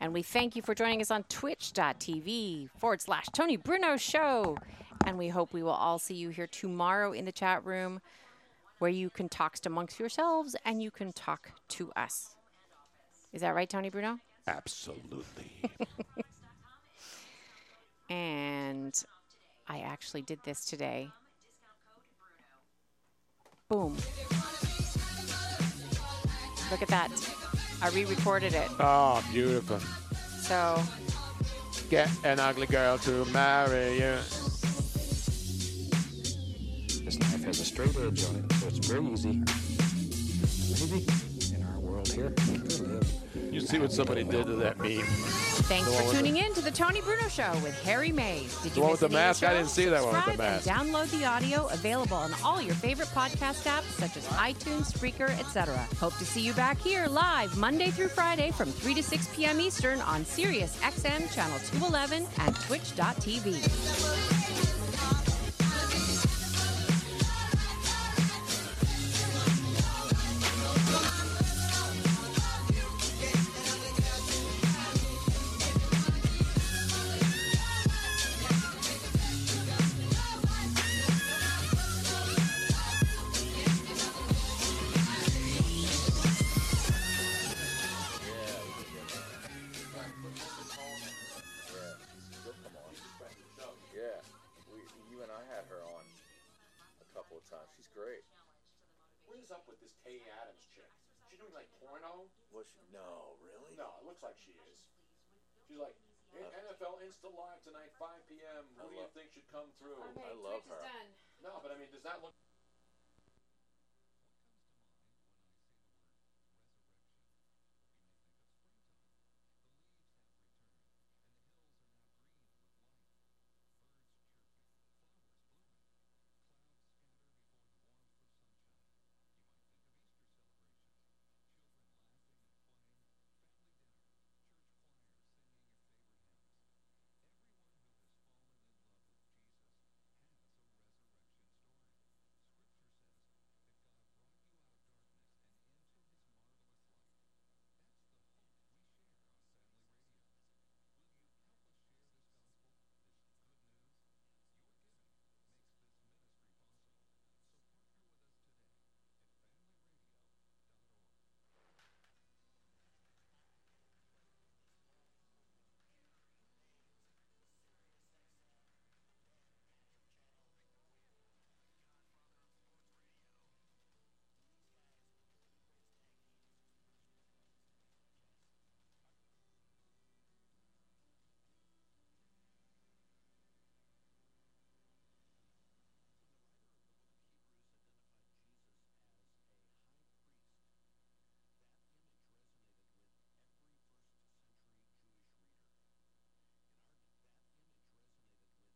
Speaker 8: and we thank you for joining us on twitch.tv forward slash Tony Bruno Show. And we hope we will all see you here tomorrow in the chat room where you can talk amongst yourselves and you can talk to us. Is that right, Tony Bruno?
Speaker 4: Absolutely.
Speaker 8: And I actually did this today. Boom. Look at that. I re recorded it.
Speaker 4: Oh, beautiful.
Speaker 8: So.
Speaker 4: Get an ugly girl to marry you.
Speaker 3: This knife has a straight edge on it, so it's very easy. Easy in our world here. to live.
Speaker 4: You see what somebody did to that meme?
Speaker 8: Thanks
Speaker 4: The one
Speaker 8: for
Speaker 4: with the-
Speaker 8: tuning in to the Tony Bruno Show with Harry Mays. Did
Speaker 4: The
Speaker 8: you
Speaker 4: one
Speaker 8: miss
Speaker 4: with the
Speaker 8: any of
Speaker 4: mask? I
Speaker 8: show?
Speaker 4: didn't see that one with the
Speaker 8: Subscribe and Download the audio available on all your favorite podcast apps such as iTunes, Spreaker, etc. Hope to see you back here live Monday through Friday from 3 to 6 p.m. Eastern on Sirius XM channel 211 and twitch.tv.
Speaker 4: up with this Tay Adams chick? She's doing like porno.
Speaker 5: Was she? No, really? Uh,
Speaker 4: No, it looks like she is. She's like "Hey, NFL Insta Live tonight, 5 p.m. Who do you think should come through?
Speaker 8: Okay, I love Twitch is her. done.
Speaker 4: No, but I mean, does that look?